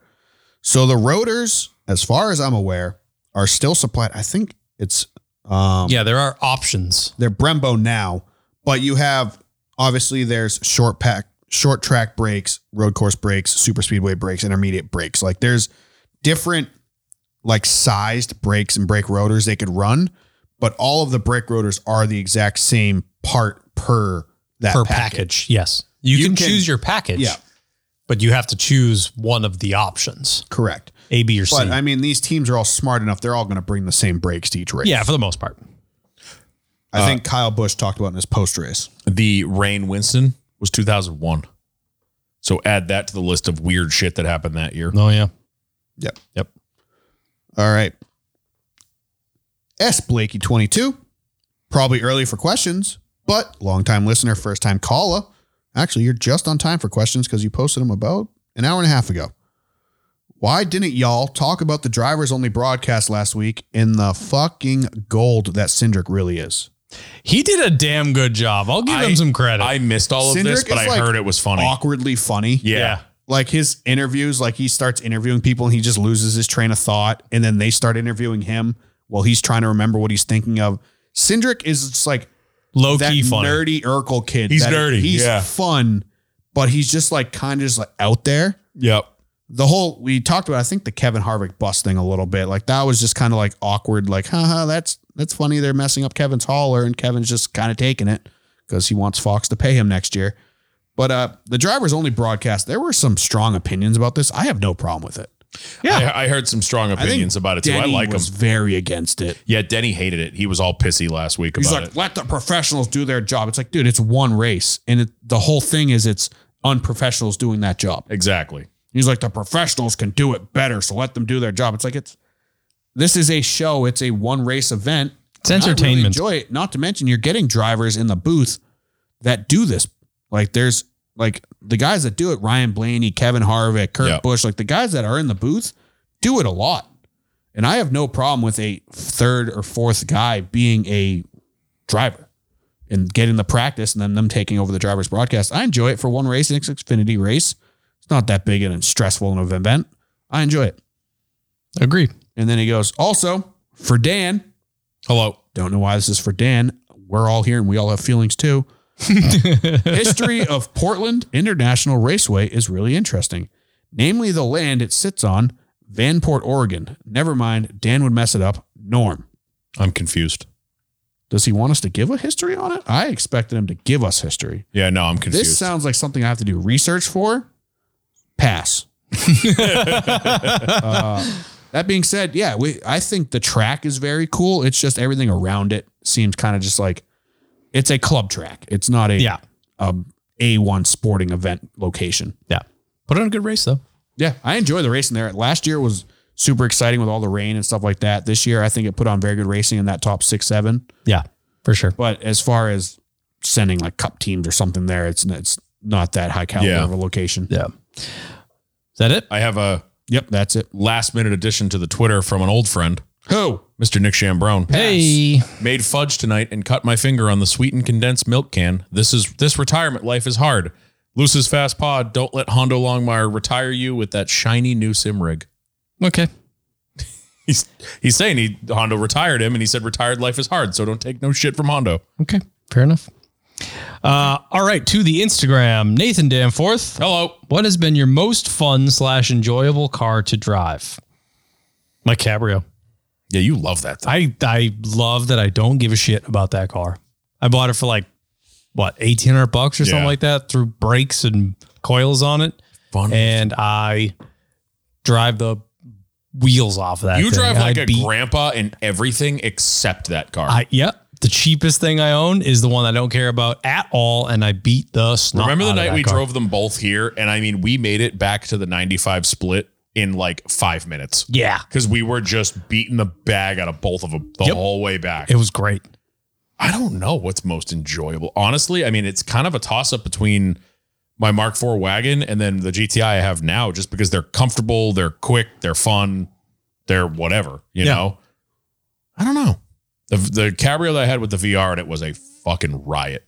Speaker 4: So the rotors, as far as I'm aware, are still supplied. I think it's um,
Speaker 1: Yeah, there are options.
Speaker 4: they're Brembo now, but you have obviously there's short pack, short track brakes, road course brakes, super speedway brakes, intermediate brakes. Like there's different like sized brakes and brake rotors they could run, but all of the brake rotors are the exact same part per that
Speaker 1: per
Speaker 4: package.
Speaker 1: package. Yes. You,
Speaker 4: You
Speaker 1: can,
Speaker 4: can-
Speaker 1: choose your package.
Speaker 4: Yeah.
Speaker 1: But you have to choose one of the options,
Speaker 4: Correct.
Speaker 1: A, B, or C.
Speaker 4: But I mean, these teams are all smart enough. They're all going to bring the same brakes to each race.
Speaker 1: yeah, for the most part.
Speaker 4: I think Kyle Bush talked about in his post race.
Speaker 2: The Rain Winston was 2001. So add that to the list of weird shit that happened that year.
Speaker 1: Oh, yeah.
Speaker 4: Yep.
Speaker 1: Yep.
Speaker 4: All right. S Blakey 22. Probably early for questions, but longtime listener, first time caller. Actually, you're just on time for questions because you posted them about an hour and a half ago. Why didn't y'all talk about the drivers only broadcast last week in the fucking gold that Cindric really is?
Speaker 1: He did a damn good job. Um, I'll give
Speaker 2: I-
Speaker 1: him some credit.
Speaker 2: I missed all of
Speaker 4: Cindric
Speaker 2: this, but
Speaker 4: is
Speaker 2: I
Speaker 4: like
Speaker 2: heard it was funny.
Speaker 4: Awkwardly funny.
Speaker 2: yeah.
Speaker 4: like his interviews, like he starts interviewing people and he just loses his train of thought. And then they start interviewing him while he's trying to remember what he's thinking of. Cindric is just like
Speaker 1: Low
Speaker 4: that
Speaker 1: key funny.
Speaker 4: nerdy Urkel kid.
Speaker 2: He's
Speaker 4: that-
Speaker 2: nerdy,
Speaker 4: He's
Speaker 2: yeah.
Speaker 4: fun, but he's just like kind of just like out there.
Speaker 2: Yep.
Speaker 4: The whole we talked about, I think the Kevin Harvick bus thing a little bit. Like that was just kind of like awkward. Like, haha, that's that's funny. They're messing up Kevin's hauler, and Kevin's just kind of taking it because he wants Fox to pay him next year. But uh the drivers only broadcast. There were some strong opinions about this. I have no problem with it.
Speaker 2: Yeah. I, I heard some strong
Speaker 4: I think
Speaker 2: opinions about it too. I
Speaker 4: Denny
Speaker 2: like
Speaker 4: was
Speaker 2: him.
Speaker 4: very against it.
Speaker 2: Yeah, Denny hated it. He was all pissy last week
Speaker 4: He's
Speaker 2: about
Speaker 4: like,
Speaker 2: it.
Speaker 4: let the professionals do their job. It's like, dude, it's one race, and it, the whole thing is it's unprofessionals doing that job.
Speaker 2: Exactly.
Speaker 4: He's like, the professionals can do it better, so let them do their job. It's like it's this is a show. It's a one race event.
Speaker 1: It's
Speaker 4: And I really
Speaker 1: entertainment.
Speaker 4: enjoy it. Not to mention, you're getting drivers in the booth that do this. Like, there's like the guys that do it: Ryan Blaney, Kevin Harvick, Kurt
Speaker 2: Yeah.
Speaker 4: Busch. Like the guys that are in the booth do it a lot. And I have no problem with a third or fourth guy being a driver and getting the practice and then them taking over the driver's broadcast. I enjoy it for one race, an Xfinity race. It's not that big and stressful of an event. I enjoy it.
Speaker 1: Agree.
Speaker 4: And then he goes, also for Dan,
Speaker 2: Hello.
Speaker 4: don't know why this is for Dan. We're all here and we all have feelings too. History of Portland International Raceway is really interesting, namely the land it sits on, Vanport, Oregon. Never mind, Dan would mess it up. Norm.
Speaker 2: I'm confused.
Speaker 4: Does he want us to give a history on it? I expected him to give us history.
Speaker 2: Yeah, no, I'm
Speaker 4: This
Speaker 2: confused.
Speaker 4: sounds like something I have to do research for. Pass. Uh, that being said, yeah, we I think the track is very cool. It's just everything around it seems kind of just like it's a club track. It's not a
Speaker 1: Yeah.
Speaker 4: um, A1 sporting event location.
Speaker 1: Yeah. Put on a good race, though.
Speaker 4: Yeah, I enjoy the racing there. Last year was super exciting with all the rain and stuff like that. This year, I think it put on very good racing in that top six, seven.
Speaker 1: Yeah, for sure.
Speaker 4: But as far as sending like cup teams or something there, it's it's not that high caliber
Speaker 2: Yeah.
Speaker 4: of a location.
Speaker 1: Yeah. Is that it?
Speaker 2: I have a
Speaker 4: Yep, that's it.
Speaker 2: last minute addition to the Twitter from an old friend,
Speaker 4: Who?
Speaker 2: Mr. Nick Chambrone.
Speaker 1: Hey.
Speaker 2: Made fudge tonight and cut my finger on the sweetened condensed milk can. This is this retirement life is hard. Loose's fast pod. Don't let Hondo Longmire retire you with that shiny new sim rig.
Speaker 1: Okay.
Speaker 2: He's he's saying he Hondo retired him and he said retired life is hard, so don't take no shit from Hondo.
Speaker 1: Okay. Fair enough. Uh, all right. To the Instagram, Nathan Danforth.
Speaker 2: Hello.
Speaker 1: What has been your most fun slash enjoyable car to drive? My Cabrio.
Speaker 2: Yeah, you love that thing.
Speaker 1: I I love that I don't give a shit about that car. I bought it for like what eighteen hundred bucks or something
Speaker 2: Yeah.
Speaker 1: like that through brakes and coils on it,
Speaker 2: Fun.
Speaker 1: and I drive the wheels off of that.
Speaker 2: you
Speaker 1: thing.
Speaker 2: drive
Speaker 1: I
Speaker 2: like a
Speaker 1: beat-
Speaker 2: grandpa in everything except that car.
Speaker 1: I yeah. The cheapest thing I own is the one I don't care about at all, and I beat the. Snot
Speaker 2: Remember the
Speaker 1: out of
Speaker 2: night
Speaker 1: that
Speaker 2: we
Speaker 1: car.
Speaker 2: drove them both here, and I mean, we made it back to the 95 split in like five minutes
Speaker 1: Yeah,
Speaker 2: because we were just beating the bag out of both of them the
Speaker 1: Yep.
Speaker 2: whole way back.
Speaker 1: it was great.
Speaker 2: I don't know what's most enjoyable. Honestly, I mean, it's kind of a toss up between my Mark IV wagon and then the GTI I have now, just because they're comfortable, they're quick, they're fun, they're whatever, you
Speaker 1: Yeah.
Speaker 2: know? I don't know. The, the cabrio that I had with the VR and it was a fucking riot.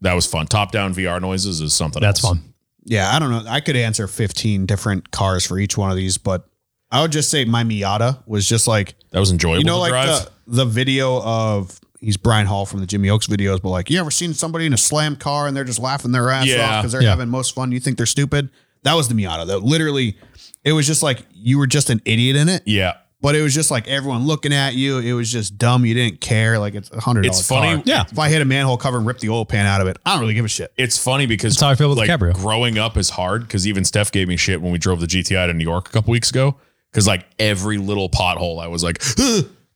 Speaker 2: That was fun. Top down VR noises is something
Speaker 1: That's
Speaker 2: else.
Speaker 1: fun.
Speaker 4: Yeah, I don't know. I could answer 15 different cars for each one of these, but I would just say my Miata was just like,
Speaker 2: That was enjoyable
Speaker 4: you know,
Speaker 2: to
Speaker 4: like
Speaker 2: drive.
Speaker 4: the, the video of he's Brian Hall from the Jimmy Oaks videos, but like, you ever seen somebody in a slam car and they're just laughing their ass
Speaker 2: Yeah.
Speaker 4: off because they're
Speaker 1: Yeah.
Speaker 4: having most fun? You think they're stupid? That was the Miata. That literally, it was just like you were just an idiot in it,
Speaker 2: yeah.
Speaker 4: but it was just like everyone looking at you. It was just dumb. You didn't care. Like it's a hundred.
Speaker 2: It's funny-
Speaker 4: Yeah. If I hit a manhole cover and rip the oil pan out of it, I don't really give a shit.
Speaker 2: It's funny because
Speaker 1: That's how I feel with the
Speaker 2: like
Speaker 1: cabrio.
Speaker 2: growing up is hard because even Steph gave me shit when we drove the GTI to New York a couple weeks ago because like every little pothole I was like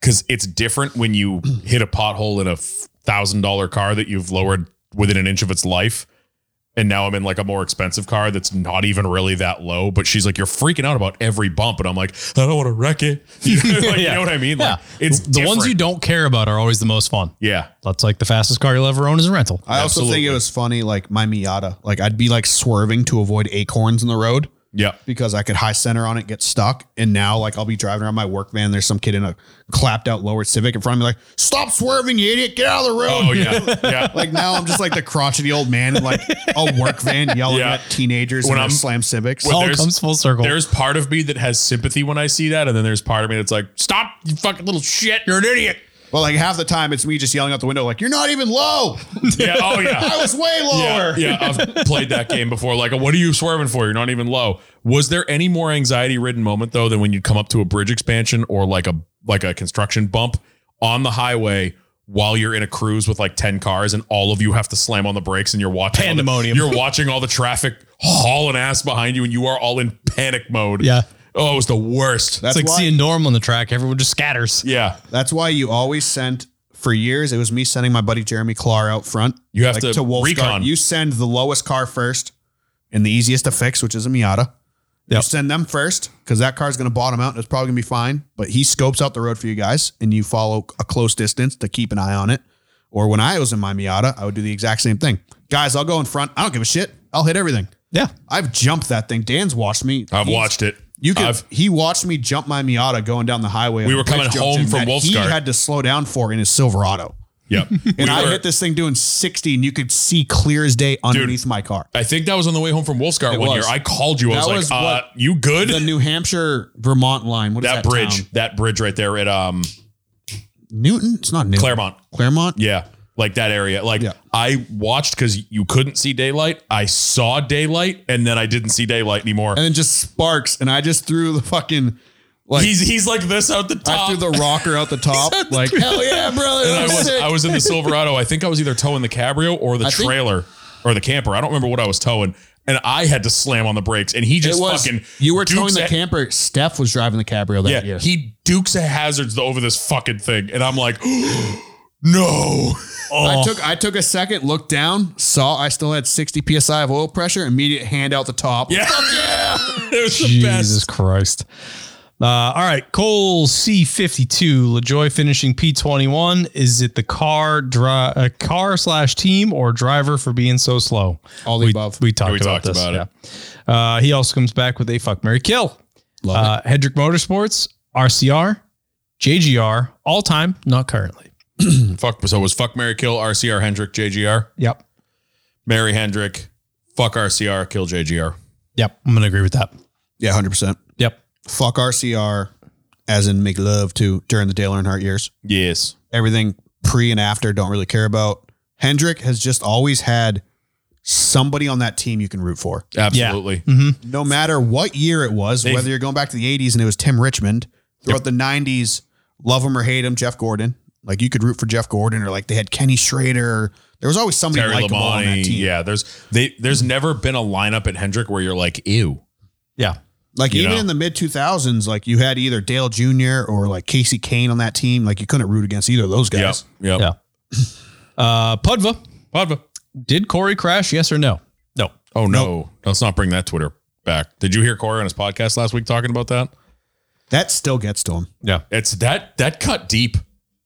Speaker 2: because it's different when you hit a pothole in a thousand dollar car that you've lowered within an inch of its life and now I'm in like a more expensive car that's not even really that low but she's like you're freaking out about every bump and I'm like I don't want to wreck it you know, like, you know what I mean like
Speaker 1: yeah.
Speaker 2: it's
Speaker 1: the ones you
Speaker 2: different.
Speaker 1: don't care about are always the most fun.
Speaker 2: yeah
Speaker 1: That's like the fastest car you'll ever own is a rental.
Speaker 4: I also think
Speaker 2: Absolutely.
Speaker 4: it was funny, like my Miata. Like I'd be like swerving to avoid acorns in the road
Speaker 2: yeah
Speaker 4: because I could high center on it, get stuck. And now, like I'll be driving around my work van. There's some kid in a clapped out lower Civic in front of me, like, "Stop swerving, you idiot! Get out of the road!"
Speaker 2: oh yeah yeah
Speaker 4: Like now, I'm just like the crotchety old man in like a work van yelling
Speaker 2: Yeah.
Speaker 4: at teenagers
Speaker 2: When
Speaker 4: when I
Speaker 2: I'm-
Speaker 4: slam Civics.
Speaker 2: when-
Speaker 1: All
Speaker 2: there's-
Speaker 1: comes full circle.
Speaker 2: There's part of me that has sympathy when I see that, and then there's part of me that's like, "Stop, you fucking little shit! You're an idiot."
Speaker 4: But like half the time, it's me just yelling out the window, like, "You're not even low.
Speaker 2: Yeah. Oh
Speaker 4: I
Speaker 2: yeah.
Speaker 4: was way lower."
Speaker 2: Yeah, yeah, I've played that game before. Like, what are you swerving for? You're not even low. Was there any more anxiety-ridden moment though than when you'd come up to a bridge expansion or like a like a construction bump on the highway while you're in a cruise with like ten cars and all of you have to slam on the brakes and you're watching all the-
Speaker 1: Pandemonium.
Speaker 2: you're watching all the traffic hauling ass behind you and you are all in panic mode.
Speaker 1: Yeah.
Speaker 2: Oh, it was the worst.
Speaker 4: That's
Speaker 1: it's like
Speaker 4: why-
Speaker 1: seeing Norm on the track. Everyone just scatters.
Speaker 2: yeah.
Speaker 4: That's why you always sent for years. It was me sending my buddy Jeremy Clar out front.
Speaker 2: You have to recon.
Speaker 4: You send the lowest car first and the easiest to fix, which is a Miata. You
Speaker 1: Yep.
Speaker 4: send them first because that car's going to bottom out and it's probably going to be fine. But he scopes out the road for you guys and you follow a close distance to keep an eye on it. Or when I was in my Miata, I would do the exact same thing. Guys, I'll go in front. I don't give a shit. I'll hit everything.
Speaker 1: Yeah.
Speaker 4: I've jumped that thing. Dan's watched me.
Speaker 2: I've
Speaker 4: He's-
Speaker 2: watched it.
Speaker 4: you could.
Speaker 2: I've-
Speaker 4: he watched me jump my Miata going down the highway.
Speaker 2: We
Speaker 4: on
Speaker 2: were
Speaker 4: a bridge
Speaker 2: coming
Speaker 4: junction
Speaker 2: home from
Speaker 4: that He
Speaker 2: Wolfsgard.
Speaker 4: had to slow down for in his Silverado,
Speaker 2: Yep.
Speaker 4: and I
Speaker 2: were-
Speaker 4: hit this thing doing sixty, and you could see clear as day underneath my car.
Speaker 2: I think that was on the way home from Wolfscar
Speaker 4: It
Speaker 2: one
Speaker 4: was.
Speaker 2: year. I called you. I
Speaker 4: That
Speaker 2: was,
Speaker 4: was
Speaker 2: like, uh,
Speaker 4: what-
Speaker 2: "You good?"
Speaker 4: The New Hampshire Vermont line. What is
Speaker 2: that,
Speaker 4: that,
Speaker 2: bridge,
Speaker 4: town?
Speaker 2: that bridge right there at um
Speaker 4: Newton. It's not Newton.
Speaker 2: Claremont.
Speaker 4: Claremont.
Speaker 2: Yeah, like that area. Like
Speaker 4: Yeah.
Speaker 2: I watched because you couldn't see daylight. I saw daylight, and then I didn't see daylight anymore.
Speaker 4: And then just sparks, and I just threw the fucking. Like
Speaker 2: he's he's like this out the
Speaker 4: I
Speaker 2: top.
Speaker 4: threw the rocker out the top. like hell yeah, brother!
Speaker 2: and I
Speaker 4: I'm
Speaker 2: was
Speaker 4: sick.
Speaker 2: I was in the Silverado. I think I was either towing the cabrio or the
Speaker 4: I think-
Speaker 2: trailer or the camper. I don't remember what I was towing. And I had to slam on the brakes, and he
Speaker 4: it
Speaker 2: just
Speaker 4: was
Speaker 2: fucking
Speaker 4: you were
Speaker 2: dukes
Speaker 4: towing the
Speaker 2: a-
Speaker 4: camper. Steph was driving the cabrio that
Speaker 2: Yeah,
Speaker 4: year.
Speaker 2: he dukes a hazards over this fucking thing, and I'm like, no.
Speaker 4: I
Speaker 2: Oh.
Speaker 4: took I took a second, looked down, saw I still had 60 psi of oil pressure, immediate hand out the top.
Speaker 2: Yeah. It was the best.
Speaker 1: Jesus Christ. Uh, all right, Cole C52, LaJoy finishing P21. Is it the car dri- uh, car slash team or driver for being so slow?
Speaker 4: All the
Speaker 1: we,
Speaker 4: above.
Speaker 1: We talked
Speaker 2: We
Speaker 1: about
Speaker 2: talked
Speaker 1: this.
Speaker 2: about it.
Speaker 1: yeah. Uh, he also comes back with a fuck Mary Kill. Uh, Hedrick Motorsports, RCR, JGR, all time, not currently.
Speaker 2: Fuck. So it was fuck Mary Kill, RCR Hendrick, JGR.
Speaker 1: Yep.
Speaker 2: Mary Hendrick, fuck RCR, kill JGR.
Speaker 1: Yep. I'm going to agree with that.
Speaker 4: Yeah, 100%.
Speaker 1: Yep.
Speaker 4: Fuck RCR as in make love to during the Dale Earnhardt years.
Speaker 2: Yes.
Speaker 4: Everything pre and after don't really care about. Hendrick has just always had somebody on that team you can root for.
Speaker 2: Absolutely.
Speaker 4: No matter what year it was,
Speaker 2: They've-
Speaker 4: whether you're going back to the 80s and it was Tim Richmond, throughout the 90s, love him or hate him, Jeff Gordon. Like you could root for Jeff Gordon or like they had Kenny Schrader. There was always somebody
Speaker 2: Terry
Speaker 4: likable on that
Speaker 2: Labonte.
Speaker 4: team.
Speaker 2: Yeah. There's they there's never been a lineup at Hendrick where you're like, ew.
Speaker 1: Yeah.
Speaker 4: Like
Speaker 2: You
Speaker 4: even
Speaker 2: know?
Speaker 4: in the mid 2000s, like you had either Dale Jr. or like Casey Kane on that team. Like you couldn't root against either of those
Speaker 2: Yep.
Speaker 4: guys.
Speaker 2: Yep.
Speaker 1: Yeah. Uh, Pudva,
Speaker 2: Padva.
Speaker 1: did Corey crash? Yes or no? No.
Speaker 2: Oh no. Let's not bring that Twitter back. Did you hear Corey on his podcast last week talking about that?
Speaker 4: That still gets to him.
Speaker 1: Yeah.
Speaker 2: It's that that cut deep.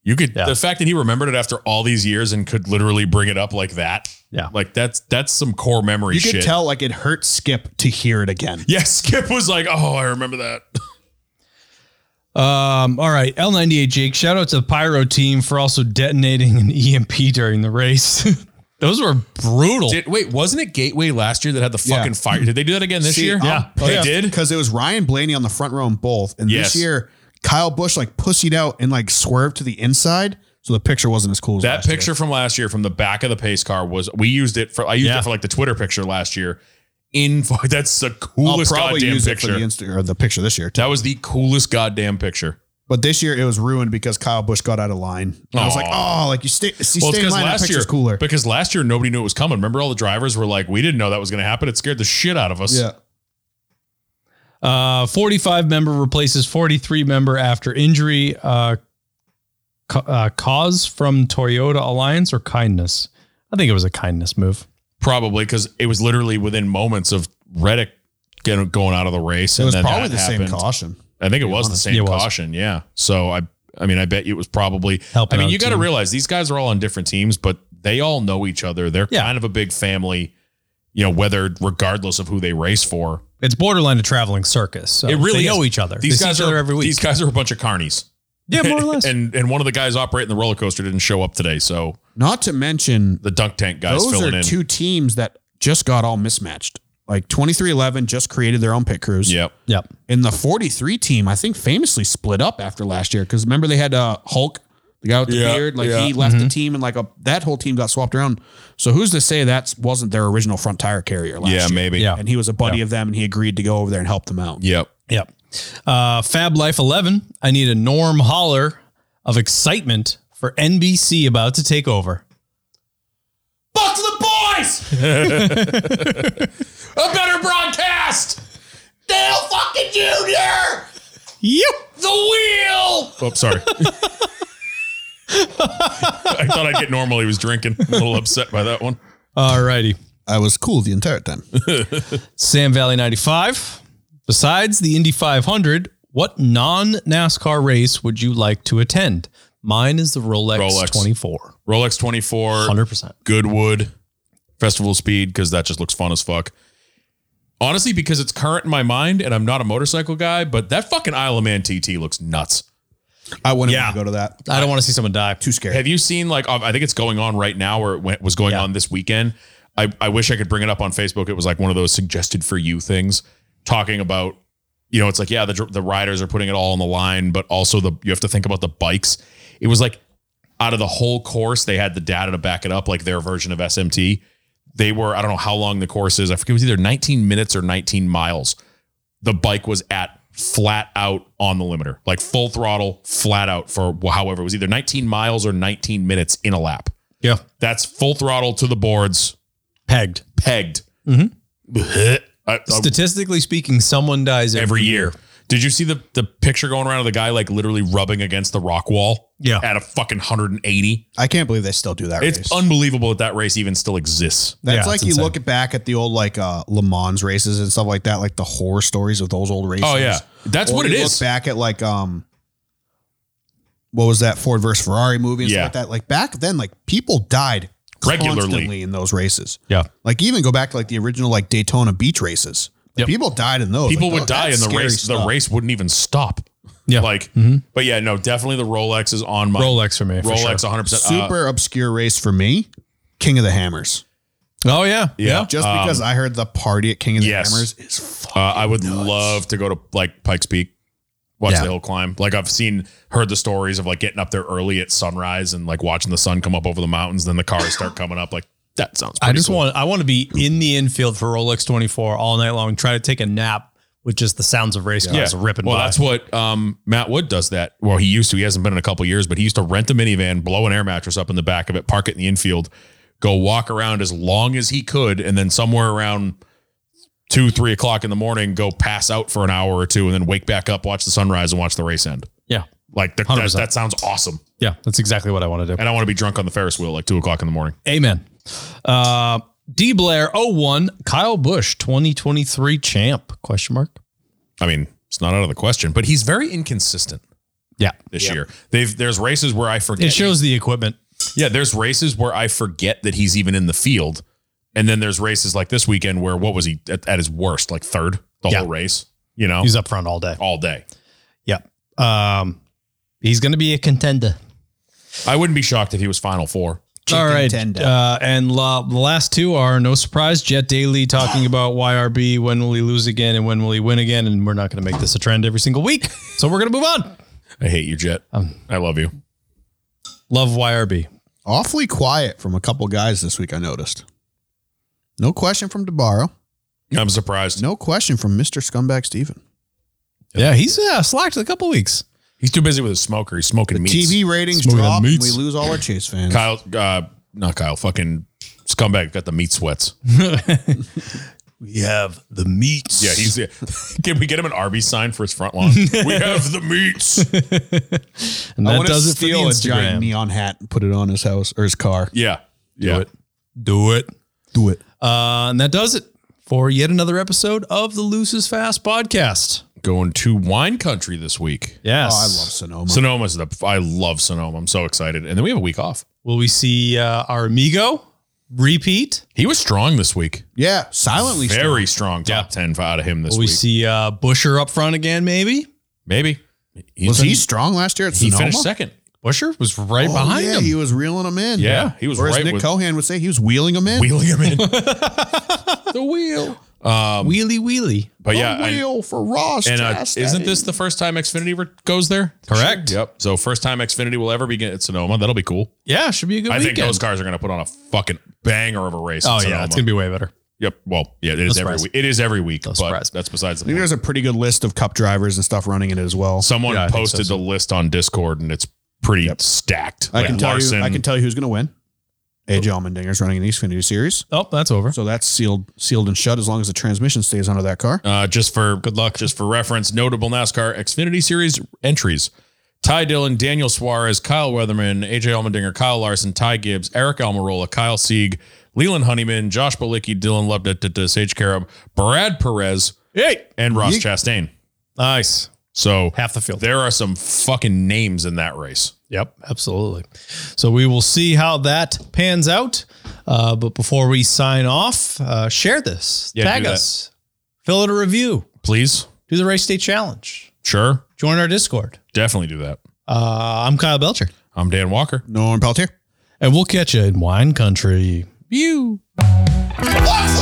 Speaker 2: You could
Speaker 1: Yeah.
Speaker 2: the fact that he remembered it after all these years and could literally bring it up like that.
Speaker 1: Yeah.
Speaker 2: Like that's that's some core memory
Speaker 4: You
Speaker 2: shit.
Speaker 4: could tell like it hurt Skip to hear it again.
Speaker 2: Yeah, Skip was like, "Oh, I remember that."
Speaker 1: Um, all right, L98 Jake, shout out to the Pyro team for also detonating an EMP during the race. Those were brutal.
Speaker 2: Did, wait, wasn't it Gateway last year that had the
Speaker 4: Yeah. oh,
Speaker 2: fucking fire? Did they do that again this year? they did.
Speaker 4: um, because it was Ryan Blaney on the front row in both, and
Speaker 2: Yes.
Speaker 4: this year Kyle Bush like pussied out and like swerved to the inside, so the picture wasn't as cool. as
Speaker 2: That
Speaker 4: last year.
Speaker 2: picture from last year from the back of the pace car was we used it for I used
Speaker 1: Yeah.
Speaker 2: it for like the Twitter picture last year. In that's the
Speaker 4: I'll
Speaker 2: coolest
Speaker 4: probably
Speaker 2: goddamn
Speaker 4: use it
Speaker 2: picture.
Speaker 4: for the Insta or the picture this year. Too.
Speaker 2: that was the coolest goddamn picture.
Speaker 4: But this year it was ruined because Kyle Bush got out of line. And I was like,
Speaker 2: Aw.
Speaker 4: oh, like you stay, you
Speaker 2: Well, it's
Speaker 4: stay in
Speaker 2: because
Speaker 4: line. That
Speaker 2: last year
Speaker 4: picture's cooler.
Speaker 2: because last year nobody knew it was coming. Remember, all the drivers were like, "We didn't know that was going to happen. It scared the shit out of us."
Speaker 4: yeah,
Speaker 1: Uh, 45 member replaces 43 member after injury. Uh, ca- uh, cause from Toyota Alliance or kindness? I think it was a kindness move.
Speaker 2: probably because it was literally within moments of Reddick getting going out of the race.
Speaker 4: it was
Speaker 2: then
Speaker 4: probably
Speaker 2: that
Speaker 4: the
Speaker 2: happened.
Speaker 4: same caution.
Speaker 2: I think it was the same
Speaker 1: It was.
Speaker 2: caution. Yeah. So I, I mean, I bet you it was probably.
Speaker 1: Helping
Speaker 2: I mean,
Speaker 1: out
Speaker 2: you
Speaker 1: a
Speaker 2: got to
Speaker 1: team.
Speaker 2: realize these guys are all on different teams, but they all know each other. They're
Speaker 1: Yeah.
Speaker 2: kind of a big family. You know, whether regardless of who they race for,
Speaker 1: It's borderline a traveling circus. So
Speaker 2: it really
Speaker 1: they know
Speaker 2: is.
Speaker 1: each other.
Speaker 2: These
Speaker 1: They see
Speaker 2: guys
Speaker 1: each
Speaker 2: are
Speaker 1: other every week.
Speaker 2: These guys are a bunch of carnies.
Speaker 1: yeah, more or less.
Speaker 2: And and one of the guys operating the roller coaster didn't show up today, so
Speaker 3: Not to mention
Speaker 2: the dunk tank guys
Speaker 3: those
Speaker 2: filling
Speaker 3: are
Speaker 2: in.
Speaker 3: two teams that just got all mismatched. Like 2311 just created their own pit crews.
Speaker 2: yep.
Speaker 1: yep.
Speaker 3: And the 43 team, I think, famously split up after last year because remember they had uh, Hulk, the guy with the
Speaker 2: Yeah,
Speaker 3: beard, like
Speaker 2: yeah.
Speaker 3: he left
Speaker 4: Mm-hmm.
Speaker 3: the team and like a, that whole team got swapped around. So who's to say that wasn't their original front tire carrier last
Speaker 2: Yeah,
Speaker 3: year?
Speaker 2: maybe.
Speaker 1: Yeah.
Speaker 3: And he was a buddy of them and he agreed to go over there and help them out.
Speaker 2: Yep.
Speaker 1: Yep. Uh, Fab Life 11. I need a Norm holler of excitement for NBC about to take over.
Speaker 2: Fuck the boys! a better broadcast! Dale fucking Jr!
Speaker 1: Yep.
Speaker 2: The wheel! Oh, sorry. I thought I'd get normal. He was drinking. I'm a little upset by that one.
Speaker 1: All righty.
Speaker 4: I was cool the entire time.
Speaker 1: Sam Valley 95. Besides the Indy 500, what non NASCAR race would you like to attend? Mine is the Rolex,
Speaker 2: Rolex. Er,
Speaker 1: 24.
Speaker 2: Rolex 24,
Speaker 1: 100%.
Speaker 2: Goodwood, Festival of Speed, because that just looks fun as fuck. Honestly, because it's current in my mind and I'm not a motorcycle guy, but that fucking Isle of Man TT looks nuts.
Speaker 4: I wouldn't
Speaker 2: Yeah.
Speaker 4: want to go to that.
Speaker 1: I don't want to see someone die.
Speaker 4: Too scared.
Speaker 2: Have you seen like I think it's going on right now or it went, was going
Speaker 1: Yeah.
Speaker 2: on this weekend? I, I wish I could bring it up on Facebook. It was like one of those suggested for you things, talking about you know it's like yeah the dr- the riders are putting it all on the line, but also the you have to think about the bikes. It was like out of the whole course, they had the data to back it up, like their version of SMT. They were I don't know how long the course is. I forget it was either 19 minutes or 19 miles. The bike was at flat out on the limiter, like full throttle, flat out for however it was either 19 miles or 19 minutes in a lap.
Speaker 1: Yeah.
Speaker 2: That's full throttle to the boards,
Speaker 1: Pegged.
Speaker 2: pegged.
Speaker 1: Mhm.
Speaker 2: Blech. I- I-
Speaker 1: Statistically speaking, someone dies
Speaker 2: every year. Did you see the the picture going around of the guy like literally rubbing against the rock wall?
Speaker 1: Yeah.
Speaker 2: At a fucking 180.
Speaker 4: I can't believe they still do that.
Speaker 2: It's
Speaker 4: race.
Speaker 2: unbelievable that that race even still exists.
Speaker 1: Yeah,
Speaker 4: That's like
Speaker 1: it's
Speaker 4: you
Speaker 1: insane.
Speaker 4: look back at the old like uh, Le Mans races and stuff like that, like the horror stories of those old races.
Speaker 2: Oh yeah, that's
Speaker 4: Or
Speaker 2: what it
Speaker 4: you look
Speaker 2: is.
Speaker 4: Back at like um, what was that Ford versus Ferrari movie? And
Speaker 2: Yeah.
Speaker 4: stuff like that. Like back then, like people died
Speaker 2: Regularly.
Speaker 4: constantly in those races.
Speaker 1: Yeah.
Speaker 4: Like even go back to like the original like Daytona Beach races. Like,
Speaker 1: Yep.
Speaker 4: People died in those.
Speaker 2: People
Speaker 4: Like,
Speaker 2: would
Speaker 4: oh,
Speaker 2: die in
Speaker 4: that's
Speaker 2: the
Speaker 4: scary
Speaker 2: race. The
Speaker 4: stuff.
Speaker 2: race wouldn't even stop.
Speaker 1: Yeah. Mm-hmm.
Speaker 2: Like, but yeah, no, definitely the Rolex is on my
Speaker 1: Rolex for me. for sure.
Speaker 2: Rolex 100. percent Uh,
Speaker 4: Super obscure race for me. King of the Hammers.
Speaker 1: Oh, yeah.
Speaker 2: yeah. Um,
Speaker 4: Just because I heard the party at King of the
Speaker 2: yes.
Speaker 4: Hammers is fucking
Speaker 2: Uh, I would love to go to like Pikes Peak, watch
Speaker 1: Yeah.
Speaker 2: the hill climb. Like I've seen, heard the stories of like getting up there early at sunrise and like watching the sun come up over the mountains. Then the cars start coming up. Like that sounds.
Speaker 1: I
Speaker 2: pretty
Speaker 1: just
Speaker 2: cool.
Speaker 1: want I want to be in the infield for Rolex 24 all night long, try to take a nap with just the sounds of race cars ripping
Speaker 2: Well,
Speaker 1: by.
Speaker 2: that's what um, Matt Wood does. That well, he used to. He hasn't been in a couple years, but he used to rent a minivan, blow an air mattress up in the back of it, park it in the infield, go walk around as long as he could, and then somewhere around two, three o'clock in the morning, go pass out for an hour or two, and then wake back up, watch the sunrise, and watch the race end.
Speaker 1: yeah.
Speaker 2: Like the, that,
Speaker 1: 100%.
Speaker 2: that sounds awesome.
Speaker 1: Yeah, that's exactly what I want to do.
Speaker 2: And I want to be drunk on the Ferris wheel like two o'clock in the morning.
Speaker 1: Amen. Uh D Blair 01 Kyle Bush 2023 champ question mark.
Speaker 2: I mean, it's not out of the question, but he's very inconsistent.
Speaker 1: Yeah.
Speaker 2: this year. They've there's races where I forget.
Speaker 1: It shows the equipment.
Speaker 2: Yeah, there's races where I forget that he's even in the field, and then there's races like this weekend where what was he at, at his worst? Like third the
Speaker 1: Yeah.
Speaker 2: whole race. You know,
Speaker 1: He's up front all day.
Speaker 2: all day.
Speaker 1: Yeah. Um, he's going to be a contender.
Speaker 2: I wouldn't be shocked if he was final four.
Speaker 1: All right.
Speaker 4: contender.
Speaker 1: Uh, and la- the last two are no surprise. Jet Daily talking about YRB. When will he lose again? And when will he win again? And we're not going to make this a trend every single week. So we're going to move on.
Speaker 2: I hate you, Jet.
Speaker 1: Um,
Speaker 2: I love you.
Speaker 1: Love YRB.
Speaker 4: Awfully quiet from a couple guys this week, I noticed. No question from DeBarro.
Speaker 2: I'm surprised.
Speaker 4: No question from Mr. Scumbag Steven.
Speaker 1: Yeah, he's uh, slacked a couple weeks.
Speaker 2: He's too busy with his smoker. He's smoking meat. meats.
Speaker 4: TV ratings
Speaker 1: Smoking
Speaker 4: drop and we
Speaker 1: meats.
Speaker 4: lose all our Chase fans.
Speaker 2: Kyle, uh, not Kyle, fucking scumbag got the meat sweats.
Speaker 1: We have the meats.
Speaker 2: Yeah, he's. Can we get him an Arby's sign for his front lawn? we have the meats.
Speaker 1: and
Speaker 4: I
Speaker 1: that
Speaker 4: want to
Speaker 1: does it for the
Speaker 4: steal a giant
Speaker 1: Instagram.
Speaker 4: neon hat and put it on his house or his car.
Speaker 2: Yeah, yeah.
Speaker 1: it. Do it.
Speaker 4: Do it.
Speaker 1: Uh, and that does it for yet another episode of the Loose is Fast podcast.
Speaker 2: Going to wine country this week.
Speaker 1: Yes.
Speaker 4: Oh, I love Sonoma.
Speaker 2: Sonoma's the. I love Sonoma. I'm so excited. And then we have a week off.
Speaker 1: Will we see uh, our amigo repeat?
Speaker 2: He was strong this week.
Speaker 4: yeah, silently.
Speaker 2: Very strong. top ten out of him this
Speaker 1: Will we
Speaker 2: week.
Speaker 1: see uh, Busher up front again, maybe?
Speaker 2: Maybe. He's
Speaker 4: Was
Speaker 2: been-
Speaker 4: he strong last year at
Speaker 2: he
Speaker 4: Sonoma?
Speaker 2: finished second.
Speaker 1: Busher was right
Speaker 4: Oh,
Speaker 1: behind
Speaker 4: yeah,
Speaker 1: him.
Speaker 4: He was reeling them in.
Speaker 2: Yeah, he was
Speaker 4: Or as
Speaker 2: right
Speaker 4: Nick
Speaker 2: with-
Speaker 4: Cohan would say, he was wheeling them in.
Speaker 2: Wheeling him in. the wheel. Um,
Speaker 1: wheelie, wheelie.
Speaker 2: but
Speaker 4: The
Speaker 2: yeah, I-
Speaker 4: wheel for Ross.
Speaker 2: And uh,
Speaker 4: Chastain.
Speaker 2: isn't this the first time Xfinity re- goes there?
Speaker 1: Correct.
Speaker 2: Yep. So first time Xfinity will ever be at Sonoma. That'll be cool.
Speaker 1: Yeah, should be a good
Speaker 2: I
Speaker 1: weekend.
Speaker 2: think those cars are going to put on a fucking banger of a race.
Speaker 1: oh,
Speaker 2: at Sonoma.
Speaker 1: yeah, it's going to be way better.
Speaker 2: Yep. Well, yeah, it is every
Speaker 1: surprise.
Speaker 2: week. It is every week. but
Speaker 1: surprise.
Speaker 2: That's besides the
Speaker 4: I think
Speaker 2: point.
Speaker 4: there's a pretty good list of cup drivers and stuff running in it as well.
Speaker 2: Someone
Speaker 1: Yeah, I think
Speaker 2: posted
Speaker 1: so,
Speaker 2: the list on Discord, and it's pretty stacked.
Speaker 4: I
Speaker 2: Like
Speaker 4: can tell
Speaker 2: Larson-
Speaker 4: you. I can tell you who's going to win. AJ Allmendinger's running in the Xfinity Series,
Speaker 1: Oh, that's over.
Speaker 4: so that's sealed, sealed and shut as long as the transmission stays under that car.
Speaker 2: Uh, just for good luck, just for reference, notable NASCAR Xfinity Series entries: Ty Dillon, Daniel Suarez, Kyle Weatherman, AJ Allmendinger, Kyle Larson, Ty Gibbs, Eric Almirola, Kyle Sieg, Leland Honeyman, Josh Balicki, Dylan Lebdet, Sage Carob, Brad Perez,
Speaker 1: Hey,
Speaker 2: and Ross Chastain.
Speaker 1: nice.
Speaker 2: So
Speaker 1: Half the field.
Speaker 2: there are some fucking names in that race.
Speaker 1: Yep, absolutely. So we will see how that pans out. Uh, but before we sign off, uh, share this,
Speaker 2: Yeah,
Speaker 1: tag
Speaker 2: do that.
Speaker 1: us, fill out a review,
Speaker 2: Please,
Speaker 1: do the race state challenge,
Speaker 2: sure,
Speaker 1: join our Discord.
Speaker 2: definitely do that.
Speaker 1: Uh, I'm Kyle Belcher,
Speaker 2: I'm Dan Walker.
Speaker 4: Norm Peltier.
Speaker 1: and we'll catch you in wine country.
Speaker 2: You.
Speaker 6: What's